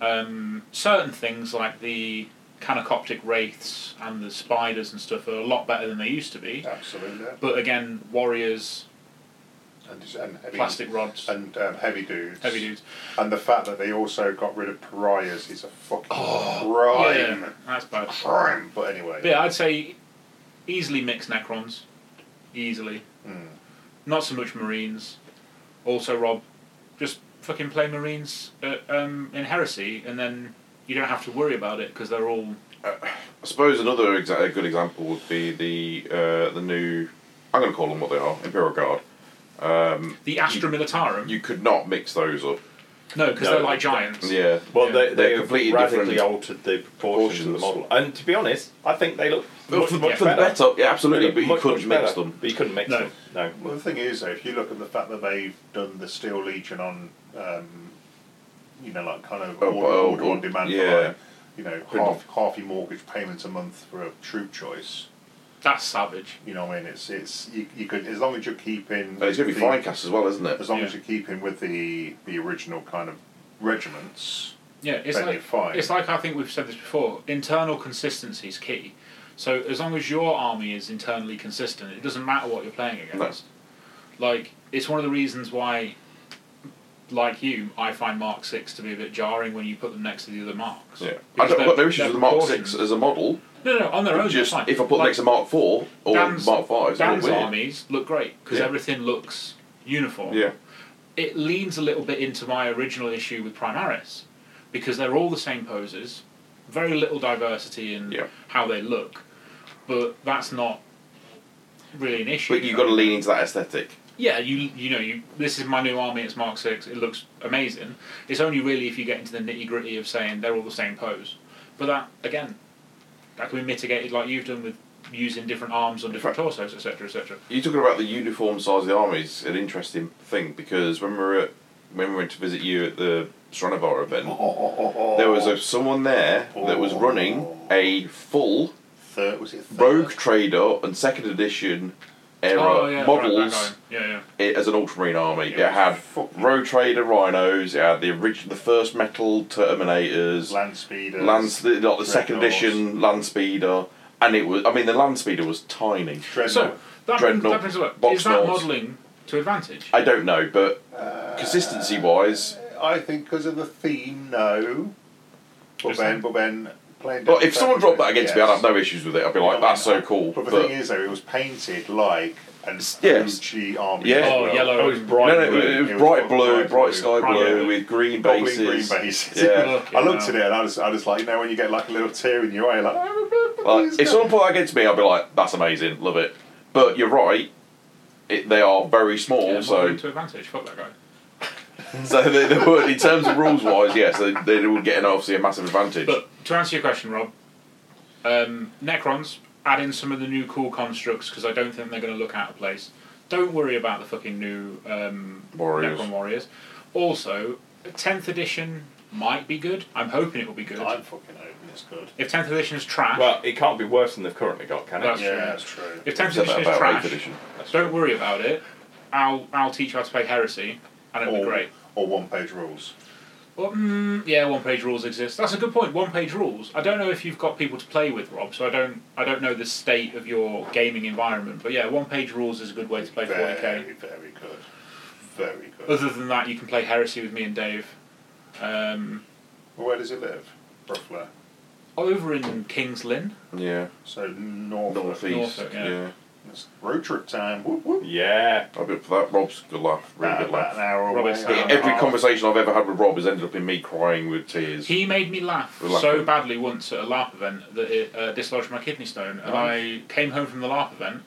[SPEAKER 4] Um, certain things like the Canocoptic Wraiths and the Spiders and stuff are a lot better than they used to be.
[SPEAKER 3] Absolutely.
[SPEAKER 4] But again, Warriors,
[SPEAKER 3] And, just- and heavy,
[SPEAKER 4] plastic rods,
[SPEAKER 3] and um, heavy dudes.
[SPEAKER 4] heavy dudes.
[SPEAKER 3] And the fact that they also got rid of pariahs is a fucking
[SPEAKER 4] Oh, Yeah,
[SPEAKER 3] crime.
[SPEAKER 4] that's bad.
[SPEAKER 3] Crime. But anyway.
[SPEAKER 4] But yeah, I'd say easily mix Necrons. Easily. Not so much Marines. Also, Rob, just fucking play Marines uh, um, in Heresy and then you don't have to worry about it because they're all.
[SPEAKER 5] I suppose another exa- a good example would be the uh, the new. I'm going to call them what they are. Imperial Guard.
[SPEAKER 4] The Astra Militarum?
[SPEAKER 5] You could not mix those up.
[SPEAKER 4] no, because
[SPEAKER 2] No.
[SPEAKER 4] they're like giants.
[SPEAKER 5] Yeah.
[SPEAKER 2] Well,
[SPEAKER 4] Yeah.
[SPEAKER 2] they, they
[SPEAKER 5] They're
[SPEAKER 2] have
[SPEAKER 5] completely
[SPEAKER 2] radically
[SPEAKER 5] different
[SPEAKER 2] altered the proportions, of the model.
[SPEAKER 5] proportions.
[SPEAKER 2] And to be honest, I think they look
[SPEAKER 5] Well,
[SPEAKER 2] much,
[SPEAKER 5] for,
[SPEAKER 2] much
[SPEAKER 5] for the
[SPEAKER 2] better.
[SPEAKER 5] better, yeah, absolutely.
[SPEAKER 2] They
[SPEAKER 5] But
[SPEAKER 2] look
[SPEAKER 5] you
[SPEAKER 2] much,
[SPEAKER 5] couldn't
[SPEAKER 2] much
[SPEAKER 5] mix
[SPEAKER 2] better,
[SPEAKER 5] them.
[SPEAKER 2] But you couldn't mix
[SPEAKER 4] No.
[SPEAKER 2] them. No.
[SPEAKER 3] Well, the thing is, though, if you look at the fact that they've done the Steel Legion on, um, you know, like kind of
[SPEAKER 5] Oh,
[SPEAKER 3] order,
[SPEAKER 5] oh,
[SPEAKER 3] order
[SPEAKER 5] oh,
[SPEAKER 3] on demand,
[SPEAKER 5] yeah.
[SPEAKER 3] like, you know, half half your mortgage payments a month for a troop choice.
[SPEAKER 4] That's savage.
[SPEAKER 3] You know what I mean? It's it's you, you could as long as you're keeping.
[SPEAKER 5] And it's going to be
[SPEAKER 3] the-
[SPEAKER 5] fine cast as well, isn't it?
[SPEAKER 3] As long
[SPEAKER 4] Yeah.
[SPEAKER 3] as you're keeping with the the original kind of regiments.
[SPEAKER 4] Yeah, it's
[SPEAKER 3] Then
[SPEAKER 4] like,
[SPEAKER 3] you're fine.
[SPEAKER 4] it's like I think we've said this before internal consistency is key. So as long as your army is internally consistent, it doesn't matter what you're playing against. Like it's one of the reasons why like you, I find Mark Six to be a bit jarring when you put them next to the other marks.
[SPEAKER 5] Yeah. I
[SPEAKER 4] Because
[SPEAKER 5] don't, I've got no
[SPEAKER 4] their-
[SPEAKER 5] issues
[SPEAKER 4] their
[SPEAKER 5] with the Mark
[SPEAKER 4] proportions-
[SPEAKER 5] Six as a model.
[SPEAKER 4] No, no, on their own.
[SPEAKER 5] Just
[SPEAKER 4] they're fine.
[SPEAKER 5] if I put
[SPEAKER 4] Like,
[SPEAKER 5] next to Mark Four or
[SPEAKER 4] Dan's-
[SPEAKER 5] Mark Five, it's a bit
[SPEAKER 4] Dan's
[SPEAKER 5] weird.
[SPEAKER 4] armies look great because
[SPEAKER 5] Yeah.
[SPEAKER 4] everything looks uniform.
[SPEAKER 5] Yeah,
[SPEAKER 4] It leans a little bit into my original issue with Primaris because they're all the same poses, very little diversity in
[SPEAKER 5] Yeah.
[SPEAKER 4] how they look, but that's not really an issue.
[SPEAKER 5] but you've got to lean into that aesthetic.
[SPEAKER 4] Yeah, you you know you. This is my new army. It's Mark Six. It looks amazing. It's only really if you get into the nitty gritty of saying they're all the same pose, but that again, that can be mitigated like you've done with using different arms on different torsos, etc., etc.
[SPEAKER 5] You talking about the uniform size of the army is an interesting thing because when we were at, when we went to visit you at the Stranovar event, there was a, someone there that was running a full
[SPEAKER 3] Third, was it third?
[SPEAKER 5] Rogue Trader and Second Edition era
[SPEAKER 4] Oh yeah, Right,
[SPEAKER 5] models
[SPEAKER 4] that guy. yeah, yeah.
[SPEAKER 5] it, as an Ultramarine army.
[SPEAKER 3] Yeah,
[SPEAKER 5] it had
[SPEAKER 3] fuck.
[SPEAKER 5] Rogue Trader rhinos. It had the original, the first metal Terminators.
[SPEAKER 3] Land speeders.
[SPEAKER 5] Lance, the, like the second
[SPEAKER 3] Dreadnoughts.
[SPEAKER 5] edition land speeder, and it was. I mean, the land speeder was tiny.
[SPEAKER 3] Dreadnought.
[SPEAKER 4] So that brings,
[SPEAKER 5] Dreadnought,
[SPEAKER 4] that brings it up.
[SPEAKER 5] box
[SPEAKER 4] Is that
[SPEAKER 5] walls.
[SPEAKER 4] modelling to advantage?
[SPEAKER 5] I don't know, but consistency wise,
[SPEAKER 3] Uh, I think because of the theme, no. But then, but then playing.
[SPEAKER 5] but if someone dropped that against me, I'd
[SPEAKER 3] Yes.
[SPEAKER 5] have no issues with it. I'd be like,
[SPEAKER 3] Yeah,
[SPEAKER 5] "That's so
[SPEAKER 3] but-
[SPEAKER 5] cool."
[SPEAKER 3] But the
[SPEAKER 5] But
[SPEAKER 3] thing is, though, it was painted like an
[SPEAKER 5] Yes.
[SPEAKER 3] OG army.
[SPEAKER 5] Yeah.
[SPEAKER 3] as
[SPEAKER 4] Oh,
[SPEAKER 3] well.
[SPEAKER 4] yellow.
[SPEAKER 2] Oh, it's bright.
[SPEAKER 5] no, no, it,
[SPEAKER 2] blue.
[SPEAKER 5] was- it was
[SPEAKER 3] It was
[SPEAKER 5] bright blue,
[SPEAKER 3] bright
[SPEAKER 5] bright,
[SPEAKER 3] blue.
[SPEAKER 5] sky
[SPEAKER 4] Bright
[SPEAKER 5] blue
[SPEAKER 4] blue.
[SPEAKER 5] with green
[SPEAKER 3] Goblin
[SPEAKER 5] bases.
[SPEAKER 3] green bases.
[SPEAKER 5] Yeah.
[SPEAKER 4] Fucking
[SPEAKER 3] (laughs) I looked
[SPEAKER 4] hell.
[SPEAKER 3] at it and I was, I was like, you know, when you get like a little tear in your eye, like, "Oh,
[SPEAKER 5] Like, if someone put that against me, I'd be like, "That's amazing, love it." But you're right. It, they are very small,
[SPEAKER 4] Yeah,
[SPEAKER 5] so
[SPEAKER 4] modelling to advantage. Fuck that guy.
[SPEAKER 5] so they, they would, in terms of rules wise, yes, they, they would get an obviously a massive advantage.
[SPEAKER 4] But to answer your question, Rob, um, Necrons, add in some of the new cool constructs because I don't think they're going to look out of place. Don't worry about the fucking new um,
[SPEAKER 5] Warriors.
[SPEAKER 4] Necron Warriors. Also, 10th edition might be good. I'm hoping it will be good.
[SPEAKER 3] I'm fucking hoping it's good.
[SPEAKER 4] If 10th edition is trash,
[SPEAKER 2] Well, it can't be worse than they've currently got, can it?
[SPEAKER 4] That's-
[SPEAKER 3] Yeah,
[SPEAKER 4] true.
[SPEAKER 3] that's true.
[SPEAKER 4] if 10th
[SPEAKER 5] Said
[SPEAKER 4] edition
[SPEAKER 5] that
[SPEAKER 4] is
[SPEAKER 5] about
[SPEAKER 4] trash,
[SPEAKER 5] eighth edition.
[SPEAKER 4] don't worry about it. I'll I'll teach you how to play Heresy, and it'll be
[SPEAKER 3] Or,
[SPEAKER 4] great.
[SPEAKER 3] or one page rules.
[SPEAKER 4] Well, mm, yeah, one page rules exist. That's a good point. One page rules. I don't know if you've got people to play with, Rob. So I don't. I don't know the state of your gaming environment. But yeah, one page rules is a good way to play 40k.
[SPEAKER 3] Very, very good. Very good.
[SPEAKER 4] Other than that, you can play Heresy with me and Dave. Um,
[SPEAKER 3] Well, where does it live? Roughly.
[SPEAKER 4] over in Kings Lynn.
[SPEAKER 5] Yeah,
[SPEAKER 3] So, north.
[SPEAKER 5] northeast.
[SPEAKER 4] Norfolk, yeah.
[SPEAKER 5] yeah.
[SPEAKER 3] It's road trip time. Whoop, whoop.
[SPEAKER 2] Yeah.
[SPEAKER 5] I'll be up for that. Rob's good laugh, really
[SPEAKER 3] About,
[SPEAKER 5] good
[SPEAKER 3] about an
[SPEAKER 5] laugh.
[SPEAKER 3] hour away.
[SPEAKER 4] Robert's-
[SPEAKER 3] hour and a
[SPEAKER 5] Every
[SPEAKER 3] half.
[SPEAKER 5] conversation I've ever had with Rob has ended up in me crying with tears.
[SPEAKER 4] He made me laugh
[SPEAKER 5] We're laughing.
[SPEAKER 4] so badly once at a LARP event that it uh, dislodged my kidney stone, and I came home from the LARP event.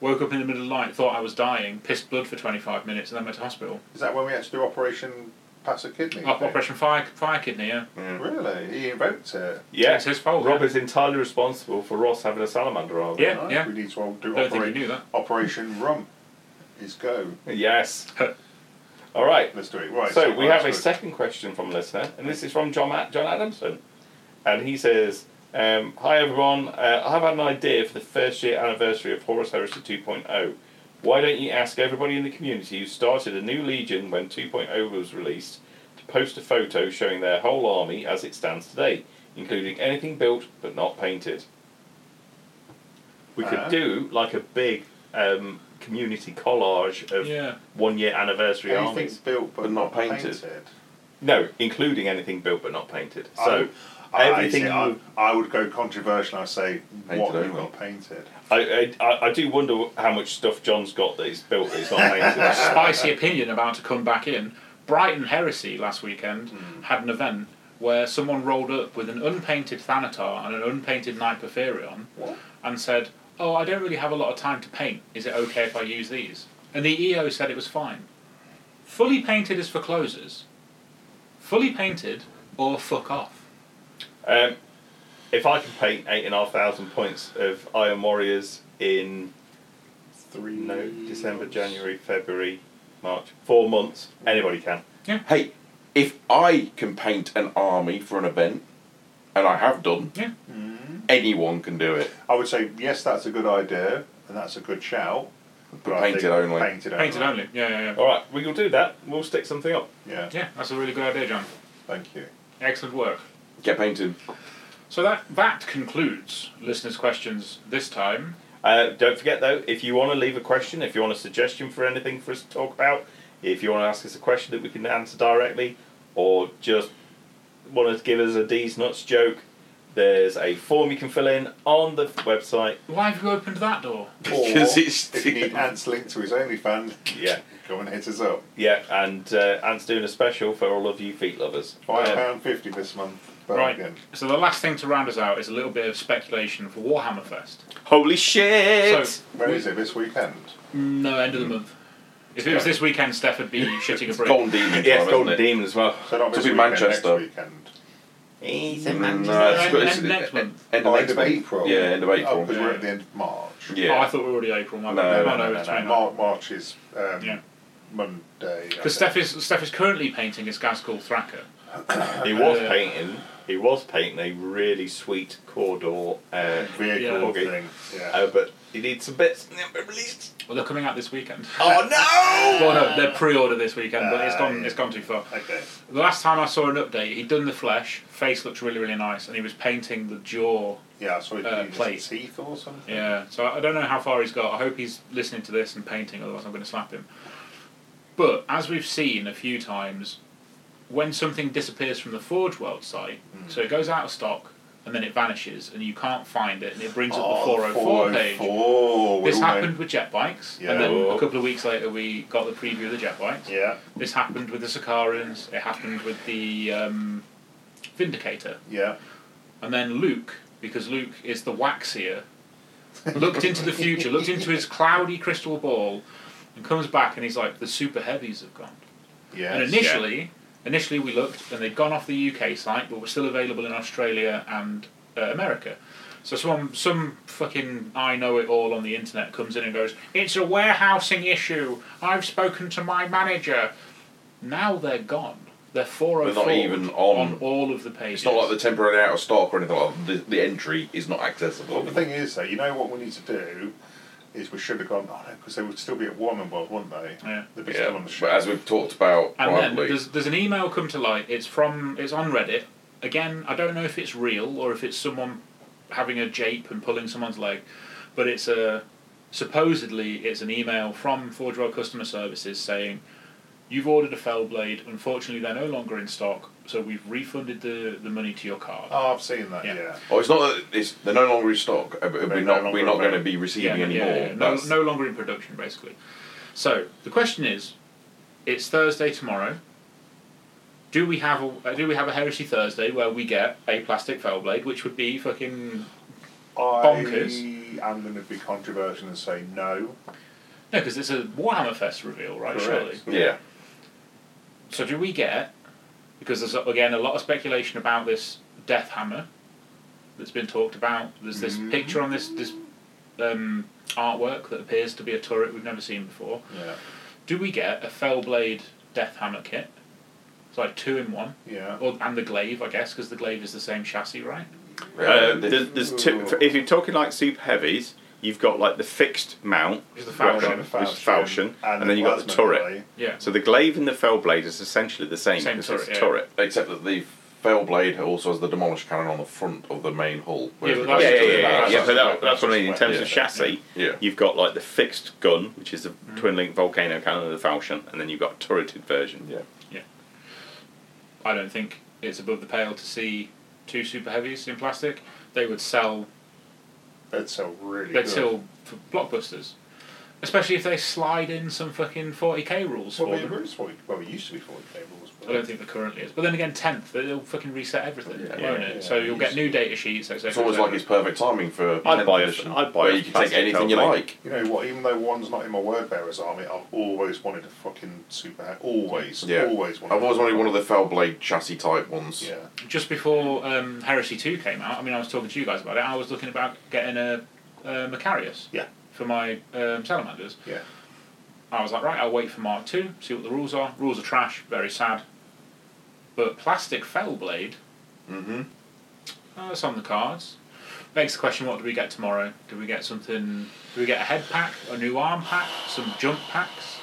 [SPEAKER 4] Woke up in the middle of the night, thought I was dying, pissed blood for 25 minutes, and then went to hospital.
[SPEAKER 3] Is that when we had to do Operation Pass a Kidney?
[SPEAKER 4] Op- Operation Fire, Fire Kidney, yeah.
[SPEAKER 3] Really? He invoked it.
[SPEAKER 2] Yeah.
[SPEAKER 4] It's his fault,
[SPEAKER 2] Rob
[SPEAKER 4] yeah.
[SPEAKER 2] is entirely responsible for Ross having a salamander army.
[SPEAKER 4] Yeah,
[SPEAKER 3] Right?
[SPEAKER 4] yeah.
[SPEAKER 3] We need to all do
[SPEAKER 4] Don't think we
[SPEAKER 3] opera-
[SPEAKER 4] knew that.
[SPEAKER 3] Operation Rum. Is go.
[SPEAKER 2] Yes. All right.
[SPEAKER 3] Let's do it. Right.
[SPEAKER 2] So we have a
[SPEAKER 3] second.
[SPEAKER 2] second question from a listener, and this is from John Ad- John Adamson, and he says, um, "Hi everyone, uh, I have had an idea for the first year anniversary of Horus Heresy 2.0. Why don't you ask everybody in the community who started a new legion when 2.0 was released to post a photo showing their whole army as it stands today, including anything built but not painted? We could
[SPEAKER 3] Uh-huh.
[SPEAKER 2] do like a big." Um, community collage of
[SPEAKER 4] Yeah.
[SPEAKER 2] one year anniversary armies.
[SPEAKER 3] Anything built but,
[SPEAKER 5] But
[SPEAKER 3] not
[SPEAKER 5] not
[SPEAKER 3] painted.
[SPEAKER 5] painted.
[SPEAKER 2] No, including anything built but not painted. So
[SPEAKER 3] Oh, I, I,
[SPEAKER 2] everything
[SPEAKER 3] see, I,
[SPEAKER 2] you-
[SPEAKER 3] I would go controversial. I say
[SPEAKER 5] Painted
[SPEAKER 3] what you
[SPEAKER 5] only.
[SPEAKER 3] got painted.
[SPEAKER 2] I, I, I, I do wonder how much stuff John's got that he's built that's not painted.
[SPEAKER 3] (laughs)
[SPEAKER 4] Spicy opinion about to come back in. Brighton Heresy last weekend had an event where someone rolled up with an unpainted Thanatar and an unpainted Nipoferion and said, Oh, I don't really have a lot of time to paint. Is it okay if I use these? And the EO said it was fine. Fully painted is for closers. Fully painted or fuck off.
[SPEAKER 2] um, if I can paint eight and a half thousand points of Iron Warriors in
[SPEAKER 3] Three.
[SPEAKER 2] no December, January, February, March, four months, anybody can.
[SPEAKER 5] Hey, if I can paint an army for an event, and I have done,
[SPEAKER 4] Yeah.
[SPEAKER 5] anyone can do it.
[SPEAKER 3] I would say yes, that's a good idea and that's a good shout. But I
[SPEAKER 5] painted
[SPEAKER 3] think
[SPEAKER 5] only.
[SPEAKER 3] Painted only.
[SPEAKER 4] Painted only. Yeah, yeah, yeah.
[SPEAKER 2] All right, we will do that. We'll stick something up.
[SPEAKER 3] Yeah.
[SPEAKER 4] Yeah, that's a really good idea, John.
[SPEAKER 3] Thank you.
[SPEAKER 4] Excellent work.
[SPEAKER 5] Get painted.
[SPEAKER 4] So that that concludes listeners' questions this time.
[SPEAKER 2] Uh, don't forget though, if you want to leave a question, if you want a suggestion for anything for us to talk about, If you want to ask us a question that we can answer directly, or just want to give us a D's nuts joke, there's a form you can fill in on the website.
[SPEAKER 4] Why have you opened that door?
[SPEAKER 5] Because
[SPEAKER 3] Or
[SPEAKER 5] it's-
[SPEAKER 3] if you need Ant's link to his OnlyFans, (laughs)
[SPEAKER 2] Yeah,
[SPEAKER 3] come and hit us up.
[SPEAKER 2] yeah, and uh, Ant's doing a special for all of you feet lovers.
[SPEAKER 3] Five
[SPEAKER 2] Um,
[SPEAKER 3] pound fifty this month. But
[SPEAKER 4] Right.
[SPEAKER 3] Again.
[SPEAKER 4] So the last thing to round us out is a little bit of speculation for Warhammer Fest.
[SPEAKER 5] Holy shit!
[SPEAKER 4] So
[SPEAKER 3] Where is it this weekend?
[SPEAKER 4] no end of the month. If it was this weekend, Steph (laughs) would be shitting a brick.
[SPEAKER 5] Golden Demon.
[SPEAKER 2] yeah,
[SPEAKER 5] time,
[SPEAKER 2] it's Golden
[SPEAKER 5] isn't it?
[SPEAKER 2] Demon as well.
[SPEAKER 3] So not
[SPEAKER 5] It'll
[SPEAKER 3] this
[SPEAKER 5] be
[SPEAKER 3] weekend,
[SPEAKER 5] Manchester.
[SPEAKER 3] next weekend.
[SPEAKER 1] He's a
[SPEAKER 2] Mm,
[SPEAKER 5] Mm, No,
[SPEAKER 1] Manchester.
[SPEAKER 4] End-
[SPEAKER 5] it's got- it's-
[SPEAKER 4] end next month.
[SPEAKER 5] End
[SPEAKER 3] Oh, end
[SPEAKER 5] of next
[SPEAKER 3] of
[SPEAKER 5] month.
[SPEAKER 3] April.
[SPEAKER 5] Yeah, end of
[SPEAKER 3] Oh,
[SPEAKER 5] April.
[SPEAKER 3] because we're at the end of March.
[SPEAKER 4] Oh, I
[SPEAKER 5] Yeah.
[SPEAKER 4] thought we were already April. My
[SPEAKER 5] No,
[SPEAKER 4] bad. Oh,
[SPEAKER 5] no,
[SPEAKER 4] no,
[SPEAKER 5] no,
[SPEAKER 4] it's
[SPEAKER 2] no, no.
[SPEAKER 3] Mar- March is um,
[SPEAKER 4] Yeah.
[SPEAKER 3] Monday. I
[SPEAKER 4] Because
[SPEAKER 3] think.
[SPEAKER 4] Steph is Steph is currently painting this guy's called Thracker.
[SPEAKER 2] He was
[SPEAKER 4] Uh,
[SPEAKER 2] painting. He was painting a really sweet corridor uh,
[SPEAKER 3] vehicle
[SPEAKER 4] Yeah.
[SPEAKER 2] Okay.
[SPEAKER 3] thing. Yeah.
[SPEAKER 5] Oh.
[SPEAKER 2] Uh, but he needs some bits. and then we're released.
[SPEAKER 4] Well, they're coming out this weekend.
[SPEAKER 2] (laughs) Oh no!
[SPEAKER 4] (laughs) Well, no, they're pre-order this weekend, but it's gone.
[SPEAKER 3] Uh,
[SPEAKER 4] It's gone too far.
[SPEAKER 3] okay.
[SPEAKER 4] The last time I saw an update, he'd done the flesh. Face looks really, really nice, and he was painting the jaw.
[SPEAKER 3] Yeah, so
[SPEAKER 4] Uh,
[SPEAKER 3] you
[SPEAKER 4] plate.
[SPEAKER 3] use teeth or something.
[SPEAKER 4] Yeah. So I don't know how far he's got. I hope he's listening to this and painting. Otherwise, I'm going to slap him. But as we've seen a few times, when something disappears from the Forge World site, so it goes out of stock and then it vanishes and you can't find it, and it brings
[SPEAKER 3] Oh,
[SPEAKER 4] up the 404, page.
[SPEAKER 3] 404, we
[SPEAKER 4] This
[SPEAKER 3] all know-
[SPEAKER 4] happened with jet bikes,
[SPEAKER 3] Yeah.
[SPEAKER 4] and then a couple of weeks later we got the preview of the jet bikes.
[SPEAKER 3] Yeah,
[SPEAKER 4] This happened with the Sakarans. It happened with the um, Vindicator,
[SPEAKER 3] yeah.
[SPEAKER 4] and then Luke, because Luke is the waxier, looked into the future, looked into his cloudy crystal ball, and comes back and he's like, "The super heavies have gone."
[SPEAKER 3] Yes.
[SPEAKER 4] and initially, initially we looked and they'd gone off the UK site, but were still available in Australia and uh, America. So some some fucking I know it all on the internet comes in and goes, "It's a warehousing issue. I've spoken to my manager." Now they're gone. They're four oh
[SPEAKER 5] They're
[SPEAKER 4] four.
[SPEAKER 5] not even on-
[SPEAKER 4] all of the pages.
[SPEAKER 5] It's not like the temporary out of stock or anything like that. The, the entry is not
[SPEAKER 3] Well,
[SPEAKER 4] Oh,
[SPEAKER 5] accessible.
[SPEAKER 3] the thing is, though, you know what we need to do is we should have gone, oh no, because they would still be at Warman World, wouldn't they?
[SPEAKER 4] Yeah.
[SPEAKER 3] They'd be
[SPEAKER 5] yeah,
[SPEAKER 3] still on the
[SPEAKER 5] but
[SPEAKER 3] show.
[SPEAKER 5] as we've talked about
[SPEAKER 4] And then
[SPEAKER 5] privately,
[SPEAKER 4] there's, there's an email come to light. It's from it's on Reddit. Again, I don't know if it's real or if it's someone having a jape and pulling someone's leg, but it's a supposedly it's an email from Forge World Customer Services saying you've ordered a fell blade. Unfortunately, they're no longer in stock, so we've refunded the, the money to your card.
[SPEAKER 3] Oh, I've seen that,
[SPEAKER 4] Yeah.
[SPEAKER 3] yeah.
[SPEAKER 5] oh, it's not that it's they're no longer in stock. uh, But
[SPEAKER 3] They're
[SPEAKER 5] we're
[SPEAKER 3] no
[SPEAKER 5] not
[SPEAKER 3] longer
[SPEAKER 5] we're not going to
[SPEAKER 3] available.
[SPEAKER 5] be receiving
[SPEAKER 4] yeah,
[SPEAKER 5] any
[SPEAKER 4] yeah,
[SPEAKER 5] more.
[SPEAKER 4] yeah. No,
[SPEAKER 5] That's-
[SPEAKER 4] no longer in production, basically. So the question is, it's Thursday tomorrow. Do we have a uh, do we have a Heresy Thursday where we get a plastic fell blade, which would be fucking Bonkers.
[SPEAKER 3] I am going to be controversial and say no.
[SPEAKER 4] no, because it's a Warhammer Fest reveal, right? Surely.
[SPEAKER 3] Correct.
[SPEAKER 5] Yeah,
[SPEAKER 4] So do we get? Because there's again a lot of speculation about this Death Hammer that's been talked about. There's this
[SPEAKER 5] Mm-hmm.
[SPEAKER 4] picture on this this um, artwork that appears to be a turret we've never seen before.
[SPEAKER 3] Yeah.
[SPEAKER 4] Do we get a Fellblade Death Hammer kit? It's like two in one.
[SPEAKER 3] Yeah.
[SPEAKER 4] Or, and the glaive, I guess, because the glaive is the same chassis, right?
[SPEAKER 5] Uh,
[SPEAKER 8] Uh, there's, there's two. f- If you're talking like super heavies, you've got like the fixed mount,
[SPEAKER 4] Is the
[SPEAKER 8] Falchion.
[SPEAKER 4] Falchion.
[SPEAKER 8] Which is falchion, and, then you've got the
[SPEAKER 3] plasma
[SPEAKER 8] turret.
[SPEAKER 3] blade.
[SPEAKER 4] Yeah.
[SPEAKER 8] So the glaive and the fell blade is essentially the same
[SPEAKER 4] Same
[SPEAKER 8] because
[SPEAKER 4] turret,
[SPEAKER 8] it's a
[SPEAKER 4] yeah.
[SPEAKER 8] turret.
[SPEAKER 5] except that the fail blade also has the demolished cannon on the front of the main hull. whereas
[SPEAKER 4] but
[SPEAKER 5] the
[SPEAKER 4] that's-
[SPEAKER 8] Yeah,
[SPEAKER 5] glaive
[SPEAKER 8] yeah, yeah.
[SPEAKER 5] doesn't.
[SPEAKER 8] yeah,
[SPEAKER 3] That's
[SPEAKER 8] yeah,
[SPEAKER 3] just
[SPEAKER 8] but
[SPEAKER 3] a
[SPEAKER 8] that-
[SPEAKER 3] weapon,
[SPEAKER 8] that's what I mean. In
[SPEAKER 3] that's
[SPEAKER 8] terms
[SPEAKER 3] just
[SPEAKER 8] of
[SPEAKER 3] a weapon.
[SPEAKER 8] chassis,
[SPEAKER 5] Yeah.
[SPEAKER 8] you've got like the fixed gun, which is the
[SPEAKER 4] Mm-hmm.
[SPEAKER 8] twin link volcano cannon of the falchion, and then you've got a turreted version.
[SPEAKER 5] Yeah.
[SPEAKER 4] I don't think it's above the pale to see two super heavies in plastic. They would sell,
[SPEAKER 3] They'd sell really
[SPEAKER 4] they'd
[SPEAKER 3] good.
[SPEAKER 4] sell for blockbusters. Especially if they slide in some fucking 40k rules
[SPEAKER 3] Well,
[SPEAKER 4] for
[SPEAKER 3] we,
[SPEAKER 4] them.
[SPEAKER 3] we're just 40 well, we used to be 40 tables.
[SPEAKER 4] I don't think there currently is. But then again, 10th, they'll fucking reset everything,
[SPEAKER 5] Yeah.
[SPEAKER 4] won't
[SPEAKER 3] Yeah,
[SPEAKER 4] it?
[SPEAKER 3] yeah.
[SPEAKER 4] So you'll get new data sheets, etc.
[SPEAKER 5] It's almost like it's perfect timing for.
[SPEAKER 8] I'd
[SPEAKER 5] 10th
[SPEAKER 8] buy a-
[SPEAKER 5] edition,
[SPEAKER 8] I'd buy
[SPEAKER 5] where
[SPEAKER 8] a
[SPEAKER 5] you can take
[SPEAKER 8] plastic
[SPEAKER 5] anything you
[SPEAKER 8] fail blade.
[SPEAKER 5] like.
[SPEAKER 3] You know what? Even though one's not in my word bearer's army, I've always wanted a fucking super. Always,
[SPEAKER 5] Yeah.
[SPEAKER 3] always wanted.
[SPEAKER 5] I've always wanted one of the fail blade chassis type ones.
[SPEAKER 3] Yeah,
[SPEAKER 4] just before um, Heresy 2 came out, I mean, I was talking to you guys about it, I was looking about getting a, a Macarius
[SPEAKER 3] Yeah.
[SPEAKER 4] for my um, Salamanders.
[SPEAKER 3] yeah.
[SPEAKER 4] I was like, right, I'll wait for Mark 2, see what the rules are. Rules are trash, very sad. But Plastic Fellblade,
[SPEAKER 5] Mm-hmm.
[SPEAKER 4] uh, it's on the cards. Begs the question, what do we get tomorrow? Do we get something, do we get a head pack, a new arm pack, some jump packs?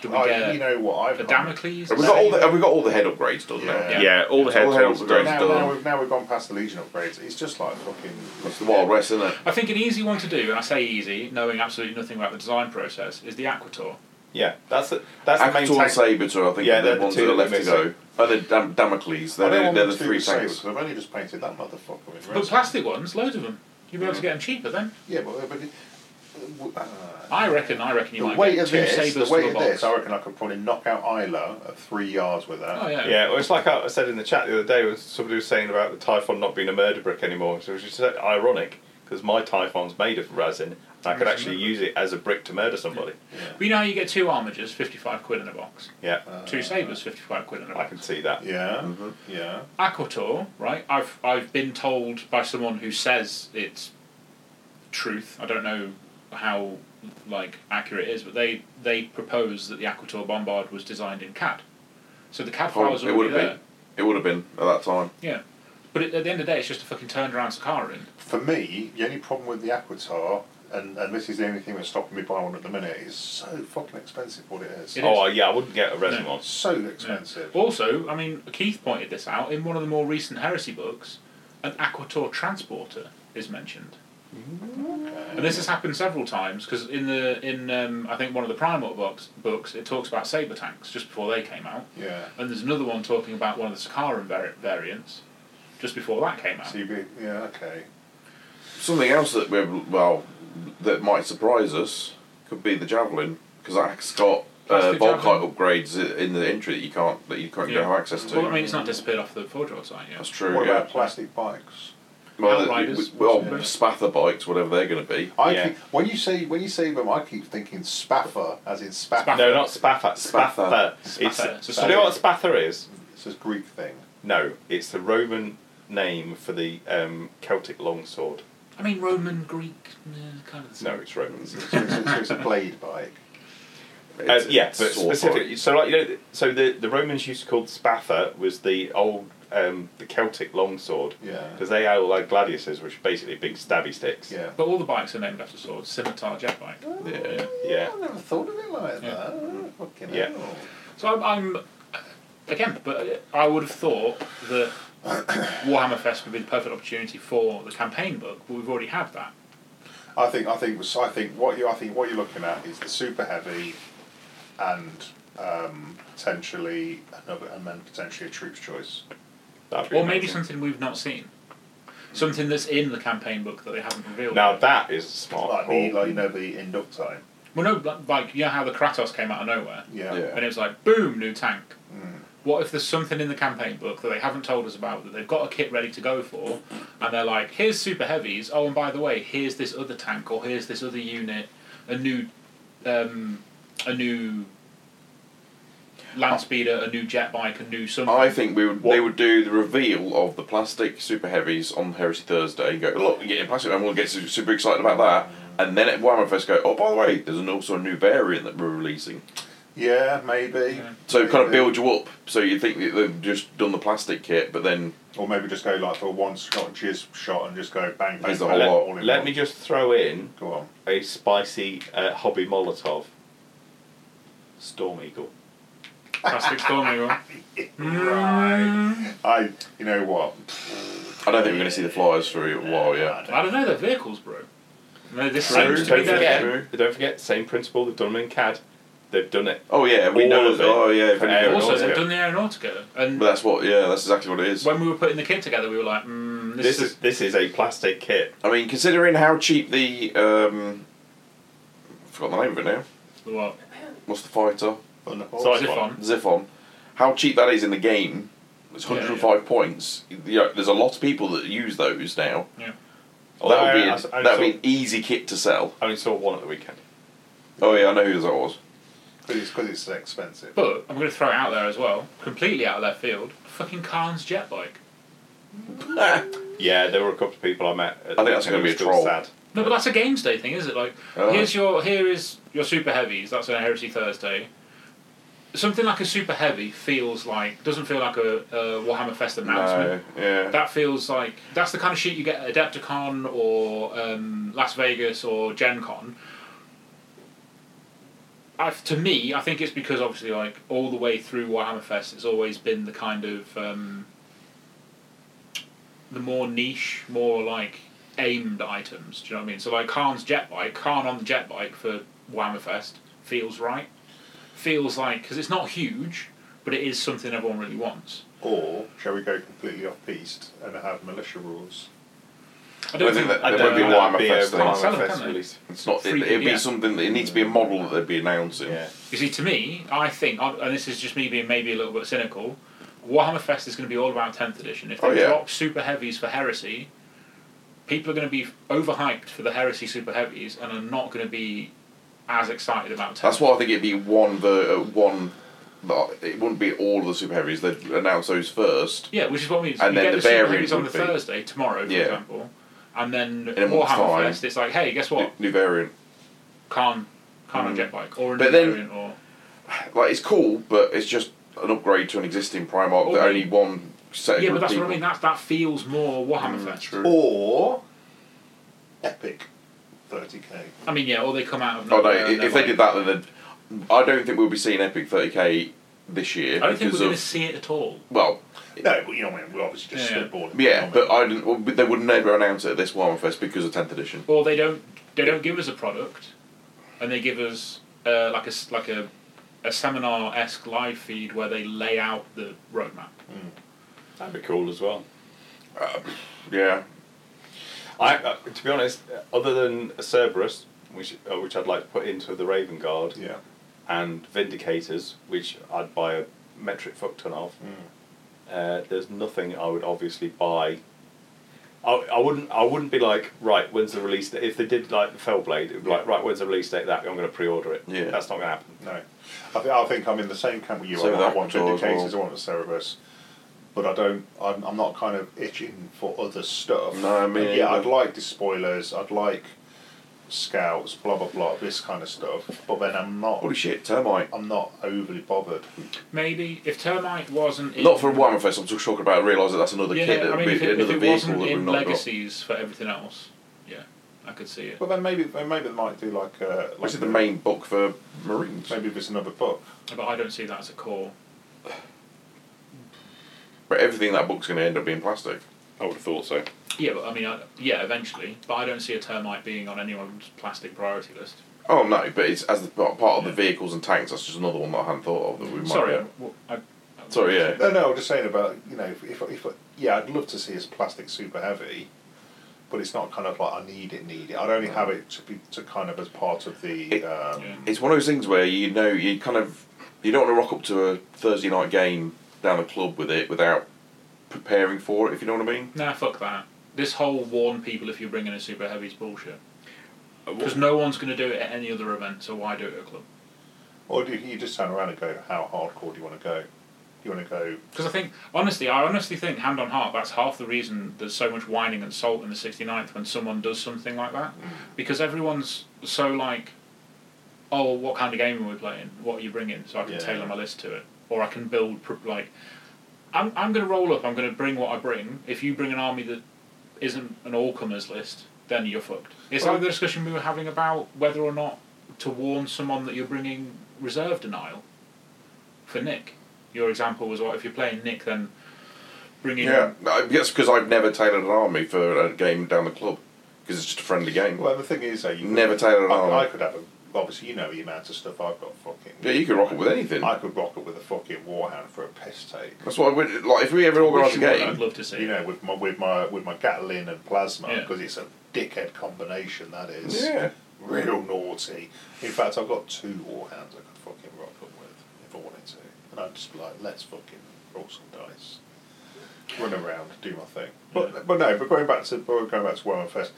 [SPEAKER 4] Do we
[SPEAKER 5] Oh,
[SPEAKER 3] I,
[SPEAKER 4] get
[SPEAKER 3] you know what? I've
[SPEAKER 4] a
[SPEAKER 3] gone-
[SPEAKER 4] Damocles?
[SPEAKER 5] Have we got all the Have we got all the head upgrades done now?
[SPEAKER 8] Yeah,
[SPEAKER 3] Yeah.
[SPEAKER 8] all the
[SPEAKER 5] It's all
[SPEAKER 8] head
[SPEAKER 5] the head
[SPEAKER 8] tails
[SPEAKER 5] upgrades
[SPEAKER 8] are
[SPEAKER 3] Now,
[SPEAKER 5] done.
[SPEAKER 3] now, we've, now we've gone past the Legion upgrades. It's just like fucking.
[SPEAKER 5] It's the Wild West, isn't it?
[SPEAKER 4] I think an easy one to do, and I say easy, knowing absolutely nothing about the design process, is the Aquator.
[SPEAKER 2] Yeah, that's the, that's the main
[SPEAKER 5] Akator and
[SPEAKER 2] tag.
[SPEAKER 5] Sabre, I think,
[SPEAKER 2] Yeah, they're
[SPEAKER 5] are the
[SPEAKER 2] the
[SPEAKER 5] ones
[SPEAKER 2] two
[SPEAKER 5] that are
[SPEAKER 2] that
[SPEAKER 5] left
[SPEAKER 2] we
[SPEAKER 5] to go. Oh, the Dam- Damocles. They're,
[SPEAKER 3] I
[SPEAKER 5] the-
[SPEAKER 3] don't
[SPEAKER 5] they're
[SPEAKER 3] want to
[SPEAKER 5] the three
[SPEAKER 3] do sabre,
[SPEAKER 5] tanks.
[SPEAKER 3] 'cause I've only just painted that motherfucker in
[SPEAKER 4] But
[SPEAKER 3] red.
[SPEAKER 4] plastic ones, loads of them. You'll be able to get them cheaper then.
[SPEAKER 3] yeah, but, but it, uh,
[SPEAKER 4] I reckon. I reckon you
[SPEAKER 3] the
[SPEAKER 4] might
[SPEAKER 3] weight
[SPEAKER 4] get
[SPEAKER 3] of
[SPEAKER 4] two
[SPEAKER 3] this, the
[SPEAKER 4] sabers
[SPEAKER 3] weight
[SPEAKER 4] to a
[SPEAKER 3] of
[SPEAKER 4] box.
[SPEAKER 3] this, I reckon I could probably knock out Isla at three yards with that.
[SPEAKER 4] Oh yeah.
[SPEAKER 2] Yeah, well, it's like I said in the chat the other day, was somebody was saying about the Typhon not being a murder brick anymore, so which is uh, ironic because my Typhon's made of resin, and I could actually use it as a brick to murder somebody.
[SPEAKER 4] But you know how you get two armagers, fifty-five quid in a box.
[SPEAKER 2] Yeah,
[SPEAKER 4] two sabers, fifty-five quid in a
[SPEAKER 2] I
[SPEAKER 4] box.
[SPEAKER 2] can see that.
[SPEAKER 3] Yeah,
[SPEAKER 5] Mm-hmm.
[SPEAKER 3] yeah.
[SPEAKER 4] Aquator, right? I've I've been told by someone who says it's truth. I don't know how like accurate it is, but they they propose that the Aquator bombard was designed in CAD. So the CAD
[SPEAKER 5] Oh,
[SPEAKER 4] files are
[SPEAKER 5] it would
[SPEAKER 4] already
[SPEAKER 5] have been.
[SPEAKER 4] there.
[SPEAKER 5] It would have been at that time.
[SPEAKER 4] Yeah. But at, at the end of the day, it's just a fucking turned around Sakara in.
[SPEAKER 3] For me, the only problem with the Aquatar, and, and this is the only thing that's stopping me buying one at the minute, is so fucking expensive what it is. Oh,
[SPEAKER 4] It
[SPEAKER 2] Oh, yeah, I wouldn't get a resin
[SPEAKER 4] No.
[SPEAKER 2] one.
[SPEAKER 3] So expensive.
[SPEAKER 4] Also, I mean, Keith pointed this out in one of the more recent Heresy books. An Aquator transporter is mentioned, and this has happened several times because in the in um, I think one of the Primal books books it talks about saber tanks just before they came out,
[SPEAKER 3] Yeah.
[SPEAKER 4] and there's another one talking about one of the Sakaran vari- variants just before that came out.
[SPEAKER 3] So you be, yeah, okay.
[SPEAKER 5] Something else that we well that might surprise us could be the javelin because that's got uh,
[SPEAKER 4] Plastic
[SPEAKER 5] bulk height
[SPEAKER 4] javelin.
[SPEAKER 5] upgrades i- in the entry that you can't that you currently
[SPEAKER 4] Yeah.
[SPEAKER 5] don't have access to.
[SPEAKER 4] Well, I mean, it's not disappeared off the Forge World site
[SPEAKER 5] that's
[SPEAKER 4] yet.
[SPEAKER 5] true.
[SPEAKER 3] what
[SPEAKER 5] yeah.
[SPEAKER 3] about plastic bikes?
[SPEAKER 5] well, uh,
[SPEAKER 4] Outriders,
[SPEAKER 5] well,
[SPEAKER 4] yeah.
[SPEAKER 5] spatha bikes, whatever they're going to be.
[SPEAKER 3] I
[SPEAKER 2] Yeah.
[SPEAKER 3] keep, when you say when you say them, I keep thinking spaffer, as in spaffer.
[SPEAKER 2] No, not spatha. Spatha.
[SPEAKER 5] Spatha.
[SPEAKER 4] Spatha.
[SPEAKER 2] It's, do you know what spatha is?
[SPEAKER 3] It's this Greek thing.
[SPEAKER 2] No, it's the Roman name for the um, Celtic longsword.
[SPEAKER 4] I mean, Roman, Greek, eh, kind of the
[SPEAKER 2] No,
[SPEAKER 4] same.
[SPEAKER 2] it's Romans.
[SPEAKER 3] So it's, so it's a blade bike.
[SPEAKER 2] Uh,
[SPEAKER 5] It's-
[SPEAKER 2] yeah,
[SPEAKER 5] it's
[SPEAKER 2] but
[SPEAKER 5] sword
[SPEAKER 2] specifically, so like you know, so the, the Romans used to call the spatha was the old um, the Celtic longsword (laughs)
[SPEAKER 3] Yeah.
[SPEAKER 2] because they all had gladiuses, which are basically big stabby sticks.
[SPEAKER 3] Yeah.
[SPEAKER 4] But all the bikes are named after swords. Scimitar, jet bike.
[SPEAKER 5] bike. Yeah.
[SPEAKER 2] Yeah.
[SPEAKER 3] Oh, I never thought of it like
[SPEAKER 4] Yeah.
[SPEAKER 3] that. Fucking
[SPEAKER 2] Yeah.
[SPEAKER 3] hell.
[SPEAKER 4] So I'm, I'm again, but I would have thought that Warhammer Fest would be the perfect opportunity for the campaign book, but we've already had that.
[SPEAKER 3] I think I think I think what you I think what you're looking at is the super heavy, and um, potentially another and then potentially a troops choice.
[SPEAKER 2] That'd be
[SPEAKER 4] Or maybe
[SPEAKER 2] amazing.
[SPEAKER 4] something we've not seen. Something that's in the campaign book that they haven't revealed.
[SPEAKER 2] Now
[SPEAKER 4] yet.
[SPEAKER 2] that is a smart.
[SPEAKER 3] Like
[SPEAKER 2] call.
[SPEAKER 3] the like you know the inductine.
[SPEAKER 4] well, no, but, like you know how the Kratos came out of nowhere,
[SPEAKER 3] Yeah.
[SPEAKER 5] Yeah.
[SPEAKER 4] and it was like boom, new tank. What if there's something in the campaign book that they haven't told us about that they've got a kit ready to go for, and they're like, here's super heavies. Oh, and by the way, here's this other tank or here's this other unit, a new, um, a new land speeder, a new jet bike, a new something.
[SPEAKER 5] I think we would. They would do the reveal of the plastic super heavies on Heresy Thursday and go, look, you're getting plastic, and we'll get su- super excited about that. And then at Warhammer Fest, go, oh, by the way, there's an, also a new variant that we're releasing.
[SPEAKER 3] Yeah, maybe.
[SPEAKER 5] So kind of
[SPEAKER 3] Maybe.
[SPEAKER 5] build you up. So you think that they've just done the plastic kit, but then
[SPEAKER 3] Or maybe just go like for one shot, jizz shot, and just go bang, bang,
[SPEAKER 5] Is the
[SPEAKER 3] bang,
[SPEAKER 5] whole
[SPEAKER 2] let,
[SPEAKER 5] lot.
[SPEAKER 3] all in
[SPEAKER 2] let
[SPEAKER 3] one.
[SPEAKER 2] me just throw in
[SPEAKER 3] go on.
[SPEAKER 2] a spicy uh, hobby Molotov. Storm Eagle.
[SPEAKER 4] Plastic storm eagle.
[SPEAKER 3] Right. I, you know what?
[SPEAKER 5] I don't think we're going to see the flyers for a while. Oh, Yeah.
[SPEAKER 4] I don't know. They're vehicles, bro. No, this
[SPEAKER 5] True,
[SPEAKER 2] And
[SPEAKER 4] seems to be
[SPEAKER 2] don't
[SPEAKER 5] true,
[SPEAKER 4] their-
[SPEAKER 5] true.
[SPEAKER 2] forget, don't forget, same principle. They've done them in CAD. They've done it.
[SPEAKER 5] Oh yeah, we
[SPEAKER 2] All
[SPEAKER 5] know.
[SPEAKER 2] of it.
[SPEAKER 5] that- Oh yeah. if
[SPEAKER 2] For
[SPEAKER 5] anything
[SPEAKER 4] Also,
[SPEAKER 5] else,
[SPEAKER 4] they've
[SPEAKER 5] yeah.
[SPEAKER 4] done the Aeronautica, and
[SPEAKER 5] But that's what. Yeah, that's exactly what it is.
[SPEAKER 4] when we were putting the kit together, we were like, mm,
[SPEAKER 2] This
[SPEAKER 4] this, is
[SPEAKER 2] is this is a plastic kit.
[SPEAKER 5] I mean, considering how cheap the um, I forgot the name of it now.
[SPEAKER 4] what
[SPEAKER 5] What's the fighter?
[SPEAKER 2] So I-
[SPEAKER 4] Ziphon.
[SPEAKER 5] Ziphon, how cheap that is in the game. It's
[SPEAKER 4] Yeah, yeah.
[SPEAKER 5] 105 points. You know, there's a lot of people that use those now.
[SPEAKER 4] Yeah.
[SPEAKER 2] Although
[SPEAKER 5] that would
[SPEAKER 2] I- I
[SPEAKER 5] be,
[SPEAKER 2] s- I
[SPEAKER 5] an, that would
[SPEAKER 2] saw-
[SPEAKER 5] be an easy kit to sell.
[SPEAKER 2] I only saw one at the weekend.
[SPEAKER 5] Oh yeah, I know who that was. (laughs)
[SPEAKER 3] Because it's, 'cause it's expensive.
[SPEAKER 4] But I'm going to throw it out there as well, completely out of left field. Fucking Khan's jet bike.
[SPEAKER 5] Ah,
[SPEAKER 2] Yeah, there were a couple of people I met. At
[SPEAKER 5] I think that's
[SPEAKER 2] who
[SPEAKER 5] gonna be
[SPEAKER 2] were
[SPEAKER 5] a
[SPEAKER 2] still
[SPEAKER 5] troll.
[SPEAKER 2] Sad.
[SPEAKER 4] No, but that's a games day thing, is it? Like,
[SPEAKER 5] Oh.
[SPEAKER 4] here's your here is your super heavies. That's on Heresy Thursday. Something like a super heavy feels like doesn't feel like a, a Warhammer Fest announcement.
[SPEAKER 5] no, yeah.
[SPEAKER 4] That feels like that's the kind of shit you get at Adepticon or um, Las Vegas or Gen Con. I've, to me, I think it's because obviously, like all the way through Warhammer Fest, it's always been the kind of um, the more niche, more like aimed items. Do you know what I mean? So like Khan's jet bike, Khan on the jet bike for Warhammer Fest feels right. feels like because it's not huge, but it is something everyone really wants.
[SPEAKER 3] Or shall we go completely off piste and have militia rules?
[SPEAKER 4] I
[SPEAKER 5] I
[SPEAKER 4] don't
[SPEAKER 5] think
[SPEAKER 4] think
[SPEAKER 5] that
[SPEAKER 2] I
[SPEAKER 5] there
[SPEAKER 2] don't
[SPEAKER 5] won't be
[SPEAKER 2] think that'd
[SPEAKER 5] Warhammer
[SPEAKER 2] be a
[SPEAKER 5] Fest
[SPEAKER 4] can't
[SPEAKER 5] thing.
[SPEAKER 4] sell them,
[SPEAKER 2] Fest
[SPEAKER 4] can they?
[SPEAKER 2] release.
[SPEAKER 5] It's not. It,
[SPEAKER 4] Free-
[SPEAKER 5] it'd
[SPEAKER 4] yeah.
[SPEAKER 5] be something that it needs to be a model that they'd be announcing.
[SPEAKER 2] Yeah.
[SPEAKER 4] You see, to me, I think, and this is just me being maybe a little bit cynical, Warhammer Fest is going to be all about 10th edition. If they
[SPEAKER 5] Oh, yeah.
[SPEAKER 4] drop super heavies for heresy, people are going to be overhyped for the heresy super heavies and are not going to be as excited about 10th.
[SPEAKER 5] That's why I think it'd be one the uh, one. that- It wouldn't be all of the super heavies. They'd announce those first.
[SPEAKER 4] Yeah, which is what I mean.
[SPEAKER 5] And
[SPEAKER 4] you
[SPEAKER 5] then
[SPEAKER 4] get
[SPEAKER 5] the
[SPEAKER 4] the super
[SPEAKER 5] variant
[SPEAKER 4] heavies on the
[SPEAKER 5] would be-
[SPEAKER 4] Thursday, tomorrow, for
[SPEAKER 5] Yeah.
[SPEAKER 4] example, and then
[SPEAKER 5] a month's
[SPEAKER 4] Warhammer
[SPEAKER 5] time.
[SPEAKER 4] Fest, it's like, hey, guess what?
[SPEAKER 5] New variant.
[SPEAKER 4] Can't, can't on jet bike or a
[SPEAKER 5] Mm. But
[SPEAKER 4] new
[SPEAKER 5] then-
[SPEAKER 4] variant or.
[SPEAKER 5] Like it's cool, but it's just an upgrade to an existing Primarch that
[SPEAKER 4] Or-
[SPEAKER 5] only one set. Of
[SPEAKER 4] Yeah,
[SPEAKER 5] group
[SPEAKER 4] but that's
[SPEAKER 5] people.
[SPEAKER 4] what
[SPEAKER 5] Mm,
[SPEAKER 4] I mean. That, that feels more Warhammer Fest.
[SPEAKER 3] Or epic 30k.
[SPEAKER 4] I mean, yeah, or they come out of
[SPEAKER 5] Oh no!
[SPEAKER 4] nowhere
[SPEAKER 5] i-
[SPEAKER 4] and
[SPEAKER 5] If
[SPEAKER 4] they're
[SPEAKER 5] they did
[SPEAKER 4] like-
[SPEAKER 5] that, then they'd- I don't think we'll be seeing Epic 30k this year.
[SPEAKER 4] I don't think we're
[SPEAKER 5] because
[SPEAKER 4] going to
[SPEAKER 5] of,
[SPEAKER 4] see it at all.
[SPEAKER 5] well,
[SPEAKER 3] No, but you know what I mean. We're obviously just
[SPEAKER 4] Yeah.
[SPEAKER 3] spitballing.
[SPEAKER 4] Oh,
[SPEAKER 3] aren't
[SPEAKER 5] yeah,
[SPEAKER 3] we?
[SPEAKER 5] but I didn't. well, They would never announce it at this Warhammer Fest because of 10th edition.
[SPEAKER 4] Or they don't they don't give us a product, and they give us uh, like a s- like a a seminar esque live feed where they lay out the roadmap.
[SPEAKER 2] That'd be cool as well.
[SPEAKER 5] Yeah,
[SPEAKER 2] I, uh, to be honest, uh, other than Cerberus, which uh, which I'd like to put into the Raven Guard,
[SPEAKER 3] yeah.
[SPEAKER 2] and Vindicators, which I'd buy a metric fuck ton of. Uh, there's nothing I would obviously buy. I, I wouldn't I wouldn't be like right when's the release date? If they did like the Fellblade, it would be like right when's the release date? of That I'm going to pre-order it.
[SPEAKER 5] Yeah.
[SPEAKER 2] that's not going to happen.
[SPEAKER 3] No, I, th- I think I'm in the same camp with you.
[SPEAKER 5] So
[SPEAKER 3] I, want- I
[SPEAKER 5] that
[SPEAKER 3] want
[SPEAKER 5] door as
[SPEAKER 3] indicators.
[SPEAKER 5] well.
[SPEAKER 3] I want the Cerebrus, but I don't. I'm, I'm not kind of itching for other stuff.
[SPEAKER 5] No, I mean-
[SPEAKER 3] yeah, I'd like the spoilers. I'd like scouts, blah blah blah, this kind of stuff. But then I'm not.
[SPEAKER 5] holy shit, termite.
[SPEAKER 3] I'm not overly bothered.
[SPEAKER 4] Maybe if termite wasn't in,
[SPEAKER 5] Not for Warhammer Fest. I'm just talking about. Realise that that's another
[SPEAKER 4] yeah,
[SPEAKER 5] kit that
[SPEAKER 4] I
[SPEAKER 5] would
[SPEAKER 4] mean if
[SPEAKER 5] be
[SPEAKER 4] it, if
[SPEAKER 5] another
[SPEAKER 4] it
[SPEAKER 5] vehicle
[SPEAKER 4] wasn't
[SPEAKER 5] that we've
[SPEAKER 4] in
[SPEAKER 5] not got.
[SPEAKER 4] legacies for everything else, yeah, I could see it.
[SPEAKER 3] But then maybe then maybe they might do like a like
[SPEAKER 5] Which is the main book for Marines.
[SPEAKER 3] Maybe there's another book.
[SPEAKER 4] But I don't see that as a core.
[SPEAKER 5] But everything in that book's going to end up being plastic.
[SPEAKER 8] I would have thought so.
[SPEAKER 4] Yeah, but I mean, I, yeah, eventually. But I don't see a termite being on anyone's plastic priority list.
[SPEAKER 5] Oh no, but it's as the part, part of the vehicles and tanks. That's just another one that I hadn't thought of that we might.
[SPEAKER 4] Sorry,
[SPEAKER 5] get.
[SPEAKER 4] I- well, I,
[SPEAKER 5] Sorry, yeah.
[SPEAKER 3] No, no, I'm just saying about you know if if, if yeah, I'd love to see it's plastic super heavy, but it's not kind of like I need it, need it. I'd only have it to be to kind of as part of the
[SPEAKER 5] It-
[SPEAKER 3] um,
[SPEAKER 4] yeah.
[SPEAKER 5] It's one of those things where you know you kind of you don't want to rock up to a Thursday night game down the club with it without preparing for it. If you know what I mean.
[SPEAKER 4] Nah, fuck that. This whole warn people if you're bringing a super heavy is bullshit.
[SPEAKER 2] Uh,
[SPEAKER 4] Because no one's going to do it at any other event, so why do it at a club?
[SPEAKER 3] Or do you just turn around and go, how hardcore do you want to go? Do you want to go?
[SPEAKER 4] Because I think, honestly, I honestly think, hand on heart, that's half the reason there's so much whining and salt in the 69th when someone does something like that. Because everyone's so like, oh, what kind of game are we playing? What are you bringing? So I can
[SPEAKER 3] Yeah.
[SPEAKER 4] tailor my list to it. Or I can build, pro- like, I'm, I'm going to roll up, I'm going to bring what I bring. If you bring an army that isn't an all comers list, then you're fucked. It's like the discussion we were having about whether or not to warn someone that you're bringing reserve denial for Nick. Your example was, well, if you're playing Nick, then bring in.
[SPEAKER 5] Yeah, I guess because I've never tailored an army for a game down the club because it's just a friendly game.
[SPEAKER 3] Well, the thing is, though, you
[SPEAKER 5] Never tailored an
[SPEAKER 3] I, I
[SPEAKER 5] army.
[SPEAKER 3] could have a. Obviously, you know the amount of stuff I've got. Fucking.
[SPEAKER 5] Yeah, you could rock it with anything.
[SPEAKER 3] I could rock it with a fucking warhound for a piss take.
[SPEAKER 5] That's why, we, like, if we ever
[SPEAKER 4] Which
[SPEAKER 5] organise a
[SPEAKER 4] is what I'd
[SPEAKER 5] game,
[SPEAKER 4] love to see.
[SPEAKER 3] You know, with my with my with my Gatlin and plasma
[SPEAKER 4] Yeah.
[SPEAKER 3] because it's a dickhead combination. That is.
[SPEAKER 5] yeah,
[SPEAKER 3] Real naughty. In fact, I've got two warhounds I could fucking rock up with if I wanted to, and I'd just be like, let's fucking roll some dice, run around, do my thing. But but no, but going back to but going back to Warhammer Fest,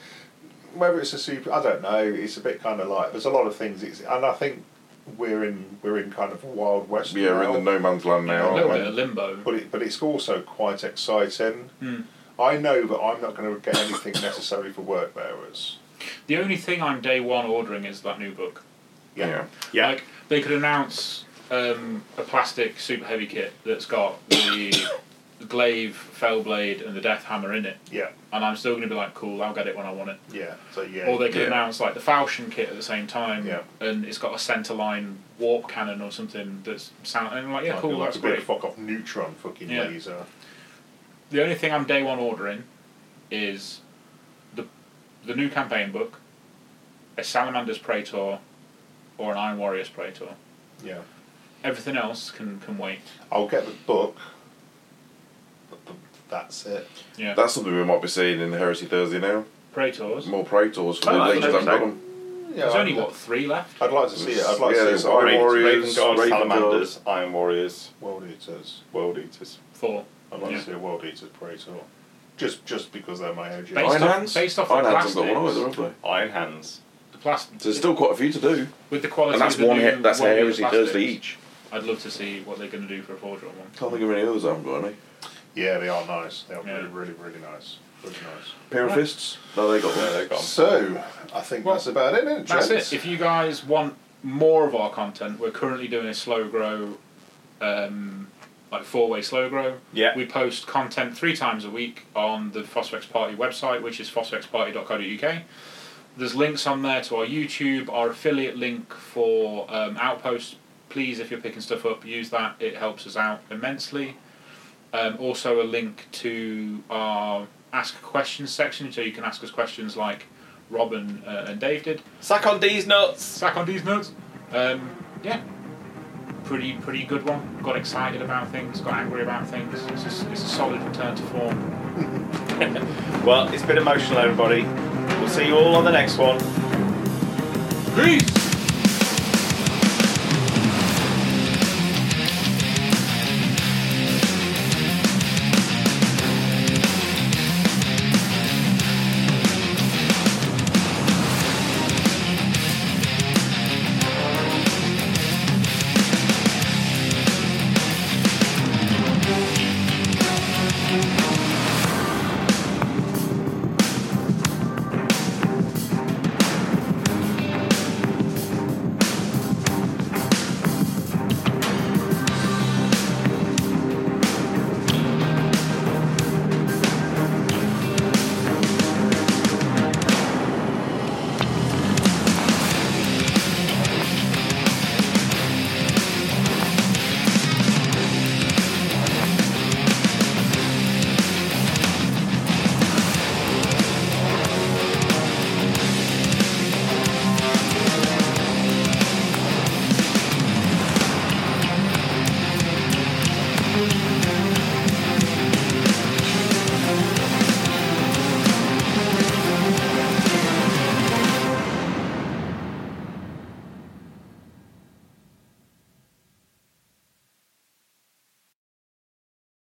[SPEAKER 3] whether it's a super, I don't know. It's a bit kind of like there's a lot of things. It's and I think we're in we're in kind of a wild west.
[SPEAKER 5] yeah, we're
[SPEAKER 3] now.
[SPEAKER 5] in the no man's land
[SPEAKER 4] a
[SPEAKER 5] now,
[SPEAKER 4] little
[SPEAKER 5] aren't
[SPEAKER 4] bit of limbo.
[SPEAKER 3] But it, but it's also quite exciting.
[SPEAKER 4] Hmm.
[SPEAKER 3] I know that I'm not going to get anything necessarily for work bearers.
[SPEAKER 4] The only thing I'm day one ordering is that new book.
[SPEAKER 5] we? Yeah.
[SPEAKER 2] Yeah.
[SPEAKER 4] Like they could announce um, a plastic super heavy kit that's got the (coughs) glaive, fell blade, and the death hammer in it,
[SPEAKER 3] Yeah,
[SPEAKER 4] and I'm still going to be like, cool, I'll get it when I want it.
[SPEAKER 3] yeah. So yeah.
[SPEAKER 4] Or they could
[SPEAKER 5] Yeah.
[SPEAKER 4] announce like the falchion kit at the same time,
[SPEAKER 3] Yeah.
[SPEAKER 4] and it's got a centre line warp cannon or something that's sound. And I'm like, yeah,
[SPEAKER 3] Like,
[SPEAKER 4] cool,
[SPEAKER 3] like
[SPEAKER 4] that's
[SPEAKER 3] a bit
[SPEAKER 4] great.
[SPEAKER 3] of fuck off neutron fucking
[SPEAKER 4] Yeah.
[SPEAKER 3] laser.
[SPEAKER 4] The only thing I'm day one ordering is the the new campaign book, a Salamander's Praetor, or an Iron Warrior's Praetor.
[SPEAKER 3] Yeah.
[SPEAKER 4] Everything else can can wait.
[SPEAKER 3] I'll get the book. But th- that's it.
[SPEAKER 4] Yeah,
[SPEAKER 5] That's something we might be seeing in Heresy Thursday now.
[SPEAKER 4] Praetors.
[SPEAKER 5] More Praetors for
[SPEAKER 2] Oh,
[SPEAKER 5] the
[SPEAKER 2] I
[SPEAKER 5] Legions
[SPEAKER 2] don't
[SPEAKER 5] haven't
[SPEAKER 2] know.
[SPEAKER 5] got them.
[SPEAKER 3] Yeah,
[SPEAKER 4] There's
[SPEAKER 3] I'd,
[SPEAKER 4] only what three left.
[SPEAKER 3] I'd like to see it. I'd like
[SPEAKER 5] Yeah,
[SPEAKER 3] to
[SPEAKER 5] there's
[SPEAKER 3] see some
[SPEAKER 5] Iron
[SPEAKER 3] Raven-
[SPEAKER 5] Warriors,
[SPEAKER 3] Raven Guard,
[SPEAKER 5] Raven
[SPEAKER 3] Salamanders,
[SPEAKER 5] Guards.
[SPEAKER 2] Iron Warriors,
[SPEAKER 3] World Eaters.
[SPEAKER 2] World Eaters.
[SPEAKER 4] Four.
[SPEAKER 3] I'd like
[SPEAKER 4] Yeah.
[SPEAKER 3] to see a World Eaters Praetor. Just, just because they're my OG.
[SPEAKER 4] Based
[SPEAKER 5] Iron
[SPEAKER 4] off-
[SPEAKER 5] Hands?
[SPEAKER 4] based off
[SPEAKER 5] Iron
[SPEAKER 4] the
[SPEAKER 5] Hands haven't got one either,
[SPEAKER 4] plastics.
[SPEAKER 5] have they?
[SPEAKER 2] Iron Hands.
[SPEAKER 4] The plastic
[SPEAKER 5] So there's still quite a few to do.
[SPEAKER 4] with the quality.
[SPEAKER 5] And that's
[SPEAKER 4] of the
[SPEAKER 5] one
[SPEAKER 4] new
[SPEAKER 5] hit, that's
[SPEAKER 4] one with
[SPEAKER 5] Heresy
[SPEAKER 4] the
[SPEAKER 5] Thursday
[SPEAKER 4] plastics.
[SPEAKER 5] each.
[SPEAKER 4] I'd love to see what they're going to do for a four drop one.
[SPEAKER 5] Can't think of any others I haven't got any.
[SPEAKER 3] Yeah, they are nice. They are
[SPEAKER 4] Yeah.
[SPEAKER 3] really, really, really nice. Really nice.
[SPEAKER 5] Pair of fists? No, they got
[SPEAKER 2] Yeah,
[SPEAKER 5] one.
[SPEAKER 2] they've got 'em.
[SPEAKER 3] So, I think
[SPEAKER 4] Well,
[SPEAKER 3] that's about it, isn't it,
[SPEAKER 4] That's
[SPEAKER 3] gents?
[SPEAKER 4] it. If you guys want more of our content, we're currently doing a slow grow, um, like four way slow grow.
[SPEAKER 2] Yeah.
[SPEAKER 4] We post content three times a week on the Phosphex Party website, which is phosphexparty.co.uk. There's links on there to our YouTube, our affiliate link for um, Outpost. Please, if you're picking stuff up, use that. It helps us out immensely. Um, also, a link to our ask questions section, so you can ask us questions like Robin uh, and Dave did.
[SPEAKER 2] Sack on these nuts.
[SPEAKER 4] Sack on these notes. Um, yeah, pretty pretty good one. Got excited about things. Got angry about things. It's, just, it's a solid return to form.
[SPEAKER 2] Well, it's been emotional, everybody. We'll see you all on the next one.
[SPEAKER 4] Peace.